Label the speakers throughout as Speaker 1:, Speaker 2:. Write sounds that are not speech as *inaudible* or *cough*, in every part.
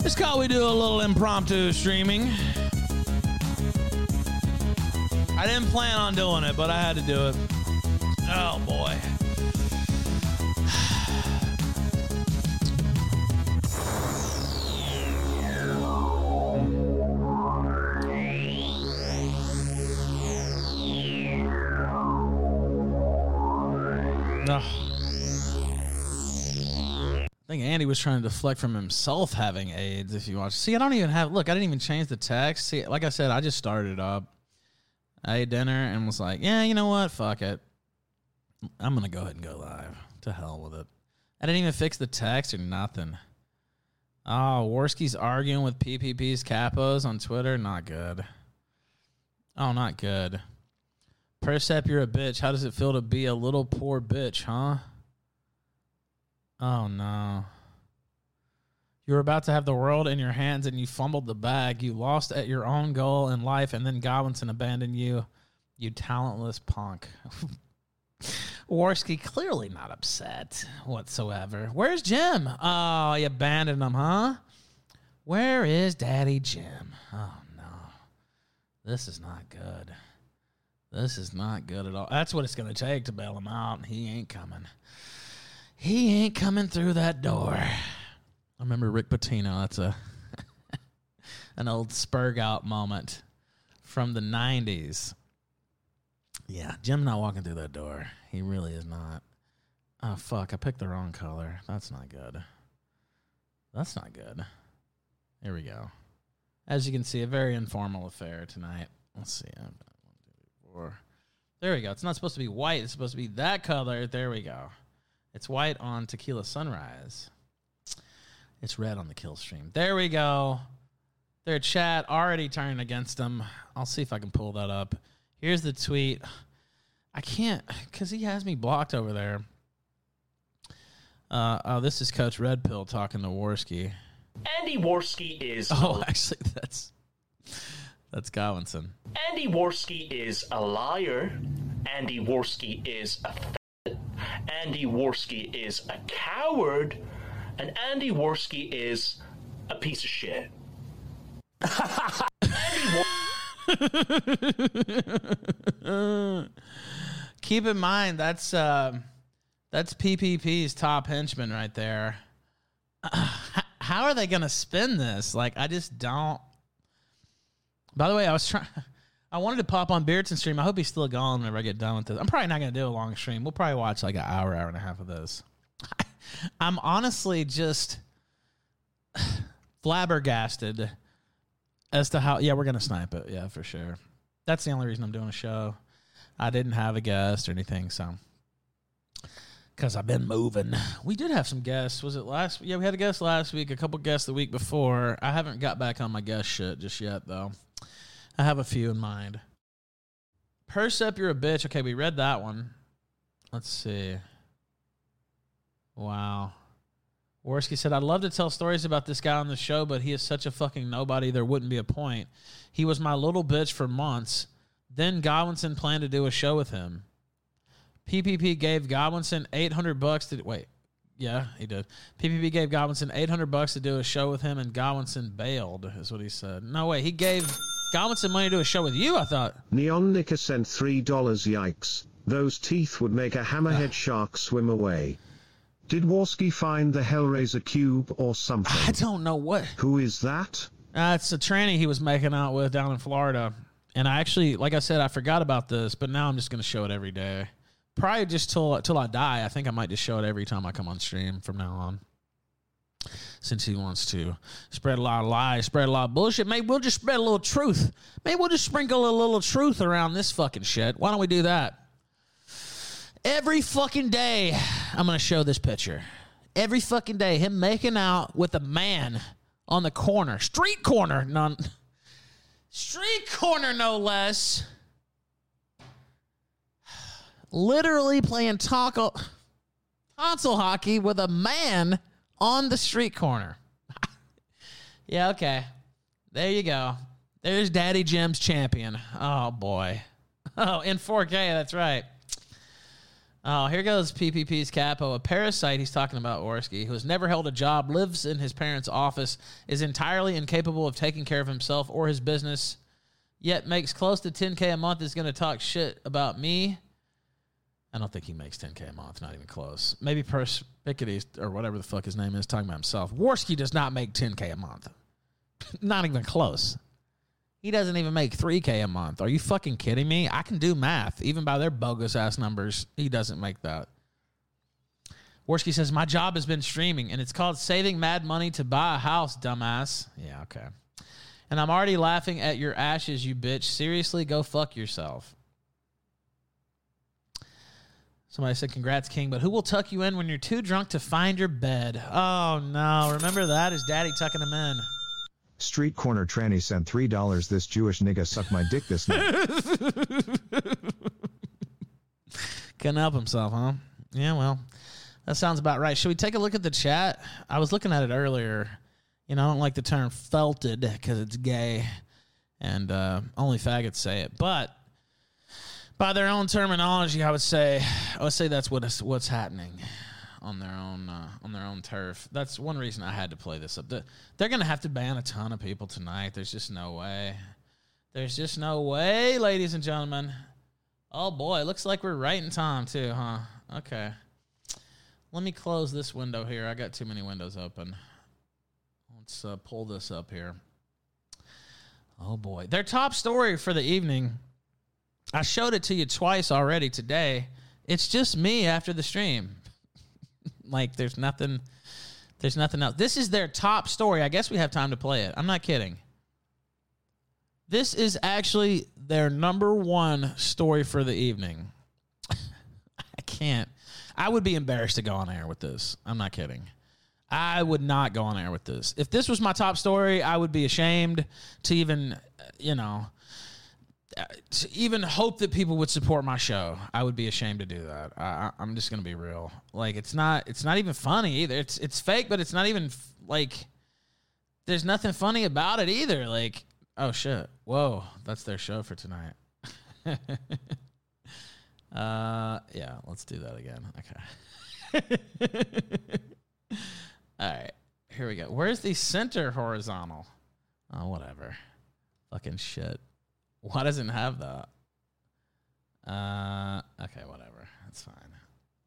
Speaker 1: It's called We Do a Little Impromptu Streaming. I didn't plan on doing it, but I had to do it. Oh boy. *sighs* Ugh. I think Andy was trying to deflect from himself having AIDS. If you watch, see, I don't even have. Look, I didn't even change the text. See, like I said, I just started it up. I ate dinner and was like, yeah, you know what? Fuck it. I'm gonna go ahead and go live. To hell with it. I didn't even fix the text or nothing. Oh, Worski's arguing with PPP's capos on Twitter. Not good. Oh, not good. Percep, you're a bitch. How does it feel to be a little poor bitch, huh? Oh no. You were about to have the world in your hands and you fumbled the bag. You lost at your own goal in life and then Godwinson abandoned you. You talentless punk. *laughs* Worski clearly not upset whatsoever. Where's Jim? Oh, you abandoned him, huh? Where is Daddy Jim? Oh no. This is not good. This is not good at all. That's what it's going to take to bail him out. He ain't coming. He ain't coming through that door. I remember Rick Pitino. That's a an old spurg out moment from the '90s. Yeah, Jim not walking through that door. He really is not. Oh fuck! I picked the wrong color. That's not good. That's not good. Here we go. As you can see, a very informal affair tonight. Let's see. I've got one, two, three, four. There we go. It's not supposed to be white. It's supposed to be that color. There we go. It's white on Tequila Sunrise. It's red on the kill stream. There we go. Their chat already turned against them. I'll see if I can pull that up. Here's the tweet. I can't because he has me blocked over there. Uh, oh, this is Coach Red Pill talking to Worski.
Speaker 2: Andy Worski is
Speaker 1: *laughs* Oh, actually, that's that's Godwinson.
Speaker 2: Andy Worski is a liar. Andy Worski is a f- Andy Worski is a coward, and Andy Worski is a piece of shit.
Speaker 1: *laughs* Keep in mind that's uh, that's PPP's top henchman right there. *clears throat* How are they going to spin this? Like I just don't. By the way, I was trying. *laughs* I wanted to pop on Beardson's stream. I hope he's still gone whenever I get done with this. I'm probably not going to do a long stream. We'll probably watch like an hour, hour and a half of this. *laughs* I'm honestly just *sighs* flabbergasted as to how. Yeah, we're going to snipe it. Yeah, for sure. That's the only reason I'm doing a show. I didn't have a guest or anything, so because I've been moving. We did have some guests. Was it last? Yeah, we had a guest last week. A couple guests the week before. I haven't got back on my guest shit just yet, though. I have a few in mind. Persep, you're a bitch. Okay, we read that one. Let's see. Wow. Worski said, I'd love to tell stories about this guy on the show, but he is such a fucking nobody, there wouldn't be a point. He was my little bitch for months. Then Godwinson planned to do a show with him. PPP gave Godwinson 800 bucks to wait. Yeah, he did. PPP gave Godwinson 800 bucks to do a show with him, and Godwinson bailed, is what he said. No way. He gave Godwinson money to do a show with you, I thought.
Speaker 3: Neon Nicker sent $3. Yikes. Those teeth would make a
Speaker 1: *sighs*
Speaker 3: hammerhead shark swim away. Did Worski find the Hellraiser cube or
Speaker 1: I
Speaker 3: something?
Speaker 1: don't know what.
Speaker 3: Who is that?
Speaker 1: Uh, it's a tranny he was making out with down in Florida. And I actually, like I said, I forgot about this, but now I'm just going to show it every day. Probably just till till I die. I think I might just show it every time I come on stream from now on. Since he wants to spread a lot of lies, spread a lot of bullshit, maybe we'll just spread a little truth. Maybe we'll just sprinkle a little truth around this fucking shit. Why don't we do that? Every fucking day, I'm going to show this picture. Every fucking day, him making out with a man on the corner, street corner, non street corner, no less. Literally playing taco tonsil hockey with a man on the street corner. *laughs* yeah, okay. There you go. There's Daddy *laughs* Jim's champion. Oh boy. Oh, in 4K, that's right. Oh, here goes PPP's capo, a parasite he's talking about, Orski, who has never held a job, lives in his parents' office, is entirely incapable of taking care of himself or his business, yet makes close to 10K a month, is going to talk shit about me. I don't think he makes 10K a month, not even close. Maybe Perspicacious, or whatever the fuck his name is, talking about himself. Worski does not make 10K a month. *laughs* not even close. He doesn't even make 3K a month. Are you fucking kidding me? I can do math. Even by their bogus ass numbers, he doesn't make that. Worski says, My job has been streaming, and it's called saving mad money to buy a house, dumbass. Yeah, okay. And I'm already laughing at your ashes, you bitch. Seriously, go fuck yourself. Somebody said, Congrats, King, but who will tuck you in when you're too drunk to find your bed? Oh, no. Remember that is daddy tucking him in.
Speaker 4: Street corner tranny sent three dollars. This Jewish nigga suck my dick this night.
Speaker 1: Couldn't help himself, huh? Yeah, well, that sounds about right. Should we take a look at the chat? I was looking at it earlier. You know, I don't like the term felted because it's gay and uh, only faggots say it. But by their own terminology, I would say, I would say that's what is, what's happening on their own uh, on their own turf. That's one reason I had to play this up. The- They're going to have to ban a ton of people tonight. There's just no way. There's just no way, ladies and gentlemen. Oh boy, looks like we're right in time too, huh? Okay. Let me close this window here. I got too many windows open. Let's uh, pull this up here. Oh boy. Their top story for the evening. I showed it to you twice already today. It's just me after the stream. *laughs* like there's nothing there's nothing else. This is their top story. I guess we have time to play it. I'm not kidding. This is actually their number one story for the evening. *laughs* I can't. I would be embarrassed to go on air with this. I'm not kidding. I would not go on air with this. If this was my top story, I would be ashamed to even, uh, you know, uh, to even hope that people would support my show. I would be ashamed to do that. I, I, I'm just gonna be real. Like it's not. It's not even funny either. It's it's fake, but it's not even f- like there's nothing funny about it either. Like, oh shit, whoa, that's their show for tonight. *laughs* uh, yeah, let's do that again. Okay. *laughs* All right, here we go. Where's the center horizontal? Oh, whatever. Fucking shit. Why doesn't it have that? Uh, okay, whatever. That's fine.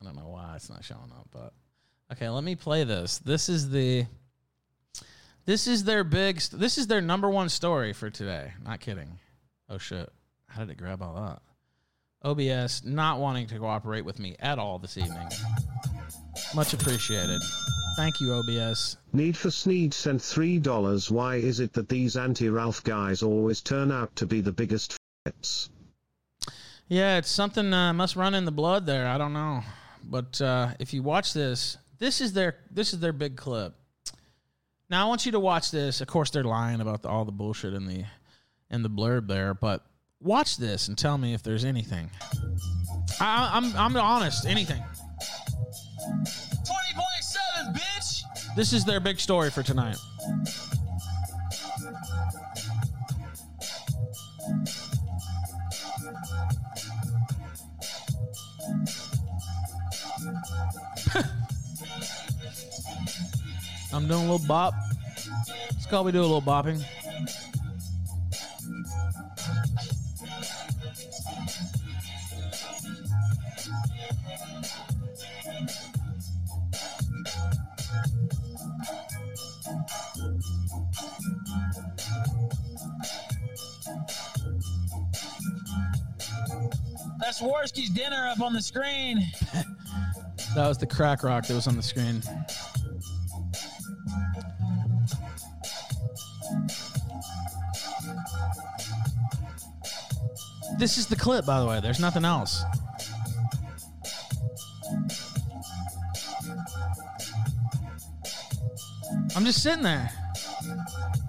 Speaker 1: I don't know why it's not showing up, but okay. Let me play this. This is the. This is their big. st- This is their number one story for today. Not kidding. Oh shit! How did it grab all that? OBS not wanting to cooperate with me at all this evening. Much appreciated. Thank you, OBS.
Speaker 3: Need for Sneed sent $3. Why is it that these anti Ralph guys always turn out to be the biggest f***s?
Speaker 1: Yeah, it's something uh, must run in the blood there. I don't know, but uh, if you watch this, this is their this is their big clip. Now I want you to watch this. Of course, they're lying about the, all the bullshit in the in the blurb there, but watch this and tell me if there's anything. I, I- I'm I'm honest. Anything.
Speaker 5: 20.7, bitch!
Speaker 1: This is their big story for tonight. *laughs* I'm doing a little bop. Let's call we do a little bopping.
Speaker 5: That's Worski's dinner up on the
Speaker 1: *laughs*
Speaker 5: screen.
Speaker 1: That was the crack rock that was on the screen. This is the clip, by the way. There's nothing else. I'm just sitting there.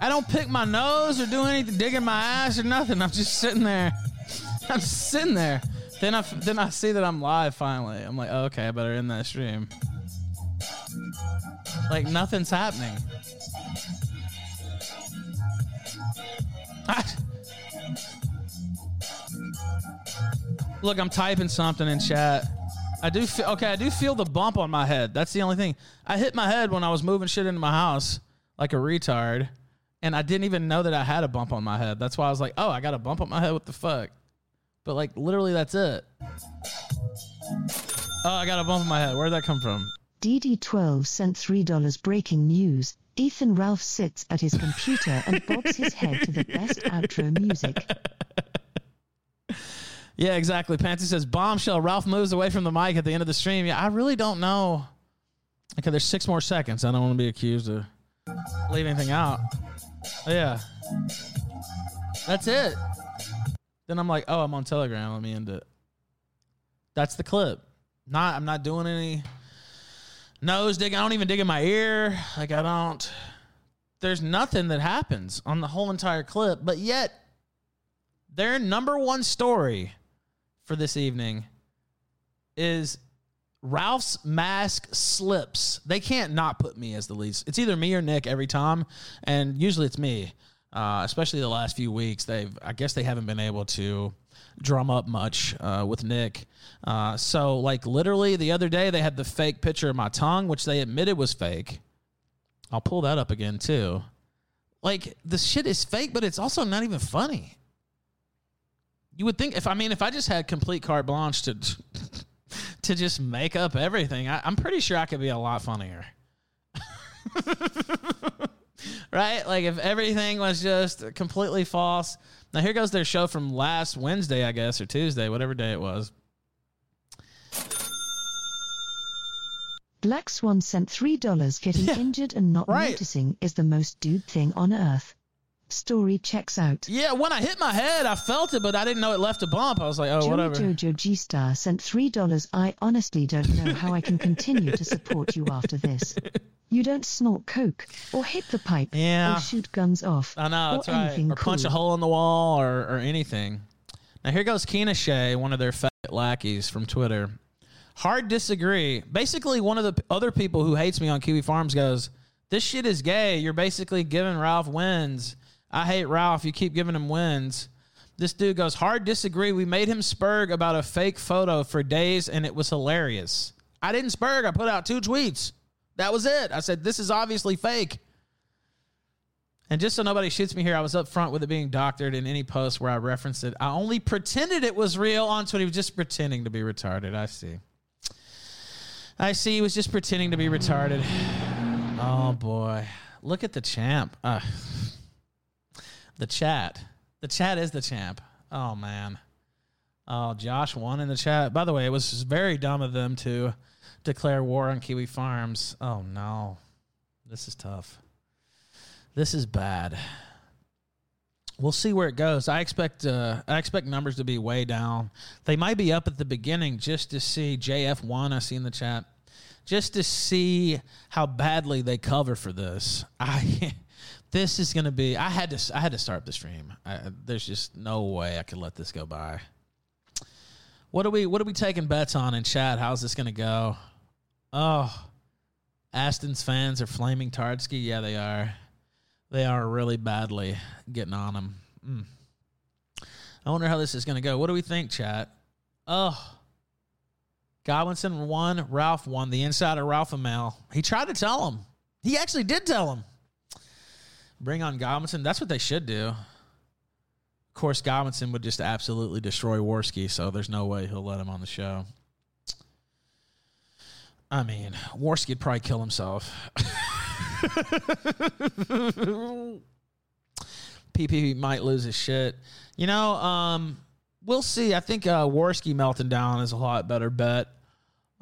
Speaker 1: I don't pick my nose or do anything, digging my ass or nothing. I'm just sitting there. *laughs* I'm just sitting there. Then I f- then I see that I'm live finally. I'm like, oh, okay, I better end that stream. Like nothing's happening. I- *laughs* Look, I'm typing something in chat. I do feel okay. I do feel the bump on my head. That's the only thing. I hit my head when I was moving shit into my house like a retard, and I didn't even know that I had a bump on my head. That's why I was like, "Oh, I got a bump on my head. What the fuck?" But like, literally, that's it. Oh, I got a bump on my head. Where'd that come from?
Speaker 6: DD12 sent $3 breaking news. Ethan Ralph sits at his computer and bobs his head to the best outro music.
Speaker 1: Yeah, exactly. Pansy says bombshell. Ralph moves away from the mic at the end of the stream. Yeah, I really don't know. Okay, there's six more seconds. I don't want to be accused of leaving anything out. Oh, Yeah, that's it. Then I'm like, oh, I'm on Telegram. Let me end it. That's the clip. Not, I'm not doing any nose dig. I don't even dig in my ear. Like I don't. There's nothing that happens on the whole entire clip, but yet their number one story for this evening is Ralph's mask slips. They can't not put me as the lead. It's either me or Nick every time, and usually it's me. Uh, especially the last few weeks, they've I guess they haven't been able to drum up much uh, with Nick. Uh, so like literally the other day, they had the fake picture of my tongue, which they admitted was fake. I'll pull that up again too. Like the shit is fake, but it's also not even funny you would think if I mean if I just had complete carte blanche to *laughs* to just make up everything, I, I'm pretty sure I could be a lot funnier. *laughs* right? Like if everything was just completely false. Now here goes their show from last Wednesday, I guess, or Tuesday, whatever day it was.
Speaker 6: Black Swan sent $3 getting
Speaker 1: Yeah,
Speaker 6: injured and not
Speaker 1: right.
Speaker 6: noticing is the most dude thing on earth. Story checks out.
Speaker 1: Yeah, when I hit my head, I felt it, but I didn't know it left a bump. I was like, oh,
Speaker 6: Joey
Speaker 1: whatever.
Speaker 6: Jojo G Star sent $3. I honestly don't know how I can continue to support you after this. You don't snort coke, or hit the pipe,
Speaker 1: Yeah.
Speaker 6: or shoot guns off,
Speaker 1: I know,
Speaker 6: or
Speaker 1: that's right.
Speaker 6: anything
Speaker 1: Or punch a
Speaker 6: cool.
Speaker 1: hole in the wall or, or anything. Now here goes Keena Shea, one of their fat lackeys from Twitter. Hard disagree. Basically, one of the p- other people who hates me on Kiwi Farms goes, This shit is gay. You're basically giving Ralph wins. I hate Ralph. You keep giving him wins. This dude goes, Hard disagree. We made him spurg about a fake photo for days and it was hilarious. I didn't spurg. I put out two tweets. That was it. I said, This is obviously fake. And just so nobody shoots me here, I was up front with it being doctored in any post where I referenced it. I only pretended it was real on Twitter. He was just pretending to be retarded. I see. I see. He was just pretending to be retarded. Oh boy, look at the champ. Uh, the chat. The chat is the champ. Oh man. Oh, Josh won in the chat. By the way, it was very dumb of them to declare war on Kiwi Farms. Oh no, this is tough. This is bad. We'll see where it goes. I expect uh, I expect numbers to be way down. They might be up at the beginning just to see JF one. I see in the chat, just to see how badly they cover for this. *laughs* I this is going to be. I had to I had to start the stream. I, there's just no way I could let this go by. What are we What are we taking bets on in chat? How's this going to go? Oh, Aston's fans are flaming Tardsky. Yeah, they are they are really badly getting on them. Mm. I wonder how this is going to go. What do we think, chat? Oh, Godwinson won. Ralph won. The insider Ralph Amel. He tried to tell him. He actually did tell him. Bring on Godwinson. That's what they should do. Of course, Godwinson would just absolutely destroy Worski, so there's no way he'll let him on the show. I mean, Worski would probably kill himself. *laughs* PP might lose his shit. You know, um, we'll see. I think uh, Worski melting down is a lot better bet.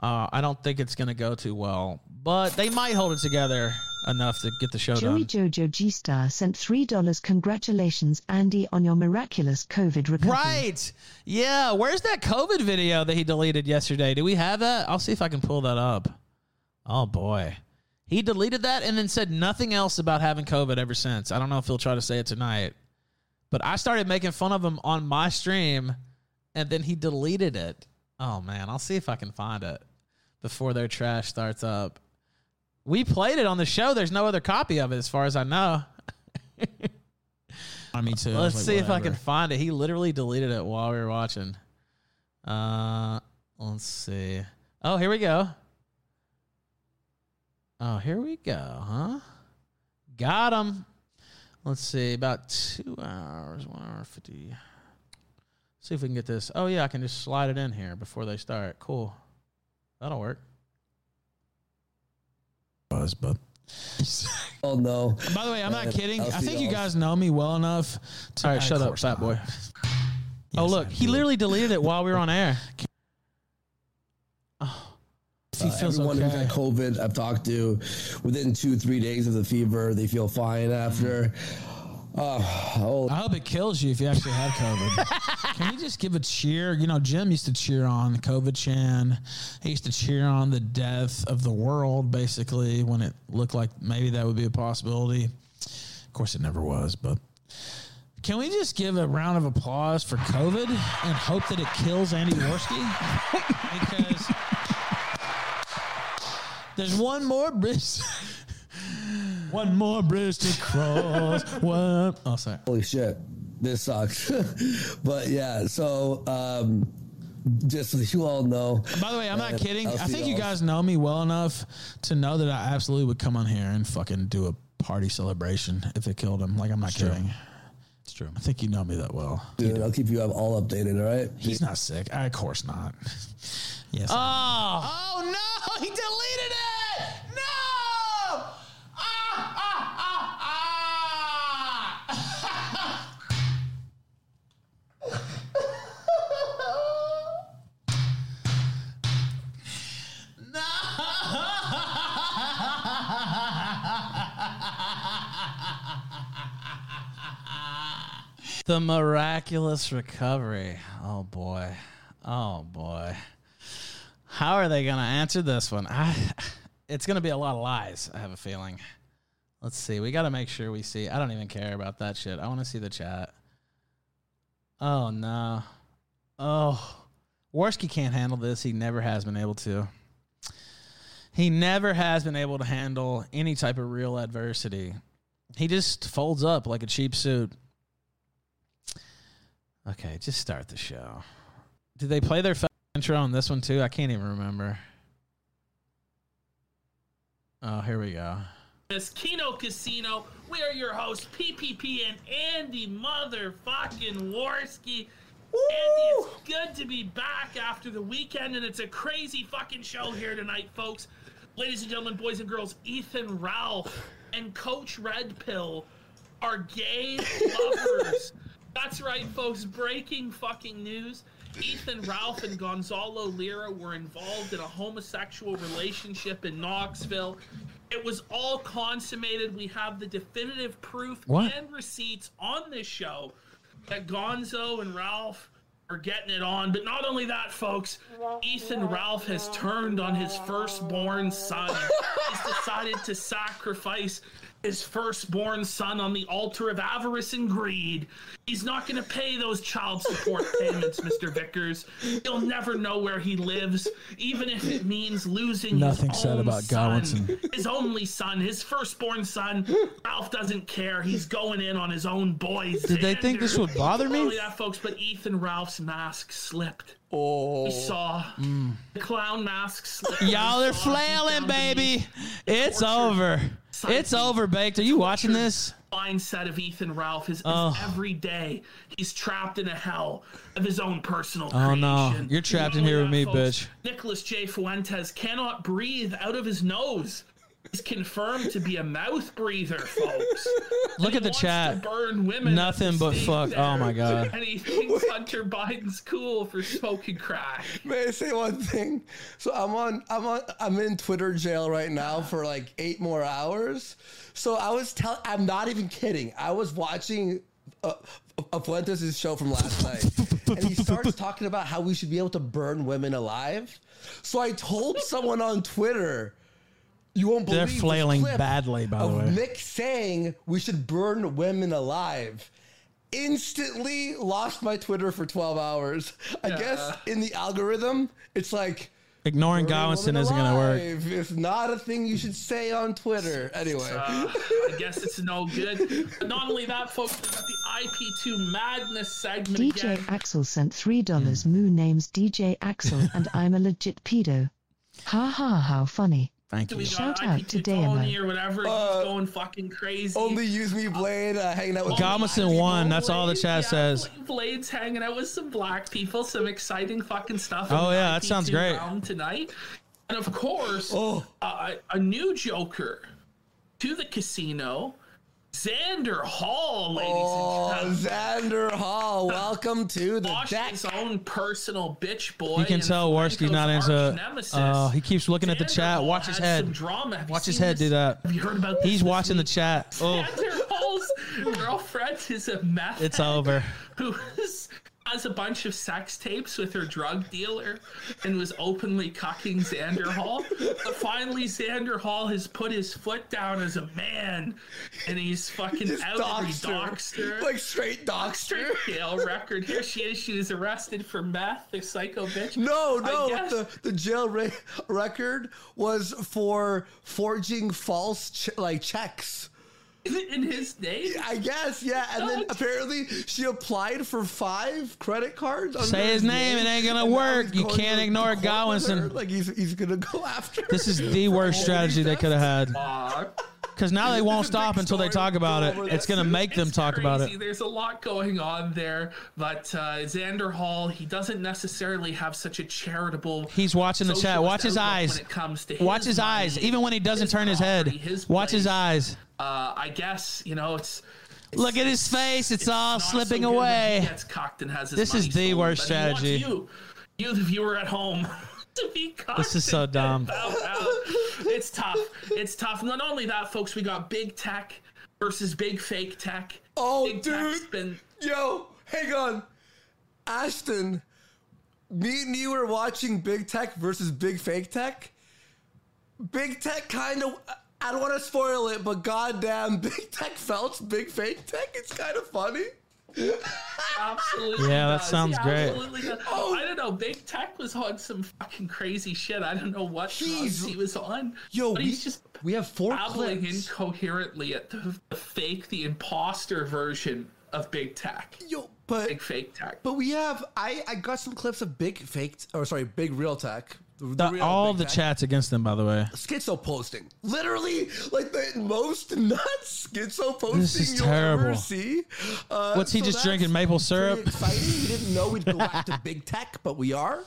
Speaker 1: Uh, I don't think it's going to go too well, but they might hold it together enough to get the show
Speaker 6: Joey
Speaker 1: done.
Speaker 6: Jojo G Star sent $3. Congratulations, Andy, on your miraculous COVID recovery.
Speaker 1: Right. Yeah. Where's that COVID video that he deleted yesterday? Do we have that? I'll see if I can pull that up. Oh, boy. He deleted that and then said nothing else about having COVID ever since. I don't know if he'll try to say it tonight, but I started making fun of him on my stream and then he deleted it. Oh, man. I'll see if I can find it before their trash starts up. We played it on the show. There's no other copy of it, as far as I know.
Speaker 7: *laughs* I mean, too. I was
Speaker 1: Let's see
Speaker 7: like,
Speaker 1: if I can
Speaker 7: whatever.
Speaker 1: find it. He literally deleted it while we were watching. Uh, let's see. Oh, here we go. Oh, here we go, huh? Got him. Let's see, about two hours, one hour fifty. See if we can get this. Oh yeah, I can just slide it in here before they start. Cool, that'll work. Buzz, bub.
Speaker 7: Oh no.
Speaker 1: By the way, I'm not
Speaker 7: Uh,
Speaker 1: kidding.
Speaker 7: I'll
Speaker 1: I
Speaker 7: see
Speaker 1: think
Speaker 7: you
Speaker 1: you
Speaker 7: all.
Speaker 1: guys know me well enough. To, All right, shut up, fat boy. oh look, he literally deleted it while we were on air. Oh, he
Speaker 7: Uh,
Speaker 1: feels
Speaker 7: everyone who's
Speaker 1: okay.
Speaker 7: had COVID I've talked to, within two three days of the fever, they feel fine after. Oh,
Speaker 8: Mm. I hope it kills you if you actually have
Speaker 7: *laughs*
Speaker 8: COVID. *laughs* Can we just give a cheer? You know, Jim used to cheer on the COVID chan. He used to cheer on the death of the world, basically, when it looked like maybe that would be a possibility. Of course, it never was, but. Can we just give a round of applause for COVID and hope that it kills Andy Worski? Because there's one more bridge. *laughs* one more bridge to cross. One. Oh, sorry.
Speaker 7: holy shit this sucks *laughs* but yeah so um just so you all know
Speaker 8: By the way, I'm not
Speaker 7: And
Speaker 8: kidding.
Speaker 7: I'll
Speaker 8: I
Speaker 7: see
Speaker 8: think you
Speaker 7: y'all.
Speaker 8: guys know me well enough to know that I absolutely would come on here and fucking do a party celebration if it killed him. Like I'm not kidding. It's true. I think you know me that well.
Speaker 7: dude i'll keep you up all updated all right
Speaker 8: He's not sick. I, of course not. *laughs* yes. Ah!
Speaker 1: Oh. no! *laughs* He deleted it! No! Ah, ah, ah, ah. The miraculous recovery. Oh boy. Oh boy. How are they going to answer this one? I, it's going to be a lot of lies, I have a feeling. Let's see. We got to make sure we see. I don't even care about that shit. I want to see the chat. Oh, no. Oh. Worski can't handle this. He never has been able to. He never has been able to handle any type of real adversity. He just folds up like a cheap suit. Okay, just start the show. Did they play their intro on this one too? I can't even remember. Oh, here we go.
Speaker 9: This Kino Casino. We are your hosts, PPP and Andy motherfucking Warski. Andy, it's good to be back after the weekend, and it's a crazy fucking show here tonight, folks. Ladies and gentlemen, boys and girls, Ethan Ralph and Coach Red Pill are gay lovers. *laughs* That's right, folks. Breaking fucking news. Ethan Ralph and Gonzalo Lira were involved in a homosexual relationship in Knoxville. It was all consummated. We have the definitive proof
Speaker 8: What?
Speaker 9: and receipts on this show that Gonzo and Ralph are getting it on. But not only that, folks, Ethan Ralph has turned on his firstborn son. He's decided to sacrifice his firstborn son on the altar of avarice and greed. He's not going to pay those child support payments, Mr. Vickers. You'll never know where he lives, even if it means losing
Speaker 8: Nothing
Speaker 9: his
Speaker 8: said
Speaker 9: own
Speaker 8: about
Speaker 9: son,
Speaker 8: Godwinson.
Speaker 9: his only son, his firstborn son. Ralph doesn't care. He's going in on his own boys.
Speaker 1: Did they think this would bother
Speaker 9: Not only
Speaker 1: me?
Speaker 9: that, folks, but Ethan Ralph's mask slipped. Oh, we saw the clown mask
Speaker 1: *laughs*
Speaker 9: slipped.
Speaker 1: Y'all
Speaker 9: We
Speaker 1: are
Speaker 9: saw he
Speaker 1: flailing,
Speaker 9: found to be
Speaker 1: baby. It's
Speaker 9: Torture.
Speaker 1: over. It's
Speaker 9: Psyche.
Speaker 1: over, Baked. Are you watching this?
Speaker 9: mindset of Ethan Ralph is, is
Speaker 1: Oh.
Speaker 9: every day he's trapped in a hell of his own personal
Speaker 1: Oh,
Speaker 9: creation.
Speaker 1: no. You're trapped in here with me, bitch.
Speaker 9: Nicholas J. Fuentes cannot breathe out of his nose. He's confirmed to be a mouth breather,
Speaker 1: *laughs*
Speaker 9: folks.
Speaker 1: Look at the
Speaker 9: wants to
Speaker 1: chat.
Speaker 9: burn women
Speaker 1: Nothing
Speaker 9: at the
Speaker 1: but
Speaker 9: stake
Speaker 1: fuck. Oh, my God.
Speaker 9: And he thinks Hunter Biden's cool for smoking crack.
Speaker 7: may i say one thing so i'm on i'm on i'm in twitter jail right
Speaker 8: Uh-huh.
Speaker 7: now for like eight more hours so i was tell i'm not even kidding i was watching uh, uh, Fuentes' show from
Speaker 8: *laughs*
Speaker 7: last night, and he starts talking about how we should be able to burn women alive. So I told someone on Twitter, "You won't believe
Speaker 8: They're
Speaker 7: this
Speaker 8: flailing
Speaker 7: clip
Speaker 8: badly, by the
Speaker 7: of
Speaker 8: way.
Speaker 7: Nick saying we should burn women alive. Instantly lost my Twitter for 12 hours. I guess in the algorithm, it's like
Speaker 8: Ignoring
Speaker 7: "Burning
Speaker 8: Godwinson
Speaker 7: women
Speaker 8: isn't going to work.
Speaker 7: alive is not a thing you should say on Twitter. Anyway,
Speaker 9: uh, I guess it's no good. But not only that, folks, we got the IP2 Madness segment
Speaker 6: DJ
Speaker 9: again.
Speaker 6: Axel sent $3. Moo names DJ Axel and I'm a legit pedo. Ha ha, how funny.
Speaker 8: Thank
Speaker 9: So we
Speaker 8: you.
Speaker 9: got
Speaker 6: Shout out to
Speaker 9: IPT
Speaker 6: Damo.
Speaker 9: Tony or whatever.
Speaker 7: Uh,
Speaker 9: he's going fucking crazy.
Speaker 7: Only use me, Blade. Uh, hanging out with
Speaker 1: Gomison won. That's all the
Speaker 9: Blaze,
Speaker 1: chat
Speaker 9: yeah,
Speaker 1: says.
Speaker 9: Bla- Blade's hanging out with some black people, some exciting fucking stuff. in
Speaker 1: Oh,
Speaker 9: the
Speaker 1: yeah, that
Speaker 9: IP2
Speaker 1: sounds great.
Speaker 9: round Tonight, and of course,
Speaker 7: Oh.
Speaker 9: uh, a new Joker to the casino, Xander Hall, ladies
Speaker 7: Oh,
Speaker 9: and gentlemen.
Speaker 7: Xander
Speaker 9: *laughs*
Speaker 7: Hall, welcome to the
Speaker 9: Washed
Speaker 7: deck.
Speaker 9: his own personal bitch boy.
Speaker 1: You can
Speaker 9: and
Speaker 1: tell Worski's
Speaker 9: Franco's
Speaker 1: not
Speaker 9: arch
Speaker 1: into.
Speaker 9: nemesis.
Speaker 1: Oh, he keeps looking at the
Speaker 9: Xander
Speaker 1: chat.
Speaker 9: Hall
Speaker 1: Watch his
Speaker 9: had some
Speaker 1: head.
Speaker 9: Drama. Have you
Speaker 1: Watch his
Speaker 9: seen
Speaker 1: head do
Speaker 9: this?
Speaker 1: that.
Speaker 9: Have you heard about this?
Speaker 1: He's
Speaker 9: this
Speaker 1: watching the
Speaker 9: week?
Speaker 1: chat. Oh,
Speaker 9: Xander Hall's girlfriend is a meth.
Speaker 1: it's
Speaker 9: head.
Speaker 1: over.
Speaker 9: who was, has a bunch of sex tapes with her drug dealer and was openly cucking Xander Hall. But finally, Xander Hall has put his foot down as a man and he's fucking
Speaker 7: Just
Speaker 9: out
Speaker 7: doxed
Speaker 9: every
Speaker 7: her.
Speaker 9: doxter.
Speaker 7: Like straight
Speaker 9: Straight
Speaker 7: doxter.
Speaker 9: jail record. Here she is. She was arrested for meth, the psycho bitch.
Speaker 7: No,
Speaker 9: I
Speaker 7: no.
Speaker 9: guess-
Speaker 7: The the jail re- record was for forging false ch- like checks.
Speaker 9: In his name?
Speaker 7: I guess, yeah. And then
Speaker 9: What?
Speaker 7: apparently she applied for five credit cards. under
Speaker 1: Say his name, it ain't gonna
Speaker 7: and now
Speaker 1: work.
Speaker 7: he's
Speaker 1: You
Speaker 7: going
Speaker 1: can't
Speaker 7: to- to
Speaker 1: ignore
Speaker 7: court with
Speaker 1: Gowinson.
Speaker 7: her. Like he's he's gonna go *laughs* after.
Speaker 1: This is
Speaker 9: *laughs*
Speaker 1: the worst strategy they could have had.
Speaker 9: Aw,
Speaker 1: Because now they won't
Speaker 7: It's a big
Speaker 1: stop until they
Speaker 7: story.
Speaker 1: talk about
Speaker 7: Go
Speaker 1: it.
Speaker 7: over
Speaker 1: It's
Speaker 7: that.
Speaker 1: going to make them
Speaker 9: It's
Speaker 1: talk about
Speaker 9: crazy.
Speaker 1: it.
Speaker 9: There's a lot going on there, but uh, Xander Hall, he doesn't necessarily have such a charitable.
Speaker 1: He's watching the chat.
Speaker 9: socialist
Speaker 1: Watch his
Speaker 9: outlook
Speaker 1: eyes.
Speaker 9: When it comes to
Speaker 1: Watch his
Speaker 9: money,
Speaker 1: eyes. Even when he doesn't
Speaker 9: his
Speaker 1: turn his head,
Speaker 9: property, his
Speaker 1: watch his
Speaker 9: place.
Speaker 1: eyes.
Speaker 9: Uh, I guess you know it's
Speaker 1: Look at his face. It's
Speaker 9: not
Speaker 1: all
Speaker 9: so
Speaker 1: slipping
Speaker 9: good when He
Speaker 1: away.
Speaker 9: gets cocked and has his
Speaker 1: This
Speaker 9: money
Speaker 1: is the
Speaker 9: stolen,
Speaker 1: worst
Speaker 9: but he wants
Speaker 1: strategy.
Speaker 9: You, you, the viewer at home, *laughs* to be cocked.
Speaker 1: This is so
Speaker 9: and
Speaker 1: dumb.
Speaker 9: found out. It's tough. It's tough. Not only that, folks, we got big tech versus big fake tech.
Speaker 7: Oh,
Speaker 9: big Tech's
Speaker 7: dude.
Speaker 9: been
Speaker 7: Yo, hang on, Ashton. Me and you were watching Big Tech versus Big Fake Tech. Big Tech kind of. I don't want to spoil it, but goddamn, *laughs* Big Tech felt Big Fake Tech. It's kind of funny. *laughs*
Speaker 9: Absolutely.
Speaker 1: Yeah, that
Speaker 9: does.
Speaker 1: sounds
Speaker 9: He
Speaker 1: great.
Speaker 9: absolutely does.
Speaker 7: Oh.
Speaker 9: I don't know. Big Tech was on some fucking crazy shit. I don't know what drugs
Speaker 7: Jeez.
Speaker 9: he was on.
Speaker 7: Yo,
Speaker 9: but
Speaker 7: we,
Speaker 9: he's just
Speaker 7: we have four
Speaker 9: babbling
Speaker 7: clips.
Speaker 9: incoherently at the, the fake, the imposter version of Big Tech.
Speaker 7: Yo, but
Speaker 9: Big fake tech.
Speaker 7: but we have. I I got some clips of Big Fake or sorry, Big Real Tech.
Speaker 1: The-
Speaker 7: real
Speaker 1: all
Speaker 7: Big
Speaker 1: the
Speaker 7: Tech.
Speaker 1: chats against them, by the way.
Speaker 7: schizo posting. Literally, like the most nuts schizo posting
Speaker 1: This is
Speaker 7: you'll ever
Speaker 1: terrible.
Speaker 7: see. Uh,
Speaker 1: What's he just
Speaker 7: that's
Speaker 1: drinking, maple
Speaker 7: pretty
Speaker 1: syrup?
Speaker 7: Exciting. We didn't know we'd go
Speaker 1: *laughs*
Speaker 7: back to big tech, but we are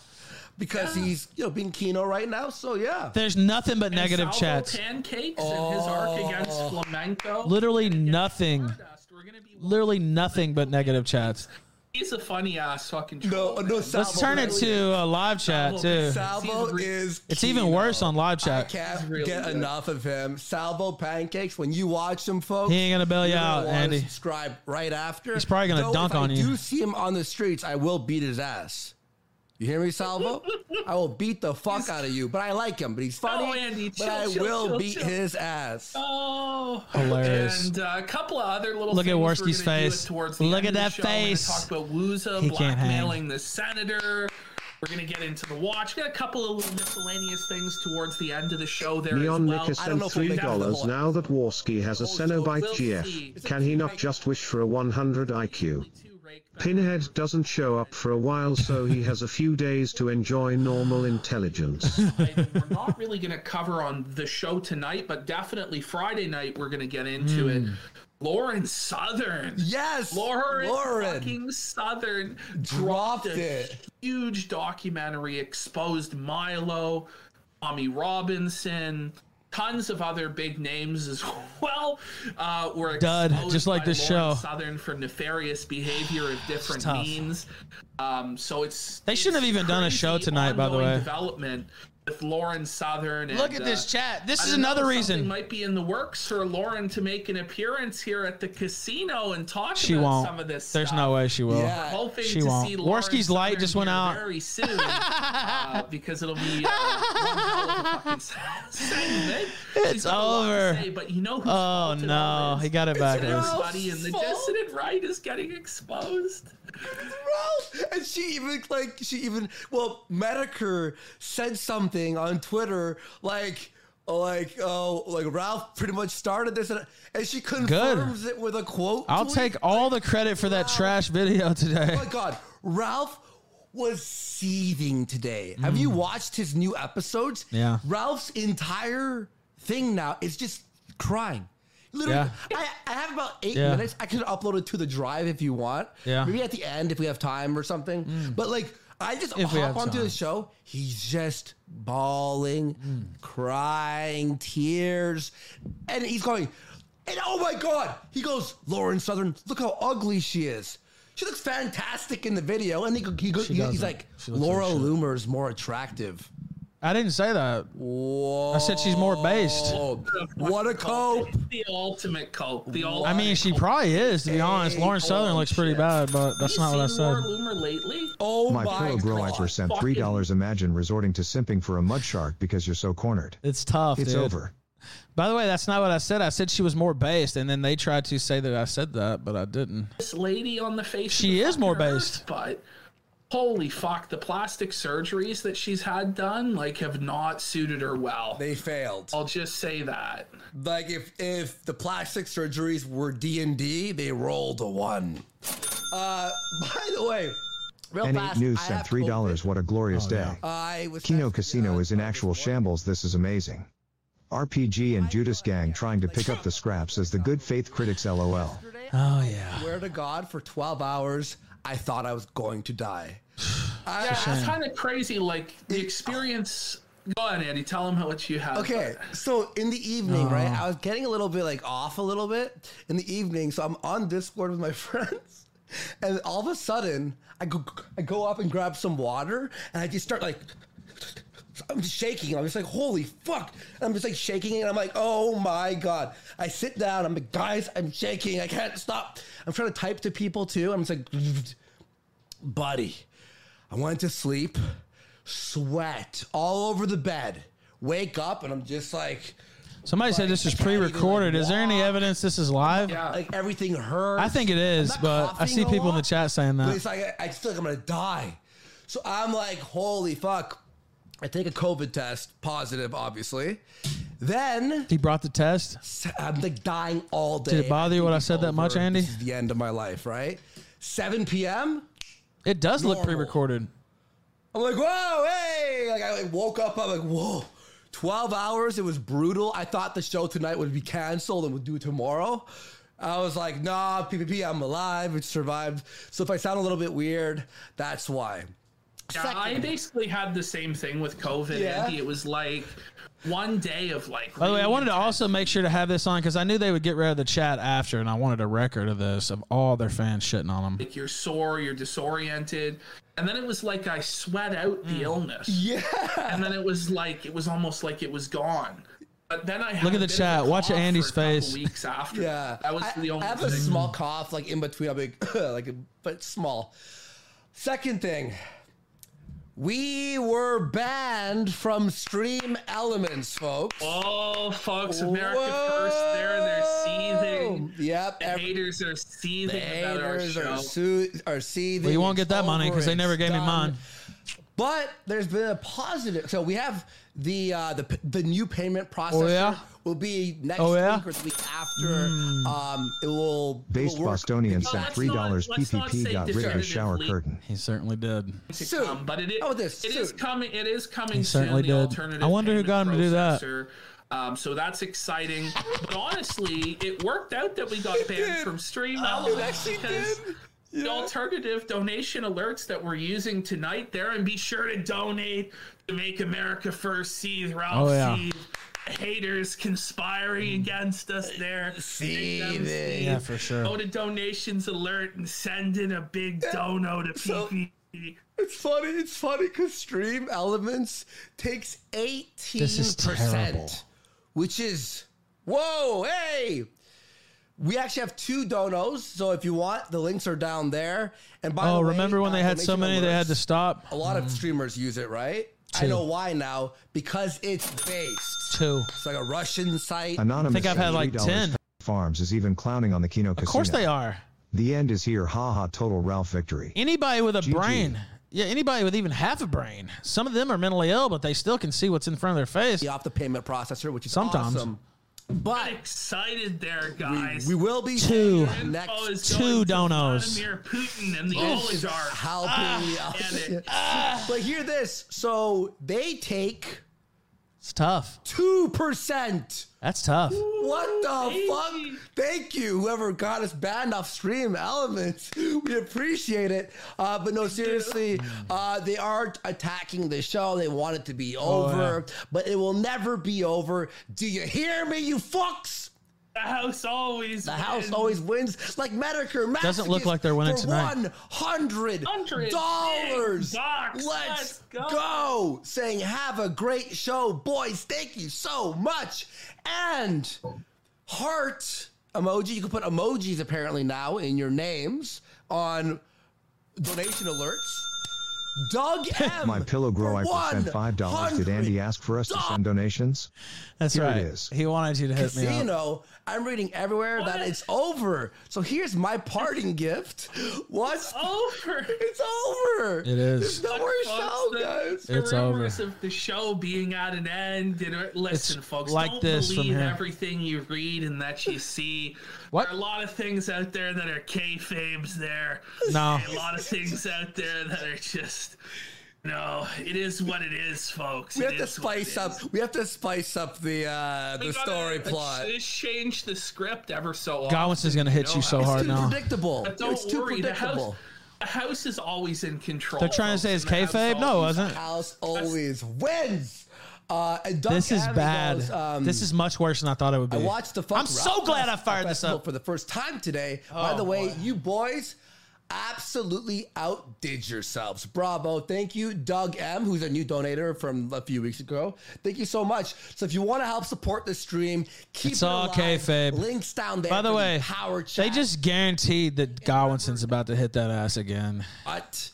Speaker 7: because he's you know being Kino right now. So yeah,
Speaker 1: There's nothing but negative
Speaker 9: Salvo
Speaker 1: chats.
Speaker 9: Pancakes and his arc
Speaker 7: Oh.
Speaker 9: against Flamenco.
Speaker 1: Literally nothing.
Speaker 9: Stardust. We're gonna be-
Speaker 1: Literally nothing but negative chats.
Speaker 9: He's a funny ass fucking.
Speaker 7: no,
Speaker 9: troll,
Speaker 7: no.
Speaker 9: man.
Speaker 7: Salvo
Speaker 1: Let's turn it
Speaker 7: really-
Speaker 1: to a live chat, too.
Speaker 9: He's
Speaker 7: Salvo
Speaker 9: re-
Speaker 7: is.
Speaker 1: It's even
Speaker 7: Kino.
Speaker 1: worse on live
Speaker 7: I
Speaker 1: chat.
Speaker 7: can't
Speaker 9: really
Speaker 7: get
Speaker 9: good.
Speaker 7: enough of him. Salvo pancakes. When you watch him, folks,
Speaker 1: He ain't gonna bail you
Speaker 7: you're gonna
Speaker 1: out,
Speaker 7: wanna
Speaker 1: Andy.
Speaker 7: Subscribe right after.
Speaker 1: He's probably gonna
Speaker 7: Though,
Speaker 1: dunk
Speaker 7: if
Speaker 1: on
Speaker 7: I
Speaker 1: you.
Speaker 7: do see him on the streets, I will beat his ass. You hear me, Salvo?
Speaker 9: *laughs*
Speaker 7: I will beat the fuck out of you. But I like him. But he's funny.
Speaker 9: Andy,
Speaker 7: but
Speaker 9: chill,
Speaker 7: I
Speaker 9: chill,
Speaker 7: will
Speaker 9: chill,
Speaker 7: beat
Speaker 9: chill.
Speaker 7: his ass.
Speaker 9: Oh,
Speaker 1: Hilarious.
Speaker 9: And uh, a couple of other little
Speaker 1: Look at
Speaker 9: things we're
Speaker 1: Worski's
Speaker 9: gonna do
Speaker 1: face.
Speaker 9: it towards the
Speaker 1: Look
Speaker 9: end
Speaker 1: at
Speaker 9: of the
Speaker 1: that
Speaker 9: show. We're gonna
Speaker 1: face.
Speaker 9: Talk about Wuza
Speaker 1: He can't hang.
Speaker 9: blackmailing the senator. We're gonna get into the watch. We got a couple of little miscellaneous things towards the end of the show there
Speaker 3: Neon
Speaker 9: as well.
Speaker 3: Nicker
Speaker 7: I don't
Speaker 3: sent
Speaker 7: know if we'll
Speaker 3: three
Speaker 7: make that Oh,
Speaker 3: dollars
Speaker 7: whole-
Speaker 3: now that Warski has a Cenobite
Speaker 9: we'll see.
Speaker 3: GF. Can he not just wish for a 100 IQ? Pinhead doesn't show up for a while, so he has a few days to enjoy normal
Speaker 1: *laughs*
Speaker 3: intelligence.
Speaker 9: And we're not really going to cover on the show tonight, but definitely Friday night we're going to get into it.
Speaker 1: Hmm.
Speaker 9: Lauren Southern.
Speaker 7: Yes,
Speaker 9: Lauren,
Speaker 7: Lauren.
Speaker 9: fucking Southern
Speaker 7: Dropped
Speaker 9: dropped a
Speaker 7: it.
Speaker 9: huge documentary exposed Milo, Tommy Robinson, tons of other big names as *laughs* well. Uh, were
Speaker 1: Dud,
Speaker 9: exposed
Speaker 1: just like
Speaker 9: by
Speaker 1: this
Speaker 9: Lauren
Speaker 1: show.
Speaker 9: Southern for nefarious behavior
Speaker 1: *sighs*
Speaker 9: of different
Speaker 1: tough.
Speaker 9: means. Um, so it's
Speaker 1: They shouldn't
Speaker 9: it's
Speaker 1: have even done a show
Speaker 9: crazy
Speaker 1: tonight, by the
Speaker 9: ongoing
Speaker 1: way.
Speaker 9: Development with Lauren Southern. And,
Speaker 1: Look at this
Speaker 9: uh,
Speaker 1: chat. This
Speaker 9: I
Speaker 1: is
Speaker 9: don't know,
Speaker 1: another
Speaker 9: something
Speaker 1: reason.
Speaker 9: might be in the works for Lauren to make an appearance here at the casino and talk
Speaker 1: She
Speaker 9: about
Speaker 1: won't.
Speaker 9: some of this.
Speaker 1: There's
Speaker 9: stuff.
Speaker 1: no way she will.
Speaker 7: Yeah.
Speaker 9: Hoping
Speaker 1: She
Speaker 9: to
Speaker 1: won't.
Speaker 9: see Lauren
Speaker 1: Worski's light
Speaker 9: Southern
Speaker 1: just went
Speaker 9: here
Speaker 1: out.
Speaker 9: very soon
Speaker 1: *laughs*
Speaker 9: uh, because it'll be. Uh, one hell of a fucking *laughs* segment. She's got a lot to
Speaker 1: over.
Speaker 9: say, but you know who?
Speaker 1: Oh no, he got it backwards.
Speaker 9: Everybody in the
Speaker 7: Fault.
Speaker 9: dissident right is getting exposed.
Speaker 7: Ralph. And she even like she even well, Medicare said something on Twitter like like oh like Ralph pretty much started this and, and she confirms it with a quote.
Speaker 1: I'll
Speaker 7: tweet.
Speaker 9: Oh
Speaker 1: take all the credit for that trash video today.
Speaker 7: Oh my god, Ralph was seething today. Have you watched his new episodes?
Speaker 8: Mm. Yeah.
Speaker 7: Ralph's entire thing now is just crying. Literally,
Speaker 8: Yeah.
Speaker 7: I, I have about eight
Speaker 8: Yeah.
Speaker 7: minutes. I could upload it to the drive if you want.
Speaker 8: Yeah. Mm.
Speaker 7: Maybe at the end if we have time or something. But like, I just
Speaker 8: If we
Speaker 7: hop
Speaker 8: have
Speaker 7: onto
Speaker 8: time. Hmm.
Speaker 7: the show. He's just bawling, crying, tears, and he's going. And oh my god, he goes, Lauren Southern, look how ugly she is. She looks fantastic in the video, and he, go- he, go-
Speaker 8: She
Speaker 7: he-
Speaker 8: doesn't.
Speaker 7: he's like,
Speaker 8: She looks
Speaker 7: Laura
Speaker 8: like shit.
Speaker 7: Loomer is more attractive.
Speaker 8: I didn't say that.
Speaker 7: Whoa!
Speaker 8: I said she's more based.
Speaker 7: what a cope!
Speaker 9: The ultimate cult. The ultimate.
Speaker 8: I mean, she probably is, to be honest. Lauren *laughs* Southern looks pretty bad, but that's not what I
Speaker 9: Laura
Speaker 8: said.
Speaker 9: Loomer lately?
Speaker 7: Oh
Speaker 4: My
Speaker 7: my,
Speaker 4: pillow grow
Speaker 7: god!
Speaker 4: lifer sent
Speaker 9: fucking-
Speaker 4: three dollars. Imagine resorting to simping for a mud shark because you're so cornered.
Speaker 8: It's tough.
Speaker 4: It's
Speaker 8: dude.
Speaker 4: over.
Speaker 8: By the way, that's not what I said. I said she was more based, and then they tried to say that I said that, but I didn't.
Speaker 9: This lady on the face.
Speaker 8: She
Speaker 9: of the
Speaker 8: is more
Speaker 9: fucking
Speaker 8: based.
Speaker 9: earth, But holy fuck, the plastic surgeries that she's had done like have not suited her well.
Speaker 7: They failed.
Speaker 9: I'll just say that.
Speaker 7: Like if if the plastic surgeries were D and D, they rolled a one. Uh, by the way, real
Speaker 4: N8
Speaker 7: fast,
Speaker 4: News
Speaker 7: I
Speaker 4: sent
Speaker 7: have
Speaker 4: three dollars.
Speaker 7: COVID.
Speaker 4: What a
Speaker 8: Oh,
Speaker 4: glorious day.
Speaker 7: I was
Speaker 4: Kino
Speaker 7: texting,
Speaker 4: Casino
Speaker 7: uh,
Speaker 4: is in
Speaker 7: this
Speaker 4: actual
Speaker 7: morning.
Speaker 4: shambles. This is amazing. RPG and Judas Gang trying to pick up the scraps as the good faith critics LOL.
Speaker 8: Oh yeah.
Speaker 7: Swear to God, for twelve hours, I thought I was going to die. I-
Speaker 9: Yeah, it's kind of crazy. Like the experience. Go on, Andy. Tell him how what you had.
Speaker 7: Okay, so in the evening, right? I was getting a little bit like off a little bit in the evening, so I'm on Discord with my *laughs* friends, and all of a sudden, I go I go up and grab some water, and I just start like. I'm just shaking. I'm just like, holy fuck. And I'm just like shaking it. And I'm like, oh my God. I sit down. I'm like, guys, I'm shaking. I can't stop. I'm trying to type to people too. I'm just like, buddy, I went to sleep, sweat all over the bed. Wake up, and I'm just like,
Speaker 8: Somebody said this is
Speaker 7: I can't even, like,
Speaker 8: pre-recorded. Is there any
Speaker 7: walk.
Speaker 8: evidence this is live?
Speaker 9: Yeah.
Speaker 7: like everything hurts.
Speaker 8: I think it is,
Speaker 7: I'm not
Speaker 8: but I
Speaker 7: coughing
Speaker 8: see
Speaker 7: a
Speaker 8: people in the
Speaker 7: lot,
Speaker 8: chat saying
Speaker 7: But
Speaker 8: that.
Speaker 7: it's like I, I feel like I'm gonna die. So I'm like, holy fuck. I take a COVID test, positive, obviously. Then
Speaker 8: He brought the test.
Speaker 7: I'm like dying all day.
Speaker 8: Did it bother you
Speaker 7: think
Speaker 8: when I
Speaker 7: it's
Speaker 8: said that much,
Speaker 7: over.
Speaker 8: Andy?
Speaker 7: This is the end of my life, right? 7 p.m.
Speaker 8: It does look
Speaker 7: Normal.
Speaker 8: pre-recorded.
Speaker 7: I'm like, whoa, hey! Like I like, woke up, I'm like, whoa. 12 hours, it was brutal. I thought the show tonight would be canceled and would do tomorrow. I was like, nah, PPP, I'm alive, it survived. So if I sound a little bit weird, that's why.
Speaker 9: Yeah, I basically had the same thing with COVID,
Speaker 7: Yeah.
Speaker 9: Andy. It was like one day of like.
Speaker 8: By the way, I
Speaker 9: really
Speaker 8: wanted to also make sure to have this on because I knew they would get rid of the chat after, and I wanted a record of this of all their fans shitting on them.
Speaker 9: like you're sore, you're disoriented. And then it was like I sweat out
Speaker 7: Mm.
Speaker 9: the illness. Yeah. And then it was like it was almost like it was gone. But then I had
Speaker 8: Look at
Speaker 9: a
Speaker 8: the
Speaker 9: bit
Speaker 8: chat.
Speaker 9: of a
Speaker 8: Watch
Speaker 9: cough for
Speaker 8: Andy's
Speaker 9: a couple
Speaker 8: face.
Speaker 9: Weeks after.
Speaker 7: Yeah.
Speaker 9: That was
Speaker 7: I,
Speaker 9: the only
Speaker 7: I have
Speaker 9: thing.
Speaker 7: a small cough, like in between, I'm like, *clears throat* like, but small. Second thing, we were banned from Stream Elements, folks.
Speaker 9: Oh, folks, America
Speaker 7: Whoa.
Speaker 9: first. There, they're seething.
Speaker 7: Oh, Yep.
Speaker 9: The
Speaker 7: every-
Speaker 9: haters are seething about our
Speaker 7: haters
Speaker 9: show.
Speaker 7: are, su- are seething.
Speaker 8: Well, you won't
Speaker 7: It's
Speaker 8: get that money
Speaker 7: over.
Speaker 8: because they
Speaker 7: It's
Speaker 8: never gave me
Speaker 7: done.
Speaker 8: mine.
Speaker 7: But there's been a positive. So we have the uh, the p- the new payment processor
Speaker 8: Oh, yeah?
Speaker 7: will be next
Speaker 8: Oh, yeah?
Speaker 7: week or the week after.
Speaker 8: Mm.
Speaker 7: Um, it will it
Speaker 4: Based
Speaker 7: will work
Speaker 4: Bostonian
Speaker 9: No,
Speaker 4: sent
Speaker 9: let's
Speaker 4: three dollars.
Speaker 9: not- let's not
Speaker 4: PPP
Speaker 9: say
Speaker 4: got rid of his shower
Speaker 9: definitively.
Speaker 4: curtain.
Speaker 8: He certainly did.
Speaker 9: to
Speaker 7: soon.
Speaker 9: come, but it is,
Speaker 7: How about this?
Speaker 9: it is
Speaker 7: Soon.
Speaker 9: coming. It is coming.
Speaker 8: He certainly
Speaker 9: soon, the
Speaker 8: did.
Speaker 9: alternative
Speaker 8: I wonder who
Speaker 9: payment
Speaker 8: got him to do that.
Speaker 9: processor. Um, so that's exciting. but honestly, it worked out that we got banned
Speaker 7: did.
Speaker 9: from stream.
Speaker 7: it actually
Speaker 9: because
Speaker 7: did.
Speaker 9: The alternative donation alerts that we're using tonight there, and be sure to donate to make America first. See Ralph.
Speaker 8: Oh, yeah. Mm.
Speaker 9: Seethe. Haters conspiring against us
Speaker 7: Uh,
Speaker 9: there. See
Speaker 8: Yeah, for sure.
Speaker 9: Go to donations alert and send in a big dono to E.
Speaker 7: So-
Speaker 9: PP.
Speaker 7: It's funny. It's funny because Stream Elements takes
Speaker 8: This is
Speaker 7: 18%,
Speaker 8: terrible.
Speaker 7: which is, whoa, hey. We actually have two donos. So if you want, the links are down there. And by
Speaker 8: Oh,
Speaker 7: the way,
Speaker 8: remember when
Speaker 7: uh,
Speaker 8: they had so
Speaker 7: donation
Speaker 8: many they had
Speaker 7: alerts,
Speaker 8: to stop? Mm.
Speaker 7: A lot of
Speaker 9: *laughs*
Speaker 7: streamers use it, right? I
Speaker 8: Two.
Speaker 7: know why now because it's based.
Speaker 8: Two.
Speaker 7: It's like a Russian site.
Speaker 4: Anonymous.
Speaker 8: I think I've had
Speaker 4: sent
Speaker 8: like
Speaker 4: $3
Speaker 8: 10.
Speaker 4: Farms is even clowning on the Kino Casino.
Speaker 8: Of course they are.
Speaker 4: The end is here. Haha. Total Ralph victory.
Speaker 8: Anybody with a brain, yeah, anybody with even half a brain. Some of them are mentally ill, but they still can see what's in front of their face.
Speaker 7: off the payment processor, which is
Speaker 8: Sometimes.
Speaker 7: awesome. But
Speaker 9: I'm excited there, guys.
Speaker 7: we will be
Speaker 1: Two.
Speaker 7: seeing you
Speaker 9: Info
Speaker 7: next
Speaker 9: is
Speaker 1: two
Speaker 9: going to
Speaker 1: donos.
Speaker 9: Vladimir Putin and the Ah. oligarch.
Speaker 7: helping
Speaker 9: damn it.
Speaker 7: Ah. But hear this. So they take
Speaker 1: It's tough.
Speaker 7: two percent.
Speaker 1: That's tough.
Speaker 7: What the fuck? Thank you, whoever got us banned off stream elements. We appreciate it. Uh, but no, seriously, uh, they are attacking the show. They want it to be
Speaker 9: Oh,
Speaker 7: over, but it will never be over. Do you hear me, you fucks?
Speaker 9: The house always.
Speaker 7: The house
Speaker 9: wins.
Speaker 7: always wins. Like Medicare,
Speaker 1: Doesn't look like they're winning tonight.
Speaker 7: One hundred
Speaker 9: $100.
Speaker 7: dollars.
Speaker 9: Bucks.
Speaker 7: Let's
Speaker 9: Let's
Speaker 7: go.
Speaker 9: go.
Speaker 7: Saying, "Have a great show, boys. Thank you so much." And heart emoji. You can put emojis apparently now in your names on donation alerts.
Speaker 1: *laughs*
Speaker 7: Doug M.
Speaker 4: My pillow grow I
Speaker 7: for
Speaker 4: sent five dollars. Did Andy ask for us to send donations?
Speaker 1: That's
Speaker 4: Here it
Speaker 1: right.
Speaker 4: is.
Speaker 1: He wanted you to hit me up.
Speaker 7: casino. I'm reading everywhere that
Speaker 9: What?
Speaker 7: it's over. So here's my
Speaker 9: *laughs*
Speaker 7: parting gift. What's
Speaker 9: over.
Speaker 7: it's over.
Speaker 1: It is.
Speaker 7: There's no more show,
Speaker 9: Folks,
Speaker 7: guys.
Speaker 9: The, the
Speaker 1: It's
Speaker 9: rumors
Speaker 1: over.
Speaker 9: of the show being at an end. And uh, listen,
Speaker 1: It's
Speaker 9: folks,
Speaker 1: like
Speaker 9: don't
Speaker 1: this from
Speaker 9: believe
Speaker 1: here.
Speaker 9: everything you read and
Speaker 7: *laughs*
Speaker 9: that you see.
Speaker 1: What?
Speaker 9: There are a lot of things out there that are kayfabes. There,
Speaker 1: *laughs* No.
Speaker 9: a lot of things out there that are just. No, it is what it is, folks.
Speaker 7: We
Speaker 9: It
Speaker 7: have to
Speaker 9: is what it
Speaker 7: spice up.
Speaker 9: is.
Speaker 7: We have to spice up the uh, the
Speaker 9: We gotta-
Speaker 7: story
Speaker 9: let's
Speaker 7: plot.
Speaker 9: Just change the script ever so often.
Speaker 1: Gowinson's going to hit you so
Speaker 9: It's
Speaker 1: hard
Speaker 7: too
Speaker 1: now.
Speaker 7: predictable.
Speaker 9: But don't
Speaker 7: it's too
Speaker 9: worry, the house,
Speaker 7: predictable.
Speaker 9: the house is always in control.
Speaker 1: They're trying to say it's
Speaker 9: folks, and the house
Speaker 1: kayfabe? No, it
Speaker 9: always-
Speaker 1: wasn't.
Speaker 7: House always wins. Uh, and Doug
Speaker 1: This is
Speaker 7: Abbey
Speaker 1: bad.
Speaker 7: goes, um,
Speaker 1: this is much worse than I thought it would be.
Speaker 7: I watched the. Fuck
Speaker 1: I'm so
Speaker 7: Rock
Speaker 1: glad I
Speaker 7: Fest
Speaker 1: fired this
Speaker 7: Festival
Speaker 1: up.
Speaker 7: for the first time today. By
Speaker 1: Oh,
Speaker 7: the way,
Speaker 1: boy.
Speaker 7: you boys absolutely outdid yourselves. Bravo! Thank you, Doug M, who's a new donator from a few weeks ago. Thank you so much. So if you want to help support the stream, keep
Speaker 1: It's
Speaker 7: it
Speaker 1: all
Speaker 7: alive.
Speaker 1: kayfabe.
Speaker 7: Links down there.
Speaker 1: By the
Speaker 7: for
Speaker 1: way,
Speaker 7: power chat.
Speaker 1: they just guaranteed that Gowinson's about to hit that ass again.
Speaker 7: cut.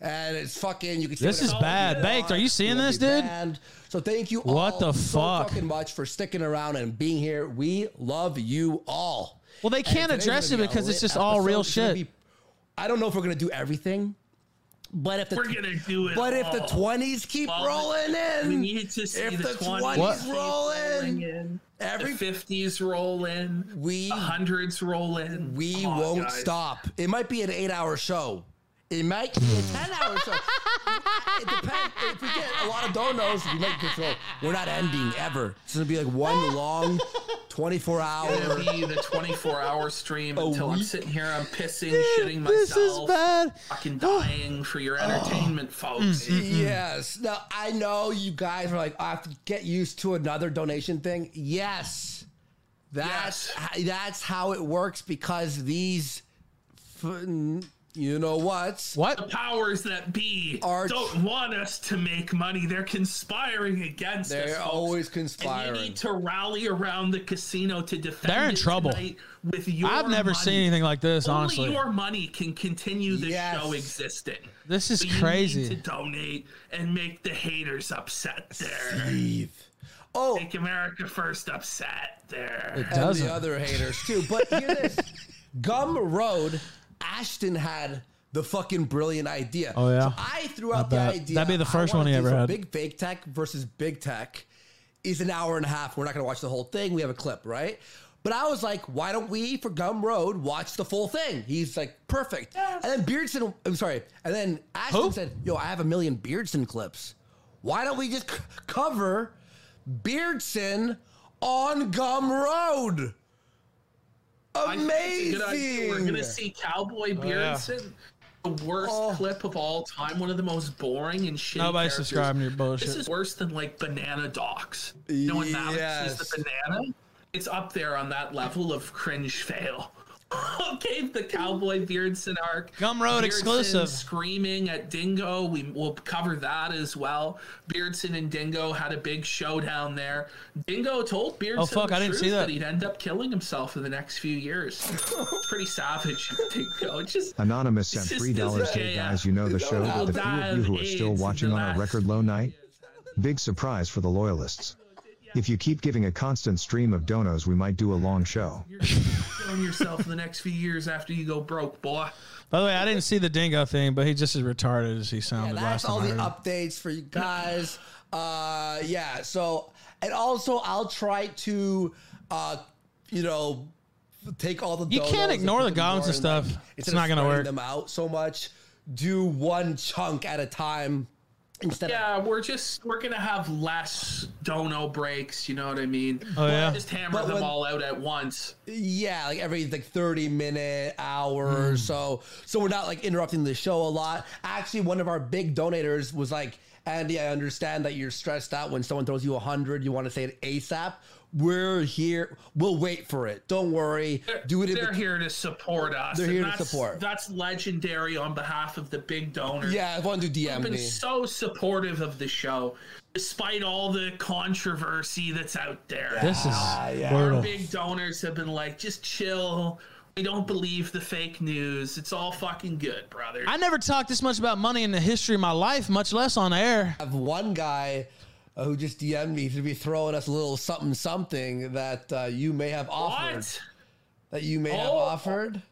Speaker 7: And it's fucking. You can see
Speaker 1: This
Speaker 7: what
Speaker 1: is
Speaker 7: it-
Speaker 1: bad. Baked, are you seeing
Speaker 7: You'll
Speaker 1: this,
Speaker 7: be
Speaker 1: dude?
Speaker 7: banned. So thank you.
Speaker 1: What
Speaker 7: all
Speaker 1: the
Speaker 7: so
Speaker 1: fuck?
Speaker 7: fucking much for sticking around and being here. We love you all.
Speaker 1: Well, they can't
Speaker 7: And today's
Speaker 1: address it
Speaker 7: gonna be a
Speaker 1: because it's
Speaker 7: lit
Speaker 1: just all
Speaker 7: episode.
Speaker 1: real
Speaker 7: It's gonna
Speaker 1: shit.
Speaker 7: be- I don't know if we're gonna do everything, but if the
Speaker 9: We're gonna do it.
Speaker 7: but if the
Speaker 9: all.
Speaker 7: twenties keep
Speaker 9: Oh. Well,
Speaker 7: rolling in,
Speaker 9: we need to see
Speaker 7: if
Speaker 9: the,
Speaker 7: the
Speaker 9: 20s
Speaker 7: 20s
Speaker 9: keep
Speaker 7: roll in,
Speaker 9: in,
Speaker 7: every-
Speaker 9: the 50s roll in,
Speaker 7: we
Speaker 9: the hundreds roll in.
Speaker 7: we
Speaker 9: Come on,
Speaker 7: won't
Speaker 9: guys. *laughs*
Speaker 7: stop. It might be an eight-hour show. It might be
Speaker 1: *laughs*
Speaker 7: a ten-hour show. It depends. If we get a lot of donos, we might control. We're not ending ever. It's gonna be like
Speaker 1: *laughs*
Speaker 7: one long, twenty-four
Speaker 9: It's
Speaker 7: hour.
Speaker 9: gonna be the 24 hour stream until I'm
Speaker 7: week.
Speaker 9: sitting here, I'm pissing, shitting
Speaker 1: This is
Speaker 9: myself,
Speaker 1: bad. Mm,
Speaker 9: fucking dying for your
Speaker 1: *sighs*
Speaker 9: entertainment, folks.
Speaker 7: Oh, Yes. Now I know you guys are like, I have to get used to another donation thing. Yes. That's that's how it works because these, f- you know what?
Speaker 1: What?
Speaker 9: Powers that be
Speaker 7: Are-
Speaker 9: don't want us to make money. They're conspiring against us.
Speaker 7: They're
Speaker 9: folks.
Speaker 7: always
Speaker 9: And
Speaker 7: conspiring.
Speaker 9: you need to rally around the casino to defend.
Speaker 1: They're in
Speaker 9: it
Speaker 1: trouble.
Speaker 9: tonight With your
Speaker 1: I've never
Speaker 9: money.
Speaker 1: seen anything like this,
Speaker 9: Only
Speaker 1: honestly.
Speaker 9: your money can continue this
Speaker 7: Yes.
Speaker 9: show existing.
Speaker 1: This is
Speaker 9: So you need
Speaker 1: crazy.
Speaker 9: to donate and make the haters upset. There,
Speaker 7: Steve. Oh,
Speaker 9: make America First upset. There,
Speaker 7: and
Speaker 1: Doesn't.
Speaker 7: the other haters too. But hear
Speaker 1: *laughs*
Speaker 7: this: Gum Road, Ashton had the fucking brilliant idea.
Speaker 1: Oh, yeah?
Speaker 7: So I threw out the
Speaker 1: bet.
Speaker 7: idea.
Speaker 1: That'd be the
Speaker 7: I
Speaker 1: first
Speaker 7: wanna
Speaker 1: one he
Speaker 7: do
Speaker 1: ever
Speaker 7: for
Speaker 1: had.
Speaker 7: Big Fake Tech versus Big Tech is an hour and a half. We're not going to watch the whole thing. We have a clip, right? But I was like, why don't we for Gum Road watch the full thing? He's like, perfect. And then Beardson, I'm sorry. And then Ashton
Speaker 1: Who?
Speaker 7: said, yo, I have a million Beardson clips. Why don't we just c- cover Beardson on Gum Road?
Speaker 9: I think it's a good idea.
Speaker 7: Amazing.
Speaker 9: We're gonna see Cowboy
Speaker 1: Oh,
Speaker 9: Beardson. The worst
Speaker 7: Oh.
Speaker 9: clip of all time, one of the most boring and shitty.
Speaker 1: Nobody's
Speaker 9: characters.
Speaker 1: subscribing to your bullshit.
Speaker 9: This is worse than like banana docs. You know when Malice is
Speaker 7: Yes.
Speaker 9: the banana? It's up there on that level of cringe fail. *laughs* okay, the cowboy Beardson arc.
Speaker 1: Gum Road
Speaker 9: Beardson
Speaker 1: exclusive.
Speaker 9: Screaming at Dingo. We will cover that as well. Beardson and Dingo had a big showdown there. Dingo told Beardson
Speaker 1: Oh, fuck,
Speaker 9: the
Speaker 1: I didn't
Speaker 9: truth
Speaker 1: see that.
Speaker 9: he'd end up killing himself in the next few years. It's pretty savage, *laughs* Dingo. It's *laughs* just
Speaker 4: Anonymous
Speaker 9: This
Speaker 4: sent
Speaker 9: is-
Speaker 4: three dollars.
Speaker 9: this is-
Speaker 4: Hey guys, you know the show that the few of you who are still watching on our record low night. Big surprise for the loyalists. If you keep giving a constant stream of donos, we might do a long show.
Speaker 9: killing yourself in the next few years after you go broke, boy.
Speaker 1: By the way, I didn't see the dingo thing, but he's just as retarded as he sounded
Speaker 7: that's
Speaker 1: last time.
Speaker 7: all
Speaker 1: I
Speaker 7: the
Speaker 1: heard him.
Speaker 7: updates for you guys uh yeah so and also i'll try to uh, you know, take all the
Speaker 1: You can't
Speaker 7: donuts and
Speaker 1: ignore
Speaker 7: put
Speaker 1: the
Speaker 7: them
Speaker 1: goblins and
Speaker 7: more in,
Speaker 1: stuff. It's
Speaker 7: instead
Speaker 1: not
Speaker 7: of
Speaker 1: gonna
Speaker 7: spreading
Speaker 1: work.
Speaker 7: Them out so much, do one chunk at a time instead of
Speaker 9: Yeah, we're just we're gonna have less dono breaks. You know what I mean?
Speaker 1: Oh,
Speaker 9: We'll
Speaker 1: yeah.
Speaker 9: Just hammer
Speaker 7: But
Speaker 9: them
Speaker 7: when-
Speaker 9: all out at once.
Speaker 7: yeah, like every like thirty minute hour or so. So we're not like interrupting the show a lot. Actually, one of our big donators was like, Andy, I understand that you're stressed out when someone throws you a hundred. You want to say it ASAP. We're here. We'll wait for it. Don't worry. Do it.
Speaker 9: They're
Speaker 7: In
Speaker 9: here to support us.
Speaker 7: They're
Speaker 9: and
Speaker 7: here to
Speaker 9: that's-
Speaker 7: support.
Speaker 9: That's legendary on behalf of the big donors.
Speaker 7: yeah, I want to do DM
Speaker 9: They've been
Speaker 7: me.
Speaker 9: so supportive of the show, despite all the controversy that's out there.
Speaker 1: This is
Speaker 7: yeah.
Speaker 9: Our
Speaker 1: brutal.
Speaker 9: big donors have been like, just chill. We don't believe the fake news. It's all fucking good, brother.
Speaker 1: I never talked this much about money in the history of my life, much less on air.
Speaker 7: have one guy uh, who just DM'd me to be throwing us a little something something that uh, you may have offered.
Speaker 9: what?
Speaker 7: That you may have
Speaker 9: Oh.
Speaker 7: offered.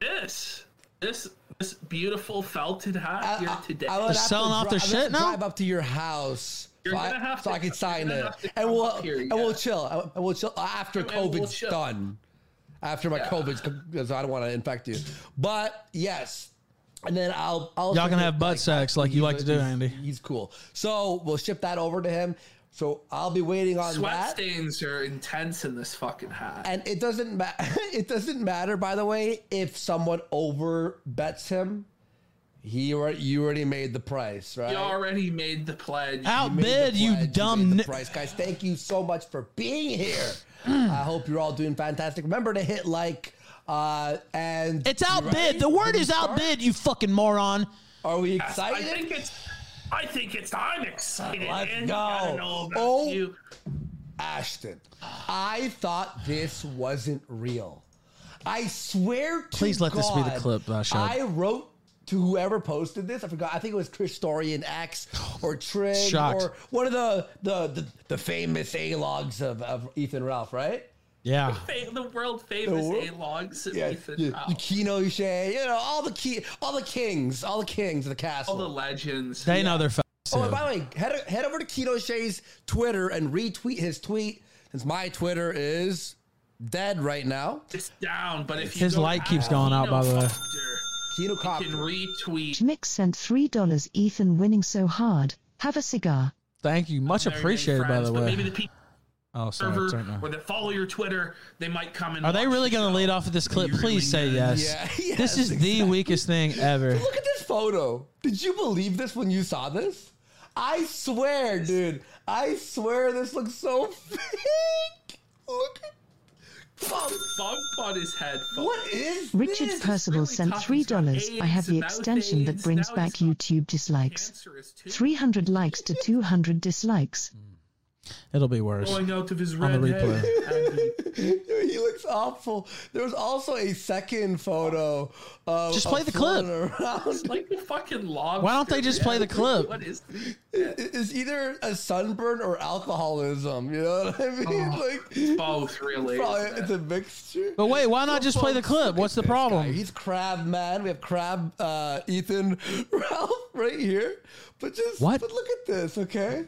Speaker 9: This, this, this beautiful felted hat
Speaker 7: I-
Speaker 9: here
Speaker 7: I-
Speaker 9: today.
Speaker 7: I would
Speaker 9: You're
Speaker 1: They're
Speaker 7: have to
Speaker 1: selling off their
Speaker 7: dri- I would
Speaker 1: shit now?
Speaker 7: Drive up to your house.
Speaker 9: You're
Speaker 7: so I,
Speaker 9: gonna have
Speaker 7: so
Speaker 9: to-
Speaker 7: I can
Speaker 9: you're
Speaker 7: sign
Speaker 9: gonna
Speaker 7: it,
Speaker 9: have to come
Speaker 7: and we'll
Speaker 9: up here,
Speaker 7: and we'll
Speaker 9: yeah.
Speaker 7: chill, and we'll chill after
Speaker 9: we'll
Speaker 7: COVID's
Speaker 9: chill.
Speaker 7: done. After my COVID's, because I don't want to infect you. But yes, and then I'll I'll
Speaker 1: Y'all can
Speaker 7: send it,
Speaker 1: have butt sex like you
Speaker 7: he's
Speaker 1: like
Speaker 7: a-
Speaker 1: to do,
Speaker 7: he's-
Speaker 1: Andy.
Speaker 7: He's cool. So we'll ship that over to him. So I'll be waiting on
Speaker 9: Sweat
Speaker 7: that.
Speaker 9: stains are intense in this fucking hat.
Speaker 7: And it doesn't matter. *laughs* It doesn't matter, by the way, if someone over bets him. He or you already made the price, right?
Speaker 9: You already made the pledge.
Speaker 7: made the
Speaker 1: Outbid you,
Speaker 7: pledge, made
Speaker 1: dumb.
Speaker 7: the
Speaker 1: N-
Speaker 7: price, guys. Thank you so much for being here.
Speaker 1: Hmm.
Speaker 7: I hope you're all doing fantastic. Remember to hit like uh and
Speaker 1: it's
Speaker 7: You
Speaker 1: outbid.
Speaker 7: ready?
Speaker 1: The word
Speaker 7: Ready
Speaker 1: is
Speaker 7: to start?
Speaker 1: outbid. You fucking moron.
Speaker 7: Are we
Speaker 9: I
Speaker 7: excited?
Speaker 9: think it's. I think it's. I'm excited.
Speaker 7: Let's
Speaker 9: Andy. I don't
Speaker 7: go.
Speaker 9: know about
Speaker 7: Oh.
Speaker 9: you.
Speaker 7: Ashton, I thought this wasn't real. I swear to
Speaker 1: Please let this be the
Speaker 7: God,
Speaker 1: clip, uh, Shad.
Speaker 7: I wrote to whoever posted this. I forgot. I think it was Chris Story and X or Trig
Speaker 1: Shocked.
Speaker 7: or one of the the the, the famous A-logs of, of Ethan Ralph, right? *laughs*
Speaker 1: Yeah.
Speaker 9: Fa- the world famous
Speaker 7: The
Speaker 9: A
Speaker 7: world-
Speaker 9: logs.
Speaker 7: Yeah,
Speaker 9: Ethan
Speaker 7: yeah,
Speaker 9: Ralph.
Speaker 7: Yukino Uche, you know all the key, all the kings, all the kings of the castle.
Speaker 9: all the legends.
Speaker 1: They know they're
Speaker 7: Oh, and by
Speaker 1: fucking.
Speaker 7: the way, head, head over to Keto Shay's Twitter and retweet his tweet since my Twitter is dead right now.
Speaker 9: it's down, but if you
Speaker 1: His
Speaker 9: go
Speaker 1: light
Speaker 9: to
Speaker 1: keeps going out, by the way.
Speaker 9: After,
Speaker 7: Keto
Speaker 9: You can
Speaker 7: Copter.
Speaker 9: retweet.
Speaker 6: Mix sent $3. Ethan winning so hard. Have a cigar.
Speaker 1: Thank you. Much
Speaker 9: very many
Speaker 1: appreciated, by
Speaker 9: friends,
Speaker 1: the
Speaker 9: but Maybe
Speaker 1: way.
Speaker 9: the people
Speaker 1: Oh, sorry. turn
Speaker 9: server
Speaker 1: now.
Speaker 9: or that follow your Twitter, they might come and.
Speaker 1: Are they
Speaker 9: watch
Speaker 1: really
Speaker 9: the
Speaker 1: going to
Speaker 9: show.
Speaker 1: lead off with this clip?
Speaker 9: You really
Speaker 1: Please say
Speaker 9: good.
Speaker 1: yes.
Speaker 7: Yeah, *laughs* yes,
Speaker 1: This is the weakest thing ever.
Speaker 7: Look at this photo. Did you believe this when you saw this? I swear, dude. I swear this looks so *laughs* fake. Look at. Fuck.
Speaker 9: Bump on his head. folks.
Speaker 7: What is
Speaker 6: Richard
Speaker 7: this?
Speaker 6: Percival
Speaker 9: really
Speaker 6: sent
Speaker 9: tough.
Speaker 6: three
Speaker 9: He's got
Speaker 6: dollars. I have the
Speaker 9: AIDS, mouth
Speaker 6: extension that
Speaker 9: AIDS,
Speaker 6: brings
Speaker 9: now
Speaker 6: back
Speaker 9: he's got
Speaker 6: YouTube dislikes.
Speaker 9: Cancer is too.
Speaker 6: Three hundred likes to two hundred dislikes.
Speaker 1: It'll be worse.
Speaker 9: Going out of his
Speaker 1: On the
Speaker 9: red head.
Speaker 7: Dude, he looks awful. There was also a second photo. Of,
Speaker 1: Just play
Speaker 7: of
Speaker 1: the clip.
Speaker 7: floating Around. *laughs*
Speaker 9: It's like the fucking lobster.
Speaker 1: Why don't they just
Speaker 9: man.
Speaker 1: play the clip?
Speaker 9: What is this?
Speaker 7: It's either a sunburn or alcoholism. You know what I mean?
Speaker 9: Oh,
Speaker 7: *laughs* like
Speaker 9: both really?
Speaker 7: probably
Speaker 9: isn't
Speaker 7: it's
Speaker 9: it?
Speaker 7: a mixture.
Speaker 1: But wait, why not just play the clip? What's the problem?
Speaker 7: He's crab man. We have crab uh, Ethan *laughs* Ralph right here. But just
Speaker 1: What?
Speaker 7: But look at this, okay?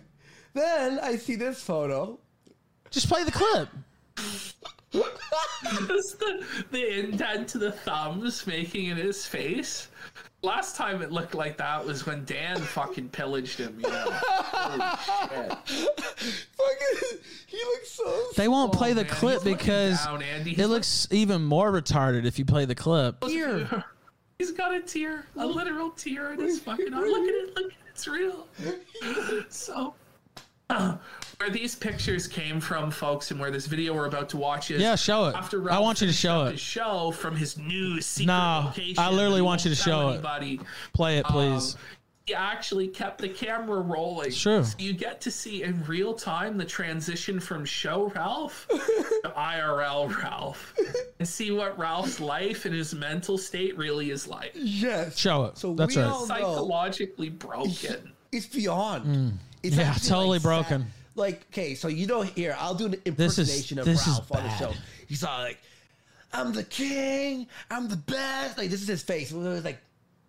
Speaker 7: Then I see this photo.
Speaker 1: Just play the clip.
Speaker 9: Just the, the indent to the thumbs making in his face. Last time it looked like that was when Dan fucking pillaged him. You know?
Speaker 7: Fucking, he looks so.
Speaker 9: *laughs*
Speaker 1: They won't play the
Speaker 9: Oh, man,
Speaker 1: clip
Speaker 9: he's looking
Speaker 1: because
Speaker 9: down, Andy. He's
Speaker 1: it looks even more retarded if you play the clip.
Speaker 7: weird.
Speaker 9: He's got a tear, a literal tear in his fucking eye. Look at it, look at it, it's real. *laughs* So, *clears throat* where these pictures came from, folks, and where this video we're about to watch is.
Speaker 1: Yeah, show it.
Speaker 9: After
Speaker 1: I want you to
Speaker 9: finished
Speaker 1: show
Speaker 9: up
Speaker 1: it.
Speaker 9: his show from his new secret
Speaker 1: No,
Speaker 9: location.
Speaker 1: I literally
Speaker 9: that he
Speaker 1: want you
Speaker 9: won't
Speaker 1: to
Speaker 9: tell
Speaker 1: show it.
Speaker 9: anybody.
Speaker 1: Play it, please.
Speaker 9: Um, he actually kept the camera rolling.
Speaker 1: Sure.
Speaker 9: So you get to see in real time the transition from show
Speaker 1: *laughs*
Speaker 9: Ralph to IRL Ralph and see what Ralph's life and his mental state really is like.
Speaker 7: Yes.
Speaker 1: Show it.
Speaker 7: So
Speaker 1: That's
Speaker 7: we
Speaker 1: right.
Speaker 7: all know
Speaker 9: Psychologically broken.
Speaker 7: it's beyond. It's
Speaker 1: Mm. Yeah,
Speaker 7: actually,
Speaker 1: totally
Speaker 7: like, sad.
Speaker 1: broken.
Speaker 7: Like, okay, so you know, here I'll do an
Speaker 1: is-
Speaker 7: impersonation of
Speaker 1: this is
Speaker 7: Ralph on the
Speaker 1: bad.
Speaker 7: show. He's all like, "I'm the king. I'm the best." Like this is his face. It was like,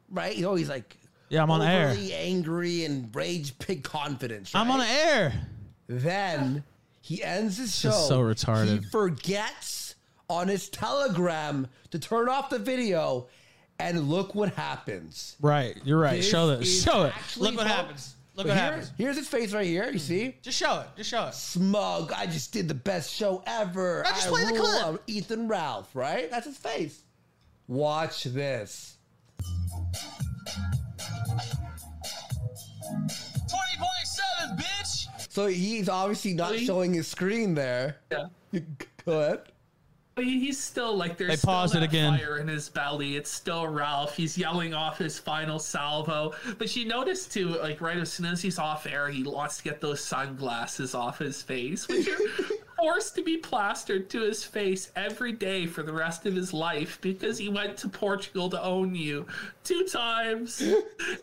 Speaker 7: right? You know, he's like,
Speaker 1: Yeah, I'm on air.
Speaker 7: overly angry and rage pig confidence.
Speaker 1: I'm on
Speaker 7: right?
Speaker 1: air.
Speaker 7: Then He ends his show.
Speaker 1: just so retarded.
Speaker 7: He forgets on his telegram to turn off the video, and look what happens.
Speaker 1: Right, you're right.
Speaker 7: This
Speaker 1: show this.
Speaker 7: is
Speaker 1: Show it.
Speaker 7: actually
Speaker 10: Look what
Speaker 7: how-
Speaker 10: happens. Look
Speaker 7: But
Speaker 10: what
Speaker 7: here-
Speaker 10: happens. Hmm.
Speaker 7: Here's his face right here. You see?
Speaker 10: Just show it. Just show it.
Speaker 7: smug. I just did the best show ever.
Speaker 10: Now just
Speaker 7: I
Speaker 10: play the
Speaker 7: rule.
Speaker 10: clip.
Speaker 7: I'm Ethan Ralph, right? That's his face. Watch this.
Speaker 11: 20.7, bitch.
Speaker 7: So he's obviously not
Speaker 9: Really?
Speaker 7: showing his screen there.
Speaker 9: Yeah.
Speaker 7: You- Go ahead.
Speaker 9: But he- he's still like there's
Speaker 1: They
Speaker 9: still
Speaker 1: paused it
Speaker 9: that
Speaker 1: again.
Speaker 9: fire in his belly. It's still Ralph. He's yelling off his final salvo. But you notice too, like right as soon as he's off air, he wants to get those sunglasses off his face, which are forced to be plastered to his face every day for the rest of his life because he went to Portugal to own you two times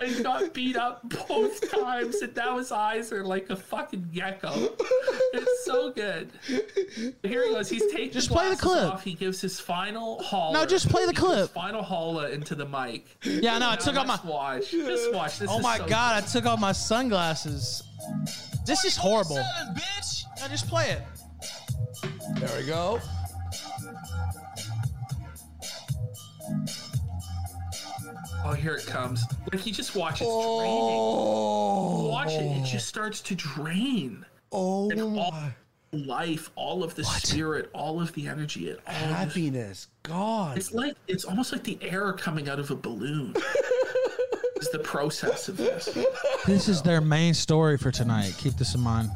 Speaker 9: and got beat up both times, and now his eyes are like a fucking gecko. It's so good. Here he goes. He's taking
Speaker 10: Just play the
Speaker 9: glasses
Speaker 10: clip.
Speaker 9: off. He gives his final haul.
Speaker 10: No, just play the clip.
Speaker 9: Final holla into the mic.
Speaker 10: Yeah, no, I took
Speaker 9: Now
Speaker 10: off my.
Speaker 9: let's Watch. Just watch. This
Speaker 10: Oh
Speaker 9: is
Speaker 10: my
Speaker 9: so
Speaker 10: god, I took off my sunglasses. This is horrible.
Speaker 11: 20.7, bitch.
Speaker 10: Now just play it.
Speaker 7: There we go.
Speaker 9: good. Oh, here it comes. Like you just watch it's
Speaker 7: Oh,
Speaker 9: draining. Watch it. It just starts to drain.
Speaker 7: oh
Speaker 9: And all
Speaker 7: my
Speaker 9: life, all of the spirit, all of the energy, it all just-
Speaker 7: happiness gone.
Speaker 9: It's like it's almost like the air coming out of
Speaker 7: *laughs*
Speaker 9: a balloon. is the process of this.
Speaker 1: This is their main story for tonight. Keep this in mind.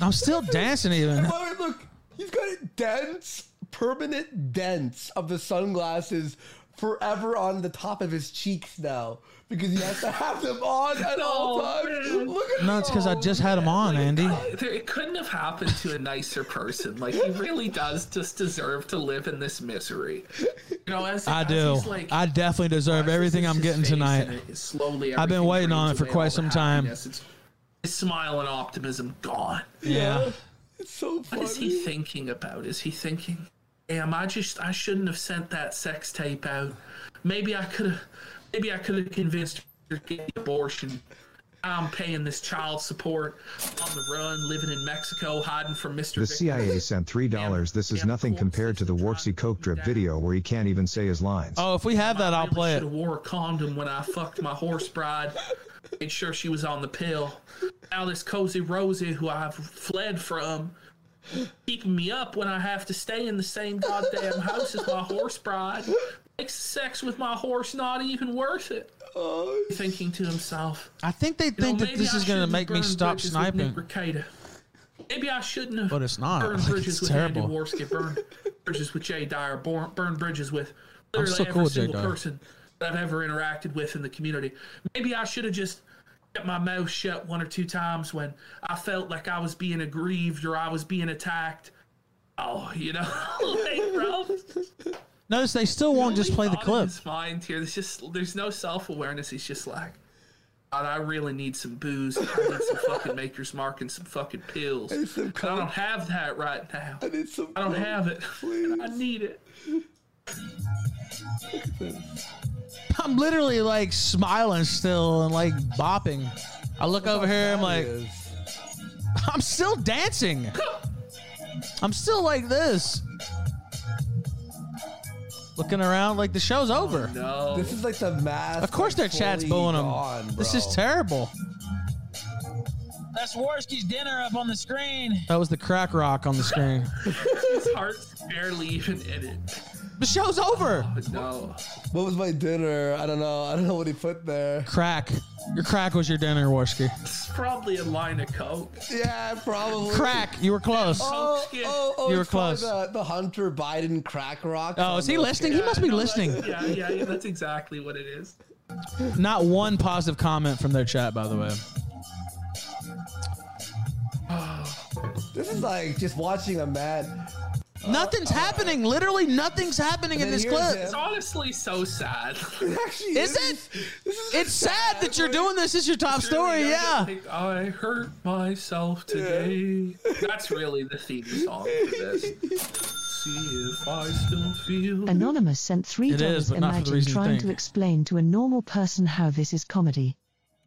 Speaker 1: I'm still dancing even.
Speaker 7: Wait, wait, look, he's got dents, permanent dents of the sunglasses forever on the top of his cheeks now because he has to have them on
Speaker 9: *laughs*
Speaker 7: at all
Speaker 9: Oh,
Speaker 7: times.
Speaker 9: man.
Speaker 7: Look at
Speaker 1: No, it's because I
Speaker 9: Oh,
Speaker 1: just had them on, Andy.
Speaker 9: There- It couldn't have happened to a nicer person. Like he really does just deserve to live in this misery. You know, as
Speaker 1: I
Speaker 9: as
Speaker 1: do.
Speaker 9: he's, like,
Speaker 1: I definitely deserve everything I'm
Speaker 9: his
Speaker 1: getting
Speaker 9: face and
Speaker 1: tonight.
Speaker 9: it- Slowly,
Speaker 1: I've been
Speaker 9: everything
Speaker 1: waiting on
Speaker 9: drains
Speaker 1: it for
Speaker 9: away,
Speaker 1: quite
Speaker 9: all
Speaker 1: some
Speaker 9: the
Speaker 1: time.
Speaker 9: happiness. It's, his smile and optimism gone.
Speaker 1: Yeah.
Speaker 7: It's so funny.
Speaker 9: What is he thinking about? Is he thinking, "Damn, I just I shouldn't have sent that sex tape out. Maybe I could have, maybe I could have convinced her to get the abortion. I'm paying this child support on the run, living in Mexico, hiding from Mr.
Speaker 4: The
Speaker 9: Victor."
Speaker 4: CIA *laughs* sent $3. This is
Speaker 9: Damn
Speaker 4: nothing
Speaker 9: cool.
Speaker 4: compared to the Warpsy Coke Drip video where he can't even say his lines.
Speaker 1: Oh, if we have that, I'll
Speaker 9: really
Speaker 1: play
Speaker 9: should
Speaker 1: it.
Speaker 9: have wore a condom when I fucked my horse bride. Made sure she was on the pill. Now this cozy Rosie, who I've fled from, keeping me up when I have to stay in the same goddamn house as my horse bride. Makes sex with my horse not even worth it. Thinking to himself,
Speaker 1: I think they
Speaker 9: you know,
Speaker 1: think that
Speaker 9: maybe
Speaker 1: this
Speaker 9: I
Speaker 1: is going to
Speaker 9: shouldn't
Speaker 1: make me
Speaker 9: burn
Speaker 1: stop
Speaker 9: bridges with Nick
Speaker 1: sniping.
Speaker 9: Ricada. Maybe I shouldn't have.
Speaker 1: But it's not.
Speaker 9: Burn
Speaker 1: Oh, *laughs* It's
Speaker 9: bridges with
Speaker 1: terrible.
Speaker 9: Andy Worski. Burn bridges with Jay Dyer. Burn, burn bridges with
Speaker 1: I'm
Speaker 9: literally
Speaker 1: so
Speaker 9: every
Speaker 1: cool with Jay
Speaker 9: single
Speaker 1: Dyer.
Speaker 9: person that I've ever interacted with in the community. Maybe I should have just kept my mouth shut one or two times when I felt like I was being aggrieved or I was being attacked. Oh, you know, *laughs* like, bro,
Speaker 1: Notice they still won't just play the
Speaker 9: thought in
Speaker 1: clip.
Speaker 9: His mind here. There's just there's no self awareness. He's just like, God, I really need some booze. I need
Speaker 1: *laughs*
Speaker 9: some fucking Maker's Mark and some fucking pills. And
Speaker 7: some
Speaker 9: I don't have that right now.
Speaker 7: I need some
Speaker 9: I don't
Speaker 7: Coke,
Speaker 9: have it.
Speaker 7: please.
Speaker 9: I need it.
Speaker 1: I'm literally like smiling still and like bopping. I look over here, I'm like,
Speaker 7: Yes.
Speaker 1: *laughs* I'm still dancing. I'm still like this. Looking around like the show's over.
Speaker 9: No.
Speaker 7: This is like the mask.
Speaker 1: Of course their chat's booing them. this is terrible.
Speaker 11: That's Worski's dinner up on the screen.
Speaker 1: That was the crack rock on the screen.
Speaker 7: *laughs*
Speaker 9: His heart's barely even in it.
Speaker 1: the show's over.
Speaker 9: But no.
Speaker 7: What was my dinner? I don't know. I don't know what he put there.
Speaker 1: Crack. Your crack was your dinner, Worski.
Speaker 9: It's probably a line of coke.
Speaker 7: Yeah, probably.
Speaker 1: Crack. You were close.
Speaker 7: Oh,
Speaker 9: Coke skin.
Speaker 7: oh, oh,
Speaker 1: You were
Speaker 7: it's probably
Speaker 1: close.
Speaker 7: The, the Hunter Biden crack rock.
Speaker 1: Oh, is he listening? He must be
Speaker 9: Yeah, no,
Speaker 1: listening.
Speaker 9: that's- Yeah, yeah, yeah, that's exactly what it is.
Speaker 1: Not one positive comment from their chat, by the way.
Speaker 7: This is like just watching a man. uh,
Speaker 1: Nothing's happening. Literally, nothing's happening in
Speaker 7: then
Speaker 1: this
Speaker 7: here's
Speaker 1: clip.
Speaker 7: him.
Speaker 9: It's honestly so sad.
Speaker 7: Actually,
Speaker 1: Is
Speaker 7: this
Speaker 1: it?
Speaker 7: This is
Speaker 1: It's sad that you're doing this. It's your top story.
Speaker 9: Really
Speaker 1: Yeah.
Speaker 9: doesn't think, I hurt myself today. That's really the theme song for this. See if I still feel.
Speaker 6: Anonymous sent $3
Speaker 1: It is, but not for the
Speaker 6: imagine
Speaker 1: reason you
Speaker 6: trying
Speaker 1: think.
Speaker 6: to explain to a normal person how this is comedy.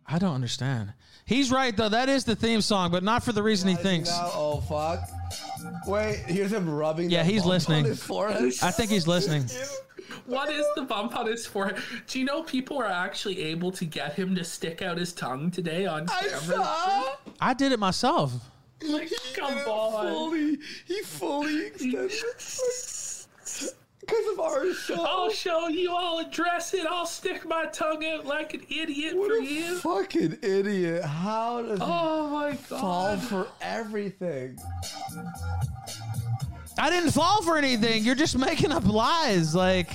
Speaker 1: I don't understand. He's right though. That is the theme song, but not for the reason he thinks.
Speaker 7: Now, oh fuck! Wait, here's him rubbing.
Speaker 1: Yeah,
Speaker 7: the
Speaker 1: he's
Speaker 7: bump
Speaker 1: listening.
Speaker 7: On his forehead.
Speaker 1: I think he's listening.
Speaker 9: What is the bump on his forehead? Do you know people are actually able to get him to stick out his tongue today on
Speaker 7: I
Speaker 9: camera?
Speaker 7: saw.
Speaker 1: I did it myself.
Speaker 9: Like, come
Speaker 7: He
Speaker 9: on.
Speaker 7: fully, he fully extended because of our show.
Speaker 9: I'll show you. I'll address it. I'll stick my tongue out like an idiot
Speaker 7: what
Speaker 9: for
Speaker 7: a
Speaker 9: you.
Speaker 7: fucking idiot! How does he
Speaker 9: oh my
Speaker 7: fall
Speaker 9: god.
Speaker 7: for everything?
Speaker 1: I didn't fall for anything. You're just making up lies. Like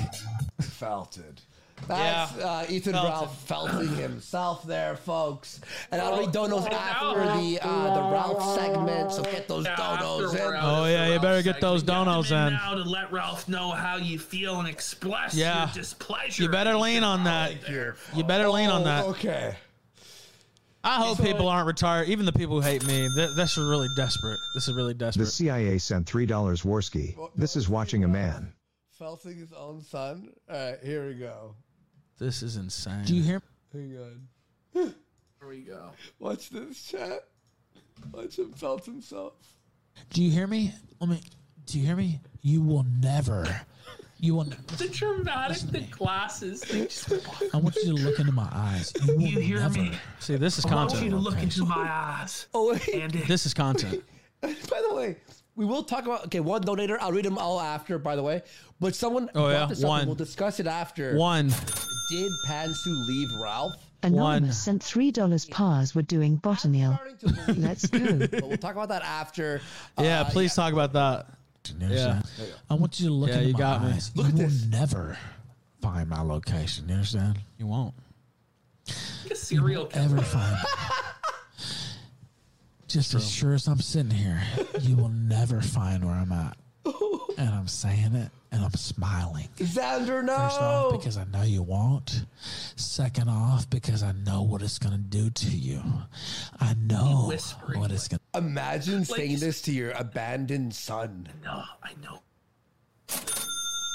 Speaker 7: Felted. That's
Speaker 1: Yeah.
Speaker 7: uh, Ethan
Speaker 1: Felted.
Speaker 7: Ralph *clears throat* felting himself there, folks. And I'll
Speaker 9: Oh,
Speaker 7: read donos after the uh, the Ralph segment, so get those
Speaker 9: Yeah,
Speaker 7: donos
Speaker 9: after we're
Speaker 7: in.
Speaker 9: out
Speaker 1: Oh,
Speaker 9: of
Speaker 1: yeah,
Speaker 9: the
Speaker 1: you
Speaker 9: Ralph
Speaker 1: better get those
Speaker 9: segment, you have to
Speaker 1: donos
Speaker 9: be
Speaker 1: in.
Speaker 9: now to let Ralph know how you feel and express
Speaker 1: Yeah.
Speaker 9: your displeasure.
Speaker 1: you better lean on that. You better lean on
Speaker 7: Oh,
Speaker 1: that.
Speaker 7: Okay.
Speaker 1: I hope people aren't retired. Even the people who hate me. Th- this is really desperate. This is really
Speaker 4: The
Speaker 1: desperate.
Speaker 4: CIA sent $3 Worski. This is watching a man.
Speaker 7: Felting his own son. All right, here we go.
Speaker 1: This is insane.
Speaker 8: Do you hear?
Speaker 7: Hang on.
Speaker 9: There we go.
Speaker 7: Watch this chat. Watch him felt himself.
Speaker 8: Do you hear me? Let me. Do you hear me? You will never. You will. n-
Speaker 9: The dramatic, the glasses. They
Speaker 1: *laughs*
Speaker 9: just,
Speaker 8: I want you to look into my eyes. You, will
Speaker 9: you hear
Speaker 8: never.
Speaker 9: me?
Speaker 1: See, this is
Speaker 9: I want you to
Speaker 1: content.
Speaker 9: look into my eyes.
Speaker 7: Oh wait. *laughs*
Speaker 9: And it,
Speaker 1: This is content.
Speaker 7: By the way, we will talk about okay one donator. I'll read them all after. By the way, but someone
Speaker 1: Oh,
Speaker 7: brought
Speaker 1: yeah,
Speaker 7: this up and
Speaker 1: one.
Speaker 7: We'll discuss it after.
Speaker 1: One.
Speaker 7: Did Pansu leave Ralph?
Speaker 1: One.
Speaker 6: Anonymous sent three dollars. Pars were doing botany.
Speaker 7: starting to believe,
Speaker 6: Let's
Speaker 7: *laughs*
Speaker 6: go.
Speaker 7: but we'll talk about that after.
Speaker 1: Yeah,
Speaker 7: Uh,
Speaker 1: please talk about that. Yeah.
Speaker 8: I want you to look
Speaker 1: Yeah,
Speaker 8: into
Speaker 1: you
Speaker 8: my
Speaker 1: got me.
Speaker 8: eyes.
Speaker 7: Look
Speaker 8: you
Speaker 7: at
Speaker 8: will
Speaker 7: this.
Speaker 8: never find my location. You understand?
Speaker 1: You won't.
Speaker 9: a serial killer.
Speaker 8: Ever find.
Speaker 1: *laughs*
Speaker 8: Just as sure as I'm sitting here, you will never find where I'm
Speaker 9: *laughs*
Speaker 8: at. And I'm saying it, and I'm smiling.
Speaker 7: Xander,
Speaker 8: First off,
Speaker 7: no.
Speaker 8: because I know you won't. Second off, because I know what it's going to do to you. I know
Speaker 9: whispering,
Speaker 8: what it's going to
Speaker 7: Imagine saying
Speaker 9: just-
Speaker 7: this to your abandoned son.
Speaker 9: No, I know.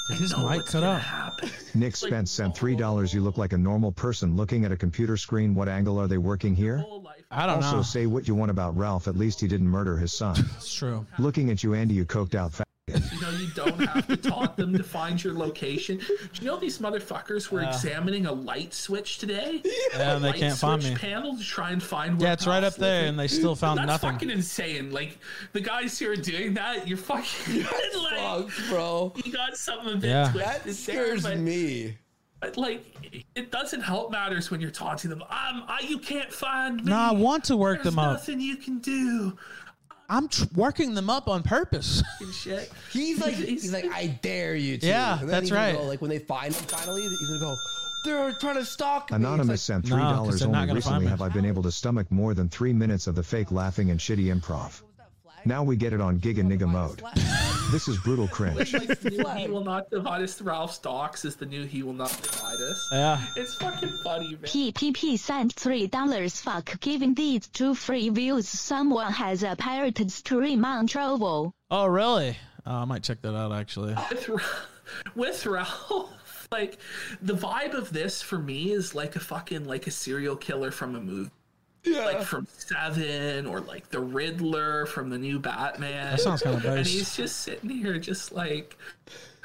Speaker 1: Did *laughs* his
Speaker 9: I know
Speaker 1: mic
Speaker 9: what's
Speaker 1: cut
Speaker 9: gonna
Speaker 1: up?
Speaker 9: happen.
Speaker 4: *laughs*
Speaker 9: oh,
Speaker 4: Nick Spence sent $3 You look like a normal person looking at a computer screen. What angle are they working here?
Speaker 9: Whole life.
Speaker 1: I don't
Speaker 4: Also,
Speaker 1: know.
Speaker 4: say what you want about Ralph, at least he didn't murder his son.
Speaker 1: *laughs* It's true.
Speaker 4: Looking at you, Andy, you coked out. Fa-
Speaker 9: You know, you don't have to taunt them to find your location. Do you know these motherfuckers were examining a light switch today?
Speaker 1: Ah. Yeah, and they
Speaker 9: Light
Speaker 1: can't find
Speaker 9: switch
Speaker 1: me.
Speaker 9: panel to try and find where
Speaker 1: Yeah, it's right up
Speaker 9: Ralph's
Speaker 1: there,
Speaker 9: living.
Speaker 1: and they still found
Speaker 9: That's
Speaker 1: nothing.
Speaker 9: fucking insane. Like the guys who are doing that, you're
Speaker 7: *laughs*
Speaker 9: fucking *laughs* like
Speaker 7: Fuck, bro.
Speaker 9: you got something a bit
Speaker 1: Yeah.
Speaker 9: twisted
Speaker 7: That
Speaker 9: there,
Speaker 7: scares
Speaker 9: but-
Speaker 7: me.
Speaker 9: but, like it doesn't help matters when you're taunting them. I'm I, you can't find me.
Speaker 1: No, I want to work
Speaker 9: There's
Speaker 1: them up.
Speaker 9: nothing you can do.
Speaker 1: I'm tr- working them up on purpose.
Speaker 9: And shit.
Speaker 7: *laughs* He's like, he's like, I dare you to.
Speaker 1: Yeah,
Speaker 7: And then
Speaker 1: that's
Speaker 7: he's gonna
Speaker 1: right.
Speaker 7: go, like when they find him finally, he's gonna go. They're trying to stalk me. It's
Speaker 4: Anonymous sent
Speaker 1: No,
Speaker 4: $3
Speaker 1: because they're not
Speaker 4: Only
Speaker 1: gonna find
Speaker 4: recently
Speaker 1: me.
Speaker 4: have I been able to stomach more than three minutes of the fake laughing and shitty improv. Now we get it on Giga Nigga mode. This is brutal cringe.
Speaker 7: Like,
Speaker 9: The new he
Speaker 7: flag.
Speaker 9: will not divide us. Ralph's docs is the new he will not divide us.
Speaker 1: Yeah.
Speaker 9: It's fucking funny, man.
Speaker 12: PPP sent three dollars. Fuck, giving these two free views. Someone has a pirated stream on Trovo.
Speaker 1: Oh, really? Oh, I might check that out actually.
Speaker 9: with, Ra- with Ralph, *laughs* like the vibe of this for me is like a fucking like a serial killer from a movie.
Speaker 7: Yeah.
Speaker 9: Like from Seven or like the Riddler from the new Batman. That
Speaker 1: sounds kinda
Speaker 9: And
Speaker 1: based.
Speaker 9: he's just sitting here, just like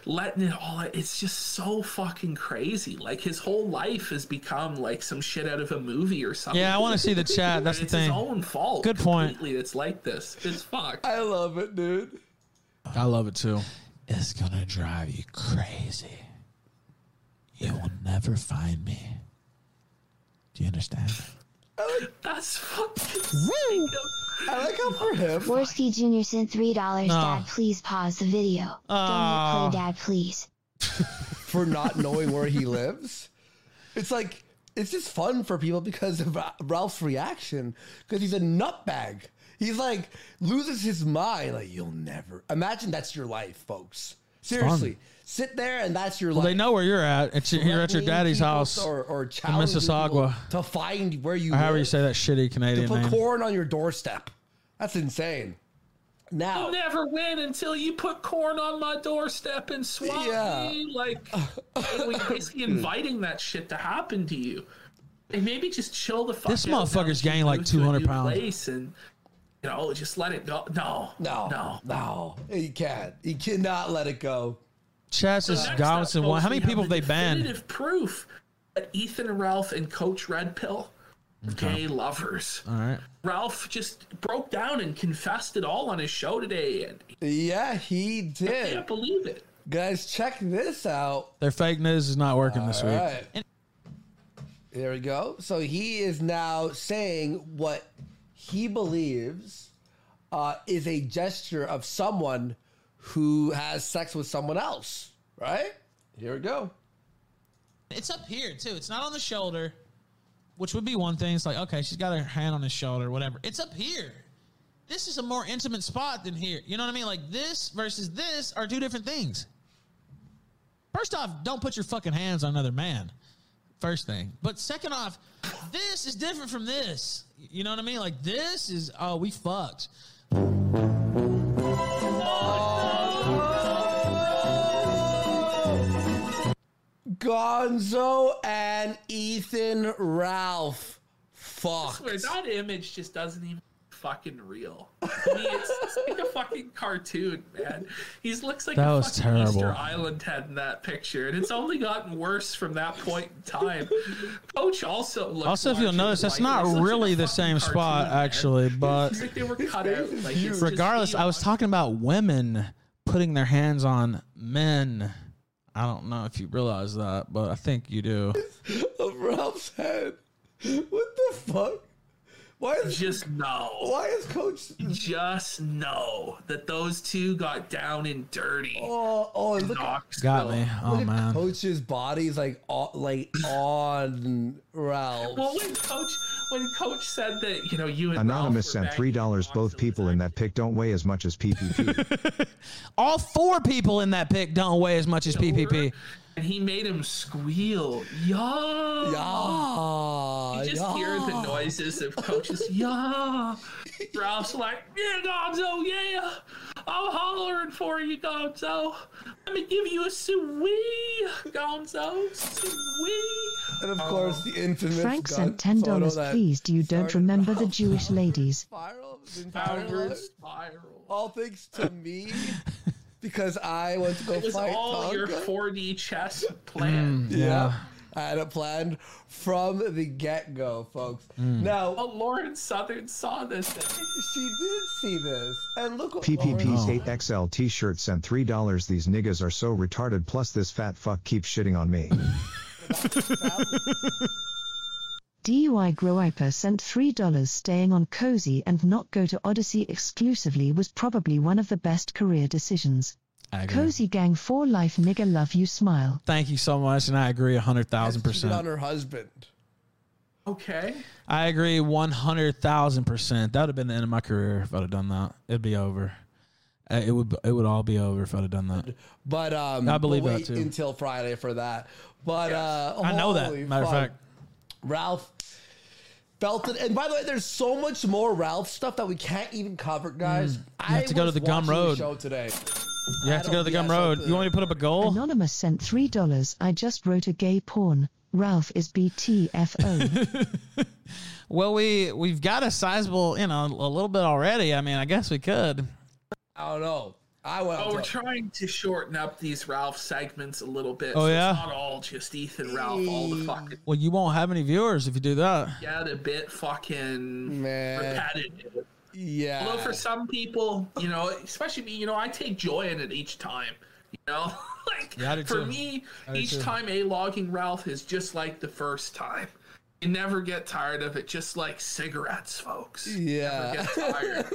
Speaker 9: letting it all. out. It's just so fucking crazy. Like his whole life has become like some shit out of a movie or something.
Speaker 1: Yeah, I want
Speaker 9: *laughs*
Speaker 1: to see the chat. That's the
Speaker 9: it's his
Speaker 1: thing.
Speaker 9: own fault.
Speaker 1: Good point.
Speaker 9: completely. It's like this. It's fucked.
Speaker 7: I love it, dude.
Speaker 1: I love it too.
Speaker 8: It's going to drive you crazy. You will never find me. Do you understand?
Speaker 9: That's fucking. sick.
Speaker 7: I like how for him.
Speaker 12: Worski Jr. sent three dollars. Dad, please pause the video.
Speaker 1: Aw.
Speaker 12: Don't play, Dad, please.
Speaker 7: for not knowing where he lives. It's like it's just fun for people because of Ra- Ralph's reaction because he's a nutbag. He's like loses his mind. Like you'll never imagine that's your life, folks. Seriously, sit there and that's your life.
Speaker 1: They know where you're at. It's you're at your
Speaker 7: Threatening
Speaker 1: daddy's
Speaker 7: people
Speaker 1: house. Or
Speaker 7: or, or challenging
Speaker 1: Mississauga.
Speaker 7: people to find where you
Speaker 1: however
Speaker 7: live,
Speaker 1: you say that shitty
Speaker 7: to
Speaker 1: Canadian
Speaker 7: put
Speaker 1: name.
Speaker 7: corn on your doorstep. That's insane. Now,
Speaker 9: I'll never win until you put corn on my doorstep and swat
Speaker 7: Yeah. *laughs* Hmm.
Speaker 9: me. Like, we're basically inviting that shit to happen to you. They maybe just chill the fuck.
Speaker 1: This
Speaker 9: out and
Speaker 1: motherfucker's
Speaker 9: you
Speaker 1: gained like
Speaker 9: move to a
Speaker 1: 200
Speaker 9: new
Speaker 1: pounds.
Speaker 9: Place and you know, just let it go. No,
Speaker 7: No,
Speaker 9: no,
Speaker 7: no. He can't. He cannot let it go.
Speaker 1: Chaz
Speaker 9: So
Speaker 1: is
Speaker 9: next
Speaker 1: Donaldson.
Speaker 9: up,
Speaker 1: One. How
Speaker 9: folks,
Speaker 1: many
Speaker 9: we
Speaker 1: people have
Speaker 9: the
Speaker 1: they banned?
Speaker 9: Definitive proof that Ethan Ralph and Coach Red Pill are gay lovers.
Speaker 1: All right.
Speaker 9: Ralph just broke down and confessed it all on his show today, and
Speaker 7: Yeah, he
Speaker 9: I
Speaker 7: did.
Speaker 9: can't believe it.
Speaker 7: Guys, check this out.
Speaker 1: Their fake news is not working this
Speaker 7: All
Speaker 1: week.
Speaker 7: right. There we go. So he is now saying what he believes uh, is a gesture of someone who has sex with someone else. Right? Here we go.
Speaker 1: It's up here too. It's not on the shoulder, which would be one thing. It's like okay, she's got her hand on his shoulder, whatever. It's up here. This is a more intimate spot than here. You know what I mean? Like this versus this are two different things. First off, don't put your fucking hands on another man. First thing. But second off, this is different from this. You know what I mean? Like this is oh, we fucked. Oh.
Speaker 7: Gonzo and Ethan Ralph.
Speaker 9: I
Speaker 7: Fuck.
Speaker 9: swear, that image just doesn't even fucking
Speaker 1: *laughs*
Speaker 9: real. I mean, it's, it's like a fucking cartoon, man. He looks like
Speaker 1: That
Speaker 9: a
Speaker 1: was
Speaker 9: fucking Easter
Speaker 1: terrible.
Speaker 9: Island head in that picture, and it's only gotten worse from that point in time. Coach also looks.
Speaker 1: Also, if you'll
Speaker 9: larger
Speaker 1: notice,
Speaker 9: than
Speaker 1: that's
Speaker 9: life. It
Speaker 1: not
Speaker 9: looks like
Speaker 1: really
Speaker 9: a
Speaker 1: the
Speaker 9: fucking
Speaker 1: same spot,
Speaker 9: cartoon, man.
Speaker 1: actually,
Speaker 9: *laughs*
Speaker 1: but
Speaker 9: It's like they were cut out. Like, it's just
Speaker 1: regardless, I was talking about women putting their hands on men. I don't know if you realize that, but I think you do.
Speaker 7: Of *laughs* Ralph's head. What the fuck? Why is
Speaker 9: Just no.
Speaker 7: why is coach
Speaker 9: Just know that those two got down and dirty.
Speaker 7: Oh, oh,
Speaker 9: in
Speaker 7: look, at-
Speaker 9: Knoxville.
Speaker 1: Got me. Oh
Speaker 7: look at
Speaker 1: man.
Speaker 7: Coach's body's like all, like on Ralph.
Speaker 9: Well, when coach when coach said that, you know, you and
Speaker 4: Anonymous
Speaker 9: Ralph were
Speaker 4: sent three dollars.
Speaker 9: banging
Speaker 4: Both
Speaker 9: Knoxville
Speaker 4: people in that pic don't weigh as much as PPP.
Speaker 1: All four people in that pic don't weigh as much as PPP.
Speaker 9: and he made him squeal. Yeah.
Speaker 7: yeah,
Speaker 9: You just
Speaker 7: yeah.
Speaker 9: hear the noises
Speaker 7: *laughs*
Speaker 9: of coaches. Yeah. Ralph's like, yeah, Gonzo, yeah. I'm hollering for you, Gonzo. Let me give you a sweet, Gonzo. Sweet.
Speaker 7: And of course, the infamous
Speaker 6: Frank
Speaker 7: gun
Speaker 6: sent ten
Speaker 7: photo
Speaker 6: dollars.
Speaker 7: that
Speaker 6: Please, do you don't
Speaker 7: started
Speaker 6: remember the
Speaker 7: Ralph
Speaker 6: Jewish ladies?
Speaker 7: Spiral, his entire
Speaker 9: Downward
Speaker 7: life.
Speaker 9: spiral.
Speaker 7: All thanks to
Speaker 1: *laughs*
Speaker 7: me, because I went to go
Speaker 9: It was
Speaker 7: fight
Speaker 9: all your
Speaker 7: Tonga.
Speaker 9: 4D chess plan.
Speaker 1: Mm,
Speaker 7: Yeah. I had it planned from the get go, folks.
Speaker 1: Mm.
Speaker 7: Now,
Speaker 9: But Lauren Southern saw this. Thing.
Speaker 7: she did see this. And look what
Speaker 4: PPP's
Speaker 1: Oh.
Speaker 7: Lauren-
Speaker 4: 8XL T-shirt sent three dollars. These niggas are so retarded. Plus this fat fuck keeps shitting on me.
Speaker 6: DUI Groiper sent $3 staying on Cozy and not go to Odyssey exclusively was probably one of the best career decisions.
Speaker 1: I agree.
Speaker 6: Cozy gang for life nigga love you smile.
Speaker 1: Thank you so much, and I agree hundred thousand
Speaker 7: cheated on
Speaker 1: percent.
Speaker 7: her husband.
Speaker 9: Okay.
Speaker 1: I agree one hundred thousand percent. That would have been the end of my career if I'd have done that. It'd be over. Uh, It would. It would all be over if I'd have done that.
Speaker 7: But um,
Speaker 1: I believe
Speaker 7: we'll
Speaker 1: that
Speaker 7: wait
Speaker 1: too.
Speaker 7: until Friday for that. But uh,
Speaker 1: I know that.
Speaker 7: holy
Speaker 1: Matter of
Speaker 7: fuck.
Speaker 1: fact,
Speaker 7: Ralph Belton. And by the way, there's so much more Ralph stuff that we can't even cover, guys. I
Speaker 1: Mm. have to go to
Speaker 7: was
Speaker 1: the Gum
Speaker 7: watching
Speaker 1: Road.
Speaker 7: show today.
Speaker 1: you have to go to the
Speaker 7: Adam,
Speaker 1: gum
Speaker 7: yes,
Speaker 1: road.
Speaker 7: I'll-
Speaker 1: You want me to put up a goal?
Speaker 6: Anonymous sent $3 I just wrote a gay porn. Ralph is BTFO.
Speaker 1: Well, we we've got a sizable, you know, a little bit already. I mean, I guess we could.
Speaker 7: I don't know. I went.
Speaker 9: Oh, we're
Speaker 7: out to-
Speaker 9: trying to shorten up these Ralph segments a little bit.
Speaker 1: Oh,
Speaker 9: so
Speaker 1: yeah?
Speaker 9: It's not all just Ethan Ralph, all the fucking
Speaker 1: Well, you won't have any viewers if you do that.
Speaker 9: yeah, a bit fucking
Speaker 7: Man.
Speaker 9: repetitive.
Speaker 7: yeah.
Speaker 9: Although for some people, you know, especially me, you know, I take joy in it each time. You know, like
Speaker 1: Yeah, I do
Speaker 9: *laughs* for
Speaker 1: too.
Speaker 9: me,
Speaker 1: I do
Speaker 9: each
Speaker 1: too.
Speaker 9: time a logging Ralph is just like the first time. You never get tired of it, just like cigarettes, folks.
Speaker 7: Yeah. *laughs*
Speaker 9: Get tired.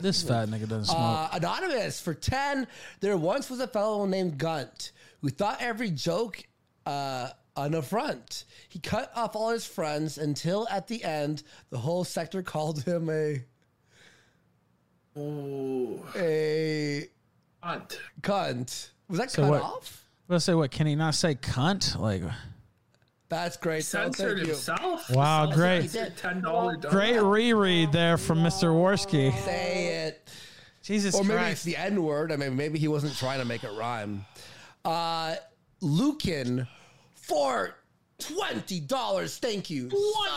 Speaker 1: This fat nigga doesn't smoke.
Speaker 7: Uh, anonymous for 10. There once was a fellow named Gunt who thought every joke uh, an affront. He cut off all his friends until at the end, the whole sector *laughs* called him a,
Speaker 9: Ooh,
Speaker 7: a
Speaker 9: cunt.
Speaker 7: cunt. Was that
Speaker 1: So
Speaker 7: cut
Speaker 1: what-
Speaker 7: off?
Speaker 1: I say what? Can he not say cunt? Like,
Speaker 7: That's great. Phil. Thank
Speaker 9: Censored
Speaker 7: you.
Speaker 9: himself.
Speaker 1: Wow,
Speaker 9: Self-
Speaker 1: great.
Speaker 9: censored Ten dollar.
Speaker 1: great reread there from Mr. Worski.
Speaker 9: Eh.
Speaker 7: Say it.
Speaker 1: Jesus
Speaker 7: Or maybe it's
Speaker 1: Christ!
Speaker 7: the N word. I mean, maybe he wasn't trying to make it rhyme. Uh, Lucan for twenty dollars. Thank you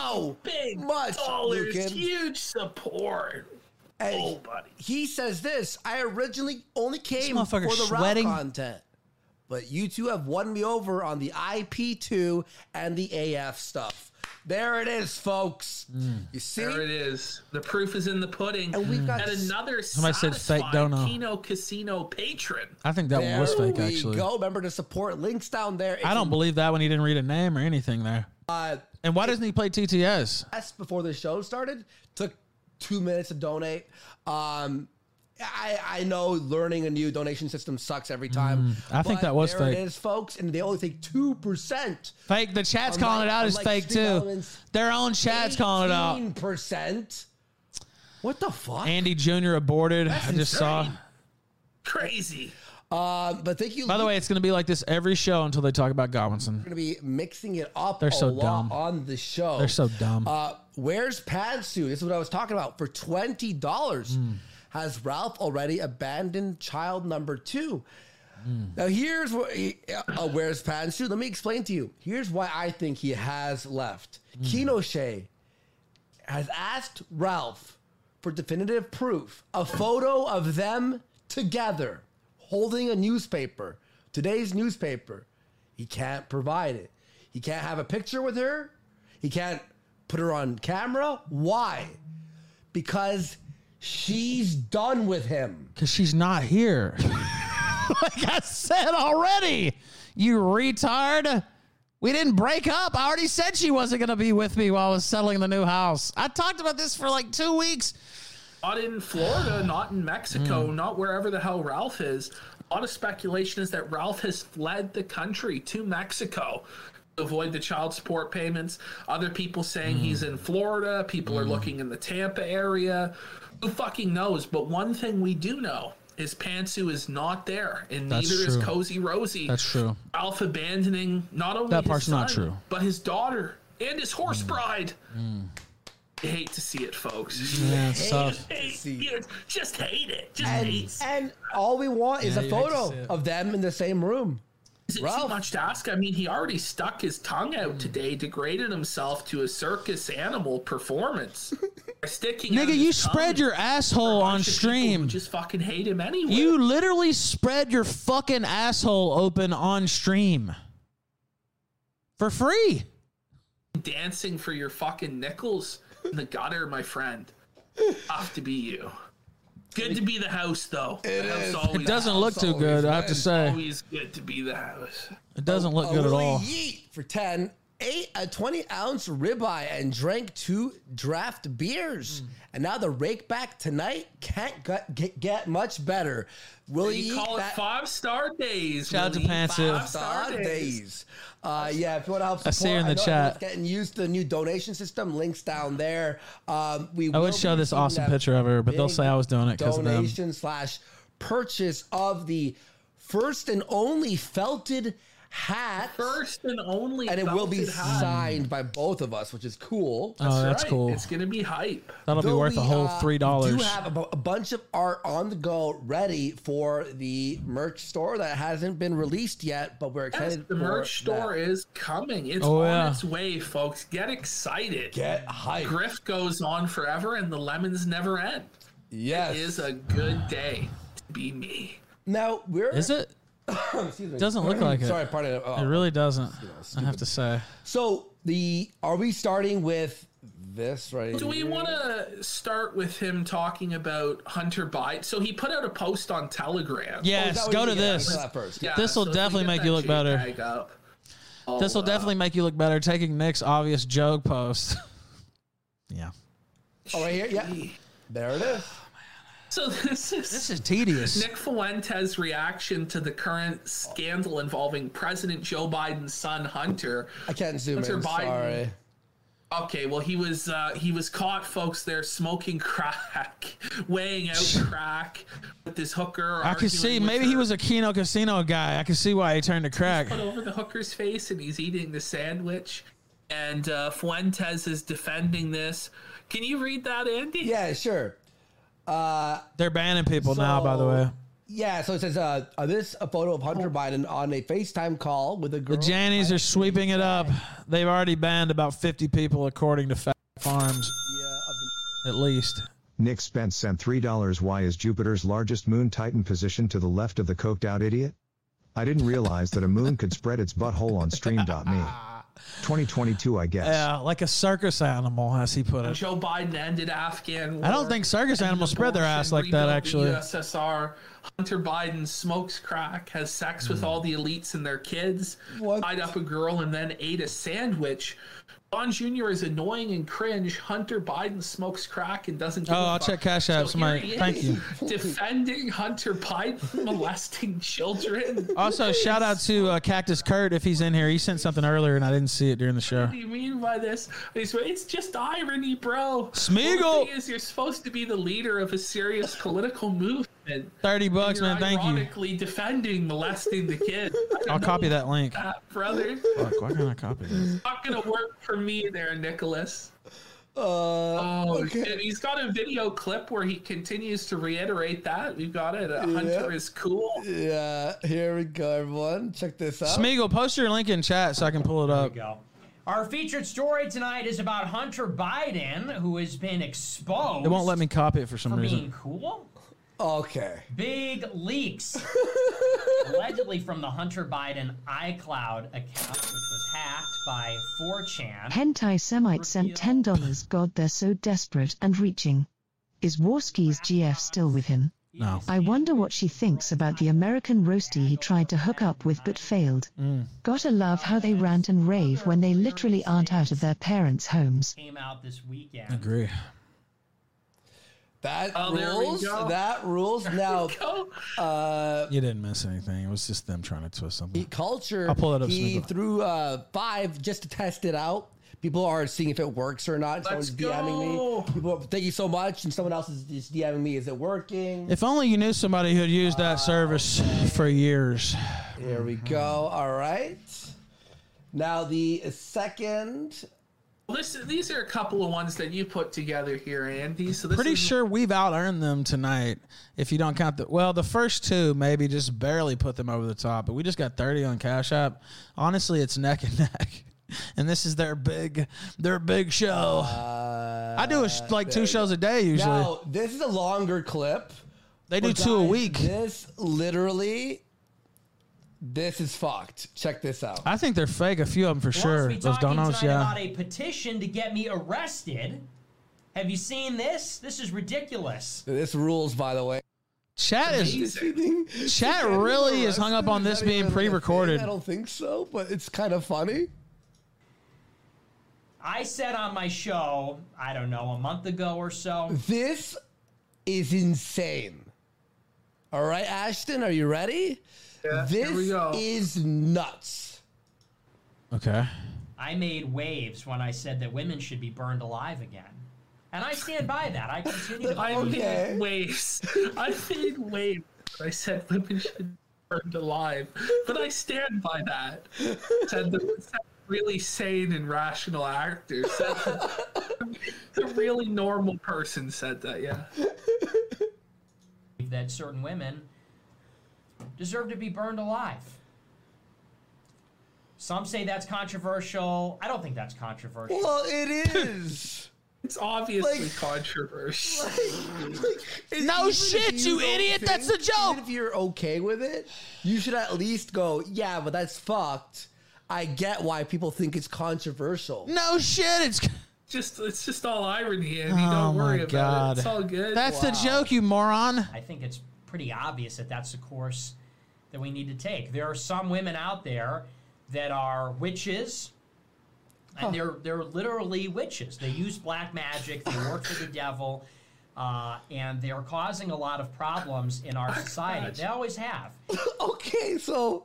Speaker 7: so
Speaker 9: big
Speaker 7: much,
Speaker 9: dollars,
Speaker 7: Lucan.
Speaker 9: huge support.
Speaker 7: And
Speaker 9: oh, buddy.
Speaker 7: He says this. I originally only came for
Speaker 1: motherfucker's
Speaker 7: the
Speaker 1: sweating.
Speaker 7: route content, but you two have won me over on the IP2 and the AF stuff. There it is, folks. You see,
Speaker 9: There it is. The proof is in the pudding.
Speaker 7: and we've got
Speaker 9: And another
Speaker 1: Somebody said fake
Speaker 9: satisfied
Speaker 1: dono.
Speaker 9: Kino Casino patron.
Speaker 1: I think that one
Speaker 7: there
Speaker 1: was fake,
Speaker 7: we
Speaker 1: actually.
Speaker 7: go. Remember to support links down there.
Speaker 1: I don't
Speaker 7: believe
Speaker 1: believe that one. He didn't read a name or anything there.
Speaker 7: uh,
Speaker 1: And why doesn't he play TTS?
Speaker 7: us before the show started. Took two minutes to donate. Um, I, I know learning a new donation system sucks every time.
Speaker 1: Mm, I think
Speaker 7: but
Speaker 1: that was
Speaker 7: there
Speaker 1: fake.
Speaker 7: It is, folks, and they only take two percent.
Speaker 1: Fake. The chat's
Speaker 7: Unlike-
Speaker 1: calling it out as
Speaker 7: unlike
Speaker 1: fake
Speaker 7: Steve
Speaker 1: too.
Speaker 7: Ellen's
Speaker 1: Their own chat's calling it out.
Speaker 7: percent. What the fuck?
Speaker 1: Andy Jr. aborted. I just saw.
Speaker 9: Crazy.
Speaker 7: Um, but thank you.
Speaker 1: By the
Speaker 7: Luke,
Speaker 1: way, it's going to be like this every show until they talk about Goblinson.
Speaker 7: we're gonna be mixing it up.
Speaker 1: They're
Speaker 7: a
Speaker 1: so
Speaker 7: lot
Speaker 1: dumb.
Speaker 7: on the show.
Speaker 1: They're so dumb.
Speaker 7: Uh, where's pantsuit? This is what I was talking about. For twenty dollars,
Speaker 1: Hmm.
Speaker 7: has Ralph already abandoned child number two?
Speaker 1: Hmm.
Speaker 7: Now here's what. Uh, where's pantsuit? Let me explain to you. Here's why I think he has left.
Speaker 1: Hmm.
Speaker 7: Kinoshe has asked Ralph for definitive proof, a photo of them together holding a newspaper, today's newspaper. He can't provide it. He can't have a picture with her. He can't put her on camera. Why? Because she's done with him.
Speaker 1: Because she's not here. *laughs* like I said already, you retard. We didn't break up. I already said she wasn't going to be with me while I was settling the new house. I talked about this for like two weeks.
Speaker 9: Not in
Speaker 1: *sighs*
Speaker 9: Florida, not in Mexico,
Speaker 1: Hmm.
Speaker 9: not wherever the hell Ralph is. A lot of speculation is that Ralph has fled the country to Mexico to avoid the child support payments. Other people saying he's
Speaker 1: Hmm.
Speaker 9: in Florida. People are looking in the Tampa area. Who fucking knows? But one thing we do know is Pantsu is not there, and
Speaker 1: That's
Speaker 9: neither is
Speaker 1: true.
Speaker 9: Cozy Rosie.
Speaker 1: That's true.
Speaker 9: Ralph abandoning not only
Speaker 1: That
Speaker 9: his
Speaker 1: part's not
Speaker 9: son,
Speaker 1: true. Hmm.
Speaker 9: but his daughter and his horse bride.
Speaker 1: Mm.
Speaker 9: I hate to see it, folks.
Speaker 1: Yeah, it's tough.
Speaker 9: Hate-
Speaker 7: See.
Speaker 9: you know, just hate it. Just hate. it.
Speaker 7: And all we want is
Speaker 1: Yeah,
Speaker 7: a
Speaker 1: you hate to
Speaker 7: photo
Speaker 1: see it.
Speaker 7: of them in the same room.
Speaker 9: Is it
Speaker 7: Ralph.
Speaker 9: too much to ask? I mean, he already stuck his tongue
Speaker 1: Hmm.
Speaker 9: out today, degraded himself to a circus animal performance. By sticking out
Speaker 1: Nigga,
Speaker 9: his
Speaker 1: you
Speaker 9: tongue
Speaker 1: spread your
Speaker 9: for a
Speaker 1: asshole
Speaker 9: bunch
Speaker 1: on
Speaker 9: of people
Speaker 1: stream.
Speaker 9: who Just fucking hate him anyway.
Speaker 1: You literally spread your fucking asshole open on stream for free.
Speaker 9: dancing for your fucking nickels in the gutter, my friend. Have to be you. Good to be the house, though. It,
Speaker 7: is.
Speaker 9: Always,
Speaker 1: It doesn't look too
Speaker 7: always
Speaker 1: good, I have to
Speaker 7: right.
Speaker 1: say.
Speaker 9: always good to be the house.
Speaker 1: It doesn't look
Speaker 7: a
Speaker 1: good at
Speaker 7: Willie
Speaker 1: all.
Speaker 7: Yeet for 10 ate a 20 ounce ribeye and drank two draft beers.
Speaker 1: Hmm.
Speaker 7: And now the rake back tonight can't gut- get, get much better. Willie
Speaker 9: You
Speaker 7: Yeet,
Speaker 9: call it
Speaker 7: that-
Speaker 9: five star days.
Speaker 1: Shout out to
Speaker 9: Willie.
Speaker 1: Pantsu.
Speaker 9: Five star
Speaker 7: Five
Speaker 9: days.
Speaker 7: days. Uh, yeah, if you want to help support,
Speaker 1: I see her in the
Speaker 7: know
Speaker 1: chat.
Speaker 7: everyone's Getting used to the new donation system. Links down there. Um, we
Speaker 1: I would show this awesome picture of her, but they'll say I was doing it 'cause of them.
Speaker 7: Donation slash purchase of the first and only felted hat.
Speaker 9: First and only.
Speaker 7: and it will be
Speaker 9: belted hat.
Speaker 7: signed by both of us, which is cool.
Speaker 1: Oh, that's
Speaker 9: Right,
Speaker 1: cool.
Speaker 9: It's gonna be hype.
Speaker 1: That'll be
Speaker 7: Though
Speaker 1: worth a
Speaker 7: we,
Speaker 1: whole
Speaker 7: uh,
Speaker 1: three
Speaker 7: We
Speaker 1: dollars.
Speaker 7: do have a, bu- a bunch of art on the go, ready for the merch store that hasn't been released yet, but we're
Speaker 9: Yes,
Speaker 7: excited. for
Speaker 9: the merch store
Speaker 7: that.
Speaker 9: is coming. It's
Speaker 1: Oh,
Speaker 9: on
Speaker 1: yeah.
Speaker 9: its way, folks. Get excited.
Speaker 7: Get hype!
Speaker 9: Grift goes on forever, and the lemons never end.
Speaker 7: Yes.
Speaker 9: Is a good day to be me.
Speaker 7: now we're.
Speaker 1: Is it?
Speaker 7: *clears throat* Excuse me.
Speaker 1: Doesn't look like it.
Speaker 7: Sorry, pardon. It
Speaker 9: Oh,
Speaker 1: It really doesn't. I have to say.
Speaker 7: So the are we starting with this right?
Speaker 9: Do we
Speaker 7: here?
Speaker 9: want to start with him talking about Hunter Biden? So he put out a post on Telegram.
Speaker 7: Oh, Is that
Speaker 1: Yes,
Speaker 7: what
Speaker 1: go
Speaker 7: you-
Speaker 1: to
Speaker 7: yeah,
Speaker 1: this.
Speaker 7: that first.
Speaker 9: Yeah,
Speaker 1: This'll
Speaker 9: so if we
Speaker 1: definitely
Speaker 9: get
Speaker 1: make
Speaker 9: that
Speaker 1: you look better.
Speaker 9: JPEG up, I'll,
Speaker 1: This will
Speaker 9: uh,
Speaker 1: definitely make you look better. Taking Nick's obvious joke post. yeah.
Speaker 7: Oh, right here. Yeah. There it
Speaker 9: *gasps*
Speaker 7: is.
Speaker 9: So *laughs* this is
Speaker 1: This is tedious.
Speaker 9: Nick Fuentes' reaction to the current scandal involving President Joe Biden's son Hunter.
Speaker 7: I can't zoom
Speaker 9: Hunter
Speaker 7: in.
Speaker 9: Biden.
Speaker 7: Sorry.
Speaker 9: Okay, well he was uh, he was caught, folks. There smoking *laughs* crack, weighing out crack with this hooker.
Speaker 1: *laughs* I can see.
Speaker 9: arguing with
Speaker 1: Maybe he
Speaker 9: her.
Speaker 1: was a Kino Casino guy. I can see why he turned to crack.
Speaker 9: put over the hooker's face and he's eating the sandwich. And uh, Fuentes is defending this. Can you read that, Andy?
Speaker 7: Yeah, sure.
Speaker 1: Uh, They're banning people now, by the way.
Speaker 7: Yeah, so it says uh, uh, this a photo of
Speaker 9: Oh.
Speaker 7: Hunter Biden on a FaceTime call with a girl.
Speaker 1: The Jannies are sweeping it up. They've already banned about 50 people, according to Fact Farms. At least.
Speaker 4: Nick Spence sent $3. Why is Jupiter's largest moon Titan positioned to the left of the coked out idiot? I didn't realize that a moon could spread its butthole on
Speaker 1: *laughs*
Speaker 4: stream.me. 2022, I guess.
Speaker 1: Yeah, like a circus animal, as he put it.
Speaker 9: Joe Biden ended Afghan war.
Speaker 1: I don't think circus
Speaker 9: ended
Speaker 1: animals spread their ass like that,
Speaker 9: rebuilt the
Speaker 1: actually.
Speaker 9: USSR. Hunter Biden smokes crack, has sex
Speaker 1: Mm.
Speaker 9: with all the elites and their kids, tied up a girl, and then ate a sandwich. Don Jr. is annoying and cringe. Hunter Biden smokes crack and doesn't. give
Speaker 1: Oh,
Speaker 9: a
Speaker 1: I'll
Speaker 9: fuck.
Speaker 1: check Cash App,
Speaker 9: So
Speaker 1: somebody-
Speaker 9: here he
Speaker 1: thank
Speaker 9: is,
Speaker 1: you.
Speaker 9: Defending Hunter Biden *laughs* from molesting children.
Speaker 1: Also, shout out to uh, Cactus Kurt if he's in here. He sent something earlier and I didn't see it during the show.
Speaker 9: What do you mean by this? I swear, It's just irony, bro.
Speaker 1: Smeagol!
Speaker 9: Well, the thing is, you're supposed to be the leader of a serious
Speaker 1: *laughs*
Speaker 9: political movement.
Speaker 1: 30 bucks,
Speaker 9: You're
Speaker 1: man. Thank you.
Speaker 9: Ironically defending molesting the kid. I don't
Speaker 1: I'll
Speaker 9: know
Speaker 1: copy that link.
Speaker 9: that, brother.
Speaker 1: Fuck, why can't I copy this?
Speaker 9: Not gonna work for me there, Nicholas. oh, shit. he's got a video clip where he continues to reiterate that. We've got it. A Hunter is cool.
Speaker 7: Yeah, here we go, everyone. Check this out.
Speaker 1: Smeagol, post your link in chat so I can pull it up.
Speaker 13: *laughs* Our featured story tonight is about Hunter Biden, who has been exposed
Speaker 1: It won't let me copy it for some
Speaker 13: for
Speaker 1: reason.
Speaker 13: being cool.
Speaker 7: Okay.
Speaker 13: Big
Speaker 7: *laughs*
Speaker 13: leaks, allegedly from the Hunter Biden iCloud account, which was hacked by 4chan.
Speaker 6: Hentai Semite sent $10. God, they're so desperate and reaching. Is Warski's GF still with him?
Speaker 9: *laughs*
Speaker 1: No.
Speaker 6: I wonder what she thinks about the American roastie he tried to hook up with but failed. Gotta love how they rant and rave when they literally aren't out of their parents' homes.
Speaker 13: Came out this weekend.
Speaker 1: Agree.
Speaker 7: That
Speaker 13: Oh, there we
Speaker 7: rules.
Speaker 13: go.
Speaker 7: That
Speaker 9: *laughs*
Speaker 7: rules. Now, uh,
Speaker 1: You didn't miss anything. It was just them trying to twist something.
Speaker 7: culture.
Speaker 1: I'll pull it up,
Speaker 7: He
Speaker 1: Smeagol.
Speaker 7: threw uh, five just to test it out. People are seeing if it works or not. Someone's DMing me. People, are, thank you so much. And someone else is just DMing me. Is it working?
Speaker 1: If only you knew somebody who'd used
Speaker 7: Uh,
Speaker 1: that service for years.
Speaker 7: Here we go. All right. Now the second.
Speaker 9: Listen, these are a couple of ones that you put together here, Andy. So this
Speaker 1: Pretty
Speaker 9: is
Speaker 1: sure we've out earned them tonight. If you don't count the well, the first two maybe just barely put them over the top, but we just got thirty on Cash App. Honestly, it's neck and *laughs* neck, and this is their big, their big show.
Speaker 9: Uh,
Speaker 1: I do a sh- like two shows a day usually.
Speaker 7: Now this is a longer clip.
Speaker 1: they do
Speaker 7: But
Speaker 1: two a
Speaker 7: guys,
Speaker 1: week.
Speaker 7: This literally. This is fucked. Check this out.
Speaker 1: I think they're fake. A few of them for sure.
Speaker 13: We'll also be
Speaker 1: Those
Speaker 13: talking
Speaker 1: donuts,
Speaker 13: tonight
Speaker 1: yeah.
Speaker 13: About a petition to get me arrested. Have you seen this? This is ridiculous.
Speaker 7: This rules, by the way.
Speaker 1: Chat is chat really is hung up on this being pre-recorded.
Speaker 7: I don't think so, but it's kind of funny.
Speaker 13: I said on my show, I don't know, a month ago or so.
Speaker 7: This is insane. All right, Ashton, are you ready? this
Speaker 13: we go.
Speaker 7: is nuts.
Speaker 1: Okay.
Speaker 13: I made waves when I said that women should be burned alive again. And I stand by that. I continue
Speaker 1: *laughs*
Speaker 13: to
Speaker 9: I
Speaker 13: believe
Speaker 9: made waves. I made waves. I said *laughs* women should be burned alive, but I stand by that. Said the said really sane and rational actor. Said
Speaker 7: *laughs*
Speaker 9: the, the really normal person said that. Yeah.
Speaker 13: that certain women deserve to be burned alive. Some say that's controversial. I don't think that's controversial.
Speaker 7: Well, it is.
Speaker 9: It's obviously controversial.
Speaker 7: no
Speaker 1: shit, you idiot, that's
Speaker 7: a joke. Even if you're okay with it, you should at least go, yeah, but that's fucked. I get why people think it's controversial.
Speaker 1: No shit. It's
Speaker 9: just it's *laughs* just all irony, Andy.
Speaker 1: Oh
Speaker 9: Don't
Speaker 1: my
Speaker 9: worry about
Speaker 1: God.
Speaker 9: it. It's all good.
Speaker 1: that's the joke, you moron.
Speaker 13: I think it's pretty obvious that that's the course that we need to take. There are some women out there that are witches, and they're they're literally witches. They use black magic. They work for the devil, uh, and they are causing a lot of problems in our society. They always have.
Speaker 7: Okay, so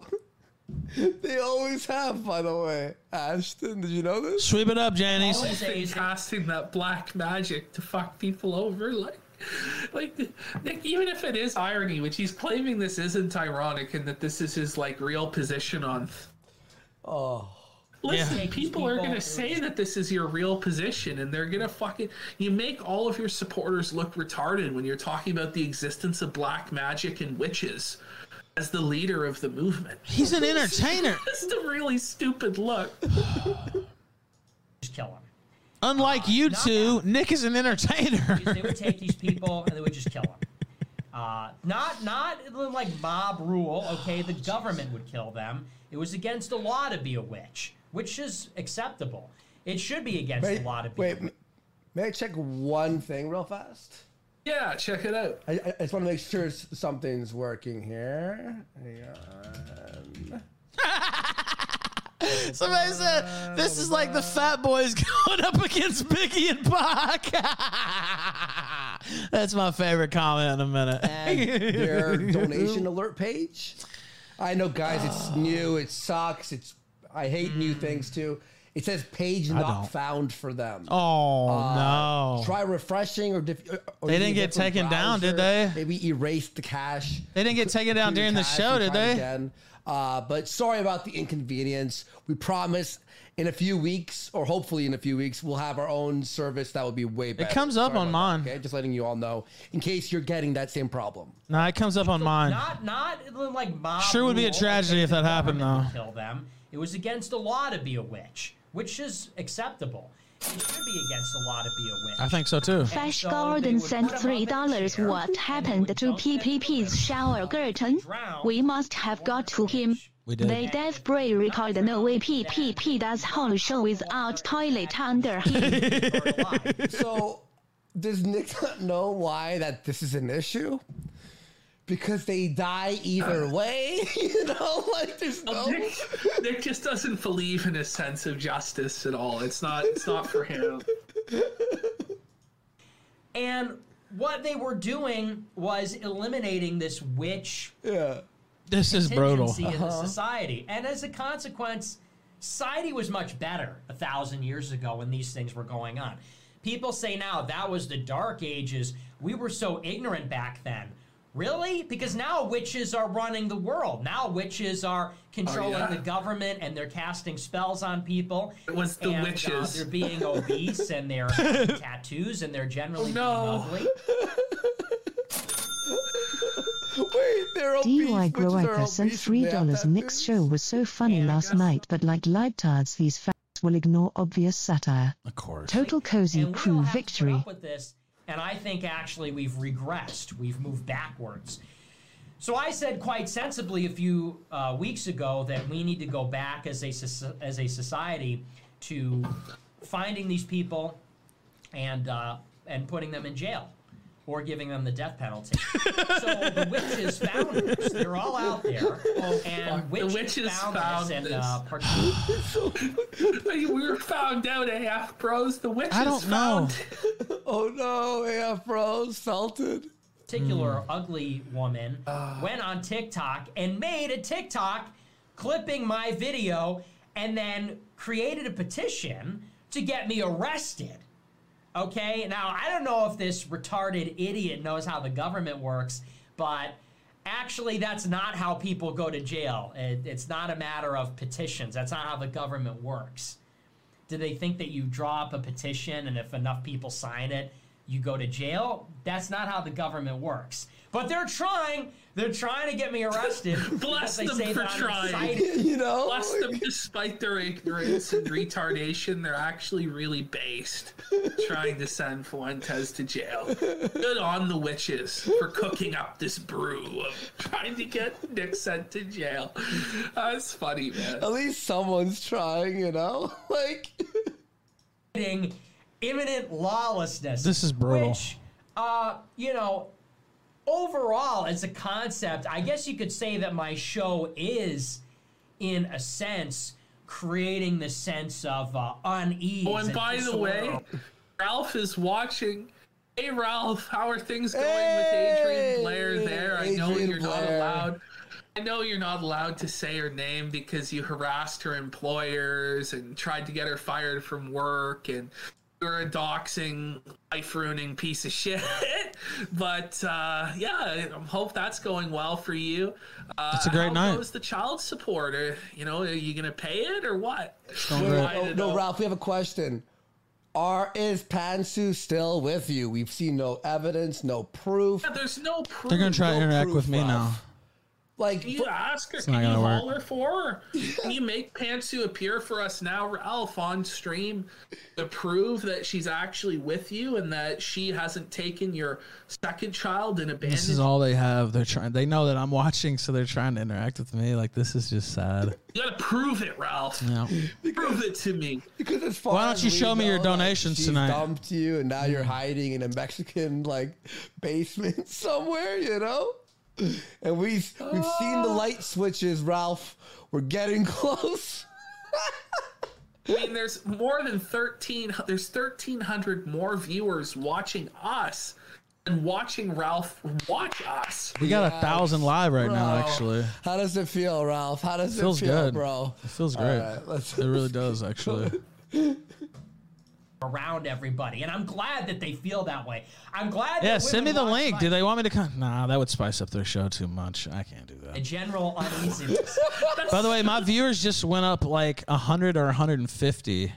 Speaker 7: *laughs* they always have, by the way. Ashton, did you know this?
Speaker 1: Sweep it up, Janice.
Speaker 13: Always
Speaker 9: been
Speaker 13: is-
Speaker 9: casting that black magic to fuck people over, like, like Nick. Even if it is irony, which he's claiming this isn't ironic, and that this is his like real position on.
Speaker 7: Oh,
Speaker 9: Listen,
Speaker 13: Yeah.
Speaker 9: people are going to say that this is your real position, and they're going to fucking. You make all of your supporters look retarded when you're talking about the existence of black magic and witches as the leader of the movement.
Speaker 1: He's
Speaker 9: *laughs*
Speaker 1: an entertainer.
Speaker 9: It's a really stupid
Speaker 1: *laughs*
Speaker 9: look.
Speaker 13: Just kill him.
Speaker 1: Unlike
Speaker 9: Uh,
Speaker 1: you two, Nick is an entertainer.
Speaker 13: They would take these people and they would just kill them. Uh, not not the, like mob rule. Okay, the government would kill them. It was against the law to be a witch, which is acceptable. It should be against
Speaker 7: May-
Speaker 13: the law to be.
Speaker 7: wait, m- may I check one thing real fast?
Speaker 9: Yeah, check it out.
Speaker 7: I, I just want to make sure s- something's working here. Hang on.
Speaker 1: Somebody said this is like the Fat Boys *laughs* going up against Biggie and Pac. That's my favorite comment in a minute. *laughs*
Speaker 7: And their donation alert page. I know, guys, it's new. It sucks. It's I hate new things too. It says page
Speaker 1: I
Speaker 7: not
Speaker 1: don't.
Speaker 7: found for them.
Speaker 1: *laughs* Oh no!
Speaker 7: Try refreshing or, diff- or
Speaker 1: They
Speaker 7: using
Speaker 1: didn't
Speaker 7: a
Speaker 1: get
Speaker 7: different
Speaker 1: taken down, did
Speaker 7: browser. Maybe erase the cache.
Speaker 1: They didn't get taken down
Speaker 7: Clear
Speaker 1: during the
Speaker 7: cache
Speaker 1: show,
Speaker 7: and
Speaker 1: did
Speaker 7: try
Speaker 1: they?
Speaker 7: Again. Uh, but sorry about the inconvenience. We promise in a few weeks, or hopefully in a few weeks, we'll have our own service that will be way better.
Speaker 1: comes up on
Speaker 7: mine. okay, just letting you all know in case you're getting that same problem.
Speaker 1: No, it comes up on mine.
Speaker 13: Not not like mob.
Speaker 1: Sure would be a
Speaker 13: rule,
Speaker 1: tragedy
Speaker 13: okay,
Speaker 1: if
Speaker 13: the
Speaker 1: that happened,
Speaker 13: government
Speaker 1: though.
Speaker 13: would Kill them. It was against the law to be a witch, which is acceptable. It should be against the law to be a witch.
Speaker 1: I think so too.
Speaker 12: Fresh Gordon sent three dollars. What happened to PPP's shower curtain? We must have got to him.
Speaker 1: We did.
Speaker 12: They death Bray record no way PPP does whole show without toilet under
Speaker 1: *laughs*
Speaker 12: him.
Speaker 7: *laughs* so does Nick not know why that this is an issue? Because they die either way, *laughs* you know. Like there's no. *laughs*
Speaker 9: Nick, Nick just doesn't believe in his sense of justice at all. It's not. It's not for
Speaker 7: *laughs*
Speaker 9: him.
Speaker 13: And what they were doing was eliminating this witch
Speaker 7: yeah.
Speaker 1: This is brutal.
Speaker 13: in the
Speaker 7: Uh-huh.
Speaker 13: society.
Speaker 9: Uh-huh.
Speaker 13: And as a consequence, society was much better a thousand years ago when these things were going on. People say now that was the dark ages. We were so ignorant back then. Really? Because now witches are running the world. Now witches are controlling
Speaker 9: Oh, yeah.
Speaker 13: the government and they're casting spells on people. It
Speaker 9: was the
Speaker 13: and, uh,
Speaker 9: witches.
Speaker 13: they're
Speaker 9: *laughs*
Speaker 13: being obese and
Speaker 1: *laughs*
Speaker 13: they're having tattoos and they're
Speaker 9: Oh,
Speaker 13: generally being ugly.
Speaker 7: Wait, they're
Speaker 6: DY
Speaker 7: obese. Grow are
Speaker 6: Growiper sent
Speaker 7: obese and
Speaker 6: three
Speaker 7: they have
Speaker 6: dollars. Nick's show was so funny last night, but like libtards, these facts will ignore obvious satire. Of
Speaker 1: course.
Speaker 6: Total cozy crew victory.
Speaker 13: up with this, and I think actually we've regressed. We've moved backwards. So I said quite sensibly a few uh, weeks ago that we need to go back as a soc- as a society to finding these people and uh, and putting them in jail or giving them the death penalty. so the witches found us. They're all out there, Oh,
Speaker 1: *laughs*
Speaker 13: and witches,
Speaker 9: witches
Speaker 13: found, us
Speaker 9: found
Speaker 13: and
Speaker 9: us.
Speaker 13: uh, part-
Speaker 7: *laughs*
Speaker 9: *laughs* we were found out, AF bros. The witches.
Speaker 13: I don't know.
Speaker 9: found-
Speaker 7: *laughs* Oh no, yeah, bro, salted.
Speaker 13: particular ugly woman went on TikTok and made a TikTok clipping my video and then created a petition to get me arrested. Okay, now I don't know if this retarded idiot knows how the government works, but actually, that's not how people go to jail. It- it's not a matter of petitions, that's not how the government works. Do they think that you draw up a petition and if enough people sign it, you go to jail? That's not how the government works. But they're trying. They're trying to get
Speaker 9: *laughs*
Speaker 13: me arrested.
Speaker 9: Bless
Speaker 13: because they
Speaker 9: them
Speaker 13: say
Speaker 9: for
Speaker 13: that I'm *laughs*
Speaker 9: trying. *laughs*
Speaker 13: inciting-
Speaker 9: bless them despite their ignorance and retardation. They're actually really based, trying to send Fuentes to jail. Good on the witches for cooking up this brew of trying to get Nick sent to jail. That's funny, man.
Speaker 7: At least someone's trying, you know. *laughs* Like
Speaker 13: committing imminent lawlessness.
Speaker 1: This is brutal.
Speaker 13: Which, uh, you know, overall, as a concept, I guess you could say that my show is, in a sense, creating the sense of uh, unease.
Speaker 9: Oh, and by the way,
Speaker 13: disorder.
Speaker 9: Ralph is watching. Hey, Ralph, how are things going with Adrian Blair there? I know
Speaker 7: Adrian
Speaker 9: you're not
Speaker 7: Blair.
Speaker 9: allowed. I know you're not allowed to say her name because you harassed her employers and tried to get her fired from work and you're a doxing, life ruining piece of *laughs* shit. But uh, yeah, I hope that's going well for you. Uh,
Speaker 14: It's a great
Speaker 9: how
Speaker 14: night.
Speaker 9: Goes the child support, or you know, are you gonna pay it or what?
Speaker 7: Wait,
Speaker 9: Wanted
Speaker 7: wait,
Speaker 9: to
Speaker 7: Oh, no,
Speaker 9: know.
Speaker 7: no, Ralph, we have a question. Are is Pansu still with you? We've seen no evidence, no proof.
Speaker 9: Yeah, there's no proof.
Speaker 1: They're gonna try to
Speaker 7: No
Speaker 1: interact
Speaker 7: proof,
Speaker 1: with me
Speaker 7: Ralph.
Speaker 1: now.
Speaker 7: Like,
Speaker 9: Can you ask her?
Speaker 1: It's
Speaker 9: Can
Speaker 1: not
Speaker 9: you
Speaker 1: gonna
Speaker 9: haul
Speaker 7: *laughs*
Speaker 9: her for? her? Can you make Pantsu appear for us now, Ralph, on stream to prove that she's actually with you and that she hasn't taken your second child and abandoned?
Speaker 1: This is all they have. They're trying. They know that I'm watching, so they're trying to interact with me. Like this is just sad.
Speaker 9: you gotta prove it, Ralph.
Speaker 1: Yeah.
Speaker 9: Prove it to me.
Speaker 7: Because as far
Speaker 1: Why don't
Speaker 7: as
Speaker 1: you
Speaker 7: we
Speaker 1: show me
Speaker 7: *laughs*
Speaker 1: your
Speaker 7: know, like,
Speaker 1: donations
Speaker 7: she's
Speaker 1: tonight? Mm.
Speaker 7: Dumped you, and now you're hiding in a Mexican like *laughs* basement *laughs* somewhere, you know. And we've we've seen the light switches, Ralph. We're getting *laughs* close.
Speaker 9: I mean, there's more than thirteen. There's thirteen hundred more viewers watching us and watching Ralph watch us.
Speaker 1: We got a thousand live right now.
Speaker 7: Bro.
Speaker 1: Actually,
Speaker 7: How does it feel, Ralph? How does it,
Speaker 1: feels
Speaker 7: feel,
Speaker 1: good.
Speaker 7: bro?
Speaker 1: It feels
Speaker 7: All
Speaker 1: great.
Speaker 7: right, let's- *laughs*
Speaker 1: it really does. Actually,
Speaker 13: around everybody, and I'm glad that they feel that way. I'm glad.
Speaker 1: yeah.
Speaker 13: that
Speaker 1: Send me
Speaker 13: women
Speaker 1: the
Speaker 13: watch
Speaker 1: link.
Speaker 13: my-
Speaker 1: Do they want me to come? Nah, that would spice up their show too much. I can't do
Speaker 13: A
Speaker 1: that.
Speaker 13: general
Speaker 1: *laughs*
Speaker 13: uneasiness.
Speaker 1: By the way, my viewers just went up like hundred or hundred and fifty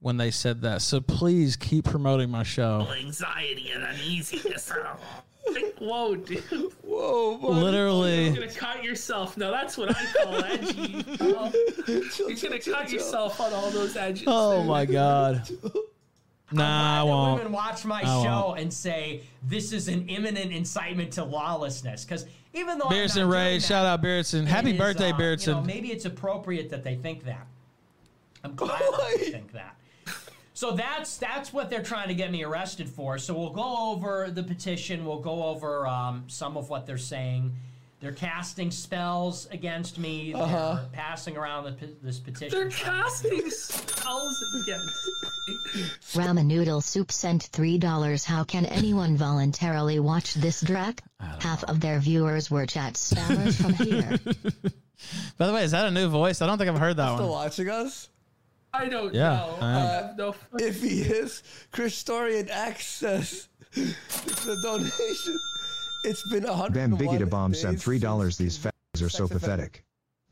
Speaker 1: when they said that. So please keep promoting my show.
Speaker 9: Anxiety and uneasiness. Like, Whoa, dude!
Speaker 7: Whoa, buddy.
Speaker 9: You're
Speaker 1: Literally,
Speaker 9: gonna cut yourself. No, that's what I
Speaker 7: *laughs*
Speaker 9: call edgy. Well, You're gonna cut yourself on all those edges.
Speaker 1: oh my
Speaker 13: *laughs*
Speaker 1: god. Nah, I
Speaker 13: that
Speaker 1: won't.
Speaker 13: Women watch my
Speaker 1: I
Speaker 13: show
Speaker 1: won't.
Speaker 13: and say this is an imminent incitement to lawlessness. Because even though I'm
Speaker 1: Beardson
Speaker 13: not
Speaker 1: Ray,
Speaker 13: doing that,
Speaker 1: shout out Beardson.
Speaker 13: it
Speaker 1: Happy
Speaker 13: is,
Speaker 1: birthday,
Speaker 13: uh,
Speaker 1: Beardson.
Speaker 13: You know, maybe it's appropriate that they think that.
Speaker 1: *laughs*
Speaker 13: I'm glad that they think that. So that's that's what they're trying to get me arrested for. So we'll go over the petition. We'll go over um, some of what they're saying. They're casting spells against me. They're
Speaker 7: Uh-huh.
Speaker 13: passing around the, pe- this petition.
Speaker 9: They're casting spells against.
Speaker 12: Ramen noodle soup sent $3. How can anyone voluntarily watch this drag? Half of their viewers were chat spammers from here.
Speaker 1: *laughs* By the way, is that a new voice? I don't think I've heard that
Speaker 7: Still
Speaker 1: one.
Speaker 7: watching us?
Speaker 9: I don't
Speaker 1: Yeah,
Speaker 9: know.
Speaker 1: I am.
Speaker 9: have no fucking
Speaker 7: *laughs* If he is, Chris Story and access the donation. It's been a hundred.
Speaker 4: Ben Biggie to Bomb sent three dollars. These fags are so pathetic.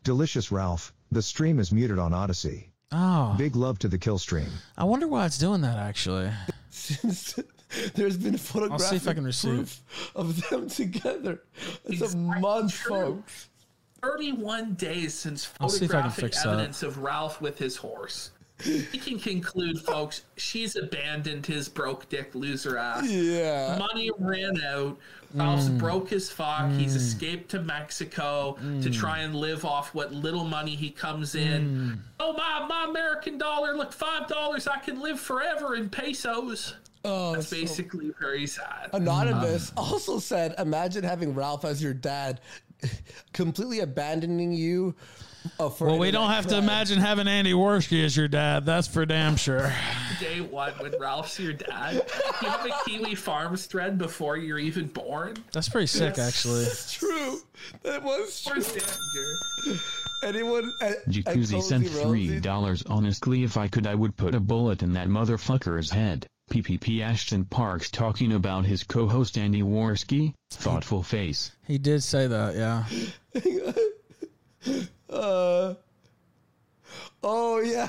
Speaker 4: Delicious Ralph. The stream is muted on Odyssey.
Speaker 1: Oh,
Speaker 4: Big love to the kill stream.
Speaker 1: I wonder why it's doing that. Actually,
Speaker 7: Since there's been
Speaker 1: I'll
Speaker 7: photographic
Speaker 1: see if I can receive.
Speaker 7: proof of them together. It's a month, folks.
Speaker 9: 31 days since
Speaker 1: I'll see if I can
Speaker 9: photographic
Speaker 1: fix that.
Speaker 9: evidence of Ralph with his horse. We can conclude, folks, she's abandoned his broke dick loser ass.
Speaker 7: Yeah.
Speaker 9: Money ran out. Ralph's
Speaker 1: Mm.
Speaker 9: broke as fuck. He's escaped to Mexico
Speaker 1: Mm.
Speaker 9: to try and live off what little money he comes
Speaker 1: Mm.
Speaker 9: in. Oh, my, my American dollar. Look, $5. I can live forever in pesos.
Speaker 7: Oh,
Speaker 9: That's
Speaker 7: so-
Speaker 9: basically very sad.
Speaker 1: Mm.
Speaker 7: Anonymous also said, "Imagine having Ralph as your dad, completely abandoning you." Uh, for
Speaker 1: Well, we
Speaker 7: internet
Speaker 1: don't have to
Speaker 7: crime."
Speaker 1: imagine having Andy Worski as your dad. That's for damn sure.
Speaker 9: day one when Ralph's your dad. You have a Kiwi Farms thread before you're even born.
Speaker 1: That's pretty sick,
Speaker 9: Yes.
Speaker 1: actually.
Speaker 7: It's true. That was true.
Speaker 9: Where's Danger?
Speaker 7: Anyone? uh, At, at
Speaker 15: Jacuzzi
Speaker 7: Cozy
Speaker 15: sent
Speaker 7: Rosie-
Speaker 15: three dollars. Honestly, if I could, I would put a bullet in that motherfucker's head. PPP Ashton Parks talking about his co-host Andy Worski. Thoughtful face.
Speaker 1: He did say that, yeah.
Speaker 7: Uh, oh yeah,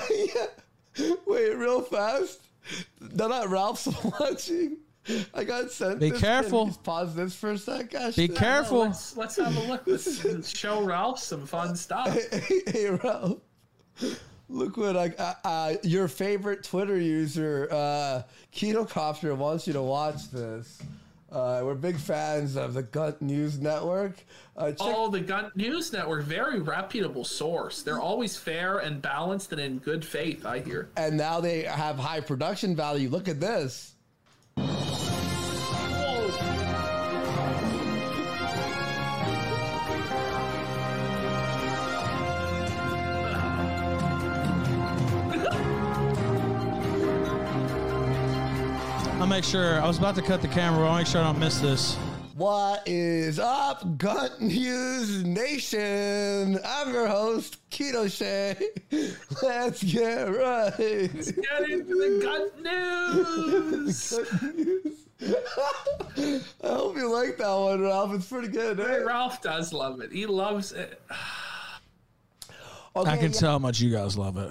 Speaker 7: *laughs* yeah. Wait, real fast. No, not Ralph's *laughs* watching. I got sent.
Speaker 1: Be
Speaker 7: this.
Speaker 1: careful.
Speaker 7: Can we pause this for a sec.
Speaker 1: Be
Speaker 7: Ashton?
Speaker 1: careful.
Speaker 9: Let's, let's have a look. Let's show Ralph some
Speaker 7: *laughs*
Speaker 9: fun stuff.
Speaker 7: hey, *laughs* hey, Ralph. Look what I, I, I, your favorite Twitter user, uh, Kinocopter, wants you to watch this. Uh, we're big fans of the Gut News Network. Uh, check
Speaker 9: Oh, the Gun News Network, very reputable source. They're always fair and balanced and in good faith, I hear.
Speaker 7: and now they have high production value. Look at this.
Speaker 1: I'll make sure. I was about to cut the camera. but I'll make sure I don't miss this.
Speaker 7: What is up, Gut News Nation? I'm your host, Keto Shay. *laughs* Let's get right. *laughs*
Speaker 9: Get into the Gun News!
Speaker 7: Gut News. *laughs* I hope you like that one, Ralph. It's pretty good. eh?
Speaker 9: Ralph does love it. He loves it.
Speaker 7: Okay,
Speaker 1: I can
Speaker 7: yeah.
Speaker 1: tell how much you guys love it.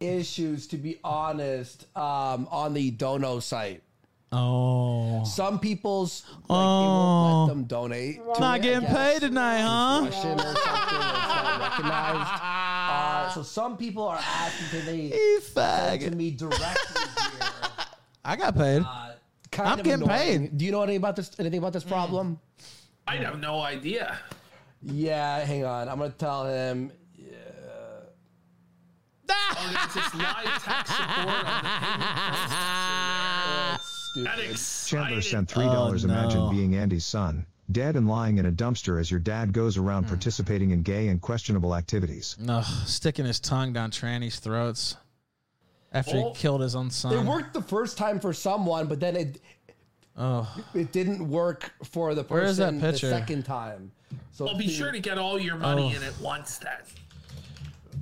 Speaker 7: Issues, to be honest, um, on the Dono site.
Speaker 1: Oh.
Speaker 7: Some people's like, they won't
Speaker 1: Oh.
Speaker 7: let them donate. to
Speaker 1: Not
Speaker 7: it, I
Speaker 1: getting
Speaker 7: guess.
Speaker 1: paid tonight, huh?
Speaker 7: Russian or something that's not recognized. Uh, so some people are asking, can
Speaker 1: *laughs*
Speaker 7: they send to me directly? Uh,
Speaker 1: I got paid.
Speaker 7: Kind
Speaker 1: I'm
Speaker 7: of
Speaker 1: getting
Speaker 7: annoying.
Speaker 1: paid. Mm.
Speaker 7: Do you know anything about this? Anything about this problem?
Speaker 9: I have no
Speaker 1: *laughs*
Speaker 9: idea.
Speaker 7: Yeah, hang on. I'm gonna tell him. Yeah.
Speaker 9: Oh, there's this live tech support on the That
Speaker 4: Chandler
Speaker 9: excited.
Speaker 4: sent three dollars.
Speaker 1: Oh, no.
Speaker 4: Imagine being Andy's son, dead and lying in a dumpster as your dad goes around
Speaker 1: Hmm.
Speaker 4: participating in gay and questionable activities.
Speaker 1: No, sticking his tongue down trannies' throats after
Speaker 7: Well,
Speaker 1: he killed his own son.
Speaker 7: It worked the first time for someone, but then it
Speaker 1: Oh,
Speaker 7: it didn't work for the person
Speaker 1: Where is that
Speaker 7: the
Speaker 1: picture?
Speaker 7: second time. So
Speaker 9: Well, be
Speaker 7: it's the-
Speaker 9: sure to get all your money
Speaker 1: Oh.
Speaker 9: in at once. Then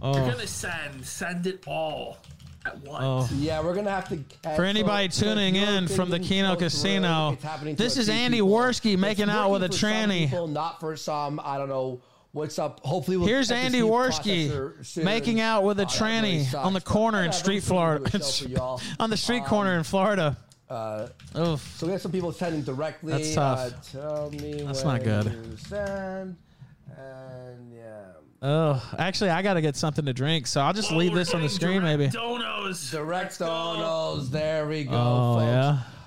Speaker 1: oh.
Speaker 9: you're gonna send send it all at
Speaker 1: Oh.
Speaker 9: once.
Speaker 7: Yeah, we're gonna have to.
Speaker 1: For
Speaker 7: cancel-
Speaker 1: anybody
Speaker 7: so if
Speaker 1: tuning
Speaker 7: your
Speaker 1: in
Speaker 7: thing
Speaker 1: from the
Speaker 7: didn't
Speaker 1: Keno
Speaker 7: go through,
Speaker 1: Casino,
Speaker 7: it's happening to
Speaker 1: this
Speaker 7: a
Speaker 1: is
Speaker 7: few
Speaker 1: Andy
Speaker 7: people.
Speaker 1: Worski
Speaker 7: It's
Speaker 1: making out with a
Speaker 7: working for some
Speaker 1: tranny.
Speaker 7: people, not for some. I don't know what's up. Hopefully, we'll
Speaker 1: Here's
Speaker 7: get this
Speaker 1: Andy
Speaker 7: new
Speaker 1: Worski
Speaker 7: processor soon.
Speaker 1: making out with a
Speaker 7: Oh, that really
Speaker 1: tranny
Speaker 7: sucks,
Speaker 1: on the
Speaker 7: but
Speaker 1: corner in
Speaker 7: whatever,
Speaker 1: Street
Speaker 7: it's gonna
Speaker 1: Florida.
Speaker 7: be a show
Speaker 1: *laughs*
Speaker 7: for y'all. Um,
Speaker 1: on the street corner in Florida.
Speaker 7: Uh,
Speaker 1: Oof.
Speaker 7: So we have some people sending directly.
Speaker 1: That's tough.
Speaker 7: Uh, tell me
Speaker 1: That's
Speaker 7: when
Speaker 1: not good.
Speaker 7: you Send, and yeah.
Speaker 1: Oh, actually, I got to get something to drink, so I'll just
Speaker 9: Oh,
Speaker 1: leave
Speaker 9: we're
Speaker 1: this on the
Speaker 9: getting
Speaker 1: screen, maybe.
Speaker 9: Donos.
Speaker 7: Direct donos. There we go,
Speaker 1: Oh,
Speaker 7: folks.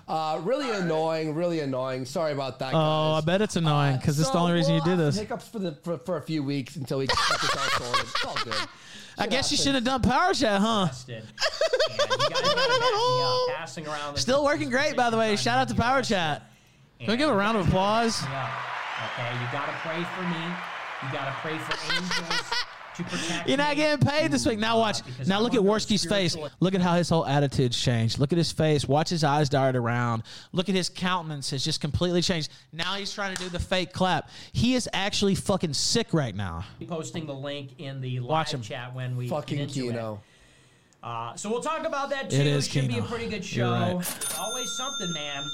Speaker 1: yeah.
Speaker 7: Uh, really annoying. Really annoying. Sorry about that.
Speaker 1: Oh, I bet it's annoying because it's the
Speaker 7: So
Speaker 1: only reason
Speaker 7: we'll
Speaker 1: you do
Speaker 7: have
Speaker 1: this.
Speaker 7: Hiccups for the for, for a few weeks until we get this all sorted. It's all good.
Speaker 1: I guess you shouldn't have done Power Chat, huh?
Speaker 13: Did.
Speaker 7: *laughs*
Speaker 13: And you guys gotta back me up, *laughs* passing around the
Speaker 1: Still working great, by the way. Shout out to Power Chat. Can we give a round of applause?
Speaker 13: Yeah. Okay, you gotta pray for me. You gotta pray for
Speaker 1: *laughs*
Speaker 13: angels to protect
Speaker 1: You're not
Speaker 13: me.
Speaker 1: getting paid this week. Now watch. Now look at Worski's face. Look at how his whole attitude's changed. Look at his face. Watch his eyes dart around. Look at his countenance has just completely changed. Now he's trying to do the fake clap. He is actually fucking sick right now.
Speaker 13: Be posting the link in the
Speaker 1: Watch
Speaker 13: live
Speaker 1: him.
Speaker 13: chat when we
Speaker 7: Fucking
Speaker 13: get into
Speaker 7: Kino.
Speaker 13: it. Uh, so we'll talk about that too.
Speaker 1: It is
Speaker 13: Should be
Speaker 1: Kino.
Speaker 13: a pretty good
Speaker 1: You're
Speaker 13: show.
Speaker 1: right.
Speaker 13: Always something, man.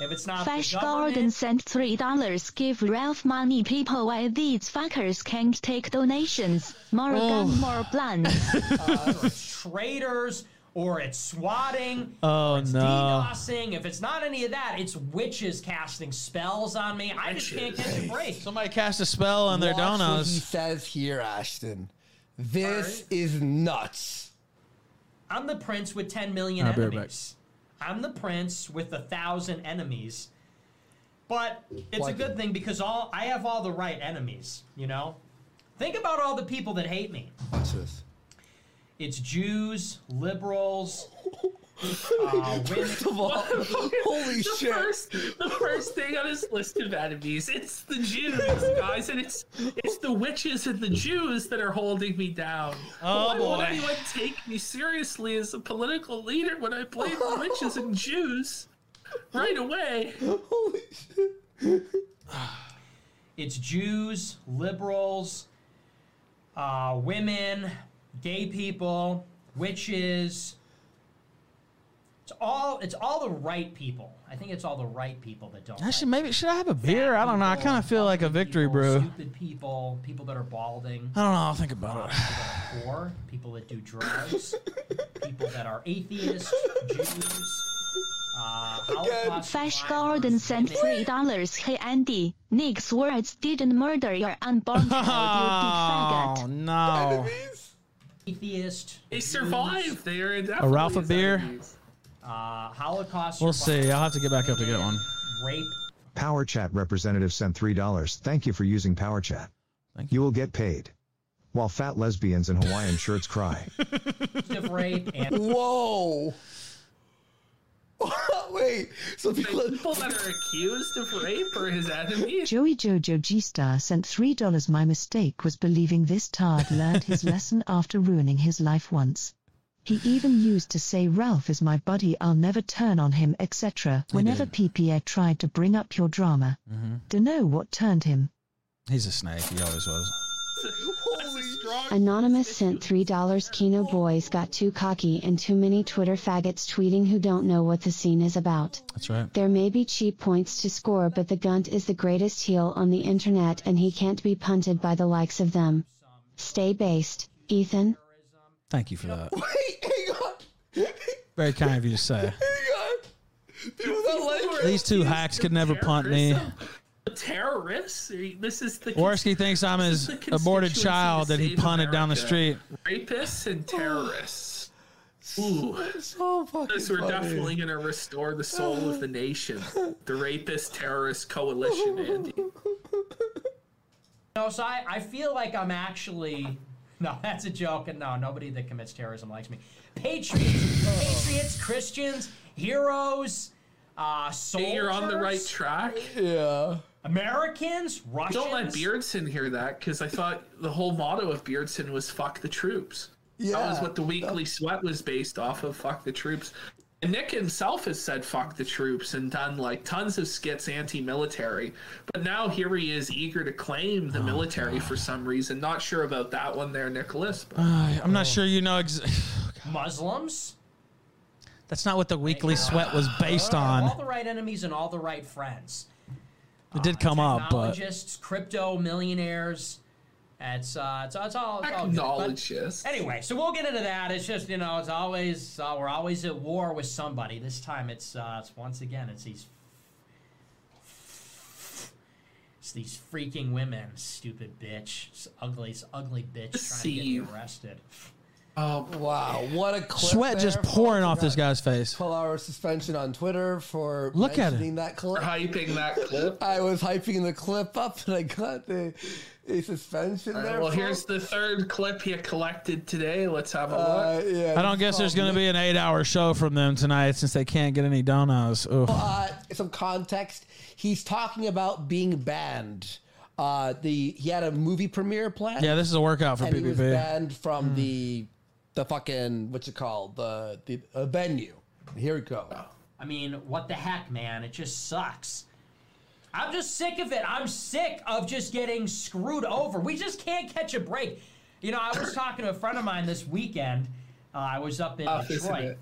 Speaker 13: If it's not
Speaker 12: Fresh
Speaker 13: the government,
Speaker 12: Gordon sent three dollars. Give Ralph money. People, why these fuckers can't take donations? More
Speaker 1: Oh.
Speaker 12: gun, more blunts.
Speaker 13: it's traitors or it's swatting.
Speaker 1: Oh no.
Speaker 13: DDoSing. If it's not any of that, it's witches casting spells on me. I just can't catch a break.
Speaker 1: Somebody cast a spell on their
Speaker 7: Watch what he
Speaker 1: donos.
Speaker 7: says here, Ashton. This is nuts.
Speaker 13: I'm the prince with 10 million
Speaker 1: I'll be right
Speaker 13: enemies. I'm the prince with a thousand enemies. But it's a
Speaker 7: Like
Speaker 13: good thing because all I have all the right enemies, you know? Think about all the people that hate me.
Speaker 7: Watch this.
Speaker 13: It's Jews,
Speaker 9: *laughs*
Speaker 13: liberals, uh,
Speaker 7: *laughs*
Speaker 13: women.
Speaker 7: First of all, holy
Speaker 9: the
Speaker 7: shit.
Speaker 9: First, the first thing on his list of enemies, it's the Jews, guys, and it's it's the witches and the Jews that are holding me down.
Speaker 1: Oh,
Speaker 9: Why
Speaker 1: boy.
Speaker 9: would anyone take me seriously as a political leader when I play
Speaker 7: *laughs*
Speaker 9: the witches and Jews right away?
Speaker 7: Holy shit.
Speaker 13: It's Jews, liberals, uh, women, gay people, witches. It's all it's all the right people. I think it's all the right people that don't.
Speaker 1: Actually, maybe should I have a beer? I don't know. I kind of feel like a victory
Speaker 13: people,
Speaker 1: brew.
Speaker 13: Stupid people, people that are balding,
Speaker 1: I don't know. I'll think about it.
Speaker 13: poor people that do
Speaker 1: *laughs*
Speaker 13: drugs, people that are atheists, Jews. Uh, Holocaust
Speaker 12: Fresh
Speaker 13: survivors,
Speaker 12: Gordon sent
Speaker 13: women.
Speaker 12: three dollars. Hey Andy, Nick's words didn't murder your unborn
Speaker 1: *laughs*
Speaker 12: child. You
Speaker 1: Oh no.
Speaker 13: atheist.
Speaker 9: They
Speaker 13: Jews,
Speaker 9: survive. They are
Speaker 1: A
Speaker 9: definitely
Speaker 1: Ralph a beer?
Speaker 13: Uh, Holocaust.
Speaker 1: We'll
Speaker 13: survivors,
Speaker 1: see. I'll have to get back up to get one.
Speaker 13: Rape.
Speaker 4: Power Chat representative sent three dollars. Thank you for using Power Chat.
Speaker 1: Thank
Speaker 4: you. will get paid. While fat lesbians in Hawaiian shirts
Speaker 1: *laughs*
Speaker 4: cry.
Speaker 13: Active rape and
Speaker 7: Whoa. Oh. *laughs* Wait. So people.
Speaker 9: People that are accused of rape are his enemies.
Speaker 6: Joey Jojo G Star sent $3. My mistake was believing this tard learned his lesson after ruining his life once. He even used to say, Ralph is my buddy, I'll never turn on him, etc. Whenever PPA tried to bring up your drama. Dunno what turned him.
Speaker 1: He's a snake. He always was.
Speaker 9: Holy
Speaker 16: Anonymous sent $3 Kino boys got too cocky and too many Twitter faggots tweeting who don't know what the scene is about.
Speaker 1: That's right.
Speaker 16: There may be cheap points to score, but the Gunt is the greatest heel on the internet and he can't be punted by the likes of them. Stay based, Ethan.
Speaker 1: Thank you for that. Very kind of you to say.
Speaker 7: People that like
Speaker 1: These two hacks could never punt me.
Speaker 9: Terrorists? This is the
Speaker 1: Worski thinks I'm
Speaker 9: this is
Speaker 1: his
Speaker 9: the
Speaker 1: aborted
Speaker 9: constituency
Speaker 1: child
Speaker 9: to
Speaker 1: that he
Speaker 9: save
Speaker 1: punted down the
Speaker 9: America.
Speaker 1: street.
Speaker 7: *sighs*
Speaker 9: Rapists and terrorists. Ooh.
Speaker 7: So fucking
Speaker 9: This, we're
Speaker 7: funny.
Speaker 9: definitely going to restore the soul of
Speaker 7: *laughs*
Speaker 9: the nation. The rapist terrorist coalition, Andy.
Speaker 13: No, so I, I feel like I'm actually. No, *laughs* that's a joke. And no, nobody that commits terrorism likes me.
Speaker 1: *laughs*
Speaker 13: Patriots, patriots, Christians, heroes, uh, soldiers.
Speaker 9: Hey, you're on the right track.
Speaker 7: Yeah.
Speaker 13: Americans, Russians.
Speaker 9: Don't let Beardson hear that because I thought the whole motto of Beardson was fuck the troops. That was
Speaker 13: Yeah.
Speaker 9: what the weekly sweat was based off of fuck the troops. And Nick himself has said fuck the troops and done like tons of skits anti military. But now here he is eager to claim the military for some reason. Not sure about that one there, Nicholas. But
Speaker 1: Uh, I'm not sure you know. Ex-
Speaker 13: Oh.
Speaker 1: *sighs*
Speaker 13: Muslims.
Speaker 1: That's not what the weekly sweat was based
Speaker 13: All
Speaker 1: on.
Speaker 13: the right enemies and all the right friends.
Speaker 1: It did come up, but
Speaker 13: Technologists, crypto millionaires. It's uh, it's, it's all it's all good. But
Speaker 9: Technologists.
Speaker 13: Anyway, so we'll get into that. It's just you know, it's always uh, we're always at war with somebody. This time, it's uh, it's once again, it's these it's these freaking women, stupid bitch, It's ugly, it's ugly bitch, trying to get
Speaker 7: Steve.
Speaker 13: me arrested.
Speaker 7: Oh wow! What a clip
Speaker 1: sweat just
Speaker 7: there.
Speaker 1: pouring off this guy's face.
Speaker 7: Twelve-hour suspension on Twitter for
Speaker 1: Look at
Speaker 7: mentioning that clip.
Speaker 9: hyping that
Speaker 7: *laughs*
Speaker 9: clip.
Speaker 7: I was hyping the clip up, and I got the a suspension
Speaker 9: All right,
Speaker 7: there.
Speaker 9: well,
Speaker 7: for-
Speaker 9: here's the third clip he collected today. Let's have a
Speaker 7: Uh,
Speaker 9: look.
Speaker 7: yeah,
Speaker 1: I don't guess there's going to be an eight-hour show from them tonight since they can't get any donuts. Ugh.
Speaker 7: uh, some context. He's talking about being banned. Uh, the he had a movie premiere planned.
Speaker 1: Yeah, this is a workout for
Speaker 7: and He was
Speaker 1: PPP.
Speaker 7: banned from the the fucking what's it called the the uh, venue. Here we go.
Speaker 13: I mean, what the heck, man? It just sucks. I'm just sick of it. I'm sick of just getting screwed over. We just can't catch a break. You know, I
Speaker 7: *coughs*
Speaker 13: was talking to a friend of mine this weekend. Uh, I was up in
Speaker 7: Ah,
Speaker 9: Oh, isn't
Speaker 13: Detroit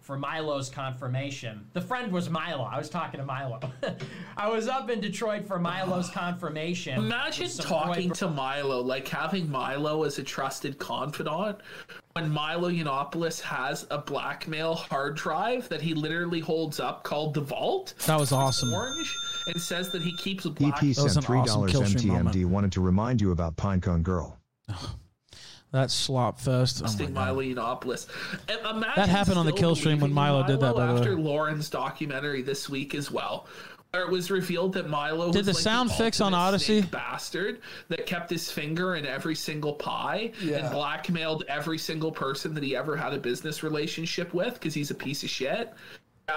Speaker 13: for Milo's confirmation. The friend was Milo. I was talking to Milo. *laughs* I was up in Detroit for
Speaker 7: *sighs*
Speaker 13: Milo's confirmation. with
Speaker 9: Imagine
Speaker 13: some
Speaker 9: talking
Speaker 13: Detroit-
Speaker 9: to Milo, like having Milo as a trusted confidant when Milo Yiannopoulos has a blackmail hard drive that he literally holds up called The Vault.
Speaker 1: That was awesome.
Speaker 9: Orange and says that he keeps
Speaker 7: E
Speaker 9: a black.
Speaker 4: EP E sent $3
Speaker 1: Killstream moment.
Speaker 4: MTMD wanted to remind you about Pinecone Girl.
Speaker 1: That slop fest. Oh my
Speaker 9: Trusting Milo Yiannopoulos. And Imagine
Speaker 1: That happened on the
Speaker 9: still
Speaker 1: kill stream when
Speaker 9: believing
Speaker 1: Milo did that, by the way.
Speaker 9: after Lauren's documentary this week as well, where it was revealed that Milo
Speaker 1: Did
Speaker 9: was
Speaker 1: the
Speaker 9: like
Speaker 1: sound fix on
Speaker 9: ultimate
Speaker 1: Odyssey?
Speaker 9: snake bastard that kept his finger in every single pie and
Speaker 7: Yeah.
Speaker 9: blackmailed every single person that he ever had a business relationship with because he's a piece of shit.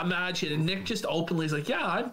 Speaker 9: Imagine and Nick just openly is like, "Yeah, I'm,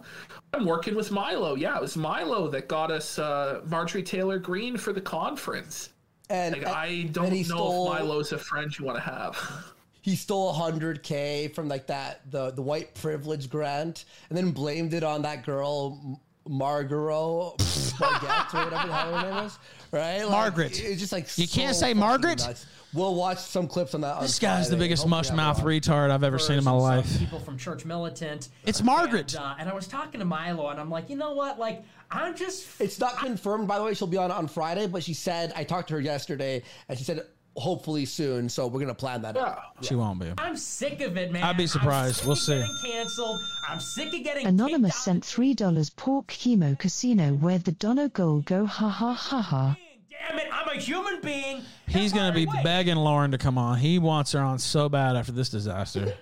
Speaker 9: I'm working with Milo. Yeah, it was Milo that got us uh, Marjorie Taylor Green for the conference."
Speaker 7: And
Speaker 9: Like,
Speaker 7: and-
Speaker 9: I
Speaker 7: and
Speaker 9: don't know
Speaker 7: he stole-
Speaker 9: if Milo's a friend you want to have. *laughs*
Speaker 7: he stole 100k from like that the the white privilege grant and then blamed it on that girl M-
Speaker 1: *laughs*
Speaker 7: Margaro Margette, or whatever the hell her name is right Like,
Speaker 1: Margaret.
Speaker 7: it's just like
Speaker 1: You can't
Speaker 7: so
Speaker 1: say
Speaker 7: fucking
Speaker 1: Margaret?
Speaker 7: nuts. we'll watch some clips on that on
Speaker 1: This guy's the
Speaker 7: Friday.
Speaker 1: biggest
Speaker 7: Hope we
Speaker 1: mush
Speaker 7: have
Speaker 1: mouth
Speaker 7: one.
Speaker 1: retard I've ever seen in my
Speaker 13: some
Speaker 1: life.
Speaker 13: People from Church Militant.
Speaker 1: It's Margaret.
Speaker 13: And, uh, and I was talking to Milo, and I'm like, you know what? Like, I'm just
Speaker 7: it's not confirmed by the way she'll be on on Friday but she said I talked to her yesterday and she said hopefully soon so we're gonna plan that out
Speaker 1: She won't be.
Speaker 13: I'm sick of it, man.
Speaker 1: I'd be
Speaker 13: I'm
Speaker 1: surprised.
Speaker 13: sick
Speaker 1: We'll
Speaker 13: of
Speaker 1: see.
Speaker 13: Getting canceled. I'm sick of getting.
Speaker 6: Anonymous sent $3 Pork Chemo Casino where the Dono Goal go ha ha ha ha.
Speaker 13: Damn it! I'm a human being.
Speaker 1: He's going to be begging Lauren to come on. He wants her on so bad after this disaster.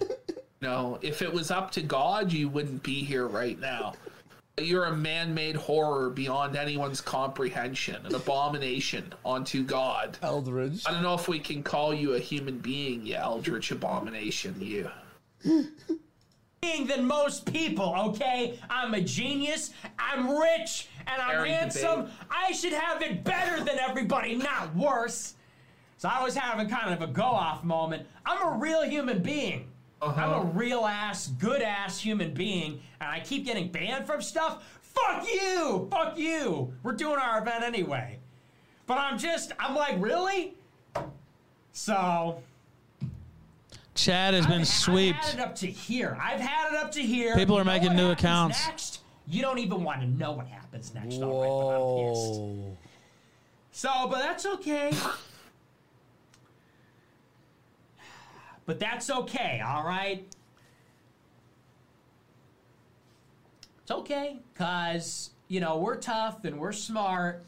Speaker 9: No, if it was up to God, you wouldn't be here right now. You're a man made horror beyond anyone's comprehension, an abomination unto God.
Speaker 7: Eldridge.
Speaker 9: I don't know if we can call you a human being, you eldritch abomination, you. *laughs*
Speaker 13: Being than most people, okay? I'm a genius. I'm rich and I'm
Speaker 9: Very
Speaker 13: handsome.
Speaker 9: debate.
Speaker 13: I should have it better than everybody, not worse. So I was having kind of a go off moment. I'm a real human being. I'm a real ass, good ass human being, and I keep getting banned from stuff. Fuck you! Fuck you! We're doing our event anyway. But I'm just, I'm like, really? So
Speaker 1: Chad has been
Speaker 13: I've
Speaker 1: sweeped.
Speaker 13: had it up to here. I've had it up to here.
Speaker 1: People are
Speaker 13: You know
Speaker 1: making
Speaker 13: what
Speaker 1: new
Speaker 13: happens
Speaker 1: accounts.
Speaker 13: Next, you don't even want to know what happens next. Whoa.
Speaker 7: Oh.
Speaker 13: So, but that's okay. but that's okay. All right. It's okay, cause you know we're tough and we're smart.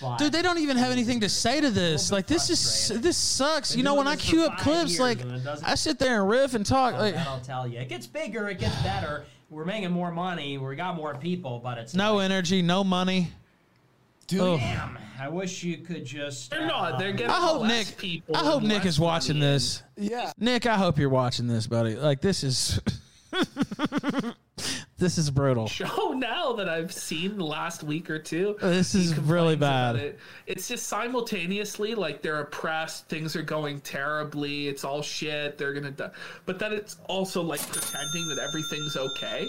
Speaker 13: But
Speaker 1: Dude, they don't even have anything to say to this. Like this is this sucks.
Speaker 13: Been
Speaker 1: You know,
Speaker 13: doing
Speaker 1: when I
Speaker 13: this for
Speaker 1: queue up
Speaker 13: five
Speaker 1: clips,
Speaker 13: years
Speaker 1: like
Speaker 13: and it doesn't-
Speaker 1: I sit there and riff and talk.
Speaker 13: Oh,
Speaker 1: Like,
Speaker 13: that I'll tell you. It gets bigger, it gets better. We're making more money, we got more people, but it's
Speaker 1: no energy, no money.
Speaker 13: Dude,
Speaker 1: Ugh.
Speaker 13: damn. I wish you could just. uh,
Speaker 9: They're not. They're getting
Speaker 1: Oh. I hope
Speaker 9: less
Speaker 1: Nick.
Speaker 9: people.
Speaker 1: I hope
Speaker 9: and
Speaker 1: Nick
Speaker 9: less
Speaker 1: is watching
Speaker 9: money.
Speaker 1: this.
Speaker 7: Yeah.
Speaker 1: Nick, I hope you're watching this, buddy. Like this is *laughs* this is brutal.
Speaker 9: Show Oh, now that I've seen the last week or two.
Speaker 1: Uh, This is really
Speaker 9: about
Speaker 1: bad.
Speaker 9: it. It's just simultaneously like they're oppressed, things are going terribly, it's all shit, they're gonna die. But then it's also like pretending that everything's okay.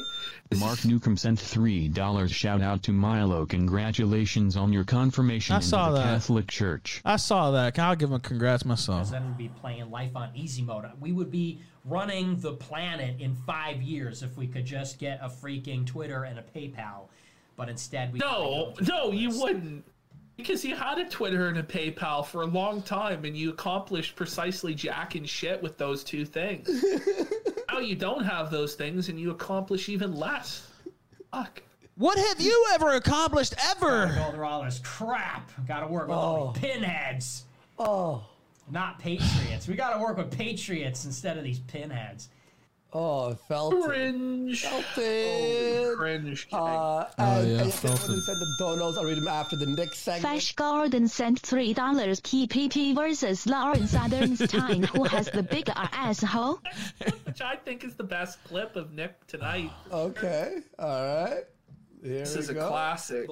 Speaker 15: Mark Newcomb sent $3 shout out to Milo. Congratulations on your confirmation
Speaker 1: I
Speaker 15: into
Speaker 1: saw
Speaker 15: the
Speaker 1: that.
Speaker 15: Catholic Church.
Speaker 1: I saw that. I'll give him congrats myself.
Speaker 13: Because then we'd be playing life on easy mode. We would be running the planet in five years if we could just get a freaking Twitter and a PayPal. But instead, we.
Speaker 9: No, no, you wouldn't. Because you had a Twitter and a PayPal for a long time and you accomplished precisely jack and shit with those two things. now you don't have those things and you accomplish even less. Fuck.
Speaker 1: What have you ever accomplished
Speaker 13: Gotta
Speaker 1: ever?
Speaker 13: go through all this crap. Gotta work with all these pinheads. Oh. Not patriots. we gotta work with patriots instead of these pinheads.
Speaker 7: Oh, I felt
Speaker 9: cringe.
Speaker 7: It. Felt it.
Speaker 9: cringe.
Speaker 7: Uh,
Speaker 12: Oh,
Speaker 7: and,
Speaker 12: yeah,
Speaker 7: and
Speaker 12: felt
Speaker 7: send the donos. I'll read them after the next segment.
Speaker 12: Fresh Gordon sent $3 PPP versus Lawrence Adernstein. Who has the bigger asshole?
Speaker 9: *laughs* Which I think is the best clip of Nick tonight.
Speaker 7: *sighs* Okay. All right. Here
Speaker 9: this
Speaker 7: we
Speaker 9: is a
Speaker 7: go.
Speaker 9: classic.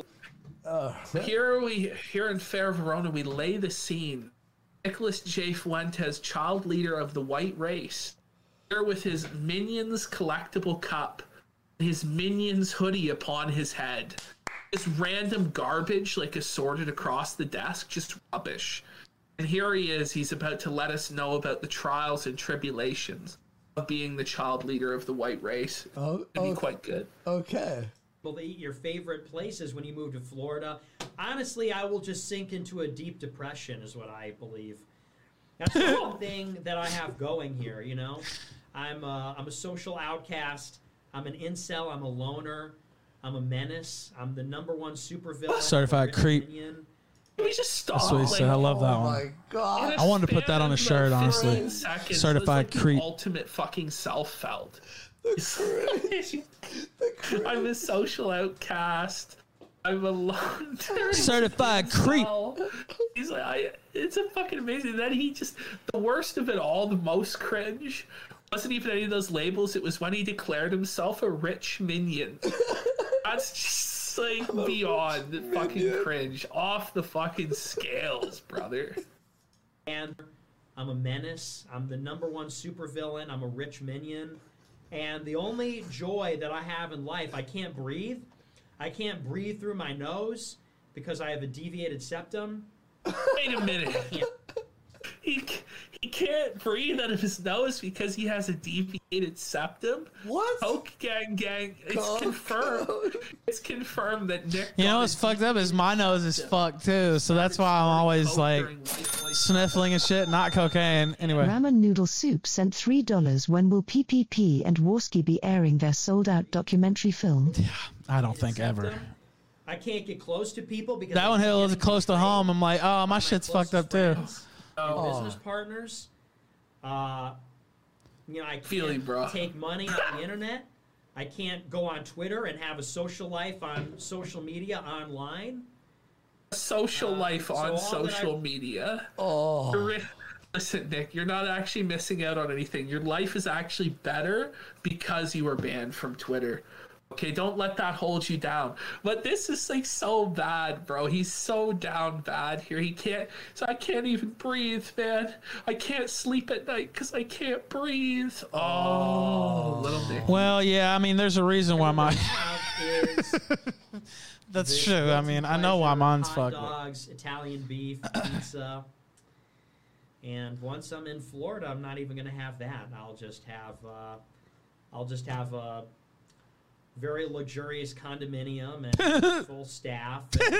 Speaker 9: here we here in Fair Verona we lay the scene. Nicholas J. Fuentes, child leader of the white race, here with his minions collectible cup, his minions hoodie upon his head. This random garbage like assorted across the desk, just rubbish. And here he is, he's about to let us know about the trials and tribulations of being the child leader of the white race.
Speaker 7: Oh,
Speaker 9: It'd be quite good.
Speaker 7: Okay.
Speaker 13: Well, they eat your favorite places when you move to Florida. Honestly, I will just sink into a deep depression, is what I believe. That's the one thing that I have going here. You know, I'm a, I'm a social outcast. I'm an incel. I'm a loner. I'm a menace. I'm the number one supervillain.
Speaker 1: Certified
Speaker 13: Urban
Speaker 1: creep.
Speaker 13: Minion.
Speaker 9: Can we just stop?
Speaker 1: That's what he said. I love that
Speaker 9: one.
Speaker 1: one.
Speaker 7: God.
Speaker 1: I wanted to put that on a shirt, honestly. Certified creep.
Speaker 9: ultimate fucking self felt. I'm a social outcast. I'm alone.
Speaker 1: *laughs* Certified creep.
Speaker 9: He's like, I, it's a fucking amazing. Then he just, the worst of it all, the most cringe, wasn't even any of those labels. It was when he declared himself a rich minion. That's just like beyond fucking cringe, off the fucking scales, brother.
Speaker 13: And I'm a menace. I'm the number one supervillain. I'm a rich minion. And the only joy that I have in life, I can't breathe. I can't breathe through my nose because I have a deviated septum.
Speaker 9: Wait a minute. He, c- he can't breathe out of his nose because he has a deviated septum.
Speaker 7: What?
Speaker 9: Coke gang gang. It's confirmed. It's confirmed that Nick
Speaker 1: You know what's fucked up is my nose is fucked too, so that's why I'm always like sniffling and shit, not cocaine. Anyway,
Speaker 6: Ramen Noodle Soup sent $3 when will PPP and Worski be airing their sold out documentary film?
Speaker 1: I don't think ever.
Speaker 13: I can't get close to people because
Speaker 1: That
Speaker 13: I
Speaker 1: one hit a
Speaker 13: can't
Speaker 1: little close to home. I'm like, oh, my shit's fucked up too.
Speaker 13: my
Speaker 1: Oh.
Speaker 13: business partners. Uh, you know, I can't
Speaker 9: Feel you, bro.
Speaker 13: take money on the internet. I can't go on Twitter and have a social life on social media online.
Speaker 9: social life
Speaker 13: Uh, so
Speaker 9: on
Speaker 13: all
Speaker 9: social
Speaker 13: that I-
Speaker 9: media.
Speaker 7: Oh.
Speaker 9: Listen, Nick, you're not actually missing out on anything. Your life is actually better because you were banned from Twitter. Okay, don't let that hold you down. But this is like so bad, bro. He's so down bad here. He can't. So I can't even breathe, man. I can't sleep at night because I can't breathe. Oh, little Nick.
Speaker 1: *laughs* Well, yeah, I mean, there's a reason why my *laughs*
Speaker 13: kids.
Speaker 1: That's
Speaker 13: Vi-
Speaker 1: true. I
Speaker 13: guilty
Speaker 1: mean, I know why
Speaker 13: pleasure,
Speaker 1: mine's
Speaker 13: hot
Speaker 1: fucked with.
Speaker 13: dogs, Italian
Speaker 1: *coughs*
Speaker 13: beef, pizza. And once I'm in Florida, I'm not even going to have that. I'll just have, uh, I'll just have a very luxurious condominium
Speaker 1: *laughs*
Speaker 13: and full staff, and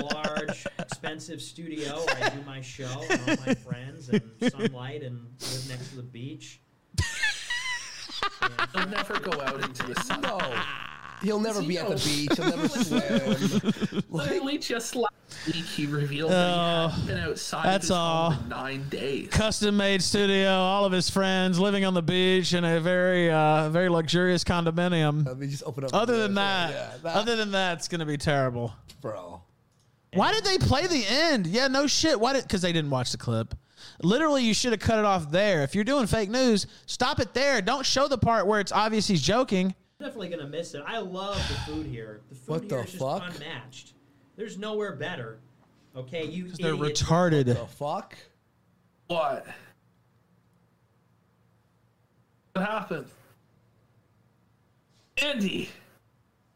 Speaker 13: a large, expensive studio. Where I do my show and all my friends and sunlight and live next to
Speaker 5: *laughs*
Speaker 13: the beach. uh,
Speaker 5: He'll never go out into the sun. No.
Speaker 7: He'll never be at the beach. He'll
Speaker 9: *laughs*
Speaker 7: never swim.
Speaker 9: Literally just last week he revealed that he
Speaker 1: Oh,
Speaker 9: had been outside
Speaker 1: that's
Speaker 9: his home
Speaker 1: all.
Speaker 9: in nine days.
Speaker 1: Custom made studio, all of his friends living on the beach in a very, uh, very luxurious condominium.
Speaker 7: Let me just open up.
Speaker 1: Other
Speaker 7: the
Speaker 1: than
Speaker 7: door.
Speaker 1: that,
Speaker 7: Yeah,
Speaker 1: other than that, it's gonna be terrible,
Speaker 7: bro.
Speaker 1: Why did they play the end? Yeah, no shit. Why did? Because they didn't watch the clip. Literally, you should have cut it off there. If you're doing fake news, stop it there. Don't show the part where it's obvious he's joking.
Speaker 13: definitely gonna miss it. I love the food here. The food
Speaker 1: What
Speaker 13: here
Speaker 1: the
Speaker 13: is just
Speaker 1: fuck?
Speaker 13: unmatched. There's nowhere better. Okay, you.
Speaker 1: They're
Speaker 13: idiots.
Speaker 1: retarded.
Speaker 7: fuck?
Speaker 9: What? What happened? Andy,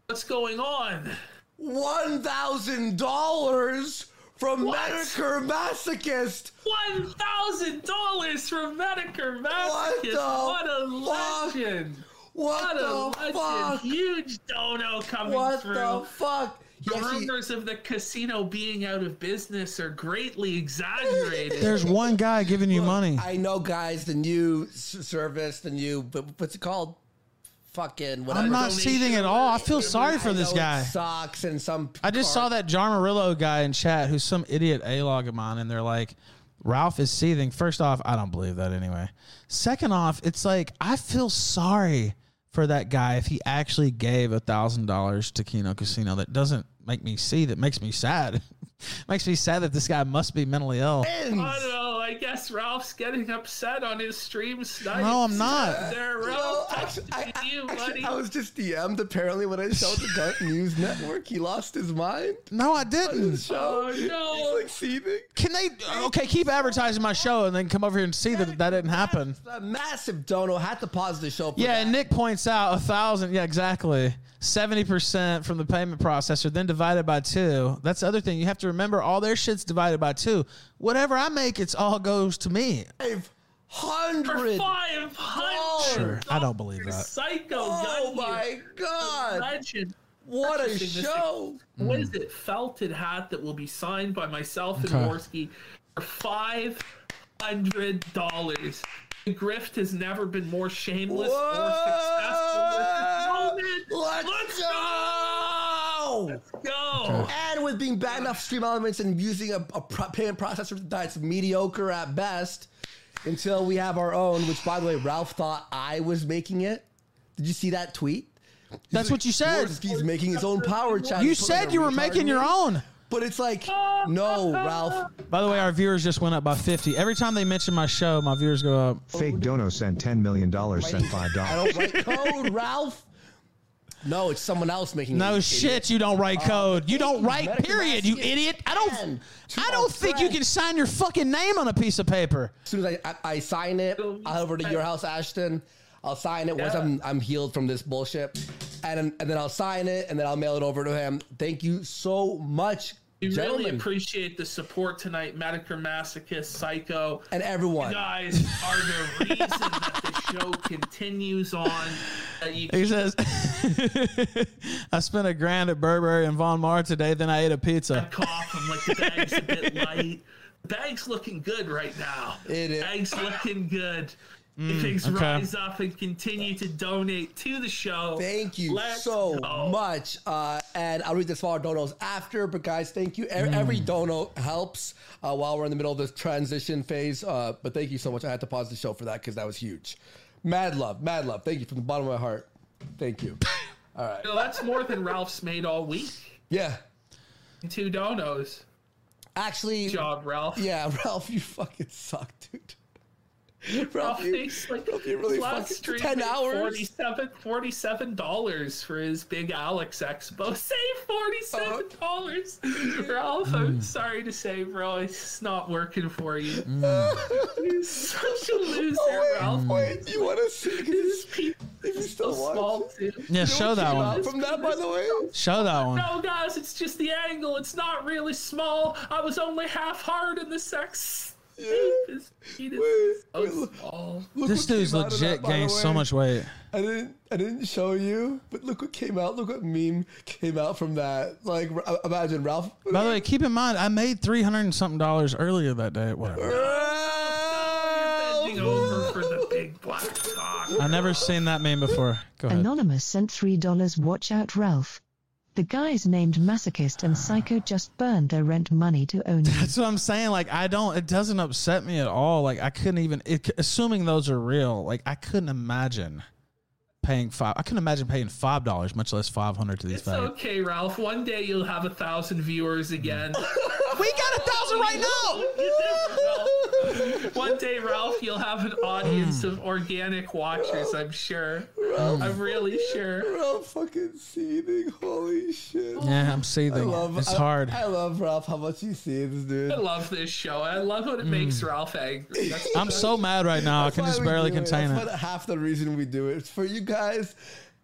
Speaker 9: what's going on?
Speaker 7: One thousand dollars from
Speaker 9: What?
Speaker 7: Medicare masochist.
Speaker 9: One thousand dollars from Medicare
Speaker 7: What
Speaker 9: Masochist.
Speaker 7: the
Speaker 9: What, a
Speaker 7: fuck?
Speaker 9: legend!
Speaker 7: What
Speaker 9: a
Speaker 7: the
Speaker 9: legend!
Speaker 7: fuck?
Speaker 9: Huge dono coming
Speaker 7: What
Speaker 9: through.
Speaker 7: the fuck?
Speaker 9: The rumors of the casino being out of business are greatly exaggerated.
Speaker 7: *laughs*
Speaker 1: There's one guy giving you money.
Speaker 7: I know, guys. The new s- service, the new but what's it called? Fucking. Whatever.
Speaker 1: I'm not seething at all. I feel sorry for
Speaker 7: I
Speaker 1: this
Speaker 7: know it
Speaker 1: guy.
Speaker 7: Sucks and some.
Speaker 1: I just saw that Jarmarillo guy in chat who's some idiot A log of mine, and they're like, Ralph is seething. First off, I don't believe that anyway. Second off, it's like, I feel sorry for that guy if he actually gave a thousand dollars to Kino Casino. That doesn't make me see, that makes me sad. *laughs* makes me sad that this guy must be mentally ill.
Speaker 9: I don't know. I guess Ralph's getting upset on his stream tonight.
Speaker 1: No, I'm not.
Speaker 9: There, Ralph. talk to you, buddy.
Speaker 7: I was just DM'd apparently when I showed the
Speaker 1: *laughs*
Speaker 7: Dark News Network. He lost his mind.
Speaker 1: No, I didn't.
Speaker 7: Show.
Speaker 9: Oh, no.
Speaker 7: He's like seething.
Speaker 1: Can they, okay, keep advertising my show and then come over here and see that that didn't happen.
Speaker 7: A massive dono had to pause the show. For
Speaker 1: Yeah,
Speaker 7: that.
Speaker 1: and Nick points out a thousand. Yeah, exactly. Seventy percent from the payment processor, then divided by two. That's the other thing you have to remember. All their shit's divided by two. Whatever I make, it's all goes to me.
Speaker 7: five
Speaker 9: For
Speaker 7: hundred.
Speaker 9: five hundred.
Speaker 1: Sure, I don't believe
Speaker 9: You're a
Speaker 1: that.
Speaker 9: Psycho.
Speaker 7: Oh
Speaker 9: gun
Speaker 7: my
Speaker 9: user.
Speaker 7: God.
Speaker 9: Legend.
Speaker 7: What a
Speaker 9: Purchasing this
Speaker 7: show.
Speaker 9: ex- What is it? Felted hat that will be signed by myself and
Speaker 1: Okay.
Speaker 9: Morsky for five hundred dollars. The grift has never been more shameless or successful. This moment.
Speaker 7: Let's, go!
Speaker 9: Let's go.
Speaker 7: And with being bad enough stream elements and using a, a pro- payment processor that's mediocre at best, until we have our own. Which, by the way, Ralph thought I was making it. Did you see that tweet?
Speaker 1: That's what you said.
Speaker 7: He's making his own power chat.
Speaker 1: You
Speaker 7: He's putting
Speaker 1: said
Speaker 7: a
Speaker 1: you were
Speaker 7: retard
Speaker 1: making your
Speaker 7: in it.
Speaker 1: own.
Speaker 7: But it's like, no, Oh, Ralph.
Speaker 1: By the way, our viewers just went up by fifty. Every time they mention my show, my viewers go up.
Speaker 4: Fake dono sent $10 million, sent
Speaker 7: I
Speaker 4: $5.
Speaker 7: don't write code, Ralph. No, it's someone else making.
Speaker 1: No
Speaker 7: it, idiot.
Speaker 1: shit, you don't write
Speaker 7: Uh,
Speaker 1: code. You don't
Speaker 7: hey,
Speaker 1: write.
Speaker 7: Medicare
Speaker 1: Period. You
Speaker 7: basket
Speaker 1: idiot. I don't.
Speaker 7: and to
Speaker 1: I
Speaker 7: our
Speaker 1: don't think you
Speaker 7: friend.
Speaker 1: can sign your fucking name on a piece of paper.
Speaker 7: As soon as I, I, I sign it, I'll head over to your house, Ashton. I'll sign it once
Speaker 9: Yeah.
Speaker 7: I'm I'm healed from this bullshit, and and then I'll sign it and then I'll mail it over to him. Thank you so much,
Speaker 9: We
Speaker 7: gentlemen,
Speaker 9: really appreciate the support tonight, Medicare Masochist, Psycho.
Speaker 7: and everyone.
Speaker 9: You guys are the reason that the show continues on. That you
Speaker 1: He says, *laughs* I spent a grand at Burberry and Von Maur today, then I ate a pizza.
Speaker 9: cough. I'm like, the bag's a bit light. The bag's looking good right now.
Speaker 7: It is.
Speaker 9: Bag's looking good. if things
Speaker 1: okay.
Speaker 9: rise up and continue to donate to the show,
Speaker 7: Thank you
Speaker 9: let's
Speaker 7: so
Speaker 9: go.
Speaker 7: much. Uh, and I'll read the smaller donos after, but guys, thank you. E-
Speaker 9: Mm.
Speaker 7: Every dono helps uh, while we're in the middle of this transition phase. Uh, but thank you so much. I had to pause the show for that because that was huge. Mad love, mad love. Thank you from the bottom of my heart. Thank
Speaker 9: *laughs*
Speaker 7: you. All right.
Speaker 9: You know, that's more than Ralph's made all week.
Speaker 7: Yeah.
Speaker 9: Two donos.
Speaker 7: Actually,
Speaker 9: Good job,
Speaker 7: *laughs*
Speaker 9: Ralph.
Speaker 7: yeah, Ralph, you fucking suck, dude. Ralph, you-
Speaker 9: thanks, like,
Speaker 7: Ralph, you really
Speaker 9: Last
Speaker 7: fucking-
Speaker 9: stream
Speaker 7: 10
Speaker 9: made
Speaker 7: hours?
Speaker 9: 47 dollars for his big Alex expo. Save forty-seven dollars, Ralph.
Speaker 1: Mm.
Speaker 11: Mm.
Speaker 9: I'm *laughs* sorry to say, bro, it's not working for you.
Speaker 11: Mm.
Speaker 1: Mm.
Speaker 9: You're such a loser, Ralph.
Speaker 7: Wait, you want to see
Speaker 9: this? If
Speaker 7: you still
Speaker 9: so small, dude.
Speaker 1: Yeah, show that one.
Speaker 7: From that, by the way.
Speaker 1: Show that one.
Speaker 9: No, guys, it's just the angle. It's not really small. I was only half hard in the sex. Oh,
Speaker 7: Look
Speaker 1: this
Speaker 7: what came
Speaker 1: dude's
Speaker 7: out of that,
Speaker 1: legit
Speaker 7: by the
Speaker 1: gained so
Speaker 7: way.
Speaker 1: much weight.
Speaker 7: I didn't. I didn't show you, but look what came out. Look what meme came out from that. Like, r- uh, imagine
Speaker 9: *laughs*
Speaker 7: Ralph.
Speaker 1: By the way, keep in mind, I made three hundred and something dollars earlier that day at work.
Speaker 9: Bending over for the big black cock.
Speaker 1: I never seen that meme before. Go ahead.
Speaker 6: Anonymous sent $3 watch out Ralph. The guys named Masochist and Psycho just burned their rent money to
Speaker 1: *laughs*
Speaker 6: own you.
Speaker 1: That's what I'm saying. Like I don't. It doesn't upset me at all. Like I couldn't even. It, assuming those are real, like I couldn't imagine paying five. I couldn't imagine paying five dollars, much less five hundred to these
Speaker 9: It's
Speaker 1: faggots.
Speaker 9: okay, Ralph. One day you'll have a thousand viewers
Speaker 7: Mm. *laughs*
Speaker 9: again.
Speaker 1: we got a thousand
Speaker 9: right now. One day, Ralph, you'll have an audience
Speaker 7: Mm.
Speaker 9: of organic watchers. I'm sure. I'm really sure.
Speaker 7: Ralph fucking seething. Holy shit.
Speaker 1: Yeah, I'm seething. It's
Speaker 7: I-
Speaker 1: hard.
Speaker 7: I love Ralph. How much he seethes, dude.
Speaker 9: I love this show. I love what it
Speaker 7: Mm.
Speaker 9: makes Ralph
Speaker 7: *laughs*
Speaker 9: angry. That's
Speaker 1: *laughs* I'm so mad right now. I can just
Speaker 7: why we
Speaker 1: barely
Speaker 7: do it.
Speaker 1: contain
Speaker 7: That's
Speaker 1: it.
Speaker 7: what- half the reason we do it. It's for you guys,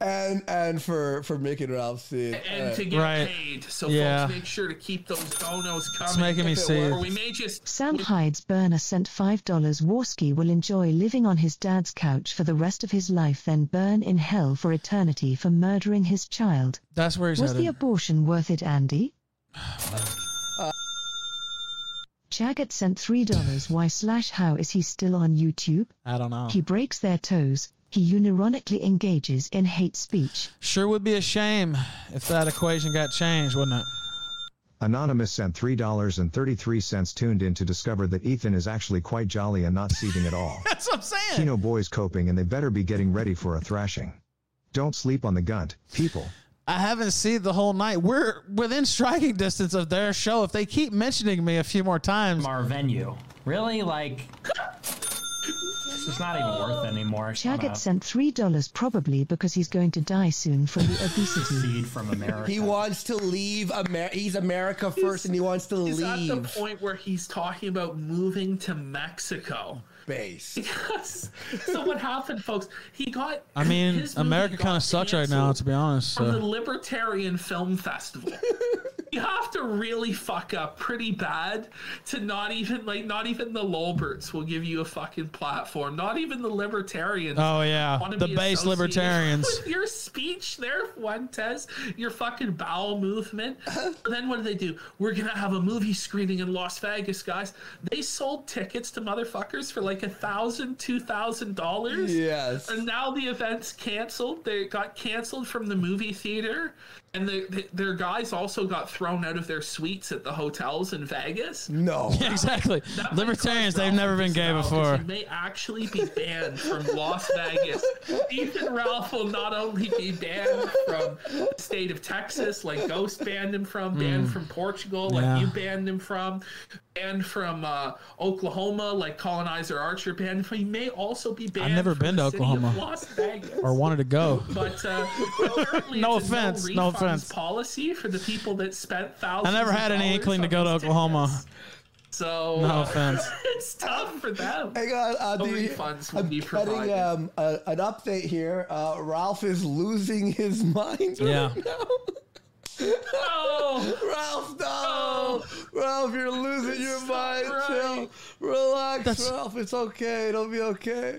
Speaker 7: and and for for making Ralph see it.
Speaker 9: and
Speaker 7: Alright.
Speaker 9: to get
Speaker 1: Right.
Speaker 9: paid. So
Speaker 1: Yeah.
Speaker 9: folks, make sure to keep those donos coming.
Speaker 1: making me
Speaker 9: If it
Speaker 1: see-
Speaker 9: were, We may just
Speaker 6: Sam Hyde's burner sent $5. Worski will enjoy living on his dad's couch for the rest of his life, then burn in hell for eternity for murdering his child.
Speaker 1: That's where he's
Speaker 6: Was the
Speaker 1: headed.
Speaker 6: abortion worth it,
Speaker 1: *sighs*
Speaker 6: Andy?
Speaker 7: Uh,
Speaker 6: Chagat sent $3. Why slash how is he still on YouTube?
Speaker 1: I don't know.
Speaker 6: He breaks their toes. He unironically engages in hate speech.
Speaker 1: Sure would be a shame if that equation got changed,
Speaker 7: *laughs*
Speaker 1: wouldn't it?
Speaker 4: Anonymous sent $3.33 tuned in to discover that Ethan is actually quite jolly and not seething at all.
Speaker 1: That's what I'm saying.
Speaker 4: Kino boys coping and they better be getting ready for a thrashing. Don't sleep on the gunt, people.
Speaker 1: I haven't seen the whole night. We're within striking distance of their show. If they keep mentioning me a few more times,
Speaker 13: our venue. Really? Like, it's just not even worth it anymore. It's not
Speaker 6: Chagat
Speaker 13: a
Speaker 6: sent $3 probably because he's going to die soon from the
Speaker 1: *laughs*
Speaker 6: obesity.
Speaker 13: seed from America.
Speaker 7: he wants to leave America. He's America first, and he wants to
Speaker 9: he's at the
Speaker 7: leave
Speaker 9: point where he's talking about moving to Mexico. *laughs*
Speaker 7: base.
Speaker 9: Yes. So what happened, folks? He got.
Speaker 1: I mean,
Speaker 9: his movie
Speaker 1: America
Speaker 9: got
Speaker 1: kind of sucks right now,
Speaker 9: canceled
Speaker 1: to be honest.
Speaker 9: From the
Speaker 1: So.
Speaker 9: Libertarian
Speaker 7: *laughs*
Speaker 9: Film Festival. you have to really fuck up pretty bad to not even like not even the Lolberts will give you a fucking platform. Not even the libertarians.
Speaker 1: Oh, yeah.
Speaker 9: wanna
Speaker 1: The
Speaker 9: be
Speaker 1: base
Speaker 9: associated
Speaker 1: libertarians.
Speaker 9: with your speech there, Fuentes, your fucking bowel movement. then what do they do? We're gonna have a movie screening in Las Vegas, guys. They sold tickets to motherfuckers for like a thousand, two thousand dollars.
Speaker 7: Yes.
Speaker 9: And now the event's canceled. They got canceled from the movie theater, and the, the, their guys also got thrown out of their suites at the hotels in Vegas.
Speaker 7: No.
Speaker 1: *laughs* Yeah, exactly.
Speaker 9: That may
Speaker 1: Libertarians,
Speaker 9: cause
Speaker 1: they've never been gay
Speaker 9: Ralph
Speaker 1: before.
Speaker 9: You may actually be banned from Las Vegas. Ethan Ralph will not only be banned from the state of Texas, like Ghost banned him from, banned from Portugal, like
Speaker 1: Hmm. Yeah.
Speaker 9: you banned him from, banned from uh, Oklahoma, like Colonizer Archer banned from. He may also be banned.
Speaker 1: never
Speaker 9: from
Speaker 1: been
Speaker 9: the
Speaker 1: to
Speaker 9: city of
Speaker 1: Oklahoma.
Speaker 9: Las Vegas.
Speaker 1: Or wanted to go.
Speaker 9: But uh,
Speaker 1: *laughs*
Speaker 9: apparently
Speaker 1: No
Speaker 9: it's a
Speaker 1: offense, no
Speaker 9: refunds
Speaker 1: offense.
Speaker 9: Policy for the people that spent
Speaker 1: I
Speaker 9: thousands.
Speaker 1: never
Speaker 9: of
Speaker 1: had any
Speaker 9: dollars
Speaker 1: inkling to
Speaker 9: on
Speaker 1: go to
Speaker 9: these
Speaker 1: Oklahoma.
Speaker 9: tickets. So
Speaker 1: No
Speaker 9: uh,
Speaker 1: offense.
Speaker 9: *laughs* it's tough for them.
Speaker 7: I got uh,
Speaker 9: No
Speaker 7: the
Speaker 9: refunds will
Speaker 7: I'm
Speaker 9: be
Speaker 7: getting
Speaker 9: provided.
Speaker 7: um, a, an update here. Uh, Ralph is losing his *laughs* mind. right
Speaker 1: Yeah.
Speaker 7: now.
Speaker 9: No,
Speaker 13: Oh.
Speaker 7: Ralph, no! Ralph, you're losing your mind. Chill. Relax, Ralph. It's okay. It'll be okay.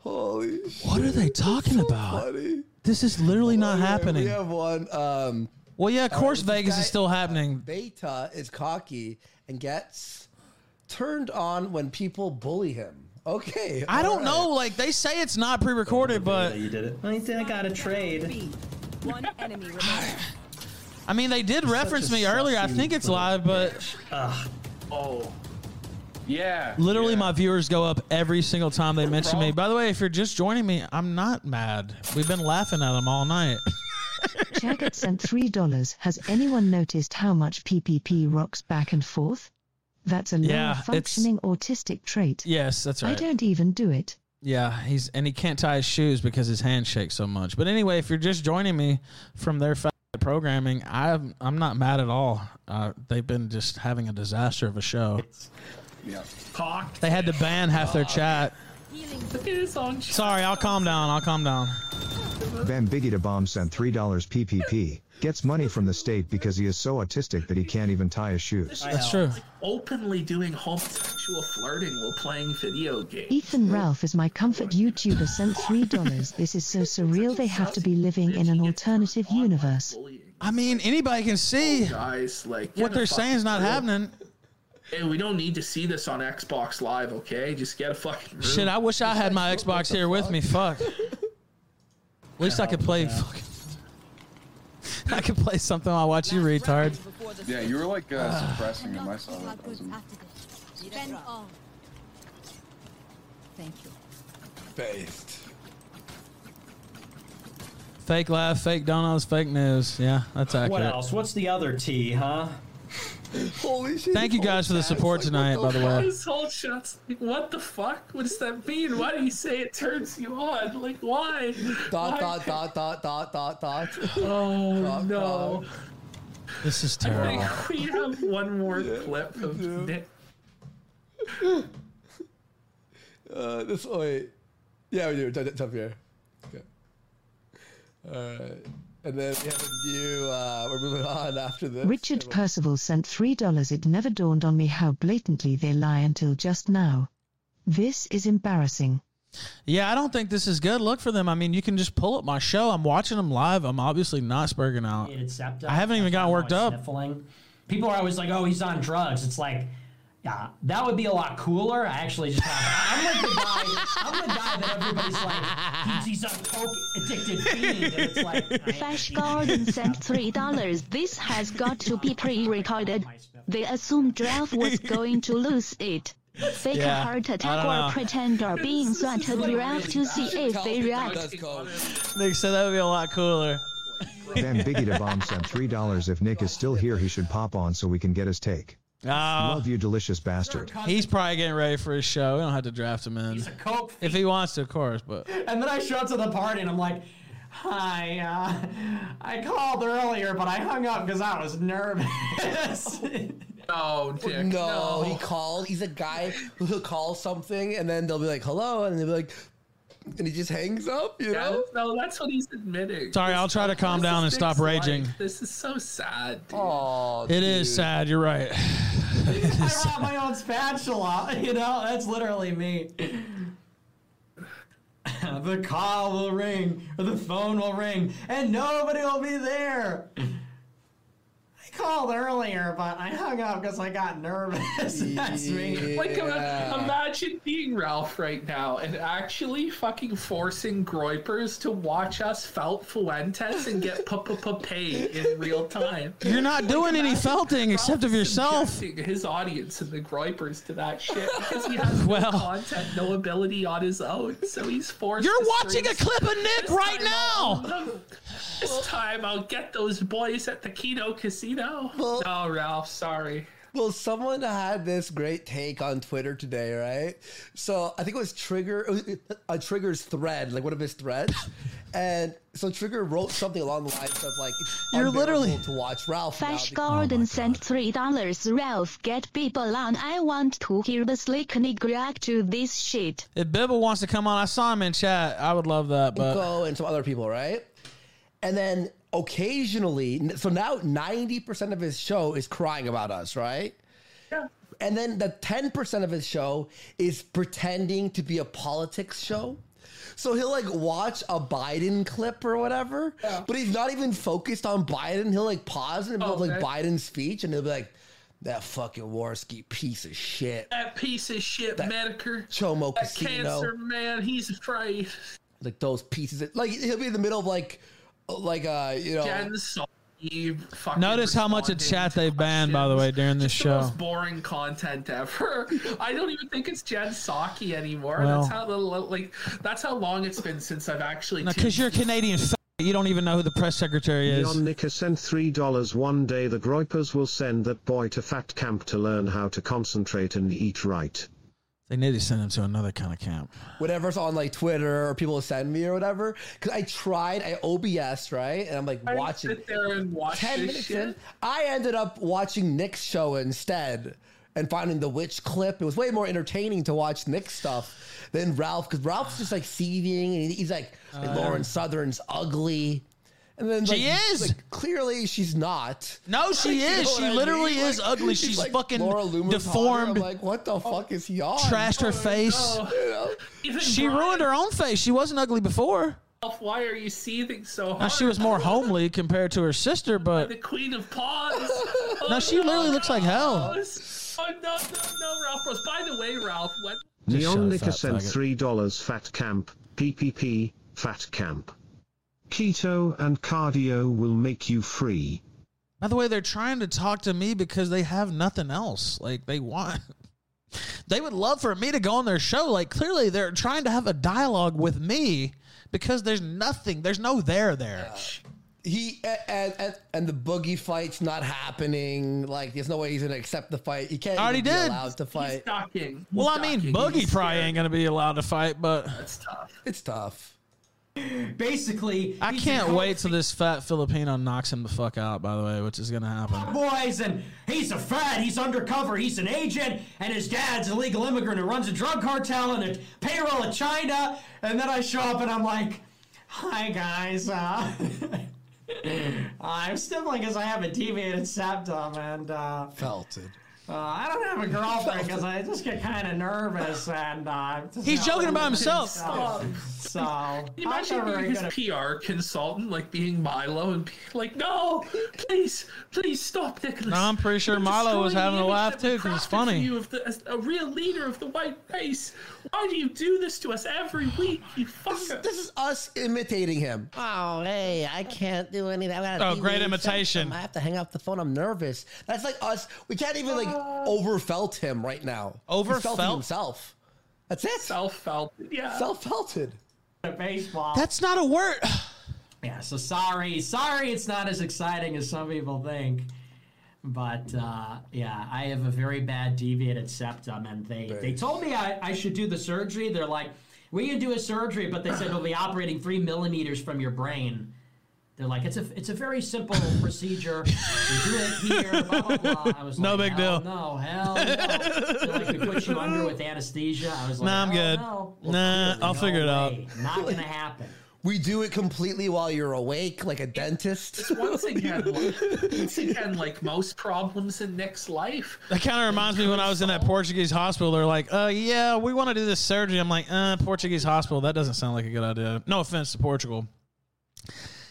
Speaker 7: Holy shit.
Speaker 1: What are they talking about?
Speaker 7: Buddy.
Speaker 1: This is literally not
Speaker 7: Oh, We
Speaker 1: happening.
Speaker 7: have one. Um,
Speaker 1: Well, yeah, of
Speaker 7: All right,
Speaker 1: course
Speaker 7: this
Speaker 1: Vegas
Speaker 7: guy- uh,
Speaker 1: is still happening.
Speaker 7: Beta is cocky and gets turned on when people bully him. Okay.
Speaker 1: I don't
Speaker 7: alright.
Speaker 1: know. Like they say it's not pre-recorded, but
Speaker 13: I think I got a trade.
Speaker 17: One enemy remaining.
Speaker 1: I mean they did reference
Speaker 13: a
Speaker 1: me earlier. I think it's live, but
Speaker 9: Oh.
Speaker 18: Yeah.
Speaker 1: literally my viewers go up every single time they mention me. By the way, if you're just joining me, I'm not mad. We've been laughing at them all night. *laughs*
Speaker 6: Chagat sent $3. Has anyone noticed how much PPP rocks back and forth? That's a
Speaker 1: Yeah,
Speaker 6: lower
Speaker 1: it's-
Speaker 6: functioning autistic trait.
Speaker 1: Yes, that's
Speaker 6: I
Speaker 1: right.
Speaker 6: don't even do it.
Speaker 1: Yeah, he's and he can't tie his shoes because his hand shakes so much. But anyway, if you're just joining me from their f- programming, I'm I'm not mad at all. Uh, they've been just having a disaster of a show.
Speaker 9: Yeah. Cock.
Speaker 1: They had to ban half their chat. Sorry, I'll calm down. I'll calm down.
Speaker 4: Bambigida Bomb sent $3 PPP. Gets money from the state because he is so autistic that he can't even tie his shoes.
Speaker 9: It's like openly doing homosexual flirting while playing video games.
Speaker 6: Ethan Ralph is my comfort YouTuber sent $3. This is so surreal they have to be living in an alternative universe.
Speaker 1: I mean, anybody can see
Speaker 9: guys like
Speaker 1: what they're saying is not happening.
Speaker 9: Hey, we don't need to see this on Xbox Live, okay? Just get a fucking room. *laughs*
Speaker 1: Shit, I wish I had my Xbox here with me. Fuck. At least I could play. Fucking, *laughs* I could play something while I watch you, retard.
Speaker 18: Yeah, you were like uh, suppressing him. I saw that.
Speaker 19: Spend all. Thank you.
Speaker 7: Based.
Speaker 1: Fake laugh, fake donuts, fake news. Yeah, that's accurate.
Speaker 13: What else? What's the other T, huh?
Speaker 7: Holy shit.
Speaker 1: Thank you guys for the support tonight, by the way.
Speaker 9: His whole shot's like, what the fuck? What does that mean? Why do you say it turns you on? Like, why?
Speaker 7: Dot
Speaker 9: Why?
Speaker 7: dot dot dot dot dot dot.
Speaker 9: *laughs* Oh no.
Speaker 1: This is
Speaker 9: I
Speaker 1: terrible.
Speaker 9: think *laughs* we have one more clip of Nick.
Speaker 7: Uh, this oh wait. Yeah, we do. Jump, jump here. Okay. All right. And then we have a new. Uh, we're moving on after this.
Speaker 6: Richard Percival sent $3. It never dawned on me how blatantly they lie until just now. This is embarrassing.
Speaker 1: Yeah, I don't think this is good. Look for them. I mean, you can just pull up my show. I'm watching them live. I'm obviously not spurging out.
Speaker 13: It's septum.
Speaker 1: Uh, I haven't even gotten worked up.
Speaker 13: Sniffling. People are always like, "Oh, he's on drugs." It's like, yeah, that would be a lot cooler. I actually just
Speaker 1: *laughs*
Speaker 13: have. I'm like the guy. I'm the guy that everybody's like, he's, he's a coke addicted fiend. And it's like,
Speaker 12: Fresh Garden sent three dollars. This has got to be pre-recorded. They assumed Ralph was going to lose it. Fake
Speaker 19: Yeah,
Speaker 12: a heart
Speaker 1: I
Speaker 12: attack
Speaker 1: don't know.
Speaker 12: or pretend or being swatted Ralph to see if they react.
Speaker 1: Nick said that would be a lot cooler.
Speaker 4: Bambigida Bomb sent $3. If Nick is still here, he should pop on so we can get his take.
Speaker 1: Ah,
Speaker 4: Love you, delicious bastard.
Speaker 1: he's probably getting ready for his show. We don't have to draft him in.
Speaker 13: coke
Speaker 1: If he wants to, of course, but
Speaker 13: and then I show up to the party and I'm like, "Hi, uh, I called earlier, but I hung up because I was nervous."
Speaker 9: No, Dick.
Speaker 7: No,
Speaker 9: No.
Speaker 7: he calls. He's a guy who calls something, and then they'll be like, "Hello," and they'll be like, and he just hangs up. You know?
Speaker 9: No, that's what he's admitting.
Speaker 1: Sorry, I'll try to calm
Speaker 9: This
Speaker 1: down and
Speaker 9: is
Speaker 1: stop
Speaker 9: Nick's
Speaker 1: raging.
Speaker 9: life. This is so sad. Dude.
Speaker 7: Oh,
Speaker 1: it is sad. You're right.
Speaker 13: I brought my own spatula. You know, that's literally me. the call will ring, or the phone will ring, and nobody will be there. I called earlier, but I hung up because I got nervous. *laughs* that's me.
Speaker 9: Like ima- imagine being Ralph right now and actually fucking forcing Groypers to watch us felt Fuentes and get paid in real time.
Speaker 1: You're not doing any felting except of yourself.
Speaker 9: subjecting his audience and the gripers to that
Speaker 7: *laughs*
Speaker 9: shit because he has
Speaker 1: Well-
Speaker 9: no content, no ability on his own, so he's forced.
Speaker 1: You're
Speaker 9: to
Speaker 1: watching
Speaker 9: stream
Speaker 1: a clip of Nick
Speaker 9: This
Speaker 1: right
Speaker 9: time I'll- This time I'll get those boys at the Kino Casino. no, Ralph, sorry.
Speaker 7: Well, someone had this great take on Twitter today, right? So I think it was Trigger, it was a Trigger's thread, like one of his threads, and so Trigger wrote something along the lines of like, it's
Speaker 12: You're literally-
Speaker 7: unbearable to watch Ralph." now
Speaker 12: Fresh
Speaker 7: because-
Speaker 1: Oh
Speaker 12: Garden sent three dollars. Ralph, get people on. I want to hear the slick Nick react to this shit.
Speaker 1: If Bibble wants to come on, I saw him in chat. I would love that, but
Speaker 7: Nico and some other people, right? And then occasionally, so now 90% of his show is crying about us, right?
Speaker 9: Yeah.
Speaker 7: And then the 10% of his show is pretending to be a politics show. So he'll like watch a Biden clip or whatever, but he's not even focused on Biden. He'll like pause and
Speaker 9: Oh,
Speaker 7: like
Speaker 9: okay.
Speaker 7: Biden's speech and he'll be like, that fucking Warski piece of shit.
Speaker 9: That piece of shit, Medicare.
Speaker 7: Chomo
Speaker 9: That
Speaker 7: Casino.
Speaker 9: cancer man, he's afraid.
Speaker 7: Like those pieces. Of, like he'll be in the middle of like, like uh, you know,
Speaker 9: Jen Psaki, fucking
Speaker 1: notice how much of
Speaker 9: responding
Speaker 1: chat
Speaker 9: to
Speaker 1: they banned, by the way, during this
Speaker 9: It's the
Speaker 1: show.
Speaker 9: most boring content ever. *laughs* I don't even think it's Jen Psaki anymore.
Speaker 1: Well-
Speaker 9: that's how the, like that's how long it's been since I've actually
Speaker 1: because you're a Canadian. F- You don't even know who the press secretary is.
Speaker 3: Neon Nicker sent three dollars. One day the Groypers will send that boy to fat camp to learn how to concentrate and eat right.
Speaker 8: They need to send him to another kind of camp.
Speaker 7: whatever's on like Twitter or people send me or whatever. Because I tried, I OBS right, and I'm like
Speaker 9: I
Speaker 7: watching.
Speaker 9: sit there and watch
Speaker 7: Ten
Speaker 9: this
Speaker 7: minutes
Speaker 9: shit?
Speaker 7: in, I ended up watching Nick's show instead. And finding the witch clip, it was way more entertaining to watch Nick's stuff than Ralph because Ralph's just like seething and he's like, like,
Speaker 1: Uh.
Speaker 7: Lauren Southern's ugly, and then
Speaker 1: She
Speaker 7: like,
Speaker 1: is.
Speaker 7: like, clearly she's not.
Speaker 1: No,
Speaker 7: *laughs*
Speaker 1: she
Speaker 7: You know
Speaker 1: is.
Speaker 7: what
Speaker 1: She
Speaker 7: I mean?
Speaker 1: literally is
Speaker 7: Like, *laughs*
Speaker 1: ugly.
Speaker 7: she's
Speaker 1: She's
Speaker 7: like
Speaker 1: fucking
Speaker 7: Laura Loomer's
Speaker 1: deformed.
Speaker 7: hotter. I'm like, what the fuck is he on?
Speaker 1: Trashed
Speaker 9: Oh,
Speaker 1: her face. She ruined her own face. She wasn't ugly before.
Speaker 9: Ralph, Why are you seething so hard?
Speaker 1: Now she was more homely compared to her sister, but
Speaker 9: the Queen of
Speaker 1: *laughs*
Speaker 9: Pawns.
Speaker 1: now she literally looks like hell.
Speaker 9: Oh no, no, no, Ralph Rose. By the way, Ralph, when
Speaker 3: Neon Nicker
Speaker 1: fat
Speaker 3: sent
Speaker 1: faggot.
Speaker 3: three dollars. Fat camp. PPP. Fat camp. Keto and cardio will make you free.
Speaker 1: By the way, they're trying to talk to me because they have nothing else. Like they want *laughs* they would love for me to go on their show. Like clearly they're trying to have a dialogue with me because there's nothing. There's no Oh, there there.
Speaker 7: he and, and and the boogie fight's not happening. Like, there's no way he's gonna accept the fight. He can't
Speaker 1: Already
Speaker 7: even be
Speaker 1: did.
Speaker 7: allowed to fight.
Speaker 9: talking.
Speaker 1: Well, I mean, Boogie probably ain't gonna be allowed to fight, but
Speaker 9: that's tough.
Speaker 7: It's tough.
Speaker 13: Basically,
Speaker 1: I
Speaker 13: he's
Speaker 1: can't
Speaker 13: encouraging
Speaker 1: wait till this fat Filipino knocks him the fuck out. By the way, which is gonna happen.
Speaker 13: Boys, and he's a fed, he's undercover, he's an agent, and his dad's an illegal immigrant who runs a drug cartel and a payroll in China. And then I show up and I'm like, hi guys, uh, I'm stibbling because I have a deviated septum, and uh,
Speaker 7: Felted.
Speaker 13: uh, I don't have a girlfriend because I just get kind of nervous. And uh, just
Speaker 1: He's
Speaker 13: not
Speaker 1: joking about
Speaker 13: really
Speaker 1: himself.
Speaker 13: myself. So,
Speaker 9: Can you
Speaker 13: I'm
Speaker 9: imagine
Speaker 13: not very
Speaker 9: being his
Speaker 13: good at
Speaker 9: PR consultant, like being Milo and be like, no, please, please stop, Nicholas.
Speaker 1: No, I'm pretty sure
Speaker 9: You're
Speaker 1: Milo was
Speaker 9: destroying the
Speaker 1: having a
Speaker 9: image
Speaker 1: laugh
Speaker 9: that
Speaker 1: too
Speaker 9: we
Speaker 1: because it's
Speaker 9: crafted for
Speaker 1: funny.
Speaker 9: You of the, as a real leader of the white race. Why do you do this to us every week, you fucker?
Speaker 7: This is us imitating him. *laughs* Oh, hey, I can't do anything. I
Speaker 1: Oh, great imitation.
Speaker 7: I have to hang up the phone. I'm nervous. That's like us. We can't even like
Speaker 9: Uh.
Speaker 7: overfelt him right now. He's felting
Speaker 1: Overfelt?
Speaker 7: himself. That's it.
Speaker 9: Self felted. Yeah.
Speaker 7: Self felted.
Speaker 13: at baseball.
Speaker 1: That's not a word.
Speaker 13: Yeah, so sorry, sorry, it's not as exciting as some people think. But uh, yeah, I have a very bad deviated septum, and they, they told me I, I should do the surgery. They're like, we can do a surgery, but they said we'll be operating three millimeters from your brain. They're like, it's a it's a very simple procedure. We do it here, blah blah blah. I was
Speaker 1: No
Speaker 13: like,
Speaker 1: big
Speaker 13: "Hell
Speaker 1: deal."
Speaker 13: No hell no. They're like, we put you under with anesthesia. I was like,
Speaker 1: Nah, I'm
Speaker 13: "Oh,
Speaker 1: good.
Speaker 13: No.
Speaker 1: Nah, I'll
Speaker 13: no
Speaker 1: figure it out.
Speaker 13: way. Not gonna happen.
Speaker 7: We do it completely while you're awake, like a dentist.
Speaker 9: Once
Speaker 7: *laughs*
Speaker 9: again, like, once again, like most problems in Nick's life,
Speaker 1: That kind of reminds me when I was in that Portuguese hospital. They're like, "Uh, yeah, we want to do this surgery." I'm like, "Uh, Portuguese hospital. That doesn't sound like a good idea." No offense to Portugal.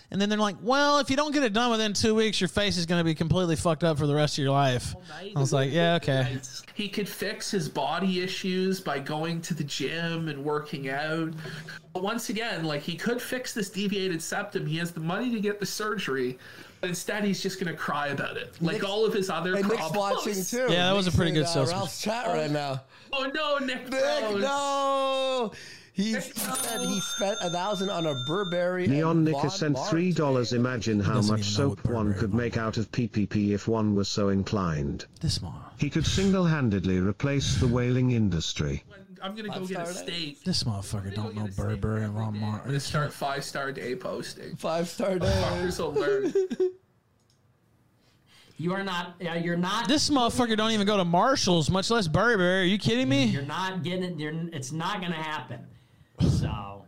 Speaker 1: And then they're like, "Well, if you don't get it done within two weeks, your face is going to be completely fucked up for the rest of your life." I was like, "Yeah, okay."
Speaker 9: he could fix his body issues by going to the gym and working out. But once again, like he could fix this deviated septum. He has the money to get the surgery, but instead he's just gonna cry about it, like all of his other
Speaker 7: And Nick's
Speaker 9: problems.
Speaker 7: watching too.
Speaker 1: Yeah, that was a
Speaker 7: Nick's
Speaker 1: pretty
Speaker 7: in,
Speaker 1: good
Speaker 7: uh,
Speaker 1: salesman.
Speaker 7: Ralph's chat right now.
Speaker 9: Oh no, Nick!
Speaker 7: Nick,
Speaker 9: Rose.
Speaker 7: no. He, he said he spent a thousand on a Burberry. and
Speaker 3: Neon Nicker
Speaker 7: Von
Speaker 3: sent
Speaker 7: Bar-
Speaker 3: three dollars. Imagine how
Speaker 1: Doesn't
Speaker 3: much
Speaker 1: even know
Speaker 3: soap one could make out of PPP if one were so inclined.
Speaker 1: This mom.
Speaker 3: He could single-handedly replace the whaling industry.
Speaker 9: I'm gonna go get a steak.
Speaker 1: This motherfucker don't know Burberry and Ron
Speaker 9: I'm gonna
Speaker 1: Martin.
Speaker 9: start five star day posting.
Speaker 7: Five star day.
Speaker 9: Fuckers will learn.
Speaker 13: *laughs* You are not. Uh, you're not.
Speaker 1: This motherfucker don't even go to Marshalls, much less Burberry. Are you kidding me?
Speaker 13: You're not getting it. You're, it's not going to happen. So,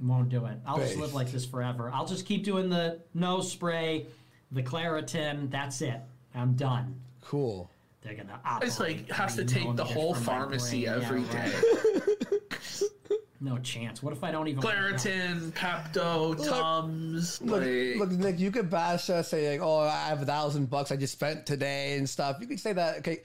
Speaker 13: won't do it. I'll just live
Speaker 7: Based.
Speaker 13: like this forever. I'll just keep doing the nose spray, the Claritin. That's it. I'm done.
Speaker 7: Cool.
Speaker 13: They're going to.
Speaker 9: It's like has to take the whole pharmacy every day.
Speaker 13: No chance. What if I don't even?
Speaker 9: Claritin, Pepto, Tums.
Speaker 7: Look,
Speaker 9: like,
Speaker 7: look, Nick, you could bash us, say like, "Oh, I have a thousand bucks I just spent today and stuff." You could say that. Okay,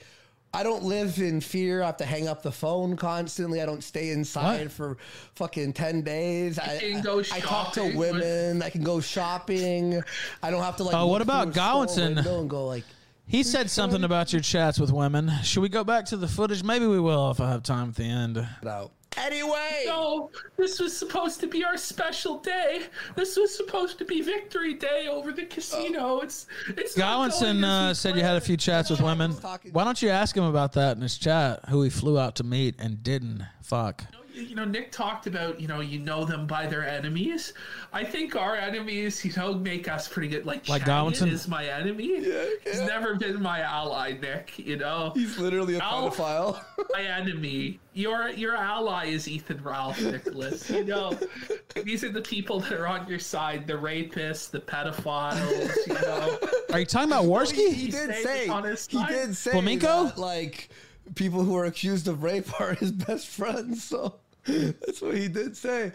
Speaker 7: I don't live in fear. I have to hang up the phone constantly. I don't stay inside for fucking ten days. I,
Speaker 9: can go
Speaker 7: I, I talk to
Speaker 9: shopping
Speaker 7: women. I can go shopping. I don't have to like.
Speaker 1: Oh,
Speaker 7: look
Speaker 1: what about
Speaker 7: through a store
Speaker 1: Gowanson?
Speaker 7: window And go like,
Speaker 1: He said something about your chats with women. Should we go back to the footage? Maybe we will if I have time at the end.
Speaker 7: it out. Anyway.
Speaker 9: No, this was supposed to be our special day. This was supposed to be victory day over the casino. It's it's not
Speaker 1: Godwinson
Speaker 9: going as
Speaker 1: uh,
Speaker 9: we
Speaker 1: said you had a few chats with women. Why don't you ask him about that in his chat? Who he flew out to meet and didn't fuck.
Speaker 9: you know, Nick talked about, you know, you know them by their enemies. I think our enemies, you know, make us pretty good. Like,
Speaker 1: Like
Speaker 9: Shannon
Speaker 1: Donaldson?
Speaker 9: is my enemy. He's never been my ally, Nick. You know, he's
Speaker 7: literally a *laughs*
Speaker 9: pedophile. my enemy. Your your ally is Ethan Ralph, Nicholas. you know, these are the people that are on your side: the rapists, the pedophiles. You know,
Speaker 1: Are you talking about Warski?
Speaker 7: He, he did say. He did say.
Speaker 1: Flamenco?
Speaker 7: that, like people who are accused of rape are his best friends. So *laughs* that's what he did say.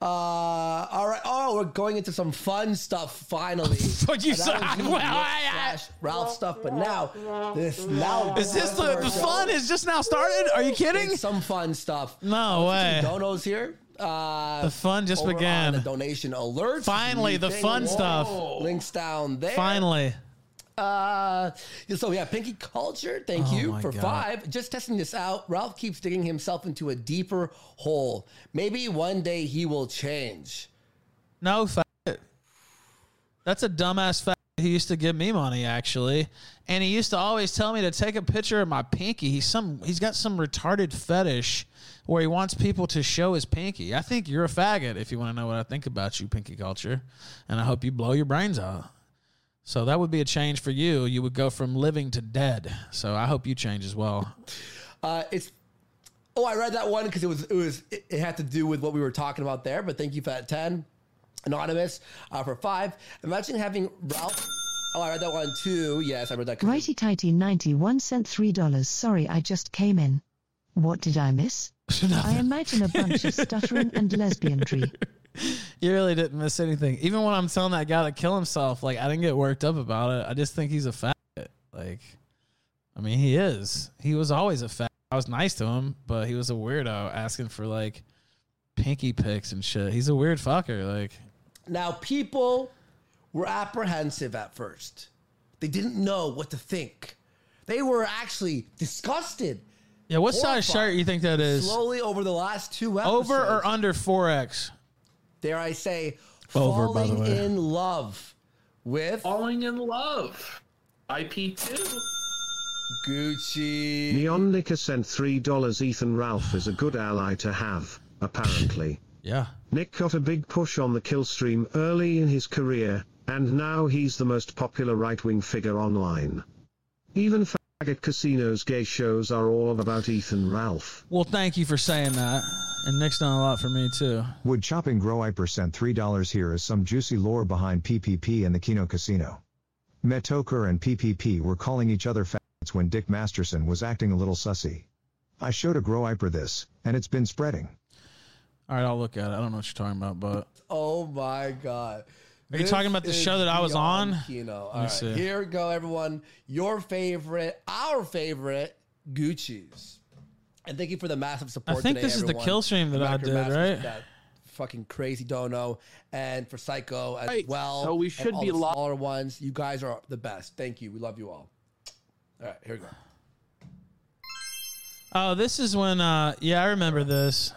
Speaker 7: Uh, all right. Oh, we're going into some fun stuff
Speaker 1: *laughs*
Speaker 7: finally.
Speaker 1: What you
Speaker 7: And that was
Speaker 1: said-
Speaker 7: usually
Speaker 1: *laughs* well,
Speaker 7: Nick's
Speaker 1: I-
Speaker 7: slash Ralph stuff, but now this loud.
Speaker 1: Is this the- the fun is just now started? Are you kidding?
Speaker 7: It's some fun stuff.
Speaker 1: No way.
Speaker 7: Some donos here. Uh,
Speaker 1: The fun just
Speaker 7: over on
Speaker 1: began.
Speaker 7: The donation alert.
Speaker 1: Finally, the fun stuff.
Speaker 7: Links down there.
Speaker 1: Finally.
Speaker 7: Uh, so yeah, Pinky Culture, thank
Speaker 1: Oh
Speaker 7: you
Speaker 1: my
Speaker 7: for
Speaker 1: God.
Speaker 7: five. Just testing this out. Ralph keeps digging himself into a deeper hole. Maybe one day he will change.
Speaker 1: No, fuck it. That's a dumbass fact. He used to give me money actually, and he used to always tell me to take a picture of my pinky. He's some he's got some retarded fetish where he wants people to show his pinky. I think you're a faggot if you want to know what I think about you, pinky culture, and I hope you blow your brains out. So that would be a change for you. You would go from living to dead. So I hope you change as well.
Speaker 7: Uh, it's oh, I read that one because it was it was it, it had to do with what we were talking about there. But thank you for that ten, anonymous uh, for five. Imagine having Ralph. Oh, I read that one too. Yes, I read that. 'cause
Speaker 6: Righty tighty 91 cent $3. Sorry, I just came in. What did I miss? I imagine a bunch of stuttering and lesbianry.
Speaker 1: You really didn't miss anything. Even when I'm telling that guy to kill himself, like I didn't get worked up about it. I just think he's a faggot. Like, I mean, he is. He was always a faggot. I was nice to him, but he was a weirdo asking for like pinky pics and shit. He's a weird fucker. Like,
Speaker 7: Now, people were apprehensive at first. They didn't know what to think. They were actually disgusted.
Speaker 1: yeah, what size
Speaker 7: Horrified.
Speaker 1: shirt you think that is?
Speaker 7: Slowly over the last two episodes.
Speaker 1: Over or under four X?
Speaker 7: Dare I say,
Speaker 1: Over, by the
Speaker 7: falling
Speaker 1: way.
Speaker 7: in love with
Speaker 9: falling in love. IP two.
Speaker 7: Gucci.
Speaker 3: Neon Nicker sent $3. Ethan Ralph is a good ally to have, apparently.
Speaker 1: Yeah.
Speaker 3: Nick got a big push on the kill stream early in his career, and now he's the most popular right wing figure online. Even faggot casinos' gay shows are all about Ethan Ralph.
Speaker 1: Well, thank you for saying that. And Nick's done a lot for me too.
Speaker 4: Would chopping grow I percent three dollars here is some juicy lore behind PPP and the Kino Casino. Metoker and PPP were calling each other faggots when Dick Masterson was acting a little sussy. I showed a grow Iper this, and it's been spreading.
Speaker 1: All right, I'll look at it. I don't know what you're talking about, but
Speaker 7: Oh my God.
Speaker 1: Are you talking about the
Speaker 7: is
Speaker 1: show that I was
Speaker 7: beyond
Speaker 1: on?
Speaker 7: Kino. All
Speaker 1: Let me
Speaker 7: right,
Speaker 1: see.
Speaker 7: here we go, everyone. Your favorite, our favorite, Gucci's. And thank you for the massive support.
Speaker 1: think
Speaker 7: today,
Speaker 1: this is the
Speaker 7: everyone.
Speaker 1: kill stream that I
Speaker 7: Dr.
Speaker 1: did,
Speaker 7: Masters
Speaker 1: right?
Speaker 7: for that Fucking crazy dono, and for Psycho as
Speaker 1: Right.
Speaker 7: well.
Speaker 1: So we
Speaker 7: and
Speaker 1: should
Speaker 7: all
Speaker 1: be
Speaker 7: the
Speaker 1: lo-
Speaker 7: smaller ones. You guys are the best. Thank you. We love you all. All right, here we go.
Speaker 1: oh, this is when. uh Yeah, I remember this.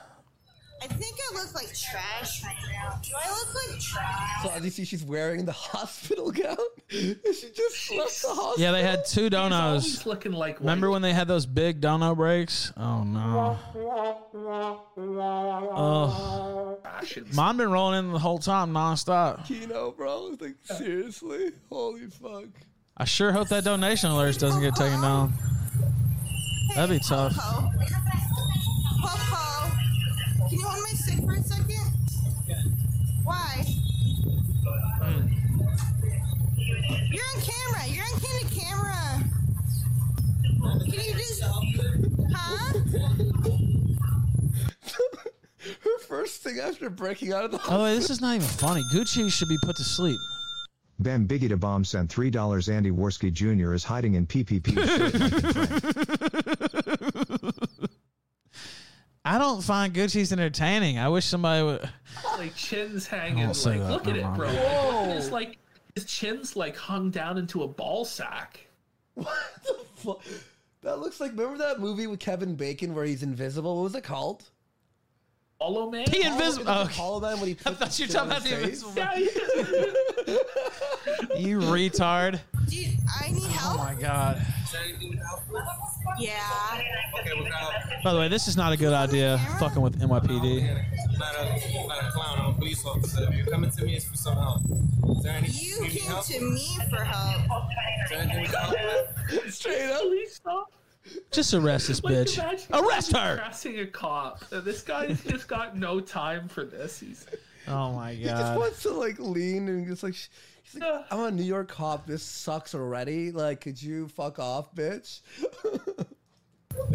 Speaker 11: I think I look like trash. Do I look like trash?
Speaker 7: So as you see, she's wearing the *laughs* hospital gown. *laughs* she just left the hospital.
Speaker 1: Yeah, they had two donos.
Speaker 9: looking like
Speaker 1: Remember when they had those big dono breaks? Oh no. Oh. Mom been rolling in the whole time nonstop.
Speaker 7: Kino, bro. It's *laughs* Like seriously, holy fuck.
Speaker 1: I sure hope that donation alert doesn't get taken down. That'd be tough.
Speaker 11: Ho. Ho ho. Can you hold my stick for a second? Why? You're on camera. You're on kind of camera. Can you just? uh, Huh?
Speaker 7: Her first thing after breaking out of the
Speaker 1: Oh, this is not even funny. Gucci should be put to sleep.
Speaker 4: Bambiggy to bomb sent three dollars. Andy Worski Jr. is hiding in PPP.
Speaker 1: *laughs*
Speaker 4: shit like a friend.
Speaker 1: I don't find Gucci's entertaining. I wish somebody would. *laughs*
Speaker 9: like chins hanging. Like,
Speaker 1: say that,
Speaker 9: look at
Speaker 1: never
Speaker 9: it,
Speaker 1: mind.
Speaker 9: bro. Like, look at his
Speaker 7: Whoa.
Speaker 9: like his chin's like hung down into a ball sack.
Speaker 7: Fu- That looks like remember that movie with Kevin Bacon where he's invisible? What was it called?
Speaker 9: Hollow Man?
Speaker 1: He invisible. Oh,
Speaker 7: Hollow Man when he
Speaker 1: *laughs* I thought you were talking about the invisible man. *laughs* Oh You retard.
Speaker 11: Dude, I need
Speaker 1: Oh
Speaker 11: help.
Speaker 1: my god.
Speaker 11: Yeah. Okay, we're
Speaker 1: By the way, this is not a good idea. Fucking with NYPD.
Speaker 20: I'm not a, I'm not a clown. I'm a police officer. If you're coming to me, it's for some help. Is there any,
Speaker 11: You came to me for help.
Speaker 20: Is there anything we can help with?
Speaker 1: *laughs*
Speaker 9: Straight up. Police officer.
Speaker 1: Just arrest this bitch.
Speaker 9: Imagine
Speaker 1: Arrest her.
Speaker 9: Harassing a cop. Uh, This guy's just got no time for this. He's
Speaker 1: Oh my
Speaker 7: He just
Speaker 1: god.
Speaker 7: wants to like lean and just like sh- he's like, I'm a New York cop. This sucks already. Like, could you fuck off, bitch?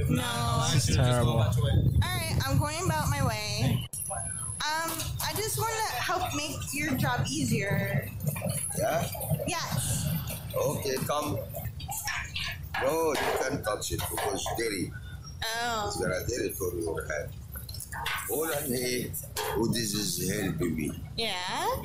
Speaker 11: No.
Speaker 1: This is terrible.
Speaker 11: Alright, I'm going about my way. Um, I just want to help make your job easier.
Speaker 20: Yeah?
Speaker 11: Yes.
Speaker 20: Okay, come. No, you can't touch it because dirty.
Speaker 11: Oh.
Speaker 20: There are dirty for your hand. All I need, oh, this is helping me.
Speaker 11: Yeah?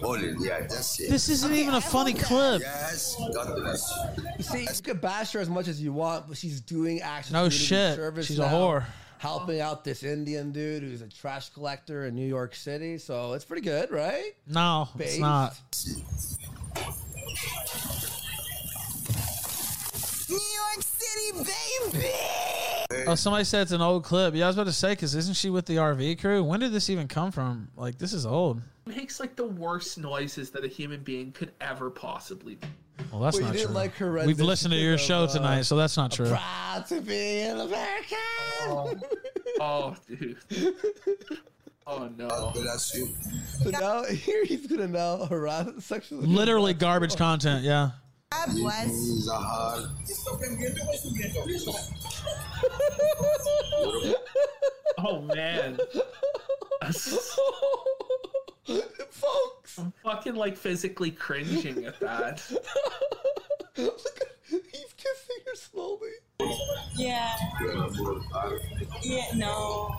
Speaker 20: All it, yeah, that's it.
Speaker 1: This isn't even a funny clip.
Speaker 20: Yes, God bless you.
Speaker 7: You See, you could bash her as much as you want, but she's doing actual
Speaker 1: No
Speaker 7: community
Speaker 1: shit.
Speaker 7: service.
Speaker 1: She's a
Speaker 7: now,
Speaker 1: whore.
Speaker 7: Helping out this Indian dude who's a trash collector in New York City. So it's pretty good, right?
Speaker 1: No, it's
Speaker 7: Based.
Speaker 1: not.
Speaker 11: New York City, baby!
Speaker 1: Oh, somebody said it's an old clip. Yeah, I was about to say because isn't she with the RV crew? When did this even come from? Like, this is old.
Speaker 9: makes like the worst noises that a human being could ever possibly do.
Speaker 1: Well, that's
Speaker 9: Well, you
Speaker 1: not
Speaker 9: didn't
Speaker 1: true.
Speaker 9: like her
Speaker 1: We've listened to
Speaker 9: rendition
Speaker 1: your
Speaker 9: of,
Speaker 1: show
Speaker 9: uh, Ah,
Speaker 1: tonight, so that's not true.
Speaker 7: Proud to be an American.
Speaker 9: *laughs* Oh, dude. Oh no.
Speaker 20: God bless you.
Speaker 7: So now *laughs* here he's gonna now harass sexually.
Speaker 1: *laughs* *laughs*
Speaker 9: *laughs*
Speaker 1: Literally garbage content. Yeah.
Speaker 11: God
Speaker 20: bless. He's a hard.
Speaker 9: Oh *laughs* man.
Speaker 7: Folks.
Speaker 9: I'm fucking like physically cringing at that. *laughs*
Speaker 7: He's kissing her slowly.
Speaker 11: Yeah. Yeah, no.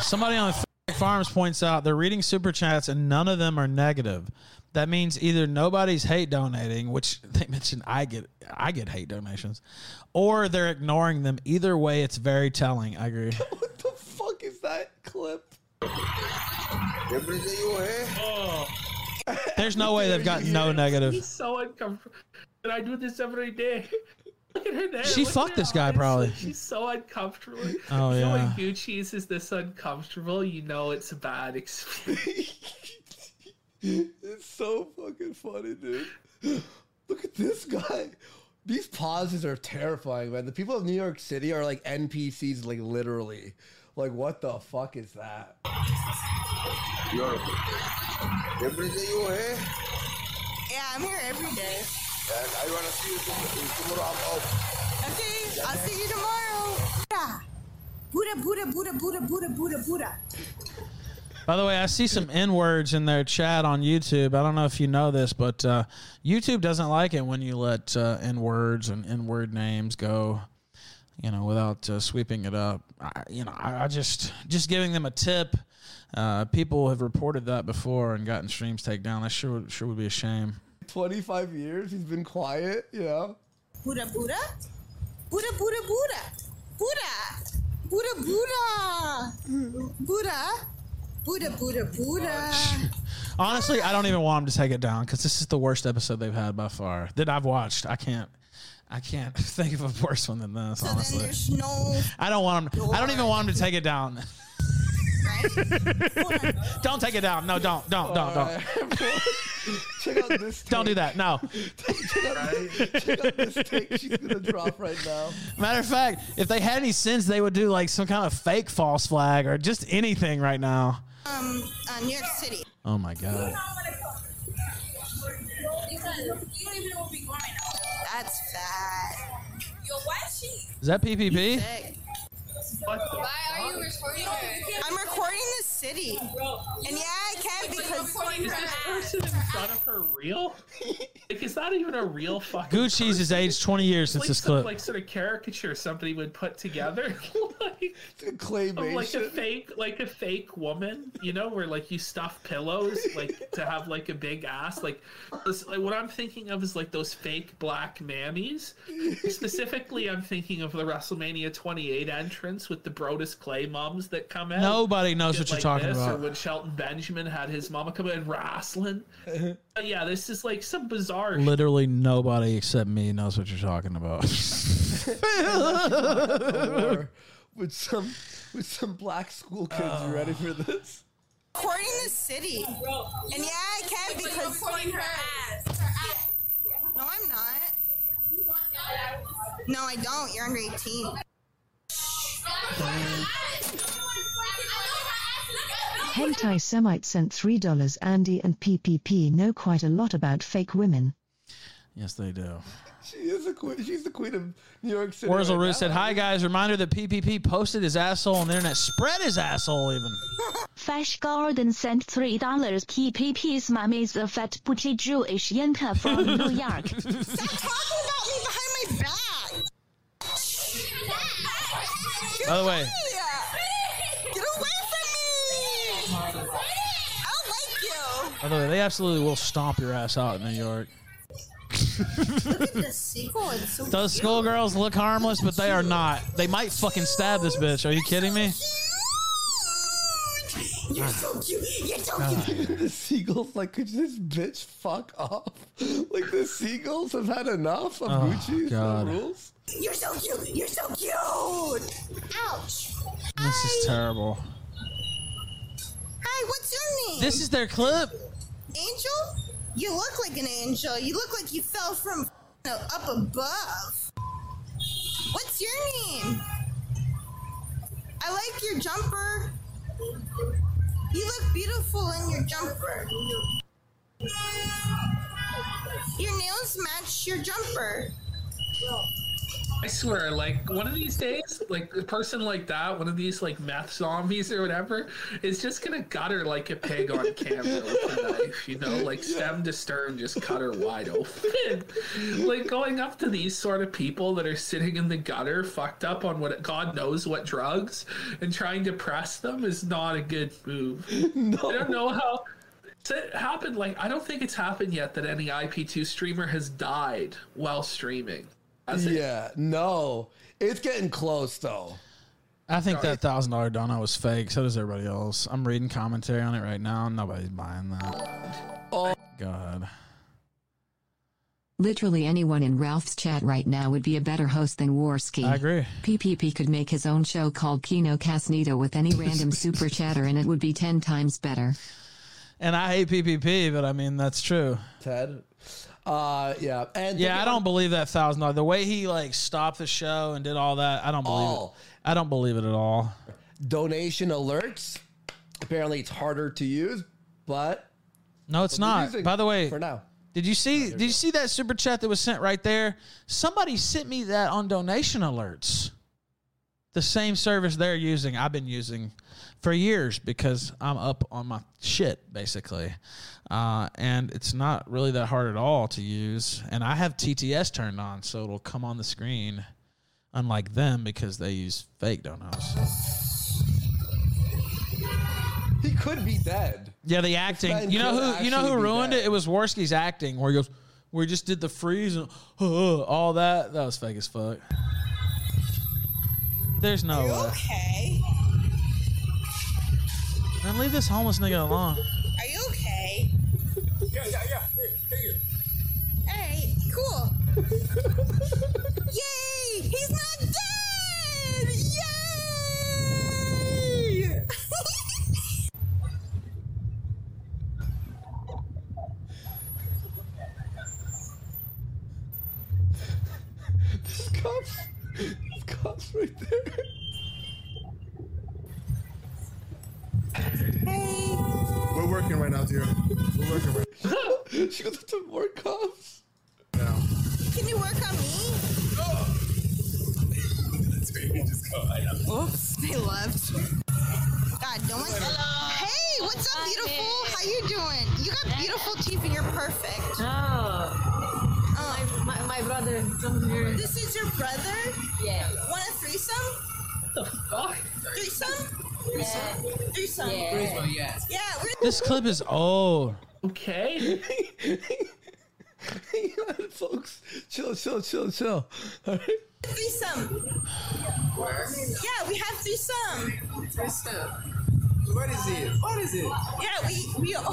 Speaker 1: Somebody on F- Farms points out they're reading super chats and none of them are negative. That means either nobody's hate donating, which *laughs* they mentioned I get I get hate donations, or they're ignoring them. Either way, it's very telling. I
Speaker 9: *laughs*
Speaker 1: agree.
Speaker 7: Fuck is that clip?
Speaker 20: Every day you
Speaker 9: Eh.
Speaker 20: hear.
Speaker 9: Oh.
Speaker 1: There's no way they've got no negative.
Speaker 9: He's so uncomfortable. And I do this every day. *laughs* Look at her there.
Speaker 1: She
Speaker 9: Look at
Speaker 1: fucked
Speaker 9: her
Speaker 1: this guy,
Speaker 9: eyes.
Speaker 1: probably.
Speaker 9: She's so uncomfortable.
Speaker 1: Oh,
Speaker 9: you know when
Speaker 1: yeah.
Speaker 9: Gucci's is this uncomfortable, you know it's a bad experience. *laughs*
Speaker 7: It's so fucking funny, dude. Look at this guy. These pauses are terrifying, man. The people of New York City are like NPCs, like literally. Like, what the fuck is that?
Speaker 20: You're Every day you hear.
Speaker 11: Yeah, I'm here every day.
Speaker 20: And I want to see you tom- tomorrow. I'm off.
Speaker 11: Okay, I'll see you tomorrow. Buddha, Buddha, Buddha, Buddha, Buddha, Buddha, Buddha.
Speaker 1: By the way, I see some N words in their chat on YouTube. I don't know if you know this, but uh, YouTube doesn't like it when you let uh, N words and N word names go, you know, without uh, sweeping it up. I, you know, I, I just just giving them a tip. Uh, people have reported that before and gotten streams taken down. That sure would- sure would be a shame.
Speaker 7: 25 years, he's been quiet, you
Speaker 1: *laughs*
Speaker 7: know?
Speaker 11: Buddha, Buddha. Buddha, Buddha, Buddha. Buddha. Buddha, Buddha. Buddha. Buddha, Buddha, Buddha.
Speaker 1: Honestly, I don't even want them to take it down because this is the worst episode they've had by far that I've watched. I can't. I can't *laughs* think of a worse one than this. honestly,
Speaker 11: There's no.
Speaker 1: I don't want him. I don't even want him to take it down.
Speaker 11: *laughs*
Speaker 1: don't take it down. No, don't, don't, don't, don't.
Speaker 7: Check out this.
Speaker 1: *laughs* Don't do that.
Speaker 7: *laughs*
Speaker 1: No.
Speaker 7: Check out this take she's gonna drop right now.
Speaker 1: Matter of fact, if they had any sins, they would do like some kind of fake false flag or just anything right now.
Speaker 11: Um, uh, New York City.
Speaker 1: Oh my god.
Speaker 11: That's bad. Yo, why is she?
Speaker 1: Is that PPP?
Speaker 11: Why are you recording I'm recording the city. And yeah, I can because.
Speaker 9: Is this person in front of her real? Like, it's not even a real fucking.
Speaker 1: Gucci's is aged 20 years
Speaker 9: It's
Speaker 1: since
Speaker 9: like
Speaker 1: this
Speaker 9: some,
Speaker 1: clip.
Speaker 9: like sort of caricature somebody would put together, *laughs* like of, like a
Speaker 7: claymation.
Speaker 9: fake, like a fake woman, you know, where like you stuff pillows, like to have like a big ass, like, this, like what I'm thinking of is like those fake black mammies. Specifically, I'm thinking of the WrestleMania 28 entrance with the Brodus Clay mums that come out.
Speaker 1: Nobody knows
Speaker 9: Did
Speaker 1: what you're talking
Speaker 9: this,
Speaker 1: about.
Speaker 9: Or when Shelton Benjamin had his mama come out and wrestling. But yeah, this is like some bizarre. shit.
Speaker 1: Literally nobody except me knows what you're talking about. *laughs*
Speaker 7: War with some with some black school kids.
Speaker 1: Oh.
Speaker 7: You ready for this?
Speaker 11: Recording the city. And yeah, I can because. Recording her ass. No, I'm not. No, I don't. You're under 18.
Speaker 21: Hentai Semite sent $3 Andy and PPP know quite a lot about fake women.
Speaker 1: yes, they do.
Speaker 7: She is a queen. She's the queen of New York City.
Speaker 1: Wurzel
Speaker 7: right
Speaker 1: Root said,
Speaker 7: now.
Speaker 1: Hi, guys. Reminder that PPP posted his asshole on the internet, spread his asshole even.
Speaker 12: Fash Gordon sent $3. PPP's mom is a fat butchy Jewish Yanka from New York.
Speaker 1: By the way,
Speaker 11: Get away from me! I don't like you.
Speaker 1: by the way, they absolutely will stomp your ass out in New York. *laughs*
Speaker 11: Look at the sequel. It's so
Speaker 1: Those
Speaker 11: cute.
Speaker 1: schoolgirls look harmless, but they are not. They might fucking stab this bitch. Are you kidding me?
Speaker 11: You're so cute. You're
Speaker 7: *laughs*
Speaker 11: so
Speaker 7: the seagulls like could this bitch fuck off? Like the seagulls have had enough of
Speaker 1: Oh,
Speaker 7: Gucci's
Speaker 1: God.
Speaker 7: rules.
Speaker 11: You're so cute. You're so cute. Ouch.
Speaker 1: This is terrible.
Speaker 11: Hi, what's your name?
Speaker 1: This is their clip.
Speaker 11: Angel? You look like an angel. You look like you fell from you know, up above. What's your name? I like your jumper. You look beautiful in your jumper. Your nails match your jumper.
Speaker 9: I swear, like one of these days, like a person like that, one of these like meth zombies or whatever, is just gonna gut her like a pig on camera with a knife, you know, like stem to stern, just cut her wide open. *laughs* like going up to these sort of people that are sitting in the gutter, fucked up on what God knows what drugs, and trying to press them is not a good move. I don't know how. It happened like I don't think it's happened yet that any IP2 streamer has died while streaming. Has it?
Speaker 7: Yeah, no, it's getting close though.
Speaker 1: I think
Speaker 7: Sorry.
Speaker 1: that thousand dollar dono was fake. So does everybody else. I'm reading commentary on it right now. Nobody's buying that.
Speaker 7: Oh
Speaker 1: God.
Speaker 6: Literally anyone in Ralph's chat right now would be a better host than Warski.
Speaker 1: I agree.
Speaker 6: PPP could make his own show called Kino Casnito with any
Speaker 1: *laughs*
Speaker 6: random super chatter and it would be 10 times better.
Speaker 1: And I hate PPP, but I mean that's true.
Speaker 7: Ted. Uh, yeah, and
Speaker 1: Yeah, I don't believe that thousand dollar. The way he like stopped the show and did all that, I don't believe
Speaker 7: All.
Speaker 1: it. I don't believe it at all.
Speaker 7: donation alerts. Apparently, it's harder to use, but
Speaker 1: No, it's
Speaker 7: we're
Speaker 1: not.
Speaker 7: using
Speaker 1: By the way,
Speaker 7: for now.
Speaker 1: Did you see? Did you see that super chat that was sent right there? Somebody sent me that on donation
Speaker 9: *laughs*
Speaker 1: alerts. The same service they're using, I've been using for years because I'm up on my shit basically, uh, and it's not really that hard at all to use. And I have TTS turned on, so it'll come on the screen, unlike them because they use fake donos.
Speaker 7: he could be dead.
Speaker 1: Yeah, the
Speaker 7: man
Speaker 1: acting. You know
Speaker 7: could
Speaker 1: who? You know
Speaker 7: actually
Speaker 1: who
Speaker 7: be
Speaker 1: ruined it? It was Worski's acting, where he goes, "We just did the freeze and uh, all that." That was fake as fuck. There's no uh, way.
Speaker 11: Okay.
Speaker 1: Man, leave this homeless nigga alone.
Speaker 11: Are you okay? Yeah, yeah, yeah. Here, here. Hey, cool. Yay! He's not dead! Yay!
Speaker 7: *laughs* This cops, this cops right there.
Speaker 22: We're working right now, dear. We're working right
Speaker 7: *laughs* she goes to more cops.
Speaker 11: Can you work on me? Oops, *laughs* they left. God, don't want Hey, what's up, beautiful? How you doing? You got beautiful teeth and you're perfect. Oh.
Speaker 2: Ah. My, my brother, come here.
Speaker 11: This is your brother?
Speaker 2: Yeah.
Speaker 11: Want a threesome?
Speaker 2: What the fuck?
Speaker 11: Threesome?
Speaker 2: Yeah.
Speaker 11: Threesome.
Speaker 2: Yeah. Threesome, yeah.
Speaker 11: Yeah, we're
Speaker 1: This clip is old.
Speaker 7: *laughs*
Speaker 9: Okay.
Speaker 7: Hang on, folks. Chill, chill, chill, chill. All right.
Speaker 11: threesome. Yeah, we have threesome.
Speaker 23: What is it? What is it?
Speaker 11: Yeah, we we all. *laughs*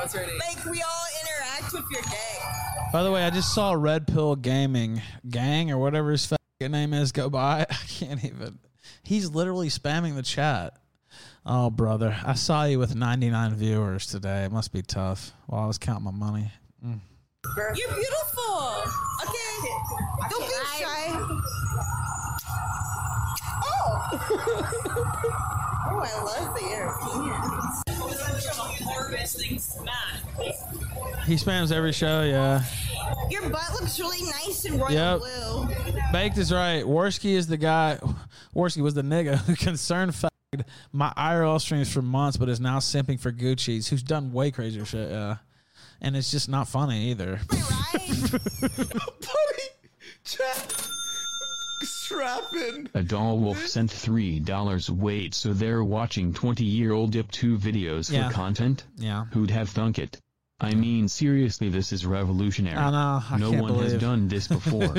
Speaker 23: What's her name?
Speaker 11: Uh, Like we all interact with your gang.
Speaker 1: By the way, I just saw Red Pill Gaming Gang or whatever his fucking name is go by. *laughs* I can't even. He's literally spamming the chat. Oh, brother. I saw you with 99 viewers today. It must be tough. While I was counting my money. Mm.
Speaker 11: You're beautiful. Okay, don't be shy. Oh. *laughs* oh, I love the Europeans.
Speaker 1: He spams every show, yeah.
Speaker 11: Your butt looks really nice in royal
Speaker 1: Yep.
Speaker 11: blue.
Speaker 1: Baked is right. Worski is the guy. Worski was the nigga who *laughs* concerned fucked my IRL streams for months, but is now simping for Gucci's, who's done way crazier shit. Yeah, and it's just not funny either.
Speaker 7: Buddy, chat. Strap in.
Speaker 15: A doll wolf sent three dollars. Wait, so they're watching twenty-year-old dip two videos
Speaker 1: Yeah.
Speaker 15: for content?
Speaker 1: Yeah.
Speaker 15: Who'd have thunk it? I mean, seriously, this is revolutionary.
Speaker 1: I know, I
Speaker 15: no
Speaker 1: can't
Speaker 15: one has
Speaker 1: believe.
Speaker 15: done this
Speaker 1: *laughs*
Speaker 15: before.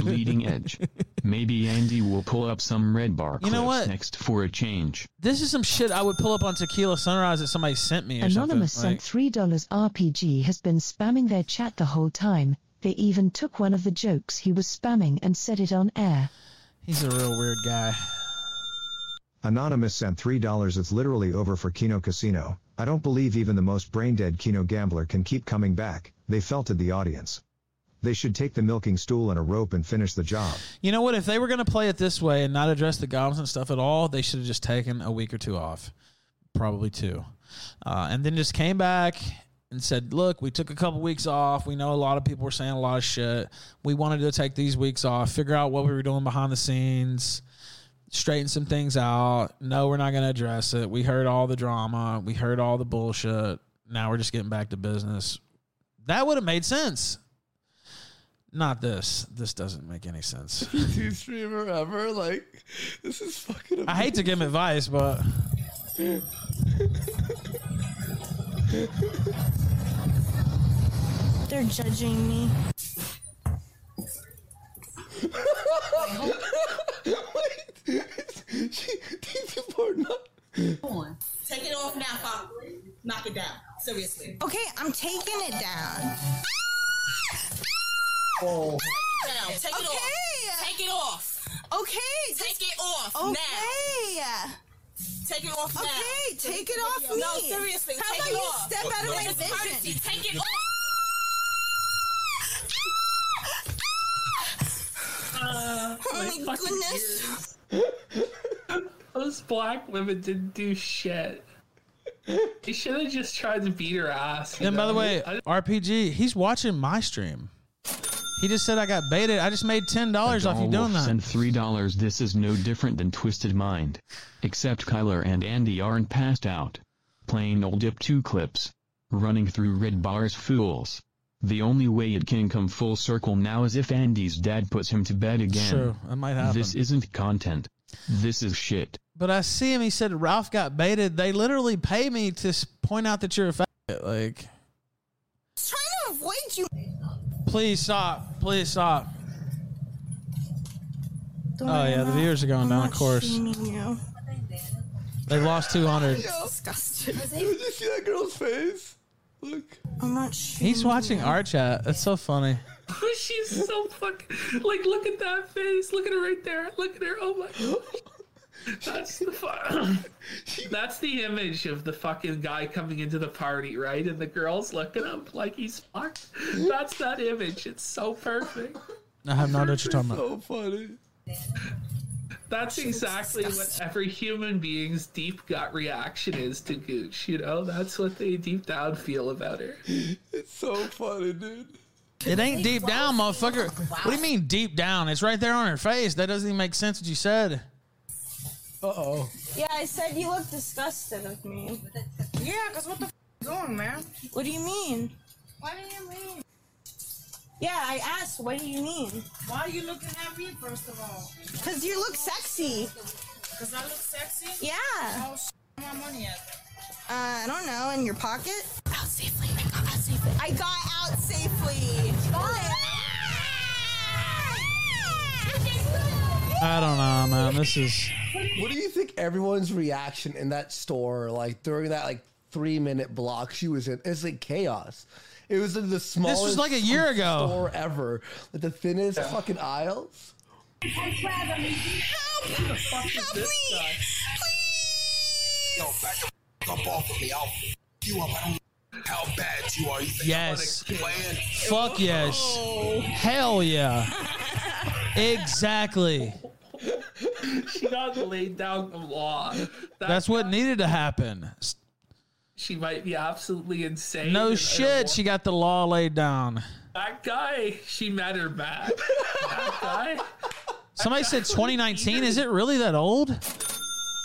Speaker 15: Bleeding edge. Maybe Andy will pull up some red bar
Speaker 1: You know
Speaker 15: clips
Speaker 1: what?
Speaker 15: next for a change.
Speaker 1: This is some shit I would pull up on Tequila Sunrise that somebody sent me. Or
Speaker 6: Anonymous
Speaker 1: something.
Speaker 6: sent $3 RPG has been spamming their chat the whole time. They even took one of the jokes he was spamming and said it on air.
Speaker 1: He's a real weird guy.
Speaker 4: Anonymous sent $3. It's literally over for Kino Casino. I don't believe even the most brain dead Kino gambler can keep coming back. They felted the audience. They should take the milking stool and a rope and finish the job.
Speaker 1: You know what? If they were going to play it this way and not address the goblins and stuff at all, they should have just taken a week or two off, probably two, uh, and then just came back and said, "Look, we took a couple weeks off. We know a lot of people were saying a lot of shit. We wanted to take these weeks off, figure out what we were doing behind the scenes." Straighten some things out. No, we're not going to address it. We heard all the drama. We heard all the bullshit. Now we're just getting back to business. That would have made sense. Not this. This doesn't make any sense.
Speaker 7: PT streamer ever. Like, this is fucking. Amazing.
Speaker 1: I hate to give him advice, but
Speaker 11: They're judging me.
Speaker 19: Come on.
Speaker 11: Take it off now, Pop. Knock it down. Seriously. Okay, I'm taking it down.
Speaker 19: Oh.
Speaker 11: Take it okay. off. Take it off. Okay. Take it off
Speaker 19: now.
Speaker 11: okay. now. Take it off okay,
Speaker 19: now.
Speaker 11: take, it off me.
Speaker 19: No, seriously,
Speaker 11: How
Speaker 19: take
Speaker 11: about
Speaker 19: it
Speaker 11: you
Speaker 19: off.
Speaker 11: step out of my
Speaker 19: This is courtesy.
Speaker 11: vision?
Speaker 19: Take it off.
Speaker 11: oh my goodness.
Speaker 9: Those black women didn't do shit. They should have just tried to beat her ass. you
Speaker 1: and by the
Speaker 9: know?
Speaker 1: way,
Speaker 9: I-
Speaker 1: RPG, he's watching my stream. He just said I got baited. I just made ten dollars off you
Speaker 15: Doll
Speaker 1: doing
Speaker 15: Wolf
Speaker 1: that.
Speaker 15: sent three dollars. This is no different than Twisted Mind, except Kyler and Andy aren't passed out. Plain old dip two clips, running through red bars fools. The only way it can come full circle now is if Andy's dad puts him to bed again.
Speaker 1: True, that might happen.
Speaker 15: This isn't content. This is shit.
Speaker 1: But I see him. He said Ralph got baited. They literally pay me to s- point out that you're a faggot. Like,
Speaker 11: trying to avoid you.
Speaker 1: please stop. Please stop. oh yeah, the viewers are going down. Of course,
Speaker 11: You.
Speaker 1: they lost two hundred.
Speaker 11: Disgusting.
Speaker 7: Did you see that girl's face? Look.
Speaker 11: I'm not
Speaker 1: He's watching our chat. That's so funny.
Speaker 9: *laughs* She's so fucking like. Look at that face. Look at her right there. Look at her. Oh my gosh.
Speaker 11: *laughs*
Speaker 9: That's the
Speaker 1: *laughs*
Speaker 9: fu- That's the image of the fucking guy coming into the party, right? And the girls look at him like he's
Speaker 1: *laughs*
Speaker 9: fucked. That's that image. It's so perfect.
Speaker 1: I have no idea what you're talking about.
Speaker 7: So funny.
Speaker 9: That's exactly what every human being's deep gut reaction is to Gooch. You know, that's what they deep down feel about her.
Speaker 7: It's so funny, dude.
Speaker 1: It ain't deep down, motherfucker. What do you mean deep down? It's right there on her face. That doesn't even make sense what you said.
Speaker 7: Uh oh.
Speaker 17: Yeah, I said you look disgusted with me. Yeah, cause what the f-
Speaker 11: going, man? What do you mean? What do you mean? Yeah, I asked, what do you mean?
Speaker 2: Why are you looking at me, first of all?
Speaker 11: Because you look sexy.
Speaker 2: Because I look sexy?
Speaker 11: Yeah.
Speaker 2: How sh- my money at?
Speaker 11: Uh, I don't know, in your pocket? Out safely. I got out safely. I got out safely.
Speaker 1: I don't know, man. This is
Speaker 7: What do you think everyone's reaction in that store, like during that like three minute block she was in? It's like chaos. It was in the smallest.
Speaker 1: like, a year ago.
Speaker 7: Store ever, like the thinnest
Speaker 1: Yeah.
Speaker 7: fucking aisles.
Speaker 11: Help!
Speaker 2: Who the fuck is this guy?
Speaker 20: Yo, back the f- up off of me. I'll f- you up. I don't know how bad you are. You think
Speaker 1: Yes.
Speaker 20: I'm gonna plan?
Speaker 1: Fuck yes. Hell yeah. Exactly.
Speaker 9: she got laid down the law. That-
Speaker 1: That's what needed to happen. S-
Speaker 9: she might be absolutely insane.
Speaker 1: No
Speaker 9: and-
Speaker 1: shit. She got the law laid down.
Speaker 9: That guy, she met her back. that guy.
Speaker 1: Somebody said 2019. Is it really that old?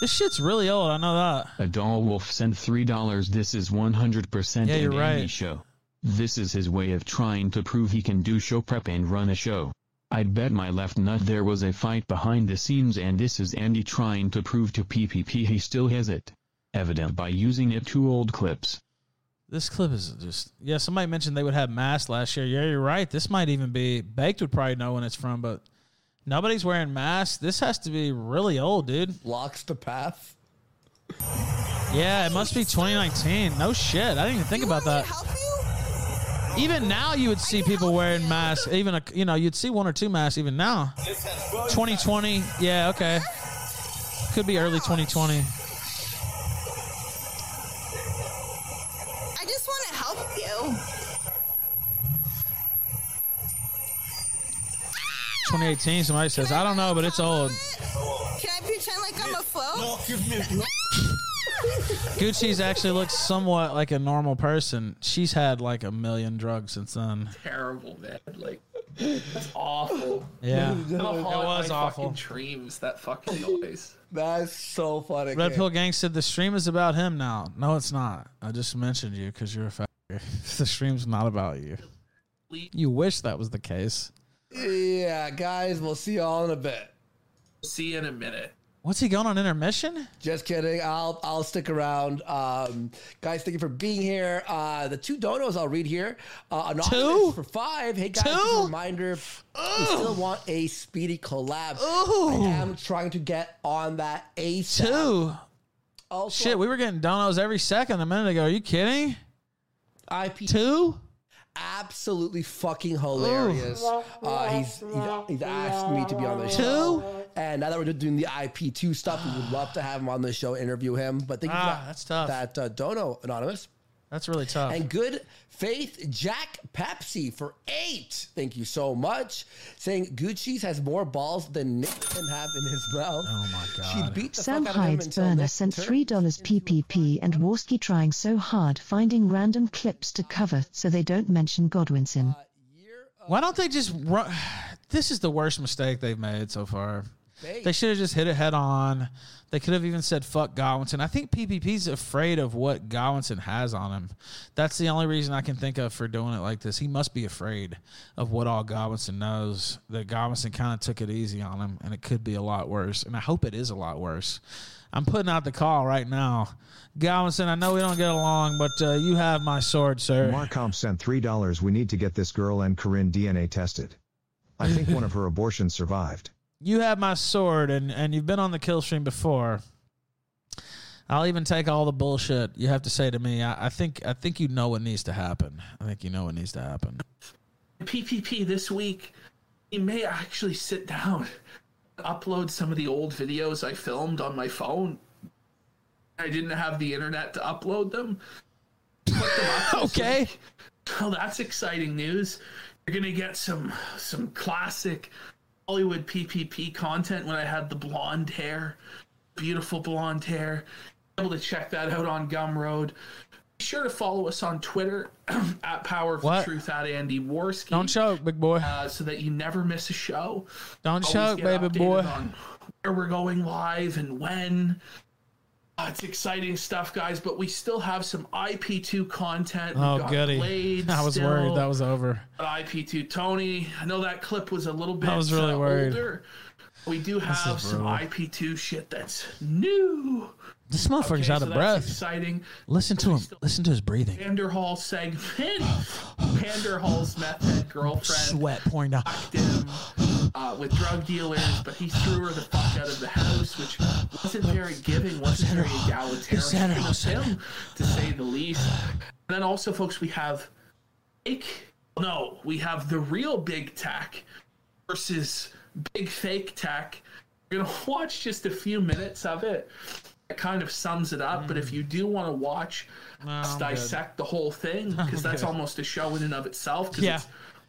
Speaker 1: This shit's really old. I know that.
Speaker 15: A doll wolf sent three dollars. This is one hundred percent
Speaker 1: Yeah,
Speaker 15: an
Speaker 1: you're
Speaker 15: Andy
Speaker 1: right.
Speaker 15: show. This is his way of trying to prove he can do show prep and run a show. I bet my left nut there was a fight behind the scenes, and this is Andy trying to prove to PPP he still has it, evident by using it two old clips.
Speaker 1: This clip is just yeah. Somebody mentioned they would have masks last year. Yeah, you're right. This might even be baked. Would probably know when it's from, but nobody's wearing masks. This has to be really old, dude.
Speaker 7: Blocks the path.
Speaker 1: Yeah, it must be 2019. No shit. I didn't even think about that. Even now, you would see people wearing masks. Even a, you know, you'd see one or two masks. Even now, 2020. Yeah, okay. Could be early 2020.
Speaker 11: I just want to help you.
Speaker 1: 2018. Somebody says, I don't know, but it's old.
Speaker 11: Can I pretend like I'm afloat? No, give me
Speaker 1: Gucci's actually looks somewhat like a normal person. She's had like a million drugs since then.
Speaker 9: Terrible, man. Like, it's awful.
Speaker 1: Yeah.
Speaker 9: I'm
Speaker 1: It
Speaker 9: a hog
Speaker 1: was
Speaker 9: my
Speaker 1: awful.
Speaker 9: Fucking dreams, that fucking noise.
Speaker 7: *laughs* That's so funny.
Speaker 1: Red
Speaker 7: kid.
Speaker 1: Pill Gang said the stream is about him now. No, it's not. I just mentioned you because you're a fucker. *laughs* the stream's not about you. You wish that was the case.
Speaker 7: Yeah, guys, we'll see y'all in a bit.
Speaker 9: See you in a minute.
Speaker 1: What's he going on intermission?
Speaker 7: Just kidding. I'll I'll stick around. Um, guys, thank you for being here. Uh, the two donos I'll read here. Uh, anonymous
Speaker 1: Two?
Speaker 7: for five. Hey guys, just a
Speaker 1: Two?
Speaker 7: reminder. We still want a speedy collab. I am trying to get on that ASAP.
Speaker 1: Two.
Speaker 7: Also,
Speaker 1: Shit, we were getting donos every second a minute ago. Are you kidding?
Speaker 7: IP
Speaker 1: two.
Speaker 7: Absolutely fucking hilarious. Uh, he's, he's he's asked me to be on the
Speaker 1: Two?
Speaker 7: show. And now that we're doing the IP two stuff, we would love to have him on the show, interview him. But thank you for
Speaker 1: Ah,
Speaker 7: that,
Speaker 1: that's tough.
Speaker 7: That uh, dono anonymous.
Speaker 1: That's really tough.
Speaker 7: And good faith, Jack Pepsi for eight. Thank you so much. Saying Gucci's has more balls than Nick can have in his mouth. Oh my god. She beat the
Speaker 6: Sam
Speaker 7: fuck out of him
Speaker 6: Hyde's
Speaker 7: until
Speaker 6: burner
Speaker 7: Nick
Speaker 6: sent
Speaker 7: turned.
Speaker 6: $3 PPP and Worski trying so hard finding random clips to cover so they don't mention Godwinson.
Speaker 1: Why don't they just run? *sighs* This is the worst mistake they've made so far. They should have just hit it head on. They could have even said "fuck Godwinson." I think PPP's afraid of what Godwinson has on him. That's the only reason I can think of for doing it like this. He must be afraid of what all Godwinson knows. That Godwinson kind of took it easy on him, and it could be a lot worse. And I hope it is a lot worse. I'm putting out the call right now, Godwinson. I know we don't get along, but uh, you have my sword, sir.
Speaker 4: Marcomp sent $3. We need to get this girl and Corinne DNA tested. I think one of her abortions
Speaker 1: *laughs*
Speaker 4: survived.
Speaker 1: you have my sword and, and you've been on the kill stream before. I'll even take all the bullshit you have to say to me. I, I think I think you know what needs to happen. I think you know what needs to happen.
Speaker 9: PPP this week, he may actually sit down, and upload some of the old videos I filmed on my phone. I didn't have the internet to upload
Speaker 1: *laughs*
Speaker 9: them. Put them up this
Speaker 1: Okay.
Speaker 9: week. Well, that's exciting news. You're gonna get some some classic Hollywood PPP content when I had the blonde hair, beautiful blonde hair. Able to check that out on Gumroad. Be sure to follow us on Twitter *clears throat* at Power of
Speaker 1: What?
Speaker 9: the Truth at Andy Worski.
Speaker 1: Don't choke, big boy.
Speaker 9: Uh, so that you never miss a show.
Speaker 1: Don't
Speaker 9: Always
Speaker 1: choke,
Speaker 9: get
Speaker 1: baby
Speaker 9: updated
Speaker 1: boy.
Speaker 9: On where we're going live and when. Uh, it's exciting stuff, guys, but we still have some IP2 content. We've
Speaker 1: Oh,
Speaker 9: got
Speaker 1: goody.
Speaker 9: Blade
Speaker 1: *laughs* I was
Speaker 9: still,
Speaker 1: worried that was over.
Speaker 9: got IP2 Tony. I know that clip was a little bit
Speaker 1: I was really
Speaker 9: uh,
Speaker 1: worried.
Speaker 9: older. We do
Speaker 1: This is
Speaker 9: have some
Speaker 1: brutal.
Speaker 9: IP2 shit that's new.
Speaker 1: This motherfucker's
Speaker 9: Okay,
Speaker 1: out
Speaker 9: so
Speaker 1: of
Speaker 9: that's
Speaker 1: breath.
Speaker 9: exciting.
Speaker 1: Listen to him. Listen to his breathing.
Speaker 9: Vanderhall segment. Vanderhall's method girlfriend
Speaker 1: Sweat pouring down.
Speaker 9: uh, with drug dealers, but he threw her the fuck out of the house, which wasn't very giving, wasn't very egalitarian of him, to say the least. And then also, folks, we have fake. No, we have the real big tech versus big fake tech. You're gonna *laughs* watch just a few minutes of it. That kind of sums it up. But if you do want to watch us
Speaker 1: Mm. I'm good.
Speaker 9: dissect the whole
Speaker 1: *laughs*
Speaker 9: thing, because that's
Speaker 1: good.
Speaker 9: almost a show in and of itself. 'cause
Speaker 1: Yeah.
Speaker 9: it's-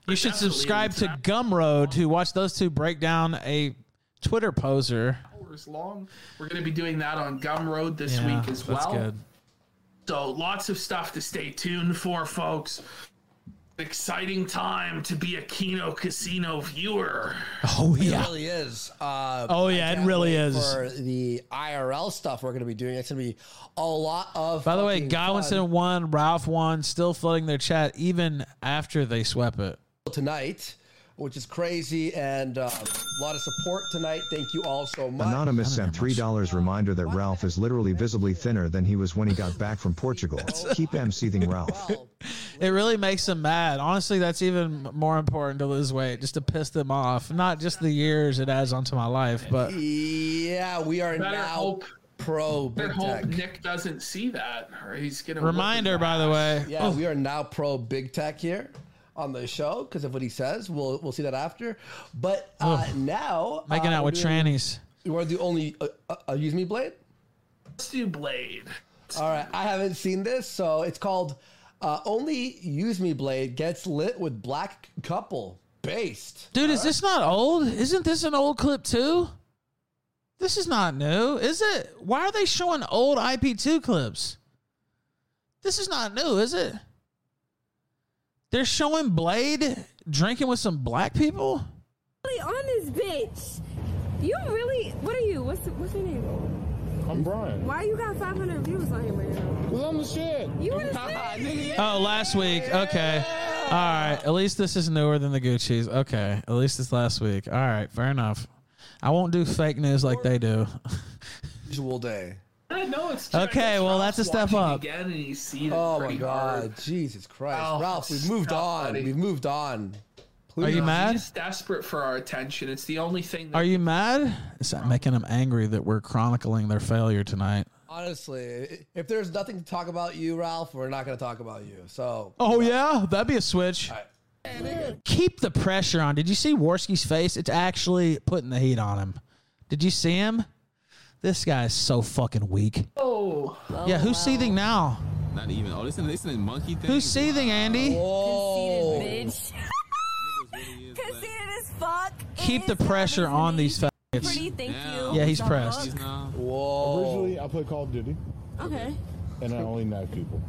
Speaker 1: You should
Speaker 9: definitely
Speaker 1: subscribe
Speaker 9: it's
Speaker 1: to Gumroad to watch those two break down a Twitter poser.
Speaker 9: hours long. We're going to be doing that on Gumroad this
Speaker 1: Yeah,
Speaker 9: week as
Speaker 1: that's
Speaker 9: well.
Speaker 1: good.
Speaker 9: So lots of stuff to stay tuned for, folks. Exciting time to be a Kino Casino viewer.
Speaker 1: Oh
Speaker 9: yeah.
Speaker 7: it really is. Uh,
Speaker 9: Oh,
Speaker 7: I
Speaker 9: yeah, it
Speaker 7: can't
Speaker 9: really
Speaker 7: wait
Speaker 1: is.
Speaker 7: For the IRL stuff we're going to be doing, it's going to be a lot of.
Speaker 1: By the way,
Speaker 7: fucking
Speaker 1: Godwinson
Speaker 7: fun
Speaker 1: won, Ralph won, still flooding their chat even after they swept it.
Speaker 7: tonight, which is crazy, and uh, a lot of support tonight. Thank you all so much.
Speaker 4: Anonymous sent $3 reminder that Ralph is literally visibly thinner than he was when he got back from Portugal. Keep emceeing Ralph.
Speaker 1: It really makes them mad. Honestly, that's even more important to lose weight, just to piss them off. Not just the years it adds onto my life, but
Speaker 7: Yeah, we are
Speaker 9: Better
Speaker 7: now
Speaker 9: hope.
Speaker 7: pro
Speaker 9: Better
Speaker 7: big
Speaker 9: hope
Speaker 7: tech.
Speaker 9: Nick doesn't see that, or he's going to
Speaker 1: Reminder, by the way.
Speaker 7: Yeah,
Speaker 1: Oh.
Speaker 7: we are now pro big tech here on the show because of what he says. We'll we'll see that after. But uh,
Speaker 1: Ugh.
Speaker 7: now
Speaker 1: making
Speaker 7: uh,
Speaker 1: out
Speaker 7: we're
Speaker 1: with
Speaker 7: doing-
Speaker 1: trannies.
Speaker 7: You want to do only uh, uh, uh, use me blade?
Speaker 9: Let's do blade.
Speaker 7: All right, I haven't seen this, so it's called uh, "Only Use Me Blade Gets Lit with Black Couple Based."
Speaker 1: Dude, is this not old? Isn't this an old clip too? This is not new, is it? Why are they showing old IP2 clips? This is not new, is it? They're showing Blade drinking with some black people?
Speaker 24: really on this bitch. You really? What are you? What's what's your name?
Speaker 16: I'm Brian.
Speaker 24: Why you got 500 views on him right now?
Speaker 16: Cause I'm the shit.
Speaker 24: You were the shit.
Speaker 1: Oh, last week. Okay. All right. At least this is newer than the Gucci's. Okay. At least it's last week. All right. Fair enough. I won't do fake news like they do.
Speaker 7: Usual day.
Speaker 9: I know it's true. I
Speaker 1: Okay.
Speaker 9: guess
Speaker 1: Well,
Speaker 9: Ralph's
Speaker 1: that's a step
Speaker 9: watching
Speaker 1: up.
Speaker 9: Again, and he's seen it
Speaker 7: Oh my
Speaker 9: pretty
Speaker 7: God,
Speaker 9: hard.
Speaker 7: Jesus Christ,
Speaker 9: Oh,
Speaker 7: Ralph, we've moved
Speaker 9: stop,
Speaker 7: on.
Speaker 9: buddy.
Speaker 7: We've moved on. Please.
Speaker 9: He's desperate for our attention. It's the only thing. That
Speaker 1: Are you mad? Is that making them angry that we're chronicling their failure tonight?
Speaker 7: Honestly, if there's nothing to talk about you, Ralph, we're not going to talk about you. So
Speaker 1: Oh yeah, that'd be a switch. Keep the pressure on. Did you see Worski's face? It's actually putting the heat on him. Did you see him? This guy is so fucking weak.
Speaker 9: Oh.
Speaker 1: yeah, who's seething now?
Speaker 25: Not even. Oh, this is this is monkey thing.
Speaker 1: Who's seething, Andy?
Speaker 24: Bitch. Conceited as fuck.
Speaker 1: Keep the pressure on these faggots.
Speaker 24: Pretty, thank you.
Speaker 1: Yeah, he's
Speaker 24: Shut
Speaker 1: pressed.
Speaker 24: up.
Speaker 7: Whoa.
Speaker 16: Originally, I play Call of Duty,
Speaker 24: Okay.
Speaker 16: and I only
Speaker 7: *laughs*
Speaker 16: knife people.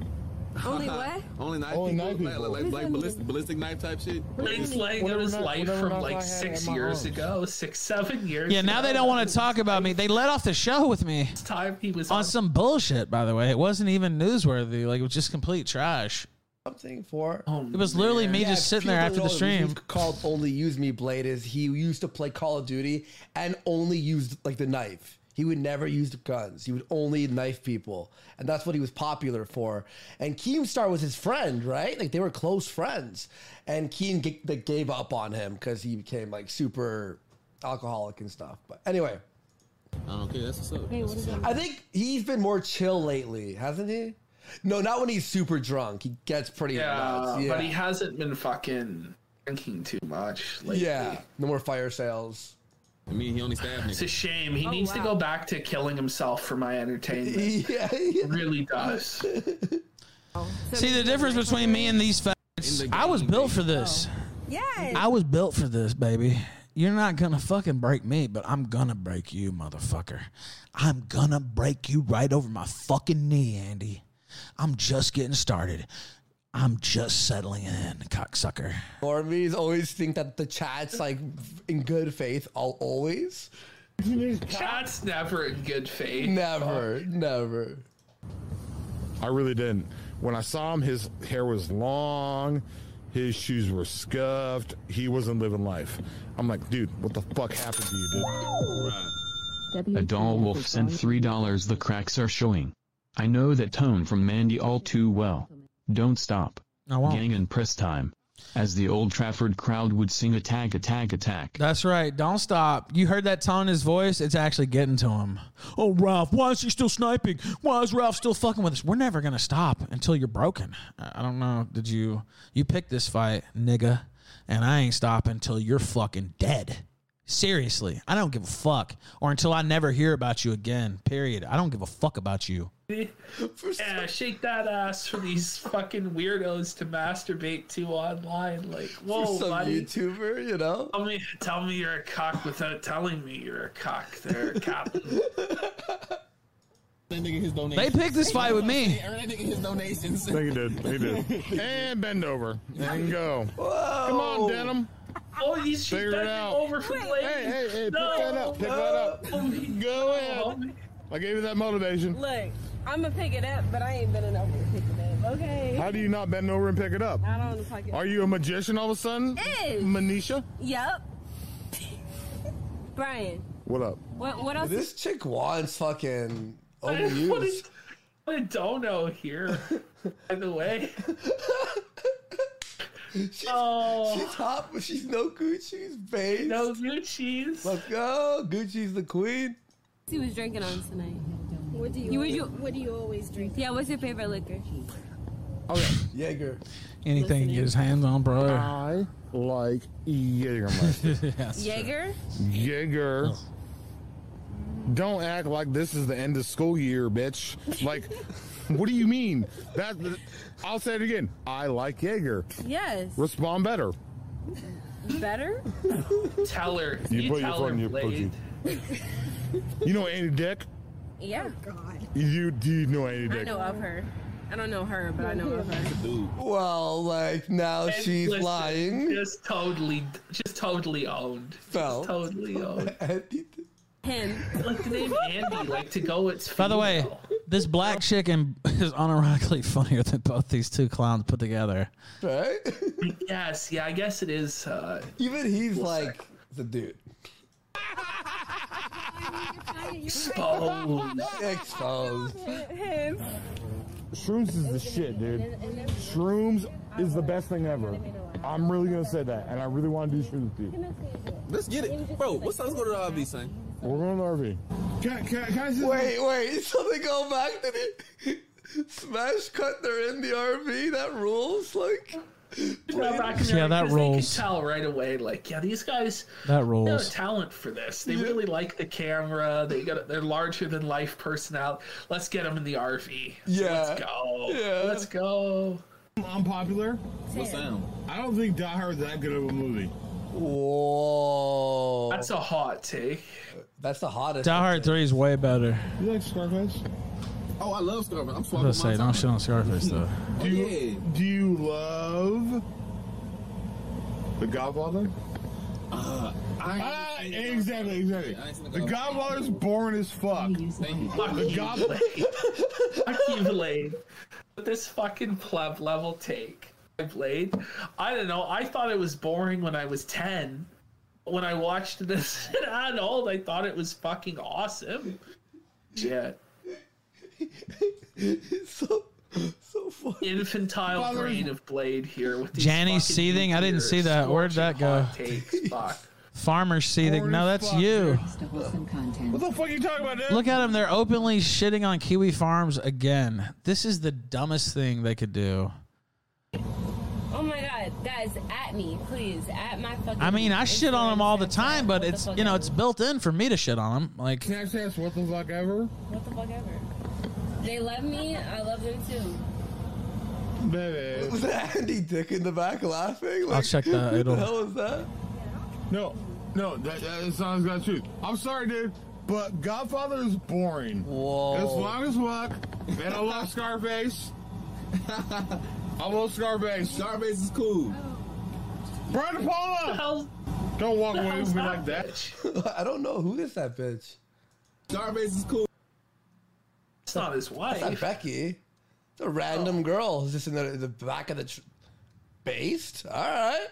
Speaker 24: Only what?
Speaker 25: *laughs* Only knife
Speaker 16: Only
Speaker 25: people.
Speaker 16: knife
Speaker 25: Like-
Speaker 16: people.
Speaker 25: Like, like, like ballistic, ballistic knife type shit.
Speaker 9: Blade's laying out his life from like six years ago, six, seven years.
Speaker 1: Yeah, now they don't want to talk about me. They let off the show with me.
Speaker 9: time he was
Speaker 1: on, some bullshit, by the way. It wasn't even newsworthy. Like it was just complete trash.
Speaker 7: something for.
Speaker 1: It was literally me just
Speaker 7: if
Speaker 1: sitting there
Speaker 7: people
Speaker 1: after the
Speaker 7: know reason
Speaker 1: stream.
Speaker 7: he's Called only use me blade is he used to play Call of Duty and only used like the knife. He would never use the guns. He would only knife people, and that's what he was popular for. And Keemstar was his friend, right? Like they were close friends. And Keem g- like, gave up on him because he became like super alcoholic and stuff. But anyway,
Speaker 25: I don't care. That's what's up.
Speaker 24: Hey, what is
Speaker 7: I think he's been more chill lately, hasn't he? No, not when he's super drunk. He gets pretty
Speaker 9: Yeah,
Speaker 7: nuts. Yeah.
Speaker 9: but he hasn't been fucking drinking too much lately.
Speaker 7: Yeah, no more fire sales.
Speaker 25: I mean, he only stabbed
Speaker 9: It's a shame.
Speaker 11: Oh,
Speaker 9: He needs to go back to killing himself for my
Speaker 7: *laughs*
Speaker 9: entertainment.
Speaker 7: yeah,
Speaker 9: really
Speaker 7: *laughs*
Speaker 9: does.
Speaker 1: See the difference between me and these facts. I was built for this.
Speaker 24: Yes.
Speaker 1: I was built for this, baby. You're not gonna fucking break me, but I'm gonna break you, motherfucker. I'm gonna break you right over my fucking knee, Andy. I'm just getting started. I'm just settling in, cocksucker.
Speaker 7: Normies always think that the chat's like in good faith, all, always.
Speaker 9: That's never in good faith.
Speaker 7: Never, never.
Speaker 16: I really didn't. When I saw him, his hair was long, his shoes were scuffed. He wasn't living life. I'm like, dude, what the fuck happened to you, dude?
Speaker 15: A doll wolf sent three dollars. The cracks are showing. I know that tone from Mandy all too well. Don't stop.
Speaker 1: I won't.
Speaker 15: Gang and press time. As the old Trafford crowd would sing attack, attack, attack.
Speaker 1: That's right. Don't stop. You heard that tone in his voice. It's actually getting to him. Oh, Ralph, why is he still sniping? Why is Ralph still fucking with us? We're never going to stop until you're broken. I I don't know. Did you. You picked this fight, nigga, and I ain't stopping until you're fucking dead. Seriously. I don't give a fuck. Or until I never hear about you again, period. I don't give a fuck about you.
Speaker 7: *laughs*
Speaker 9: yeah, shake that ass for these fucking weirdos to masturbate to online. Like, whoa,
Speaker 7: For some
Speaker 9: buddy.
Speaker 7: YouTuber, you know?
Speaker 9: Tell me, tell me you're a cock without telling me you're a cock. There, captain.
Speaker 1: They picked this fight with me.
Speaker 26: Earn that nigga his donations.
Speaker 16: They did.
Speaker 7: *laughs*
Speaker 16: They did. And bend over. And go.
Speaker 7: Oh,
Speaker 16: Come on, Denim.
Speaker 9: Oh, he's
Speaker 16: Figure it out.
Speaker 9: over for Blake.
Speaker 16: Hey, hey, hey, pick that up. Pick that
Speaker 9: Oh,
Speaker 16: up. Go ahead. I gave you that motivation.
Speaker 11: Look, I'm gonna pick it up, but I ain't bending over to pick it up. Okay.
Speaker 16: How do you not bend over and pick it up?
Speaker 11: I don't know if I can.
Speaker 16: Are you a magician all of a sudden?
Speaker 11: Is.
Speaker 16: Manisha? *laughs*
Speaker 11: Yep. Brian,
Speaker 16: What up?
Speaker 11: what what else?
Speaker 7: This chick wants fucking
Speaker 9: *laughs* What is-
Speaker 7: overused.
Speaker 9: I don't know here. By the way,
Speaker 7: She's,
Speaker 9: Oh.
Speaker 7: she's hot, but she's no Gucci's babe.
Speaker 9: no Gucci's.
Speaker 7: Let's go. Gucci's the queen.
Speaker 11: He was drinking on tonight.
Speaker 27: What do you,
Speaker 11: You- you-
Speaker 27: what do you always drink?
Speaker 11: Yeah, what's your favorite liquor?
Speaker 7: Jaeger.
Speaker 1: Anything you get his hands on, bro.
Speaker 16: I like Jägermeister.
Speaker 1: *laughs* Yes.
Speaker 11: Jaeger?
Speaker 16: Jaeger. Don't act like this is the end of school year, bitch. Like,
Speaker 11: *laughs*
Speaker 16: what do you mean? That I'll say it again. I like Jaeger.
Speaker 11: Yes.
Speaker 16: Respond better.
Speaker 11: Better?
Speaker 9: Tell her.
Speaker 16: You
Speaker 9: You,
Speaker 16: put your
Speaker 9: tell
Speaker 16: foot
Speaker 9: her,
Speaker 16: in your
Speaker 9: Blade.
Speaker 16: You know Andy Dick?
Speaker 11: Yeah.
Speaker 27: Oh,
Speaker 16: You do you know Andy
Speaker 11: I
Speaker 16: Dick?
Speaker 11: know of her. I don't know her, but I know of her.
Speaker 7: Well, like now
Speaker 9: And
Speaker 7: she's
Speaker 9: listen,
Speaker 7: lying.
Speaker 9: Just totally, just totally owned.
Speaker 7: Felt.
Speaker 9: Just
Speaker 7: *laughs*
Speaker 9: totally owned.
Speaker 11: Him.
Speaker 9: Like the name Andy, like to go. It's
Speaker 1: By the way, this black chicken *laughs* is unironically *laughs* funnier than both these two clowns put together.
Speaker 7: Right?
Speaker 9: *laughs* yes, yeah, I guess it is. Uh,
Speaker 7: Even he's like the dude.
Speaker 9: Exposed.
Speaker 7: Exposed.
Speaker 11: Him.
Speaker 16: Shrooms is the shit, dude. Shrooms is the best thing ever. I'm really gonna say that, and I really want to do shrooms with you.
Speaker 26: Let's get it, bro. What's up? Let's go to the RV, son.
Speaker 16: We're going to RV.
Speaker 28: Can, can, can I just
Speaker 7: Wait, wait. So they go back to the *laughs* smash cut. They're in the RV. That rules. Like,
Speaker 9: Yeah, back in the day,
Speaker 1: Yeah,
Speaker 9: 'cause
Speaker 1: that
Speaker 9: They could
Speaker 1: rolls.
Speaker 9: tell right away, like, yeah, these guys,
Speaker 1: That
Speaker 9: no
Speaker 1: rules.
Speaker 9: talent for this. They really like the camera. They got they're larger than life personality. Let's get them in the RV.
Speaker 7: yeah.
Speaker 9: Let's go.
Speaker 7: Yeah.
Speaker 9: Let's go.
Speaker 16: I'm unpopular.
Speaker 26: What's down?
Speaker 16: I don't think Die Hard's that good of a movie.
Speaker 7: Whoa.
Speaker 9: That's a hot take.
Speaker 7: That's the hottest.
Speaker 1: Die Hard Three is way better.
Speaker 16: You like Scarface?
Speaker 26: Oh, I love Scarface. I'm
Speaker 1: I
Speaker 26: swapping my
Speaker 1: was gonna say,
Speaker 26: time.
Speaker 1: don't shit on Scarface though.
Speaker 26: Oh, yeah.
Speaker 16: Do you love The Godfather?
Speaker 26: Uh,
Speaker 16: Ah,
Speaker 26: I ain't seen it.
Speaker 16: exactly, exactly.
Speaker 26: I ain't seen
Speaker 16: The Godfather's boring as fuck.
Speaker 26: Thank you.
Speaker 9: Fuck you,
Speaker 16: goblin-
Speaker 9: Blade. Fuck you, Blade. With this fucking pleb level take, Blade. I don't know. I thought it was boring when I was ten. When I watched this *laughs* as an adult, I thought it was fucking awesome. Yeah.
Speaker 19: *laughs*
Speaker 7: so, so funny.
Speaker 9: infantile
Speaker 16: Father-
Speaker 9: brain of Blade here with these
Speaker 1: Janny
Speaker 9: fucking
Speaker 1: seething? I didn't see
Speaker 9: nuclear
Speaker 1: that. Where'd that
Speaker 9: scorching
Speaker 1: go?
Speaker 9: hot Takes. Fuck.
Speaker 1: Farmer seething.
Speaker 16: Boring
Speaker 1: No,
Speaker 16: as
Speaker 1: that's
Speaker 16: fuck,
Speaker 1: you.
Speaker 16: dude. What
Speaker 29: content.
Speaker 16: the fuck are you talking about, dude?
Speaker 1: Look at them. They're openly shitting on Kiwi Farms again. This is the dumbest thing they could do.
Speaker 11: Oh my god, guys, at me, please. At my fucking.
Speaker 1: I mean, I shit on them all the
Speaker 11: Instagram,
Speaker 1: time, but
Speaker 11: what the
Speaker 1: it's
Speaker 11: fuck
Speaker 1: you know
Speaker 11: ever.
Speaker 1: it's built in for me to shit on them. Like
Speaker 16: Can I say that's what the fuck ever?
Speaker 11: What the fuck ever. They love me, I love them too.
Speaker 16: Baby.
Speaker 7: Was that Andy Dick in the back laughing? Like,
Speaker 1: check that.
Speaker 7: What
Speaker 1: It'll-
Speaker 7: the hell was that?
Speaker 16: No, no, that, that sounds got truth. I'm sorry, dude, but Godfather is boring.
Speaker 7: Whoa.
Speaker 16: It's long as fuck, and I love Scarface. *laughs* I love Scarface.
Speaker 26: Scarface is cool.
Speaker 16: Brian De Palma!
Speaker 9: Hell,
Speaker 16: Don't walk away from me like that.
Speaker 7: *laughs* I don't know who is that bitch.
Speaker 19: Darby's is cool.
Speaker 9: It's not his wife.
Speaker 7: That's not Becky. It's a random girl who's just in the, the back of the tr- based. All right.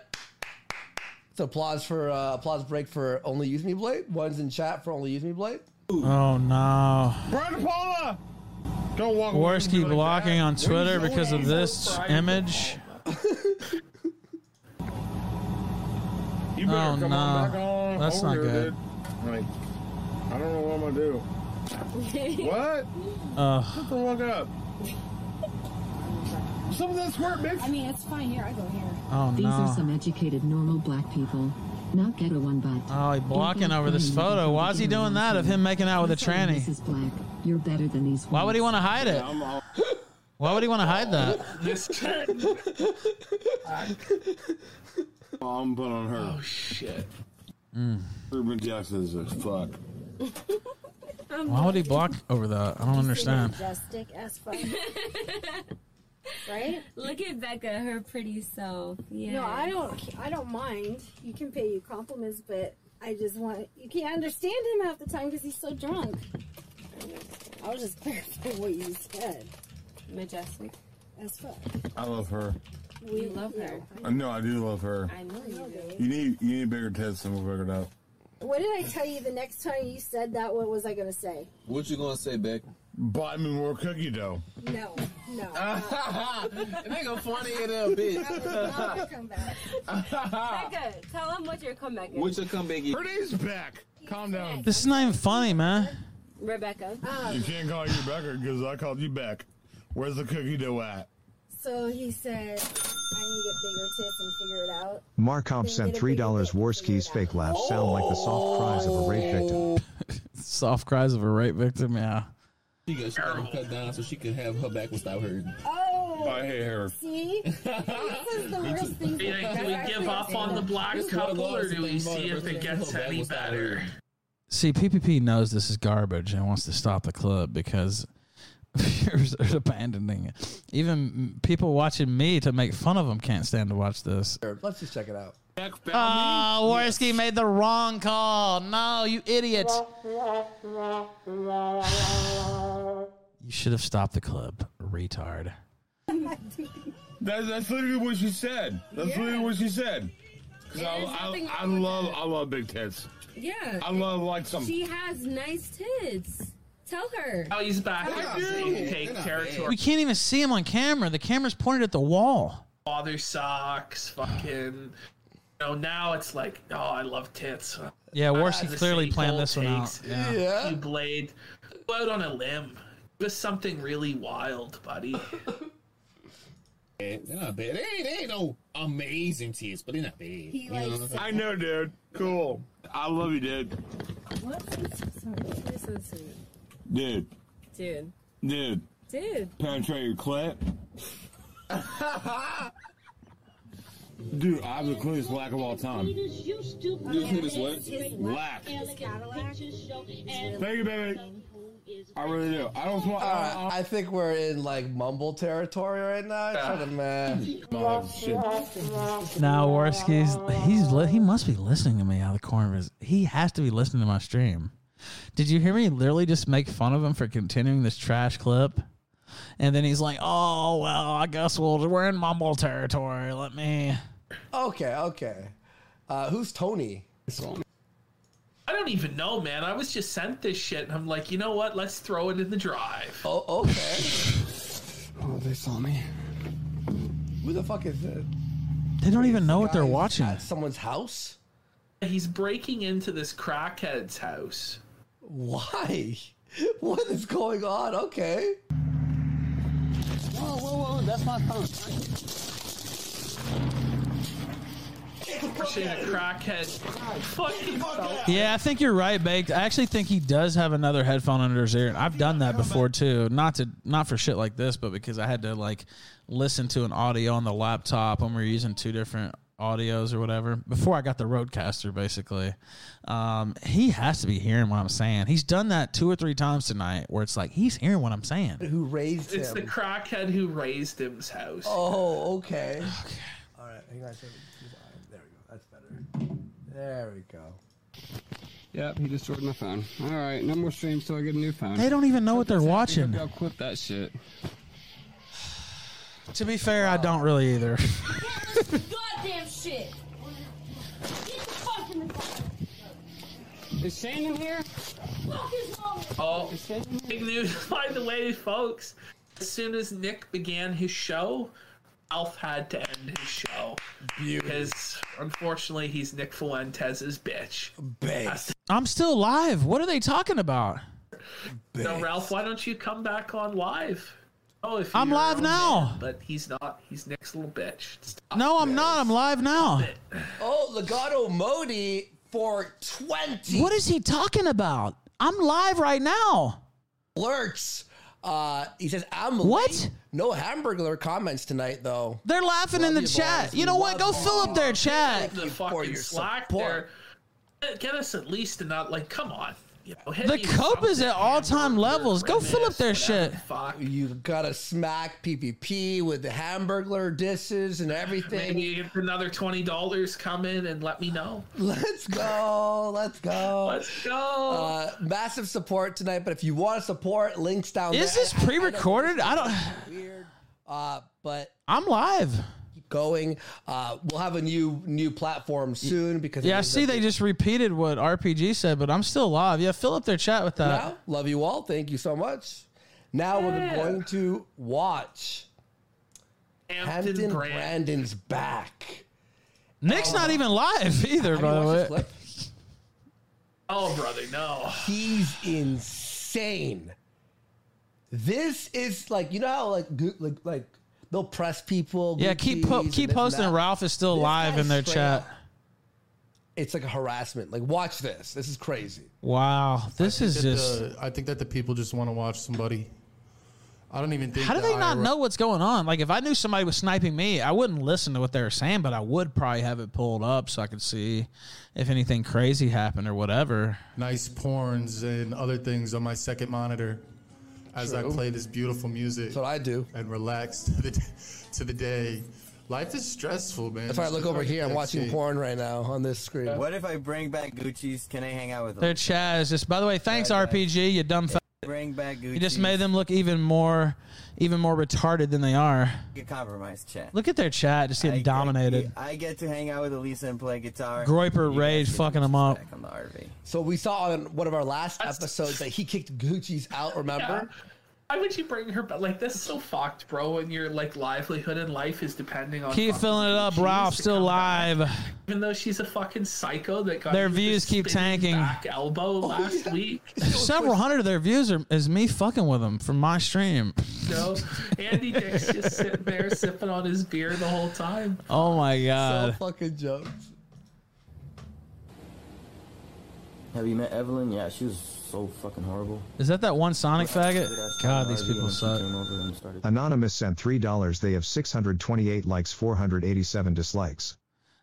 Speaker 7: It's applause for uh, applause break for only use me blade. One's in chat for only use me blade.
Speaker 1: Oh no.
Speaker 16: Brian Paula! Don't walk
Speaker 1: Worski blocking on
Speaker 16: Where you
Speaker 1: Twitter
Speaker 16: going,
Speaker 1: because of
Speaker 16: Angel?
Speaker 1: this
Speaker 16: Brian
Speaker 1: image.
Speaker 16: You better
Speaker 1: Oh,
Speaker 16: come
Speaker 1: no.
Speaker 16: on back on.
Speaker 1: That's
Speaker 16: over
Speaker 1: not
Speaker 16: here,
Speaker 1: good.
Speaker 16: Dude. Like, I don't know what I'm gonna do.
Speaker 11: *laughs*
Speaker 16: what?
Speaker 1: Ugh.
Speaker 16: Shut the fuck up. Some of that's work, bitch.
Speaker 11: I mean, it's fine. Here, I go here.
Speaker 1: Oh
Speaker 6: These
Speaker 1: no.
Speaker 6: are some educated, normal black people. Not ghetto one, but.
Speaker 1: Oh, he's blocking over this photo. Why is he doing that of him making out with a tranny?
Speaker 6: This is black. You're better than these.
Speaker 1: Why would he want to hide it? Why would he want to hide that?
Speaker 9: This kid.
Speaker 16: I'm putting on her.
Speaker 9: Oh shit.
Speaker 16: Urban Jackson is a fuck.
Speaker 1: Why would he block over that? I don't understand.
Speaker 11: Majestic as *laughs* fuck. right?
Speaker 30: Look at Becca, her pretty self. Yeah.
Speaker 11: No, I don't. I don't mind. You can pay you compliments, but I just want you can't understand him half the time because he's so drunk. I was just *laughs* clarifying what you said. Majestic as fuck.
Speaker 16: I love her.
Speaker 11: We love her.
Speaker 16: I know I do love her.
Speaker 11: I know you do.
Speaker 16: You need you need bigger tits and we'll figure it out.
Speaker 11: What did I tell you the next time you said that? What was I gonna say?
Speaker 16: What you gonna say, Beck? Buy me more cookie *laughs* dough.
Speaker 11: No, no.
Speaker 19: *laughs* It ain't gonna funny in there,
Speaker 11: *laughs*
Speaker 19: bitch.
Speaker 11: Ah.
Speaker 30: Becca, tell him what your comeback is.
Speaker 19: What's your comeback?
Speaker 16: Her name's Beck. Calm down.
Speaker 1: This is not even funny, man.
Speaker 30: Rebecca.
Speaker 11: Um,
Speaker 16: You can't call you Becker because I called you Beck. Where's the cookie dough at?
Speaker 11: So he said, I need to get bigger tits and figure it out.
Speaker 4: Markov sent $3 Warski's fake laughs sound like the soft cries of a rape victim.
Speaker 1: *laughs* Soft cries of a rape victim. Yeah.
Speaker 19: *laughs* She got she got cut down so she could have her back without hurting.
Speaker 11: Oh,
Speaker 16: I hate her.
Speaker 30: *laughs*
Speaker 11: see? this is the worst thing.
Speaker 9: Yeah, do we give up on the black couple or do we see if it gets any better?
Speaker 1: See, PPP knows this is garbage and wants to stop the club because *laughs* viewers are abandoning it. Even people watching me to make fun of them can't stand to watch this.
Speaker 7: Here, Let's just check it out.
Speaker 1: Oh, Worski made the wrong call. No, you idiot. You should have stopped the club, retard.
Speaker 16: That, that's literally what she said. That's literally what she said. Because I,
Speaker 30: There's
Speaker 16: I,
Speaker 30: nothing
Speaker 16: I
Speaker 30: wrong with
Speaker 16: love
Speaker 30: that.
Speaker 16: I love big tits.
Speaker 30: *laughs* Yeah.
Speaker 9: uh,
Speaker 16: I love like some.
Speaker 30: She has nice tits. Tell her.
Speaker 9: Oh, he's back.
Speaker 30: Tell her.
Speaker 9: Take territory.
Speaker 1: We can't even see him on camera. The camera's pointed at the wall.
Speaker 9: Father socks. Fucking. You know, now it's like, oh, I love tits.
Speaker 1: Yeah,
Speaker 9: Ah,
Speaker 1: Worski
Speaker 9: the
Speaker 1: clearly
Speaker 9: city
Speaker 1: planned
Speaker 9: gold
Speaker 1: this one out.
Speaker 9: takes
Speaker 1: Yeah.
Speaker 9: You blade. Go out on a limb. Give us something really wild,
Speaker 19: *laughs*
Speaker 9: buddy.
Speaker 19: They're not bad. They ain't, they ain't no amazing tits, but they're not bad. You know what I'm saying?
Speaker 16: I know, dude. Cool. I love you, dude.
Speaker 30: What? You're so sweet.
Speaker 16: Dude,
Speaker 30: Dude.
Speaker 16: dude. *laughs*
Speaker 30: Dude.
Speaker 16: Penetrate your clit. Dude, I'm the cleanest black of all time.
Speaker 19: You clean as what?
Speaker 16: Black. Thank you, baby. I really do. I don't want.
Speaker 7: All right, Uh, I think we're in like mumble territory right now. Trying to man.
Speaker 1: Now Worski's he's li- he must be listening to me out of the corner of his he has to be listening to my stream. Did you hear me literally just make fun of him for continuing this trash clip? And then he's like, "Oh well, I guess we'll we're in mumble territory. Let me."
Speaker 7: Okay, okay. Uh, who's Tony?
Speaker 9: I don't even know, man. I was just sent this shit, and I'm like, you know what? Let's throw it in the drive.
Speaker 7: Oh, okay.
Speaker 19: Oh, they saw me.
Speaker 7: Who the fuck is it?
Speaker 1: They don't even know *laughs* what they're watching.
Speaker 7: Someone's house?
Speaker 9: He's breaking into this crackhead's house.
Speaker 7: Why? *laughs* What is going on? Okay.
Speaker 19: Whoa, whoa, whoa! That's my phone.
Speaker 9: Pushing a crackhead. Fucking
Speaker 1: Yeah, I think you're right, Baked. I actually think he does have another headphone under his ear. And I've done that before too. Not to not for shit like this, but because I had to like listen to an audio on the laptop when we were using two different audios or whatever before I got the Roadcaster. Basically, um, he has to be hearing what I'm saying. He's done that two or three times tonight, where it's like he's hearing what I'm saying.
Speaker 7: Who raised
Speaker 9: It's the
Speaker 7: him?
Speaker 9: crackhead who raised him's house.
Speaker 7: Oh, okay. All right. Hang on. a second. There we go. That's better. There we go.
Speaker 25: Yep, he destroyed my phone. All right, no more streams till I get a new phone.
Speaker 1: They don't even know what they're watching.
Speaker 25: I'll quit that shit.
Speaker 1: *sighs* To be fair, I don't really either. *laughs*
Speaker 17: Goddamn shit! Get the fuck in the car.
Speaker 25: Is Shane in here?
Speaker 17: Fuck is wrong with
Speaker 9: Oh, big news, *laughs* by the way, folks. As soon as Nick began his show, Ralph had to end his show. Because unfortunately, he's Nick Fuentes's bitch. Bitch.
Speaker 1: I'm still live. What are they talking about?
Speaker 9: So, Ralph, why don't you come back on live? Oh, if
Speaker 1: I'm
Speaker 9: you're
Speaker 1: live
Speaker 9: on
Speaker 1: now.
Speaker 9: it, but he's not. He's Nick's little bitch. It's
Speaker 1: No, I'm not. I'm live now.
Speaker 7: Oh, Legato Modi for 20.
Speaker 1: What is he talking about? I'm live right now.
Speaker 7: Lurks. Uh, he says, I'm
Speaker 1: What?
Speaker 7: late." No hamburger comments tonight, though.
Speaker 1: They're laughing in
Speaker 7: Love
Speaker 1: the
Speaker 7: you,
Speaker 1: chat.
Speaker 7: boys.
Speaker 1: You know what? Go
Speaker 7: Love
Speaker 1: fill up
Speaker 7: you.
Speaker 1: their chat.
Speaker 9: the fucking
Speaker 7: your
Speaker 9: slack there. Get- Get us at least to not like. Come on. You know, hit
Speaker 1: The
Speaker 9: me with
Speaker 1: cope is at all time levels. Go fill up their shit.
Speaker 7: You gotta smack PPP with the hamburger disses and everything.
Speaker 9: Maybe if another twenty dollars come in and let me know.
Speaker 7: Let's go. Let's go.
Speaker 9: Let's go.
Speaker 7: Uh, massive support tonight, but if you want to support, links down
Speaker 1: Is
Speaker 7: there.
Speaker 1: this pre-recorded? I don't.
Speaker 7: Uh, but
Speaker 1: I'm live.
Speaker 7: keep going. Uh, we'll have a new new platform soon because
Speaker 1: Yeah, I see they just repeated what RPG said, but I'm still live. Yeah, fill up their chat with that.
Speaker 7: Now, love you all. Thank you so much. Now
Speaker 1: Yeah.
Speaker 7: we're going to watch
Speaker 9: Hampton
Speaker 7: Hampton,
Speaker 9: Brand.
Speaker 7: Brandon's back.
Speaker 1: Nick's not even live *laughs* either,
Speaker 7: Have you
Speaker 1: by the
Speaker 7: watched
Speaker 1: way.
Speaker 7: this clip?
Speaker 9: Oh, brother, no.
Speaker 7: He's insane. This is like you know how like go- like, like they'll press people.
Speaker 1: Yeah, keep po-
Speaker 7: Gucci's and
Speaker 1: keep
Speaker 7: this and
Speaker 1: posting.
Speaker 7: that.
Speaker 1: Ralph is still
Speaker 7: This
Speaker 1: live
Speaker 7: guy's
Speaker 1: in their
Speaker 7: straight
Speaker 1: chat.
Speaker 7: up- It's like a harassment. Like watch this. This is crazy.
Speaker 1: Wow, this is just.
Speaker 5: I think that the people just want to watch somebody. I don't even think.
Speaker 1: How do
Speaker 5: the
Speaker 1: they not
Speaker 5: IRL
Speaker 1: know what's going on? Like, if I knew somebody was sniping me, I wouldn't listen to what they were saying, but I would probably have it pulled up so I could see if anything crazy happened or whatever.
Speaker 5: Nice porns and other things on my second monitor, as I
Speaker 1: True.
Speaker 5: play this beautiful music. That's what
Speaker 7: I do.
Speaker 5: And relax *laughs* to the to the day. Life is stressful, man.
Speaker 7: That's why I look over here. I'm watching porn right now on this screen.
Speaker 13: What if I bring back Gucci's? Can I hang out with them?
Speaker 1: Their chat is just. By the way, thanks RPG, you dumb. F-
Speaker 13: Bring back Gucci.
Speaker 1: you just made them look even more, even more retarded than they are.
Speaker 13: a compromise chat.
Speaker 1: Look at their chat, just getting dominated.
Speaker 13: I get to hang out with Elisa and play guitar.
Speaker 1: Groiper rage, fucking them up.
Speaker 7: So we saw on one of our last episodes that he kicked Gucci's out. Remember?
Speaker 9: Why would you bring her back? Like, that's so fucked, bro. And your, like, livelihood and life is depending on...
Speaker 1: Keep filling it up.
Speaker 9: She
Speaker 1: Ralph
Speaker 9: needs to
Speaker 1: still
Speaker 9: come
Speaker 13: *laughs*
Speaker 1: live.
Speaker 9: back, Even though she's a fucking psycho that got...
Speaker 1: Their
Speaker 9: you with
Speaker 1: views
Speaker 9: the
Speaker 1: keep
Speaker 9: spinning
Speaker 1: tanking.
Speaker 9: Back elbow
Speaker 7: Oh,
Speaker 9: last week.
Speaker 1: Several hundred of their views are is me fucking with them from my stream.
Speaker 9: You know? Andy Dick's just sitting there sipping on his beer the whole time.
Speaker 1: Oh my
Speaker 7: So
Speaker 1: god.
Speaker 7: fucking jokes.
Speaker 13: Have you met Evelyn? Yeah, she was so fucking horrible.
Speaker 1: Is that that one Sonic faggot? God, these people suck.
Speaker 4: Anonymous sent $3. They have 628 likes, 487 dislikes.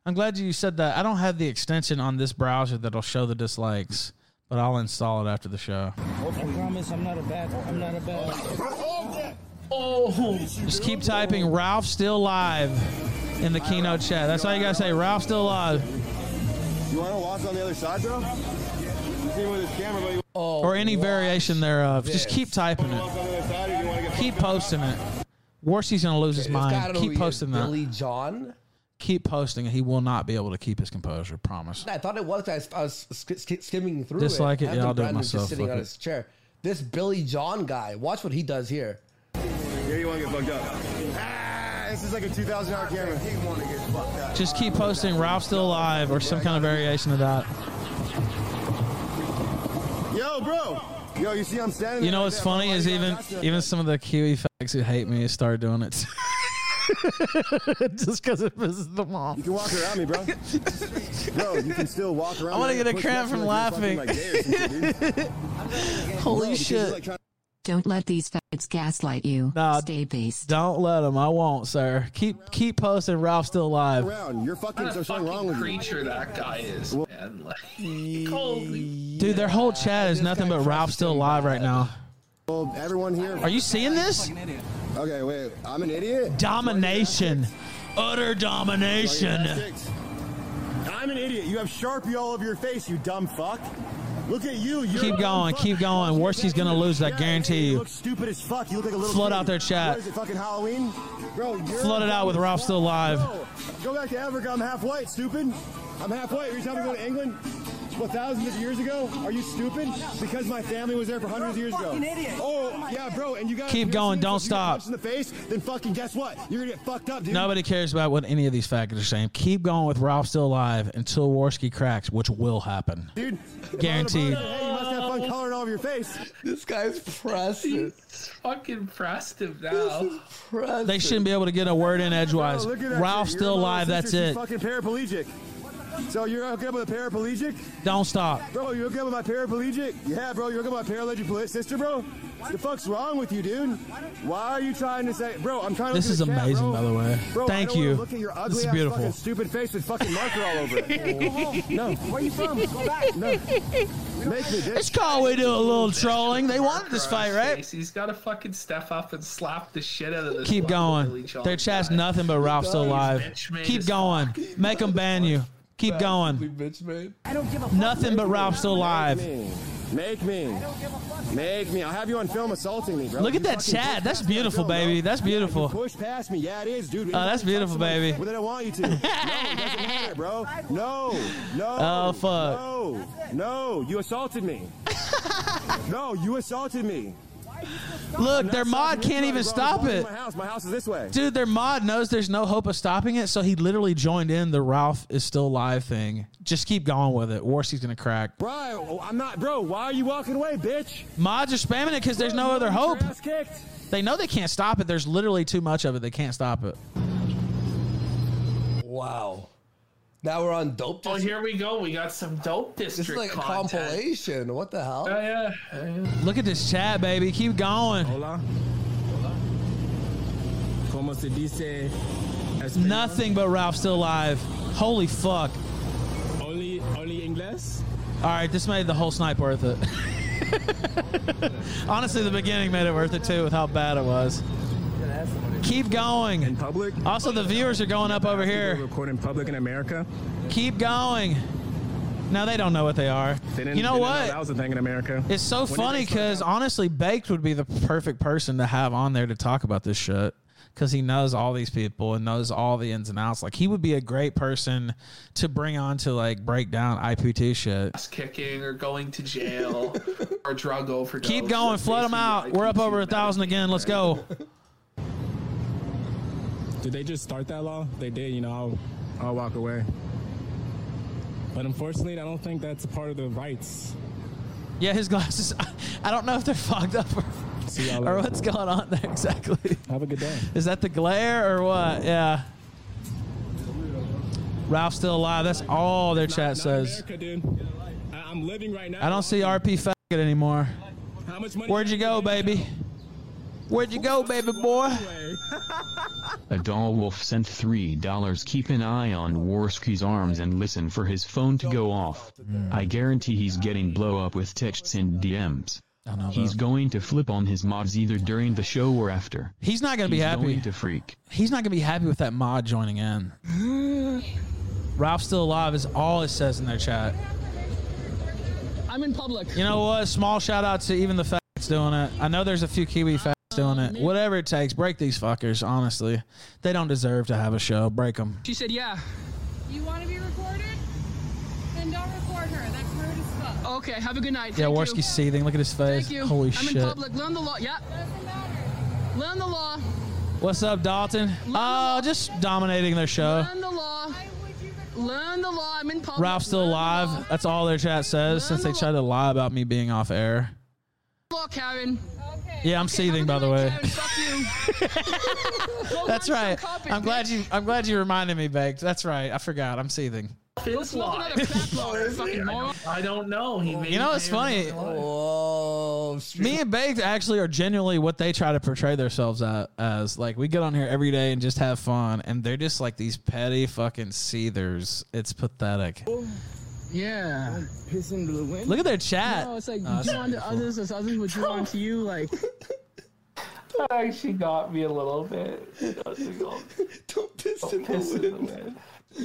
Speaker 1: I'm glad you said that. I don't have the extension on this browser that'll show the dislikes, but I'll install it after the show.
Speaker 18: I promise I'm not a bad. I'm not a
Speaker 10: *laughs*
Speaker 18: bad.
Speaker 9: Oh,
Speaker 1: Just keep typing Ralph still live in the keynote chat. That's all you gotta say. Ralph still live.
Speaker 10: You want to watch on the other side, bro? See with this camera, but you
Speaker 7: oh,
Speaker 1: Or any variation thereof. Just
Speaker 10: this.
Speaker 1: keep typing
Speaker 10: watch on
Speaker 1: it.
Speaker 10: the other side, or you want to get
Speaker 1: Keep posting it. Warsy's gonna lose his
Speaker 7: This guy, I
Speaker 1: mind.
Speaker 7: don't know who
Speaker 1: Keep
Speaker 7: he is,
Speaker 1: posting
Speaker 7: Billy
Speaker 1: that.
Speaker 7: John.
Speaker 1: Keep posting it. He will not be able to keep his composure, promise.
Speaker 7: I thought it was. I was, I was sk- sk- skimming through
Speaker 1: Dislike it, yeah,
Speaker 7: Hampton
Speaker 1: I'll do it
Speaker 7: Brandon's
Speaker 1: myself,
Speaker 7: Just sitting
Speaker 1: fuck
Speaker 7: on
Speaker 1: it.
Speaker 7: his chair. This Billy John guy. Watch what he does here.
Speaker 10: Yeah, you want to get fucked up. Ah, this is like a two thousand dollar camera. He want to get fucked up.
Speaker 1: Just keep posting Ralph still alive or some kind of variation of that.
Speaker 10: Yo, bro. Yo, you see I'm standing.
Speaker 1: You know
Speaker 10: there
Speaker 1: what's
Speaker 10: right
Speaker 1: funny
Speaker 10: there.
Speaker 1: is even
Speaker 10: *laughs*
Speaker 1: even some of the Kiwi facts who hate me start doing it. *laughs* Just because it pisses them off.
Speaker 10: You can walk around
Speaker 1: *laughs*
Speaker 10: me, bro. bro, you can still walk around.
Speaker 1: I wanna
Speaker 10: me.
Speaker 1: get a
Speaker 10: Push
Speaker 1: cramp
Speaker 10: back
Speaker 1: from
Speaker 10: like you're fucking,
Speaker 1: laughing.
Speaker 10: like, gay or something, dude. Bro,
Speaker 1: *laughs* Holy
Speaker 10: because you're, like,
Speaker 1: shit.
Speaker 10: trying-
Speaker 30: Don't let these faggots gaslight you.
Speaker 1: Nah,
Speaker 30: Stay based.
Speaker 1: Don't let them. I won't, sir. Keep keep posting Ralph still alive.
Speaker 10: around. You're fucking.
Speaker 9: What a
Speaker 10: There's something wrong with you.
Speaker 9: creature that guy is, man. Like, holy...
Speaker 1: Dude, their whole chat is nothing but Ralph still alive right now.
Speaker 10: Well, everyone here.
Speaker 1: Are you seeing this?
Speaker 10: Okay, wait. I'm an idiot.
Speaker 1: Domination. Utter domination.
Speaker 10: I I'm an idiot. You have Sharpie all over your face, you dumb fuck. Look at you. You're
Speaker 1: Keep going, keep going. Worsty's gonna lose, I guarantee you.
Speaker 10: stupid as fuck. You look like a little
Speaker 1: Flood
Speaker 10: kid.
Speaker 1: out there, chat.
Speaker 10: What is it, fucking Halloween? Bro, you're
Speaker 1: Flood it out with Ralph still alive.
Speaker 10: Bro, go back to Africa. I'm half white, stupid. I'm half white. Every time I go to England, what, thousands of years ago? Are you stupid? Because my family was there for hundreds of years ago. Oh, yeah, bro. And you guys
Speaker 1: Keep going, don't stop.
Speaker 10: In the face, then fucking guess what? You're gonna get fucked up, dude.
Speaker 1: Nobody cares about what any of these faggots are saying. Keep going with Ralph still alive until Worski cracks, which will happen.
Speaker 10: Dude,
Speaker 1: Guaranteed.
Speaker 10: Hey, you must have fun coloring all over your face.
Speaker 7: This guy's pressed.
Speaker 9: Fucking pressed him now.
Speaker 1: They shouldn't be able to get a word in edgewise.
Speaker 10: Bro, Oh, look at that
Speaker 1: Ralph
Speaker 10: shit. Your
Speaker 1: still
Speaker 10: little
Speaker 1: alive. That's
Speaker 10: sister, she's
Speaker 1: it.
Speaker 10: Fucking paraplegic. So you're okay with a paraplegic?
Speaker 1: Don't stop.
Speaker 10: Bro, you okay with my paraplegic? Yeah, bro, you okay with my paraplegic poli- sister, bro? The fuck's wrong with you, dude? Why are you trying to say, bro? I'm trying to.
Speaker 1: This
Speaker 10: look
Speaker 1: is
Speaker 10: at the cat,
Speaker 1: amazing,
Speaker 10: bro.
Speaker 1: by the way.
Speaker 10: Bro, I
Speaker 1: Thank
Speaker 10: don't wanna
Speaker 1: you.
Speaker 10: Look at your
Speaker 1: This
Speaker 10: ugly
Speaker 1: is
Speaker 10: ass
Speaker 1: beautiful.
Speaker 10: fucking stupid face with fucking marker all over
Speaker 11: *laughs*
Speaker 10: it. *laughs* No, where you from? Go back. No. Make me
Speaker 1: It's called we do a little trolling. They wanted this fight, right?
Speaker 9: He's got to fucking step up and slap the shit out of this.
Speaker 1: Keep
Speaker 9: fucking Billy
Speaker 1: going.
Speaker 9: Joel
Speaker 1: Their chat's nothing but Ralph still
Speaker 9: does.
Speaker 1: alive.
Speaker 9: Bitch made
Speaker 1: Keep
Speaker 9: as
Speaker 1: going. Make them ban you. Keep going.
Speaker 7: Bitch made.
Speaker 10: I don't give a
Speaker 1: Nothing but Ralph still alive.
Speaker 10: Make me. Make me. I'll have you on film assaulting me, bro.
Speaker 1: Look
Speaker 10: You
Speaker 1: at that
Speaker 10: fucking
Speaker 1: chat. That's
Speaker 10: push past me on
Speaker 1: beautiful,
Speaker 10: film, bro.
Speaker 1: baby. That's
Speaker 10: Yeah, you
Speaker 1: beautiful.
Speaker 10: Push past me. Yeah, it is, dude.
Speaker 1: Oh, that's beautiful, baby.
Speaker 10: Well, then I want you
Speaker 1: *laughs*
Speaker 10: to. No, it doesn't matter, bro. No. No.
Speaker 1: Oh,
Speaker 10: No.
Speaker 1: fuck.
Speaker 10: No. You assaulted me.
Speaker 1: *laughs*
Speaker 10: no, you assaulted me. I'm
Speaker 1: Look,
Speaker 10: not
Speaker 1: their mod
Speaker 10: assaulting
Speaker 1: can't
Speaker 10: anybody,
Speaker 1: even
Speaker 10: bro. I'm
Speaker 1: stop
Speaker 10: walking
Speaker 1: it.
Speaker 10: My house. My house is this way.
Speaker 1: Dude, their mod knows there's no hope of stopping it, so he literally joined in the Ralph is still live thing. Just keep going with it. Warsy's gonna crack.
Speaker 10: Bro, I'm not. Bro, why are you walking away, bitch?
Speaker 1: Mods are spamming it because there's no other hope.
Speaker 10: Ass kicked.
Speaker 1: They know they can't stop it. There's literally too much of it. They can't stop it.
Speaker 7: Wow. Now we're on dope.
Speaker 9: Well, Oh, here we go. We got some dope
Speaker 7: This
Speaker 9: district
Speaker 7: is like a
Speaker 9: content.
Speaker 7: compilation. What the hell?
Speaker 9: Oh, yeah.
Speaker 1: Look at this chat, baby. Keep going.
Speaker 10: Como se dice?
Speaker 1: Nothing but Ralph still alive. Holy fuck.
Speaker 10: Only, only English.
Speaker 1: All right, this made the whole snipe worth it. *laughs* Honestly, the beginning made it worth it too with how bad it was. Keep going. In
Speaker 10: public?
Speaker 1: Also, the viewers are going up over here.
Speaker 10: Record in public in America.
Speaker 1: Keep going. No, they don't know what they are.
Speaker 10: didn't-
Speaker 1: you know
Speaker 10: they didn't
Speaker 1: what?
Speaker 10: that was a thing in America.
Speaker 1: It's so
Speaker 10: When did
Speaker 1: funny
Speaker 10: they start
Speaker 1: because honestly, Baked would be the perfect person to have on there to talk about this shit because he knows all these people and knows all the ins and outs. Like he would be a great person to bring on to like break down IPT shit.
Speaker 9: Ass kicking or going to *laughs* jail or drug overdose.
Speaker 1: Keep going, flood them out. We're up over a thousand again. Let's go.
Speaker 11: Did they just start that law? They did, you know, I'll, I'll walk away. But unfortunately, I don't think that's a part of the rights.
Speaker 1: Yeah, his glasses. *laughs* I don't know if they're fogged up or,
Speaker 11: See y'all
Speaker 1: or
Speaker 11: later.
Speaker 1: what's going on there exactly.
Speaker 11: Have a good day.
Speaker 1: Is that the glare or what? Yeah. Ralph's still alive. That's all their chat says.
Speaker 11: America, dude. I, I'm living right now.
Speaker 1: I don't see RP faggot anymore.
Speaker 11: How much money?
Speaker 1: Where'd you go, baby? Where'd you go, baby boy?
Speaker 15: A doll wolf sent $3. Keep an eye on Warski's arms and listen for his phone to go off.
Speaker 1: Mm.
Speaker 15: I guarantee he's getting blow up with texts and DMs. He's going to flip on his mods either during the show or after.
Speaker 1: He's not gonna be happy.
Speaker 15: going to freak.
Speaker 1: He's not gonna be happy with that mod joining in. Ralph's still alive is all it says in their chat.
Speaker 11: I'm in public.
Speaker 1: You know what? Small shout out to even the faggots doing it. I know there's a few Kiwi faggots doing it. Whatever it takes, break these fuckers. Honestly, they don't deserve to have a show. Break them.
Speaker 11: She said, yeah.
Speaker 3: You want to be recorded? Then don't record her. That's rude as fuck.
Speaker 11: Okay, have a good night.
Speaker 1: Yeah,
Speaker 11: Thank
Speaker 1: Worski's
Speaker 11: you.
Speaker 1: seething. Look at his face.
Speaker 11: Thank you.
Speaker 1: Holy
Speaker 11: I'm
Speaker 1: shit.
Speaker 11: in public. Learn the law. Yeah. Learn the law.
Speaker 1: What's up, Dalton? Oh, just dominating their show.
Speaker 11: Learn the law. Learn the law. I'm in public.
Speaker 1: Ralph's still alive. That's all their chat says since they tried to lie about me being off air.
Speaker 11: Law, Karen.
Speaker 1: Yeah, I'm seething by the way. *laughs*
Speaker 11: Fuck you. Go
Speaker 1: That's
Speaker 11: watch some
Speaker 1: right.
Speaker 11: carpet,
Speaker 1: I'm glad
Speaker 11: bitch.
Speaker 1: you I'm glad you reminded me, Baked. That's right. I forgot. I'm seething.
Speaker 11: Go
Speaker 9: It's
Speaker 11: smoke
Speaker 9: live.
Speaker 11: another
Speaker 9: *laughs*
Speaker 11: crack lord, fucking moron.
Speaker 9: I don't know. He may
Speaker 1: You know what's
Speaker 9: may or may
Speaker 1: funny?
Speaker 9: not lie.
Speaker 1: Me and Baked actually are genuinely what they try to portray themselves a- as. Like we get on here every day and just have fun, and they're just like these petty fucking seethers. It's pathetic.
Speaker 11: Yeah. Piss into the wind.
Speaker 1: Look at their chat.
Speaker 11: No, it's like
Speaker 1: Oh,
Speaker 11: you
Speaker 1: that's
Speaker 11: do unto
Speaker 1: beautiful.
Speaker 11: others as others *laughs* would do unto you.
Speaker 9: *laughs*
Speaker 11: Like
Speaker 1: *laughs*
Speaker 9: Oh, she got me a little bit. Don't piss in the wind.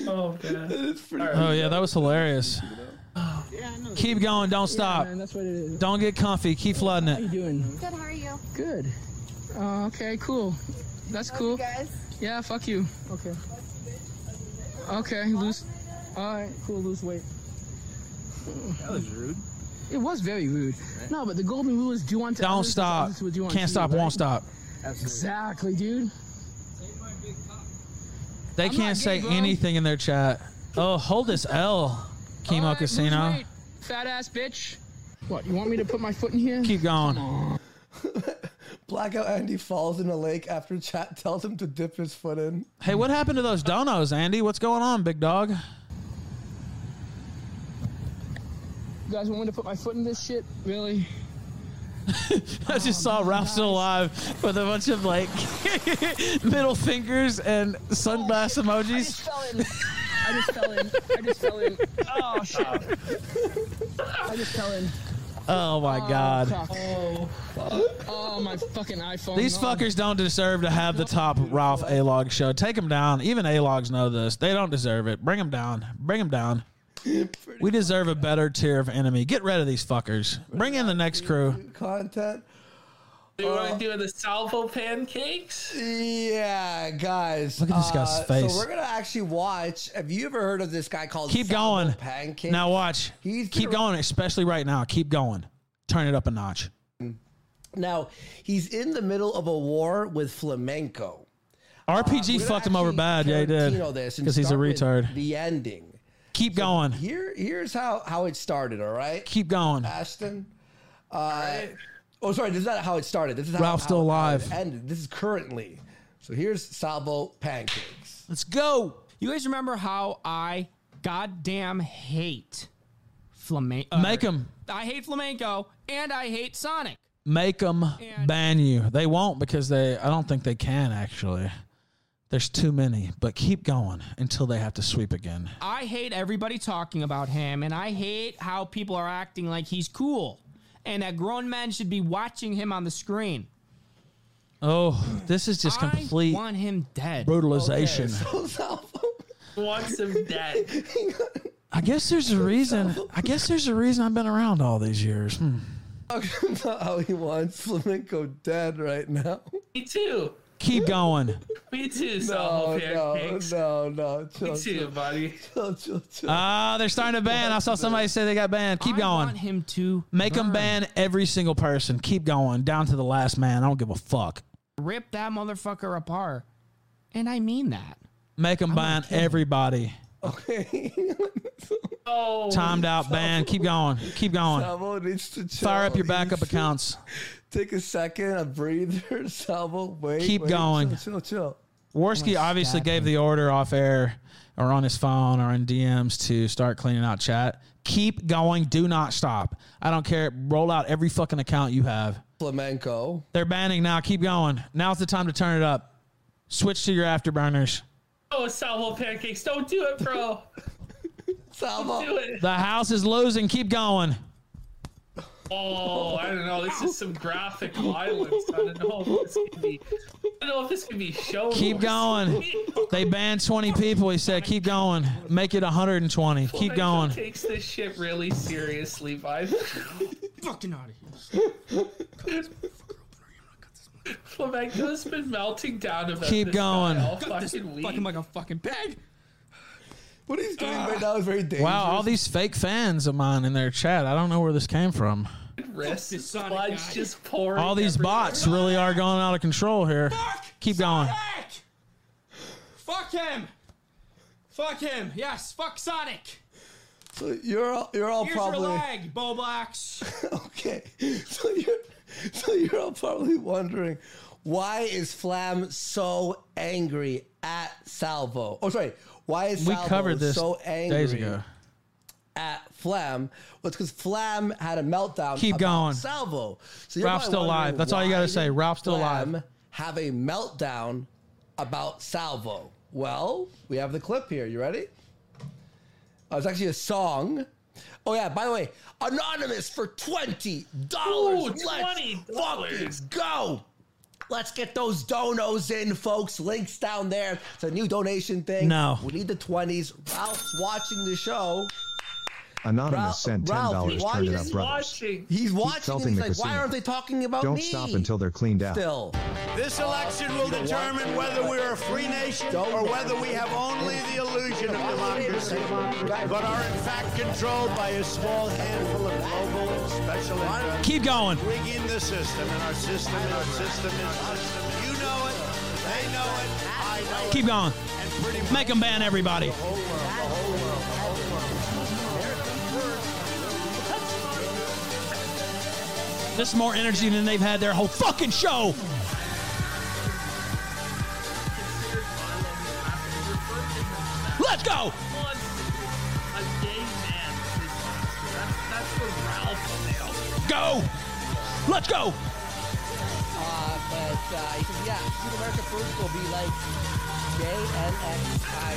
Speaker 9: Oh god.
Speaker 1: Oh yeah, that was hilarious.
Speaker 11: Yeah, I know.
Speaker 1: Uh, Keep going. Don't stop.
Speaker 11: man, that's what it is.
Speaker 1: Don't get comfy. Keep flooding
Speaker 11: How you
Speaker 1: it.
Speaker 11: doing?
Speaker 31: Good, how are you?
Speaker 11: Good. Uh, okay, cool. That's cool. Yeah, fuck you. Okay. Okay, lose. All right, cool. Lose weight. That was rude. It was very rude. No, but the golden rule is do unto
Speaker 1: Don't
Speaker 11: others as
Speaker 1: stop.
Speaker 11: others would do unto you,
Speaker 1: Can't stop.
Speaker 11: right?
Speaker 1: Won't stop.
Speaker 11: Exactly, dude.
Speaker 1: They
Speaker 11: I'm
Speaker 1: can't
Speaker 11: not
Speaker 1: say
Speaker 11: gay, bro.
Speaker 1: anything in their chat. Oh, hold this L, Chemo Casino.
Speaker 11: Wait, fat ass bitch. What? You want me to put my foot in here?
Speaker 1: Keep going.
Speaker 7: *laughs* Blackout Andy falls in the lake after chat tells him to dip his foot in.
Speaker 1: Hey, what happened to those donos, Andy? What's going on, big dog? *laughs*
Speaker 11: You guys want me to put my foot in this shit? Really?
Speaker 1: I just saw Ralph still alive with a bunch of like *laughs* middle fingers and sunglass
Speaker 11: Oh,
Speaker 1: emojis.
Speaker 11: I just fell in. I just fell in. Oh shit! I just fell in.
Speaker 1: *laughs* Oh my god.
Speaker 11: Fuck. Oh, fuck. oh my fucking iPhone.
Speaker 1: These
Speaker 11: no.
Speaker 1: fuckers don't deserve to have the top Ralph A Log show. Take them down. Even A Logs know this. They don't deserve it. Bring them down. Bring them down. We deserve a better tier of enemy. Get rid of these fuckers. Bring in the next crew.
Speaker 7: Content. Uh,
Speaker 9: Do you want to do the *laughs* salvo pancakes?
Speaker 7: Yeah, guys. uh,
Speaker 1: Look at this guy's face.
Speaker 7: So we're gonna actually watch. Have you ever heard of this guy called?
Speaker 1: Keep
Speaker 7: Salvo
Speaker 1: going.
Speaker 7: Pancake.
Speaker 1: Now watch. Keep going, especially right now. Keep going. Turn it up a notch.
Speaker 7: Now he's in the middle of a war with flamenco.
Speaker 1: RPG fucked him over bad. Yeah, he
Speaker 7: Tarantino
Speaker 1: did.
Speaker 7: this and
Speaker 1: Because he's a
Speaker 7: start with
Speaker 1: retard.
Speaker 7: The ending.
Speaker 1: Keep going.
Speaker 7: Here, here's how how it started. All right.
Speaker 1: Keep going.
Speaker 7: Ashton. Uh, Oh, sorry. This is not how it started. This is how
Speaker 1: Ralph's
Speaker 7: how-
Speaker 1: still
Speaker 7: how it
Speaker 1: alive.
Speaker 7: ended. This is currently. So here's Salvo pancakes. *laughs*
Speaker 3: Let's go. You guys remember how I goddamn hate flamenco?
Speaker 1: Make 'em.
Speaker 3: I hate flamenco and I hate Sonic.
Speaker 1: Make them ban you. They won't because they. I don't think they can actually. There's too many. But keep going until they have to sweep again.
Speaker 3: I hate everybody talking about him and I hate how people are acting like he's cool and that grown men should be watching him on the screen.
Speaker 1: Oh, this is just
Speaker 3: I
Speaker 1: complete
Speaker 3: want him dead.
Speaker 1: brutalization.
Speaker 9: Wants him dead.
Speaker 1: *laughs* I guess there's a reason. I guess there's a reason I've been around all these years. Hmm.
Speaker 7: Not how he wants flamenco dead right now.
Speaker 9: Me too.
Speaker 7: *laughs*
Speaker 1: Keep going.
Speaker 9: Me too,
Speaker 7: No,
Speaker 9: salvo
Speaker 7: no,
Speaker 9: pancakes.
Speaker 7: no, no. Chill,
Speaker 9: Me too,
Speaker 7: chill,
Speaker 9: buddy.
Speaker 7: *laughs* chill, chill, chill.
Speaker 1: Ah, they're starting to ban. I saw somebody say they got banned. Keep going.
Speaker 3: want him to
Speaker 1: make them
Speaker 3: burn.
Speaker 1: ban every single person. Keep going down to the last man. I don't give a fuck.
Speaker 3: Rip that motherfucker apart. And I mean that.
Speaker 1: Make them ban everybody.
Speaker 9: Oh,
Speaker 1: Timed out ban. Keep going. Keep going.
Speaker 7: Salvo needs to chill.
Speaker 1: Fire up your
Speaker 7: He needs *laughs*
Speaker 1: backup
Speaker 7: to
Speaker 1: accounts.
Speaker 7: Take a second, a breather. *laughs* Salvo, wait.
Speaker 1: Keep
Speaker 7: wait,
Speaker 1: going.
Speaker 7: Chill, chill, chill.
Speaker 1: Worski obviously gave the order off air or on his phone or in DMs to start cleaning out chat. Keep going. Do not stop. I don't care. Roll out every fucking account you have.
Speaker 7: Flamenco.
Speaker 1: They're banning now. Keep going. Now's the time to turn it up. Switch to your afterburners.
Speaker 9: Oh, salvo pancakes. Don't do
Speaker 7: *laughs*
Speaker 9: it, bro.
Speaker 7: salvo.
Speaker 9: Do it.
Speaker 1: The house is losing. Keep going.
Speaker 9: Oh, I don't know. This is some graphic violence. I don't know if this can be. I don't know if this can be shown.
Speaker 1: Keep going. They banned 20 people. He said, keep going. Make it 120. Keep
Speaker 9: Flamenco
Speaker 1: going.
Speaker 9: Takes this shit really seriously, vibe.
Speaker 3: Fucking out of
Speaker 9: here. Flamenco's been melting down about
Speaker 1: Keep
Speaker 9: this
Speaker 1: going.
Speaker 9: guy all
Speaker 3: Got this
Speaker 9: fucking week.
Speaker 3: fucking like a fucking bag.
Speaker 7: What he's doing right now is very dangerous.
Speaker 1: Wow, all these fake fans of mine in their chat. I don't know where this came from.
Speaker 9: Wrist is blood's just pouring.
Speaker 1: All these bots really are going out of control here. Keep going.
Speaker 3: Fuck him. Fuck him. Yes, fuck Sonic.
Speaker 7: So you're all, you're all
Speaker 3: Here's
Speaker 7: probably.
Speaker 3: your leg, Bo Blacks.
Speaker 7: okay. *laughs* So you're so you're all probably wondering why is Flam so angry at Salvo? Oh, sorry. Why is
Speaker 1: We
Speaker 7: Salvo
Speaker 1: covered this
Speaker 7: so angry
Speaker 1: days ago.
Speaker 7: at Flam? Well, it's because Flam had a meltdown.
Speaker 1: Keep
Speaker 7: about
Speaker 1: going.
Speaker 7: Salvo. So
Speaker 1: Ralph's
Speaker 7: probably
Speaker 1: still alive.
Speaker 7: wondering
Speaker 1: That's all you gotta
Speaker 7: why
Speaker 1: say.
Speaker 7: did
Speaker 1: Ralph's still
Speaker 7: Flam
Speaker 1: alive.
Speaker 7: Have a meltdown about Salvo. Well, we have the clip here. You ready? Oh, it's actually a song. Oh yeah, by the way, anonymous for twenty dollars.
Speaker 9: Ooh,
Speaker 7: Let's
Speaker 9: $20.
Speaker 7: fucking go. Let's get those donos in, folks. Links down there. It's a new donation thing.
Speaker 1: No.
Speaker 7: We need the 20s. Ralph's watching the show.
Speaker 4: Anonymous
Speaker 7: Ralph-
Speaker 4: sent ten
Speaker 7: Ralph,
Speaker 4: dollars.
Speaker 7: why
Speaker 4: Turned it
Speaker 7: is
Speaker 4: up,
Speaker 7: he
Speaker 4: brothers.
Speaker 7: watching? He's watching.
Speaker 4: pelting
Speaker 7: He's
Speaker 4: the
Speaker 7: like, why
Speaker 4: casino.
Speaker 7: aren't they talking about
Speaker 4: Don't
Speaker 7: me?
Speaker 4: stop until they're cleaned out.
Speaker 7: Still.
Speaker 12: This election will determine whether we're a free nation or whether we have only the illusion of democracy, but are in fact controlled by a small handful of global special interests.
Speaker 1: Keep going.
Speaker 12: Rigging the system, and our system, and our system, and our system. You know it. They know it. I know it.
Speaker 1: Keep going. Make them ban everybody. This is more energy than they've had their whole fucking show. Let's
Speaker 9: A
Speaker 1: go.
Speaker 9: gay man. That's, that's what Ralph nailed.
Speaker 1: Go. Let's go.
Speaker 11: Uh, but uh, he says, yeah, Shoot America First will be like JNXI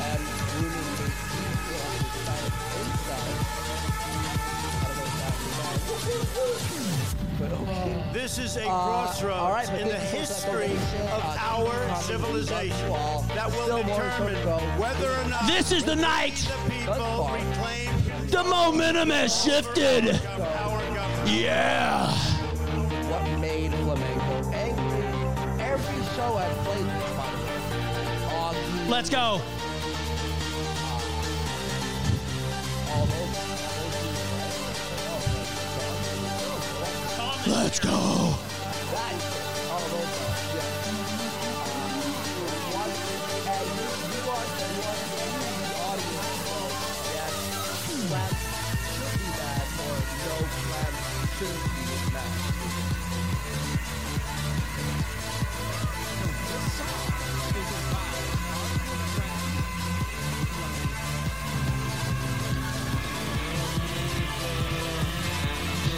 Speaker 11: and Rooney is inside. inside. I don't know what that means. But okay.
Speaker 12: This is a
Speaker 11: Uh, all right,
Speaker 12: crossroads
Speaker 11: but
Speaker 12: in the
Speaker 11: thank you for that
Speaker 12: history
Speaker 11: donation.
Speaker 12: of
Speaker 11: Uh,
Speaker 12: our
Speaker 11: thank you, Tom. Love
Speaker 12: civilization
Speaker 11: you all.
Speaker 12: that will
Speaker 11: Still more to
Speaker 12: determine
Speaker 11: go.
Speaker 12: whether or not
Speaker 1: This is the
Speaker 12: we,
Speaker 1: night.
Speaker 12: the people reclaim
Speaker 1: The momentum has shifted. Yeah.
Speaker 11: What made flamenco angry? Every show I've played this, by the way. Augie,
Speaker 1: Let's go. *laughs*
Speaker 11: all those.
Speaker 1: Let's go.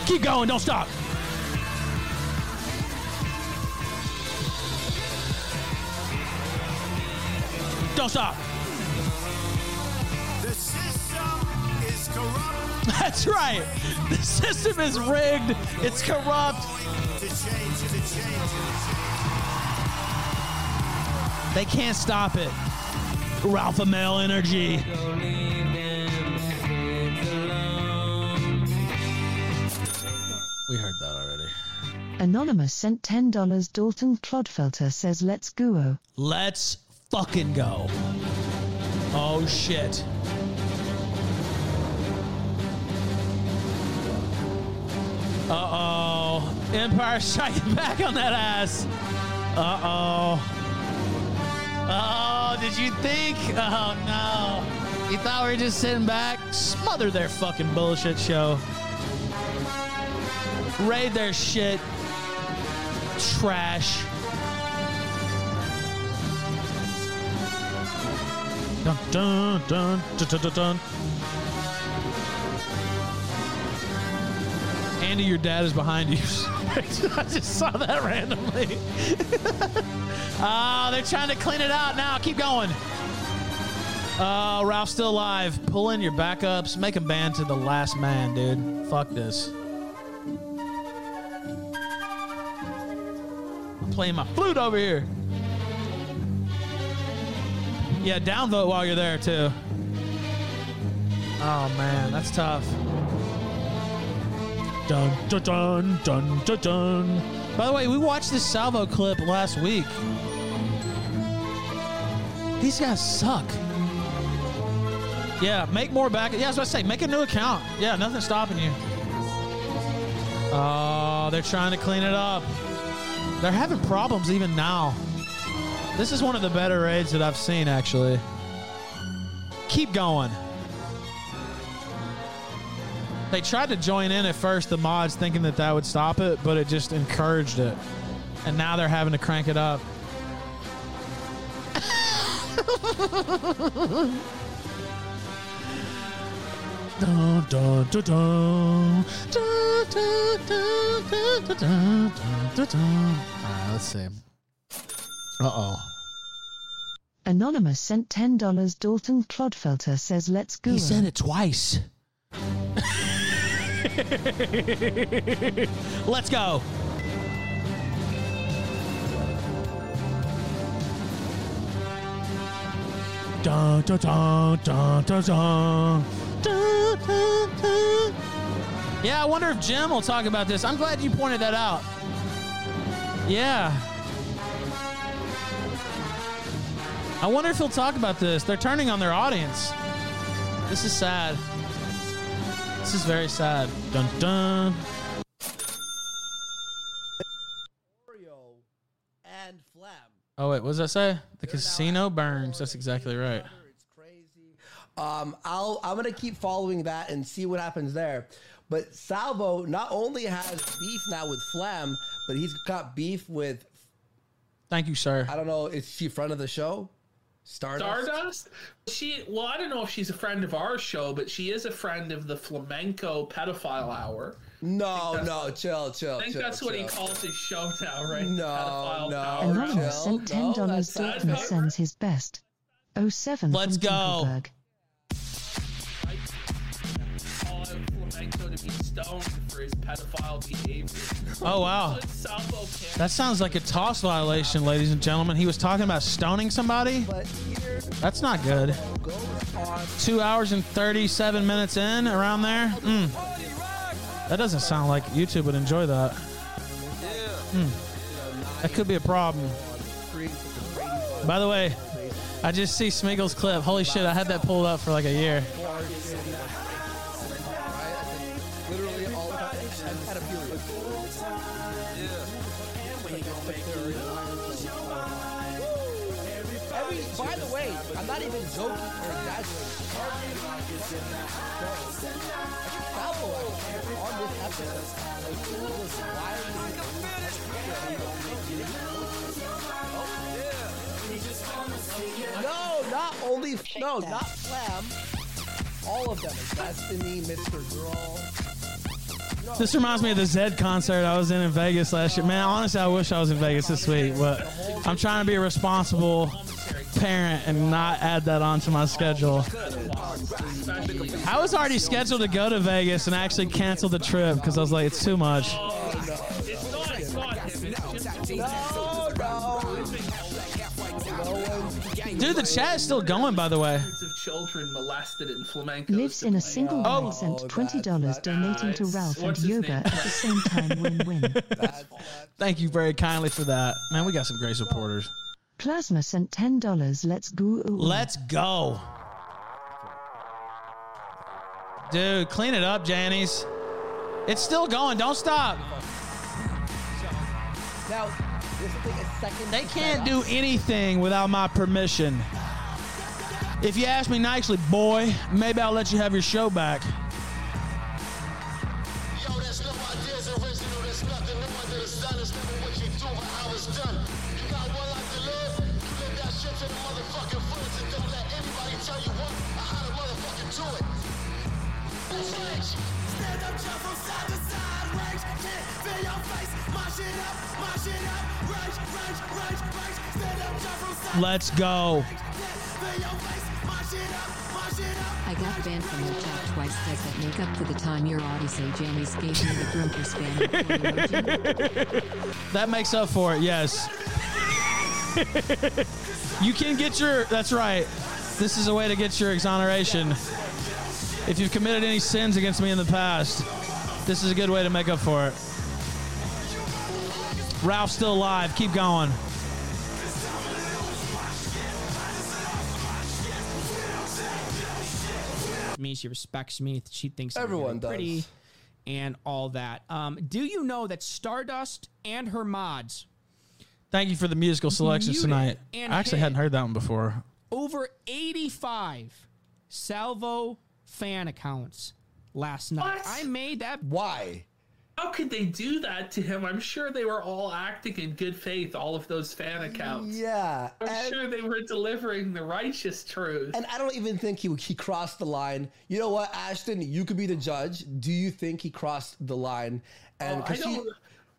Speaker 1: Keep going. Don't stop. Don't stop.
Speaker 12: the system is corrupt
Speaker 1: *laughs* That's right. The system is rigged. It's corrupt.
Speaker 12: to change to change.
Speaker 1: They can't stop it. Ralpha male energy. We heard that already.
Speaker 6: Anonymous sent $10. Dalton Clodfelter says, Let's go.
Speaker 1: Let's fucking go. Oh shit. Uh oh. Empire striking *laughs* back on that ass. Uh oh. Oh, did you think? Oh no. You thought we were just sitting back? Smother their fucking bullshit show. Raid their shit. Trash. Dun, dun, dun, dun, dun, dun, dun. Andy, your dad is behind you. *laughs* I just saw that randomly. *laughs* Ah, they're trying to clean it out now. Keep going. Uh, Ralph's still alive. Pull in your backups. Make him ban to the last man, dude. Fuck this. I'm playing my flute over here. Yeah, downvote while you're there too. Oh man, that's tough. Dun dun dun dun dun dun. By the way, we watched this Salvo clip last week. These guys suck. Yeah, make more back. Yeah, I was about to say, make a new account. Yeah, nothing's stopping you. Oh, they're trying to clean it up. They're having problems even now. This is one of the better raids that I've seen, actually. Keep going. They tried to join in at first, the mods, thinking that that would stop it, but it just encouraged it. And now they're having to crank it up. *laughs* Dun, dun, dun, dun. Dun, dun, dun, dun, dun, dun, dun, dun. All right, let's see. Uh oh.
Speaker 6: Anonymous sent $10. Dalton Clodfelter says, Let's go.
Speaker 1: He sent it twice. Let's go. Dun, dun, dun, dun, dun, dun. Dun, dun, dun. Yeah, I wonder if Jim will talk about this. I'm glad you pointed that out. Yeah. I wonder if he'll talk about this. They're turning on their audience. This is sad. This is very sad. Dun dun.
Speaker 11: and phlegm.
Speaker 1: Oh wait, what does that say? The casino burns. That's exactly right.
Speaker 7: Um, I'll I'm gonna keep following that and see what happens there. But Salvo not only has beef now with Phlegm, but he's got beef with.
Speaker 1: Thank you, sir.
Speaker 7: I don't know. Is she friend of the show? Stardust.
Speaker 9: Stardust? She well, I don't know if she's a friend of our show, but she is a friend of the flamenco pedophile hour.
Speaker 7: No, no, chill, chill.
Speaker 9: I think
Speaker 7: chill,
Speaker 9: that's what he
Speaker 7: chill.
Speaker 9: calls his show now, right?
Speaker 7: No,
Speaker 9: Pedophile
Speaker 7: no.
Speaker 9: hour.
Speaker 6: Anonymous sent $10 Dortmund sends his best. 07
Speaker 1: Let's
Speaker 6: from
Speaker 1: go.
Speaker 6: Dinkelberg.
Speaker 9: Call out flamenco to be stoned for his pedophile behavior.
Speaker 1: Oh, wow.
Speaker 9: Put Salvo Cam-
Speaker 1: That sounds like a toss violation, ladies and gentlemen. He was talking about stoning somebody. That's not good. Two hours and 37 minutes in, around there. Mm. That doesn't sound like YouTube would enjoy that. Mm. That could be a problem. By the way, I just see Smeagol's clip. Holy shit, I had that pulled up for like a year.
Speaker 7: Literally all the time. I've had a period. Every, by the way, I'm not even joking or exaggerating. Salvo actually, on this episode, like, he was wildly- No, not only no, not Flam. All of them. Destiny, Mr. Girl.
Speaker 1: This reminds me of the Zed concert I was in in Vegas last year. Man, honestly, I wish I was in Vegas this week, but I'm trying to be a responsible parent and not add that onto my schedule. I was already scheduled to go to Vegas and actually canceled the trip because I was like, it's too much.
Speaker 9: It's not, it's not him. It's just
Speaker 1: Dude, the chat is still going, by the way.
Speaker 9: hundreds of children molested in flamenco.
Speaker 6: Lives in a single
Speaker 9: uh,
Speaker 6: oh, sent $20 donating to Ralph and
Speaker 1: what's his
Speaker 6: Yoga
Speaker 1: name?
Speaker 6: at the same
Speaker 9: *laughs*
Speaker 6: time win win.
Speaker 1: Thank you very kindly for that. Man, we got some great supporters.
Speaker 6: Plasma sent $10 Let's Go.
Speaker 1: Let's go. Dude, clean it up, Janice. It's still going. Don't stop.
Speaker 7: Now, this is like a second.
Speaker 1: They can't do anything without my permission. If you ask me nicely, boy, maybe I'll let you have your show back.
Speaker 11: Yo, that's no ideas original, that's nothing new under the sun. It's never what you do, but how it's done. You got one life to live, you live that shit to the motherfucking fullest, and don't let anybody tell you what or how to motherfucking do it. Stand up, jump from side to side, rage, can't feel your face, mash it up, mash it up, rage, rage, rage, rage. Stand up, jump from side
Speaker 1: Let's go.
Speaker 11: feel your face, mash it up, mash it
Speaker 30: I
Speaker 11: up.
Speaker 30: got banned from your chat twice. Does that make up for the time your Odyssey jammies gave me the grumper spam?
Speaker 1: That makes up for it, yes. you can get your. That's right. This is a way to get your exoneration. If you've committed any sins against me in the past, this is a good way to make up for it. Ralph's still alive. Keep going.
Speaker 3: me. She respects me. She thinks
Speaker 7: Everyone
Speaker 3: I'm
Speaker 7: does.
Speaker 3: really pretty and all that. Um, do you know that Stardust and her mods
Speaker 1: Thank you for the musical selections
Speaker 3: Muted
Speaker 1: tonight. I
Speaker 3: and
Speaker 1: actually
Speaker 3: hit.
Speaker 1: hadn't heard that one before.
Speaker 3: over 85 Salvo fan accounts last night? I made that.
Speaker 7: Why?
Speaker 9: How could they do that to him? I'm sure they were all acting in good faith, all of those fan accounts.
Speaker 7: Yeah.
Speaker 9: I'm
Speaker 7: and-
Speaker 9: sure they were delivering the righteous truth.
Speaker 7: And I don't even think he he crossed the line. You know what, Ashton? You could be the judge. Do you think he crossed the line? And
Speaker 9: Oh, I,
Speaker 7: because
Speaker 9: don't,
Speaker 7: she,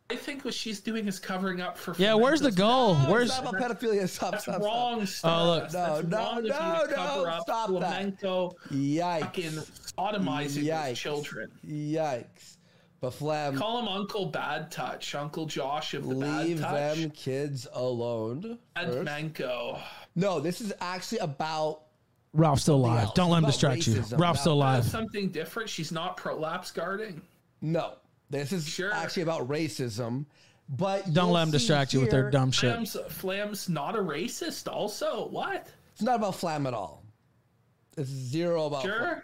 Speaker 9: I think what she's doing is covering up for.
Speaker 1: Yeah, where's the goal?
Speaker 9: No,
Speaker 1: where's
Speaker 7: it's not about pedophilia. Stop,
Speaker 9: That's
Speaker 7: stop, stop.
Speaker 9: wrong,
Speaker 1: Oh, look.
Speaker 9: Stardust.
Speaker 7: no,
Speaker 9: Uh, That's
Speaker 7: no,
Speaker 9: wrong of you
Speaker 7: no,
Speaker 9: to cover
Speaker 7: no!
Speaker 9: up
Speaker 7: Stop that!
Speaker 9: flamenco fucking
Speaker 7: Yikes!
Speaker 9: sodomizing
Speaker 7: Yikes.
Speaker 9: those children.
Speaker 7: Yikes! But Flam,
Speaker 9: Call him Uncle Bad Touch, Uncle Josh of the
Speaker 7: leave
Speaker 9: Bad Touch.
Speaker 7: them kids alone.
Speaker 9: Bad
Speaker 7: first.
Speaker 9: Manco.
Speaker 7: No, this is actually about
Speaker 1: Ralph's still alive.
Speaker 7: else.
Speaker 1: Don't let him
Speaker 7: About
Speaker 1: distract you.
Speaker 7: racism,
Speaker 1: Ralph's still
Speaker 9: That's
Speaker 1: alive.
Speaker 9: Something different. She's not prolapse guarding.
Speaker 7: No, this is actually about racism. But
Speaker 1: Don't
Speaker 7: you'll
Speaker 1: let 'em
Speaker 7: see
Speaker 1: distract you with their
Speaker 7: here-
Speaker 1: dumb shit.
Speaker 9: Flam's, Flam's not a racist. Also, what?
Speaker 7: It's not about flam at all. It's zero about.
Speaker 9: Sure.
Speaker 7: flam.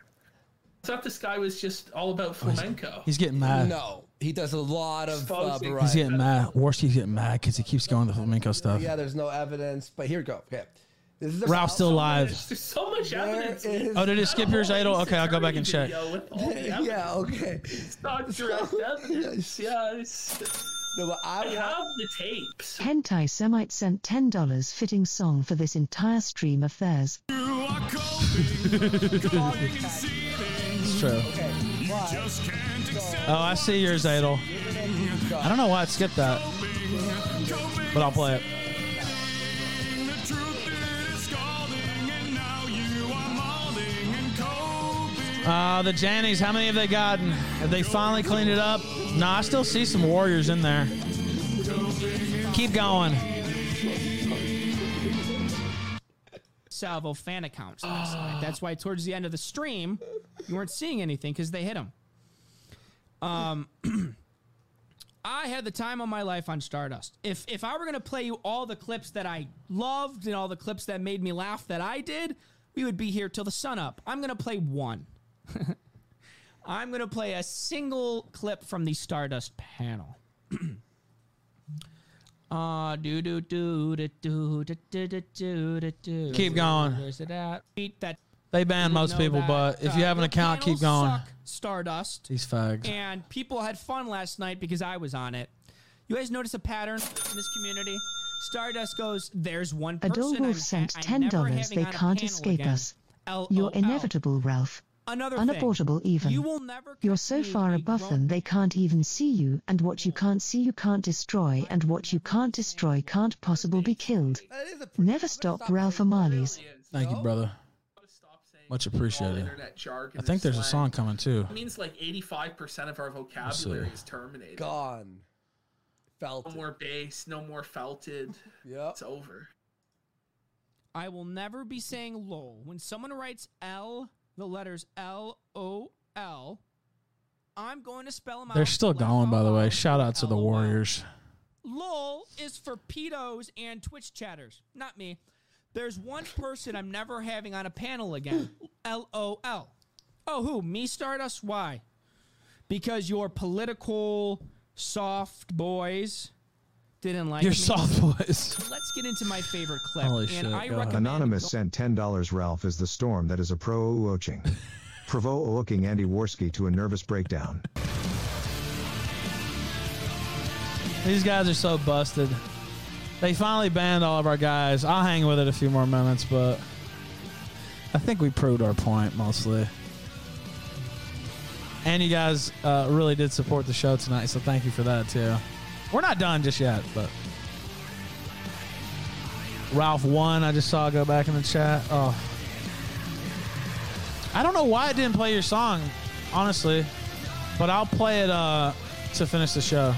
Speaker 9: I thought this guy was just all about
Speaker 7: *laughs*
Speaker 9: flamenco.
Speaker 1: He's getting mad.
Speaker 7: No, he does a lot of.
Speaker 3: Oh,
Speaker 7: Uh,
Speaker 9: Exposing-
Speaker 1: He's
Speaker 7: variety.
Speaker 1: getting mad. Worski's getting mad because he keeps going to flamenco stuff.
Speaker 7: Yeah, there's no evidence, but here we go. Okay, this is
Speaker 1: Ralph's still alive.
Speaker 9: There's so much evidence.
Speaker 1: Oh, did it skip yours, Idol? Okay, I'll go back and check.
Speaker 9: Video with all the evidence.
Speaker 7: *laughs* Yeah, okay.
Speaker 9: It's
Speaker 7: *laughs*
Speaker 9: not direct evidence. Yeah, it's- I have the tapes.
Speaker 6: Hentai Semite sent $10 fitting song for this entire stream of theirs.
Speaker 3: *laughs*
Speaker 1: It's true. Oh, I see yours, Idol. I don't know why I skipped that, but I'll play it. Uh, the Jannies, how many have they gotten? Have they finally cleaned it up? No, I still see some Warriors in there. Keep going.
Speaker 3: Salvo fan accounts last
Speaker 1: Ah.
Speaker 3: night. That's why towards the end of the stream, you weren't seeing anything because they hit him. Um, I had the time of my life on Stardust. If if I were gonna play you all the clips that I loved and all the clips that made me laugh that I did, we would be here till the sun up. I'm gonna play one. *laughs* I'm gonna play a single clip from the Stardust panel. *clears throat* Ah, do do do do do do do do do do do.
Speaker 1: Keep going.
Speaker 3: Where's it at? Beat that.
Speaker 1: They ban most
Speaker 3: know
Speaker 1: people,
Speaker 3: that,
Speaker 1: but if
Speaker 3: uh,
Speaker 1: you have an
Speaker 3: the
Speaker 1: account, keep
Speaker 3: panels
Speaker 1: going.
Speaker 3: suck, Stardust.
Speaker 1: These fags.
Speaker 3: And people had fun last night because I was on it. You guys notice a pattern in this community? Stardust goes, there's one person.
Speaker 6: Adol
Speaker 3: I'm
Speaker 6: Wolf sent
Speaker 3: ha- I'm never
Speaker 6: $10.
Speaker 3: having on
Speaker 6: They
Speaker 3: a
Speaker 6: can't
Speaker 3: panel
Speaker 6: escape
Speaker 3: again."
Speaker 6: us.
Speaker 3: LOL.
Speaker 6: You're inevitable, Ralph.
Speaker 3: Another thing.
Speaker 6: Unabortable, even.
Speaker 3: You will never
Speaker 6: You're so far above them they can't even see you, and what you can't see you can't destroy, and what you can't destroy can't possibly be killed. Never stop Ralph Amalis.
Speaker 1: Thank you, brother. Much appreciated.
Speaker 9: internet jargon
Speaker 1: I think
Speaker 9: and
Speaker 1: there's a
Speaker 9: slang.
Speaker 1: song coming too.
Speaker 9: It means like 85% of our vocabulary
Speaker 1: see.
Speaker 9: is terminated.
Speaker 7: Gone.
Speaker 9: No more bass, no more felted.
Speaker 7: Yeah.
Speaker 32: *laughs*
Speaker 9: It's over.
Speaker 3: I will never be saying lol. When someone writes L, the letters L O L, I'm going to spell them out.
Speaker 1: They're still going, by the way. Shout out to the Warriors.
Speaker 3: LOL is for pedos and Twitch chatters, not me. There's one person I'm never having on a panel again. LOL. Oh, who? Me, Stardust? Why? Because your political soft boys didn't like
Speaker 1: Your
Speaker 3: me.
Speaker 1: soft boys.
Speaker 3: Let's get into my favorite clip.
Speaker 1: Holy
Speaker 3: and
Speaker 1: shit,
Speaker 3: I
Speaker 1: go ahead.
Speaker 3: recommend
Speaker 4: Anonymous sent $10 Ralph is the storm that is a pro ooching.
Speaker 1: *laughs*
Speaker 4: Provo ooking Andy Worski to a nervous breakdown.
Speaker 1: These guys are so busted. They finally banned all of our guys. I'll hang with it a few more minutes, but I think we proved our point mostly. And you guys uh, really did support the show tonight, so thank you for that too. We're not done just yet, but Ralph one I just saw go back in the chat. Oh, I don't know why I didn't play your song, honestly, but I'll play it uh, to finish the show.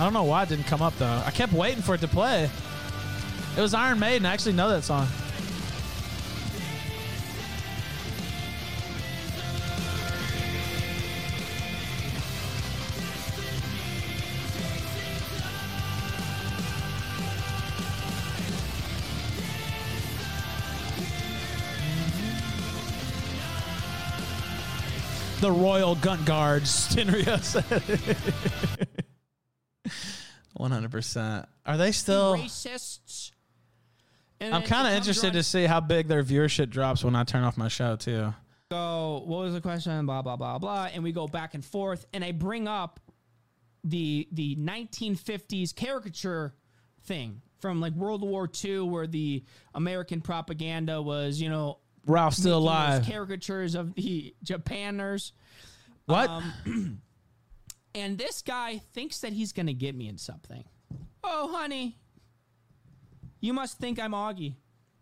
Speaker 1: I don't know why it didn't come up though. I kept waiting for it to play. It was Iron Maiden. I actually know that song. The Royal Gun Guards, *laughs* Tenrio said. *laughs* One hundred percent. Are they still?
Speaker 3: racists. And
Speaker 1: I'm
Speaker 3: then
Speaker 1: kind
Speaker 3: it
Speaker 1: of
Speaker 3: comes
Speaker 1: interested
Speaker 3: around-
Speaker 1: to see how big their viewership drops when I turn off my show too.
Speaker 3: So, what was the question? Blah blah blah blah, and we go back and forth, and I bring up the the 1950s caricature thing from like World War II, where the American propaganda was, you know,
Speaker 1: Ralph's still
Speaker 3: making those
Speaker 1: alive.
Speaker 3: Caricatures of the Japaners.
Speaker 1: What?
Speaker 3: Um, *clears throat* and this guy thinks that he's gonna get me in something. Oh, honey, you must think I'm Augie.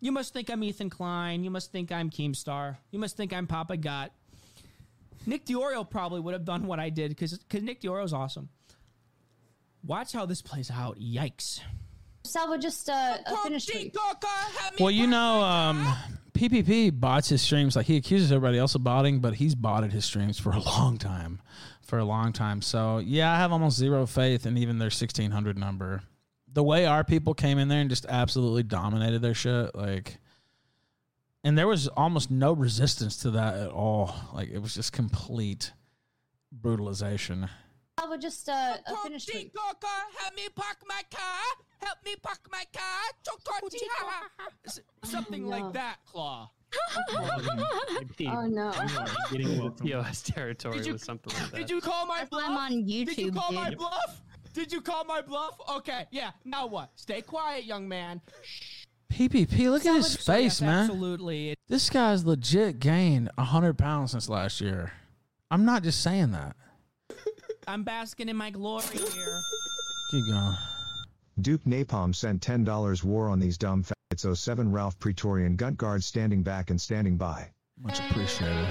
Speaker 3: You must think I'm Ethan Klein. You must think I'm Keemstar. You must think I'm Papa Gott. Nick Diorio probably would have done what I did because Nick Diorio's awesome. Watch how this plays out. Yikes.
Speaker 11: Salvo just uh, uh, finished.
Speaker 1: Well, you know, um, PPP bots his streams. Like he accuses everybody else of botting, but he's botted his streams for a *laughs* long time, for a long time. So yeah, I have almost zero faith in even their sixteen hundred number. The way our people came in there and just absolutely dominated their shit, like, and there was almost no resistance to that at all. Like it was just complete brutalization.
Speaker 32: I would just uh, a finish tweet.
Speaker 33: help me park my car. Help me park my car. Chocotiha.
Speaker 3: S- Something like that, Claw.
Speaker 32: Oh
Speaker 3: *laughs*
Speaker 32: no! *laughs* Getting into POS territory
Speaker 3: Did you-
Speaker 32: with something like that.
Speaker 3: Did you call my
Speaker 32: That's
Speaker 3: bluff?
Speaker 32: why I'm on
Speaker 3: Did you
Speaker 32: YouTube,
Speaker 3: call my
Speaker 32: dude.
Speaker 3: bluff? Did you call my bluff? Okay, yeah. Now what? Stay quiet, young man.
Speaker 1: PPP, look at his
Speaker 3: yes,
Speaker 1: face, man.
Speaker 3: absolutely.
Speaker 1: This guy's legit gained 100 pounds since last year. I'm not just saying that.
Speaker 3: I'm basking in my glory here.
Speaker 1: Keep going.
Speaker 4: Duke Napalm sent $10 war on these dumb faggots 07 Ralph Praetorian gut guard standing back and standing by.
Speaker 1: Much appreciated.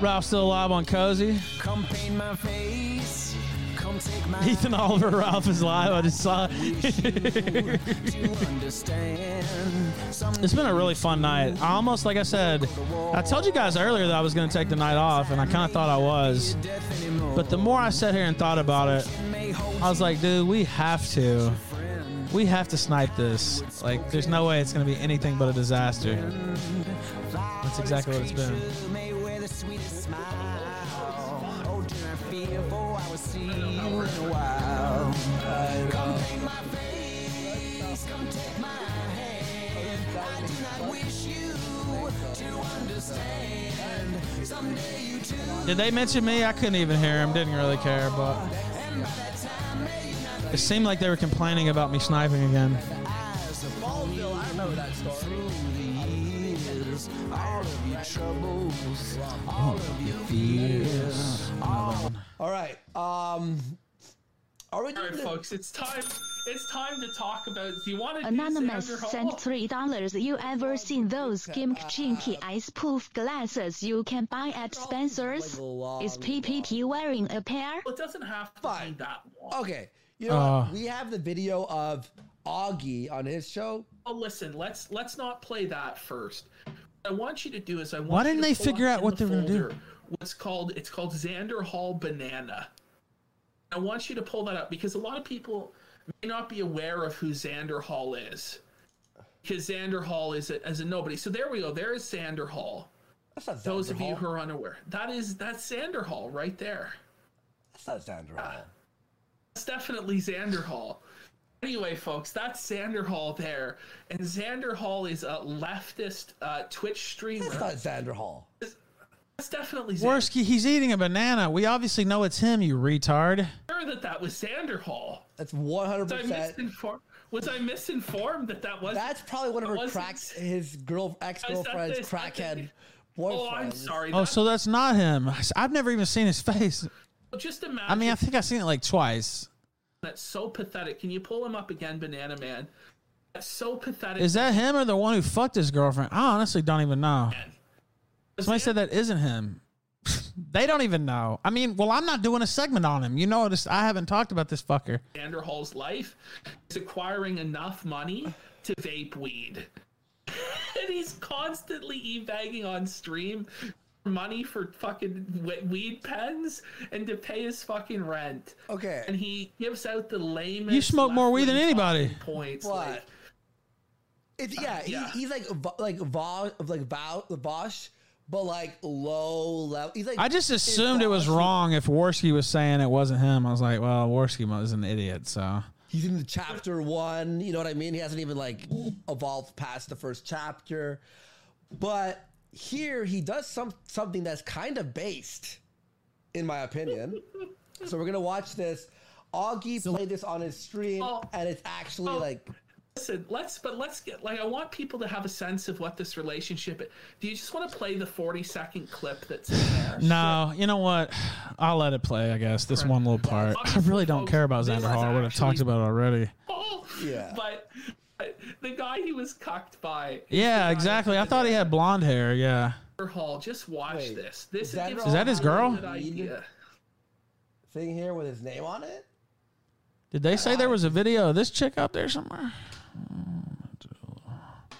Speaker 1: Ralph's still alive on Cozy.
Speaker 11: Come paint my face. Come take my
Speaker 1: Ethan Oliver
Speaker 11: *laughs*
Speaker 1: Ralph is live. I just saw it. *laughs*
Speaker 11: to understand. Some
Speaker 1: It's been a really fun night. I almost, like I said, I told you guys earlier that I was going to take the night off, and I kind of thought I was. But the more I sat here and thought about it, I was like, dude, we have to. We have to snipe this. Like, there's no way it's going to be anything but a disaster. That's exactly what it's been.
Speaker 11: may wear the sweetest smile. Oh, did I feel for I was see you in a while. Come paint my face. Come take my hand. I do not wish you to understand. Someday you too.
Speaker 1: Did they mention me? I couldn't even hear him. Didn't really care, but it seemed like they were complaining about me sniping again.
Speaker 11: Ballville, I remember that story. Through the years, all of your troubles, all of your fears.
Speaker 7: All right. Um, are we
Speaker 9: All right, folks, it's time. It's time to talk about. Do you want to
Speaker 12: Anonymous
Speaker 9: do this
Speaker 12: sent three dollars. You ever seen those gimp chinky ice poof glasses you can buy at Spencer's? Is PPP wearing a pair?
Speaker 9: It doesn't have to be that long.
Speaker 7: Okay. You know,
Speaker 9: Uh.
Speaker 7: what? we have the video of Augie on his show.
Speaker 9: Oh, listen. Let's let's not play that first. What I want you to do is I want.
Speaker 1: Why
Speaker 9: you
Speaker 1: didn't
Speaker 9: to
Speaker 1: they
Speaker 9: pull up
Speaker 1: figure out
Speaker 9: in
Speaker 1: what
Speaker 9: the
Speaker 1: they were going to do?
Speaker 9: folder What's called? It's called Xander Hall Banana. I want you to pull that up because a lot of people may not be aware of who Xander Hall is. Because Xander Hall is a, is a nobody. So there we go. There is Xander Hall.
Speaker 7: That's not
Speaker 9: Those
Speaker 7: Xander
Speaker 9: of
Speaker 7: Hall.
Speaker 9: you who are unaware, that is that's Xander Hall right there. Ah.
Speaker 7: That's not Xander Hall.
Speaker 9: That's definitely Xander Hall. Anyway, folks, that's Xander Hall there, and Xander Hall is a leftist uh, Twitch streamer.
Speaker 7: That's not Xander Hall.
Speaker 9: That's definitely Xander.
Speaker 1: Worski, he's eating a banana. We obviously know it's him, you retard.
Speaker 9: sure that that was Xander Hall.
Speaker 7: That's one hundred
Speaker 9: Was I
Speaker 7: percent.
Speaker 9: misinformed? Was I misinformed that that was?
Speaker 7: That's probably one of her cracks. His girl, ex girlfriend's
Speaker 9: that's- that's-
Speaker 7: crackhead boyfriend.
Speaker 9: Oh, I'm sorry.
Speaker 1: Oh, so that's not him. I've never even seen his face.
Speaker 9: Just imagine.
Speaker 1: I mean, I think I've seen it like twice.
Speaker 9: that's so pathetic. Can you pull him up again, Banana Man? That's so pathetic.
Speaker 1: Is that him or the one who fucked his girlfriend? I honestly don't even know. Somebody said that isn't him. *laughs* they don't even know. I mean, well, I'm not doing a segment on him. You notice I haven't talked about this fucker.
Speaker 9: Xander Hall's life is acquiring enough money to vape weed. *laughs* and he's constantly e-bagging on stream money for fucking we- weed pens and to pay his fucking rent.
Speaker 7: Okay.
Speaker 9: And he gives out the lamest
Speaker 1: You smoke more weed than
Speaker 9: left-wing
Speaker 1: anybody.
Speaker 9: fucking Points.
Speaker 7: What?
Speaker 9: Like,
Speaker 7: It's yeah,
Speaker 9: yeah.
Speaker 7: He, he's like Vo- like Vo, like Vo, the Bosch, but like low level. He's like
Speaker 1: I just assumed it was wrong if Worski was saying it wasn't him. I was like, well, Worski was an idiot, so.
Speaker 7: he's in the chapter one. You know what I mean? He hasn't even like evolved past the first chapter, but here he does some something that's kind of based, in my opinion. so we're gonna watch this. Augie played this on his stream, and it's actually like
Speaker 9: Listen, let's but let's get like I want people to have a sense of what this relationship. Do you just want to play the forty second clip that's in there?
Speaker 1: No, you know what? I'll let it play, I guess, this one little part. I really don't care about Xander Hall. I would have talked about it already.
Speaker 7: Yeah.
Speaker 9: *laughs* But, but the guy he was cucked by,
Speaker 1: Yeah, exactly. I thall he had blonde hair, yeah.
Speaker 9: Xander Hall. Just watch this. This
Speaker 7: Xander
Speaker 9: gives
Speaker 1: Hall Is that his
Speaker 9: a really
Speaker 1: girl?
Speaker 9: Good idea.
Speaker 7: thing here with his name on it.
Speaker 1: Did they say there was a video of this chick out there somewhere? *laughs*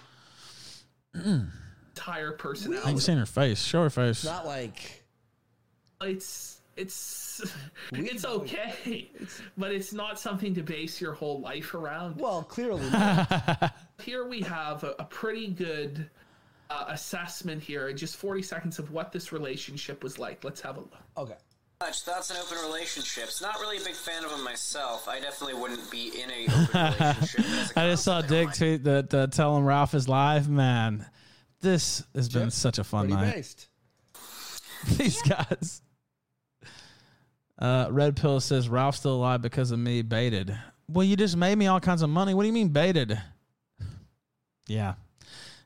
Speaker 9: Entire
Speaker 1: I
Speaker 9: personality.
Speaker 1: ain't seen her face. Show her face.
Speaker 7: Not like
Speaker 9: It's it's
Speaker 7: *laughs*
Speaker 9: it's okay, but it's not something to base your whole life around.
Speaker 7: Well,
Speaker 1: *laughs*
Speaker 7: clearly.
Speaker 9: here we have a, a pretty good uh, assessment here in just 40 seconds of what this relationship was like. Let's have a look.
Speaker 7: Okay.
Speaker 3: Much thoughts on open relationships. Not really a big fan of them myself. I definitely wouldn't be in
Speaker 1: *laughs*
Speaker 3: a open relationship.
Speaker 1: I just saw Dick tweet that uh, tell him Ralph is live. Man, this has been such a fun
Speaker 7: pretty
Speaker 1: night.
Speaker 7: based.
Speaker 1: *laughs* These guys. Uh, Red Pill says Ralph's still alive because of me. Baited. Well, you just made me all kinds of money. What do you mean baited? Yeah,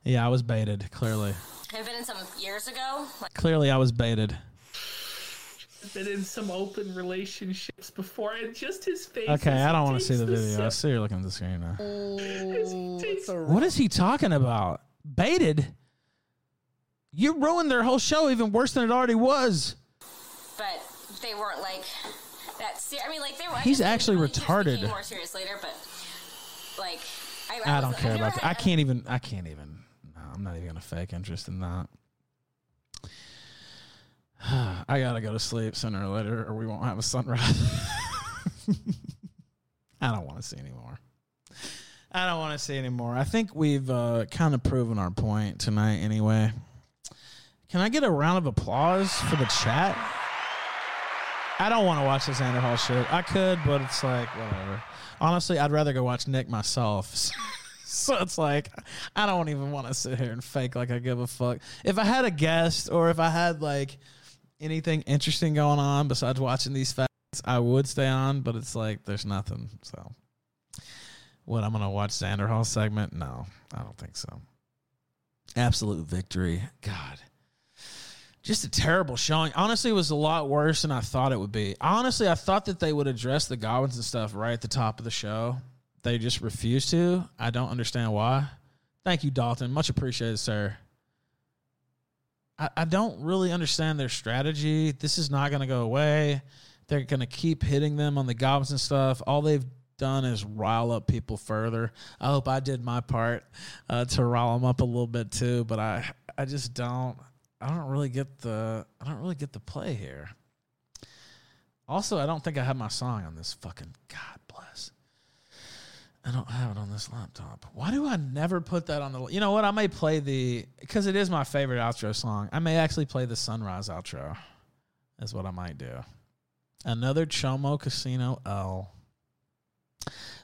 Speaker 1: yeah, I was baited. Clearly,
Speaker 11: I've been in some years ago. Like,
Speaker 1: clearly, I was baited.
Speaker 9: Been in some open relationships before, and just his face.
Speaker 1: Okay,
Speaker 9: as
Speaker 1: I
Speaker 9: he
Speaker 1: don't want to see
Speaker 9: takes
Speaker 1: the video. I
Speaker 9: sip.
Speaker 1: see you're looking at the screen now.
Speaker 9: *laughs* His face-
Speaker 1: What is he talking about? Baited? You ruined their whole show even worse than it already was.
Speaker 11: but they weren't like that. Ser- I mean, like they were. I
Speaker 1: He's
Speaker 11: guess they
Speaker 1: actually
Speaker 11: really just became
Speaker 1: retarded.
Speaker 11: More serious later, but like I,
Speaker 1: I
Speaker 11: was-
Speaker 1: don't
Speaker 11: I've
Speaker 1: care
Speaker 11: never *laughs*
Speaker 1: about that. I
Speaker 11: had-
Speaker 1: can't even. I can't even. No, I'm not even gonna fake interest in that. *sighs* I gotta go to sleep sooner or later, or we won't have a sunrise. *laughs* I don't want to see anymore. I don't want to see anymore. I think we've uh, kind of proven our point tonight, anyway. Can I get a round of applause for the chat? I don't want to watch this Xander Hall shit. I could, but it's like whatever. Honestly, I'd rather go watch Nick myself. *laughs* so it's like I don't even want to sit here and fake like I give a fuck. If I had a guest or if I had like anything interesting going on besides watching these facts, I would stay on. But it's like there's nothing. So what? I'm gonna watch Xander Hall segment? No, I don't think so. Absolute victory. God just a terrible showing. Honestly, it was a lot worse than I thought it would be. Honestly, I thought that they would address the goblins and stuff right at the top of the show. They just refused to. I don't understand why. Thank you, Dalton. Much appreciated, sir. I, I don't really understand their strategy. This is not going to go away. They're going to keep hitting them on the goblins and stuff. All they've done is rile up people further. I hope I did my part uh, to rile them up a little bit too, but I I just don't I don't really get the I don't really get the play here. Also, I don't think I have my song on this fucking God bless. I don't have it on this laptop. Why do I never put that on the? You know what? I may play the because it is my favorite outro song. I may actually play the sunrise outro. That's what I might do. Another Chomo Casino L.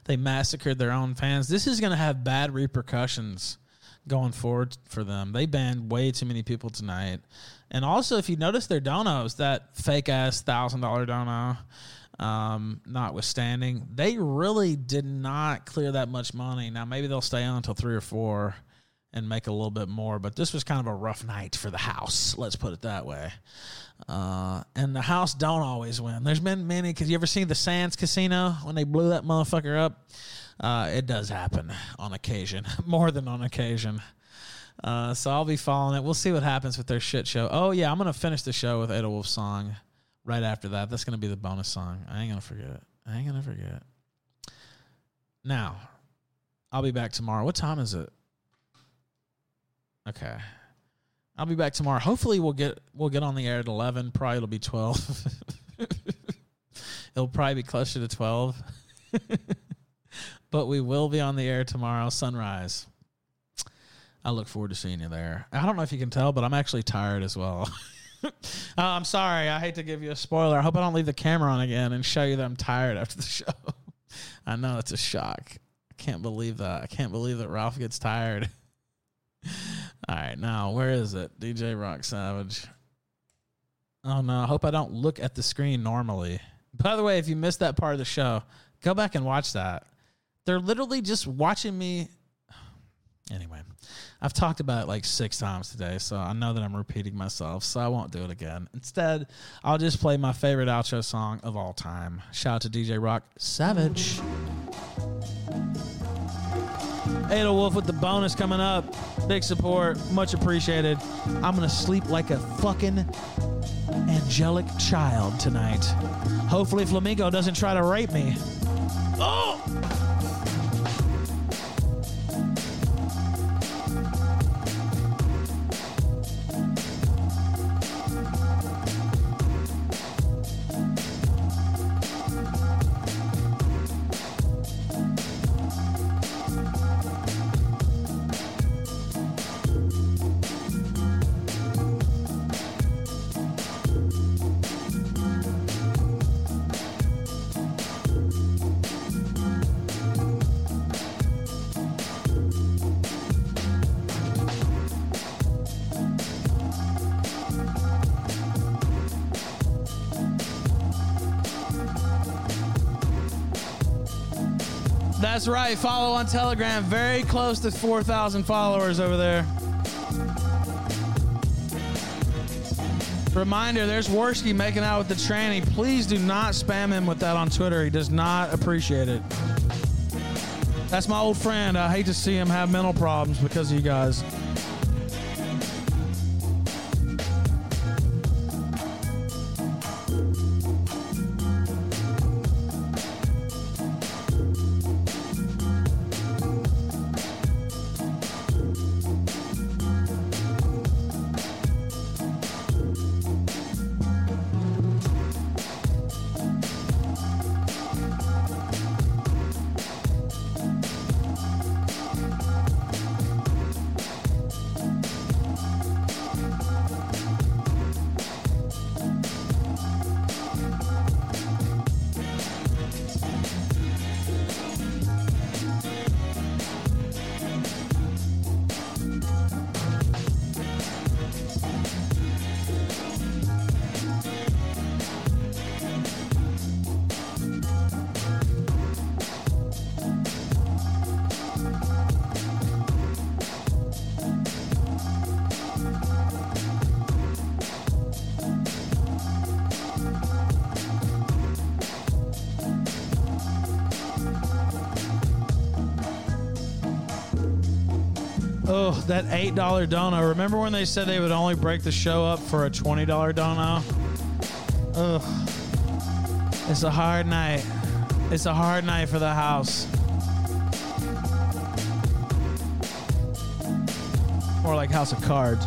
Speaker 1: They massacred their own fans. This is going to have bad repercussions going forward for them. They banned way too many people tonight. And also, if you notice their donos, that fake ass thousand dollar dono, um, notwithstanding, they really did not clear that much money. Now maybe they'll stay on until three or four and make a little bit more. But this was kind of a rough night for the house. Let's put it that way. Uh, and the house don't always win. There's been many because you ever seen the Sands Casino when they blew that motherfucker up. Uh, it does happen on occasion, *laughs* more than on occasion. Uh, so I'll be following it. We'll see what happens with their shit show. Oh yeah, I'm gonna finish the show with Ada Wolf's song right after that. That's gonna be the bonus song. I ain't gonna forget it. I ain't gonna forget it. Now, I'll be back tomorrow. What time is it? Okay. I'll be back tomorrow. Hopefully we'll get we'll get on the air at eleven. Probably it'll be twelve. *laughs* it'll probably be closer to twelve. *laughs* but we will be on the air tomorrow, sunrise. I look forward to seeing you there. I don't know if you can tell, but I'm actually tired as well. *laughs* Uh, I'm sorry. I hate to give you a spoiler. I hope I don't leave the camera on again and show you that I'm tired after the *laughs* show. I know it's a shock. I can't believe that. I can't believe that Ralph gets tired. *laughs* All right, now where is it? DJ Rock Savage. Oh no, I hope I don't look at the screen normally. By the way, if you missed that part of the show, go back and watch that. They're literally just watching me. Anyway, I've talked about it like six times today, so I know that I'm repeating myself, so I won't do it again. Instead, I'll just play my favorite outro song of all time. Shout out to DJ Rock Savage. Ada Wolf with the bonus coming up. Big support, much appreciated. I'm gonna sleep like a fucking angelic child tonight. Hopefully, Flamingo doesn't try to rape me.
Speaker 9: Oh!
Speaker 1: That's right. Follow on Telegram. Very close to 4,000 followers over there. Reminder there's Worski making out with the tranny. Please do not spam him with that on Twitter. He does not appreciate it. That's my old friend. I hate to see him have mental problems because of you guys. Oh, that eight dollar dono. Remember when they said they would only break the show up for a twenty dollar dono? Ugh. It's a hard night. It's a hard night for the house. More like House of Cards.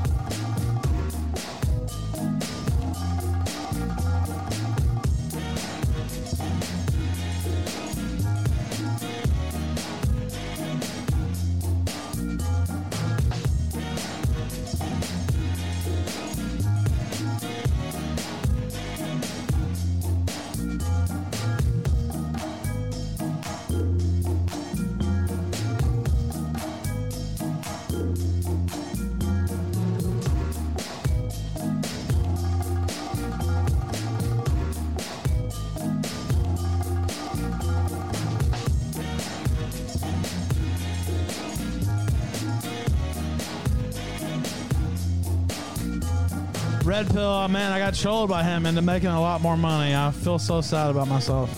Speaker 1: Red Pill, oh man, I got *laughs* trolled by him into making a lot more money. I feel so sad about myself.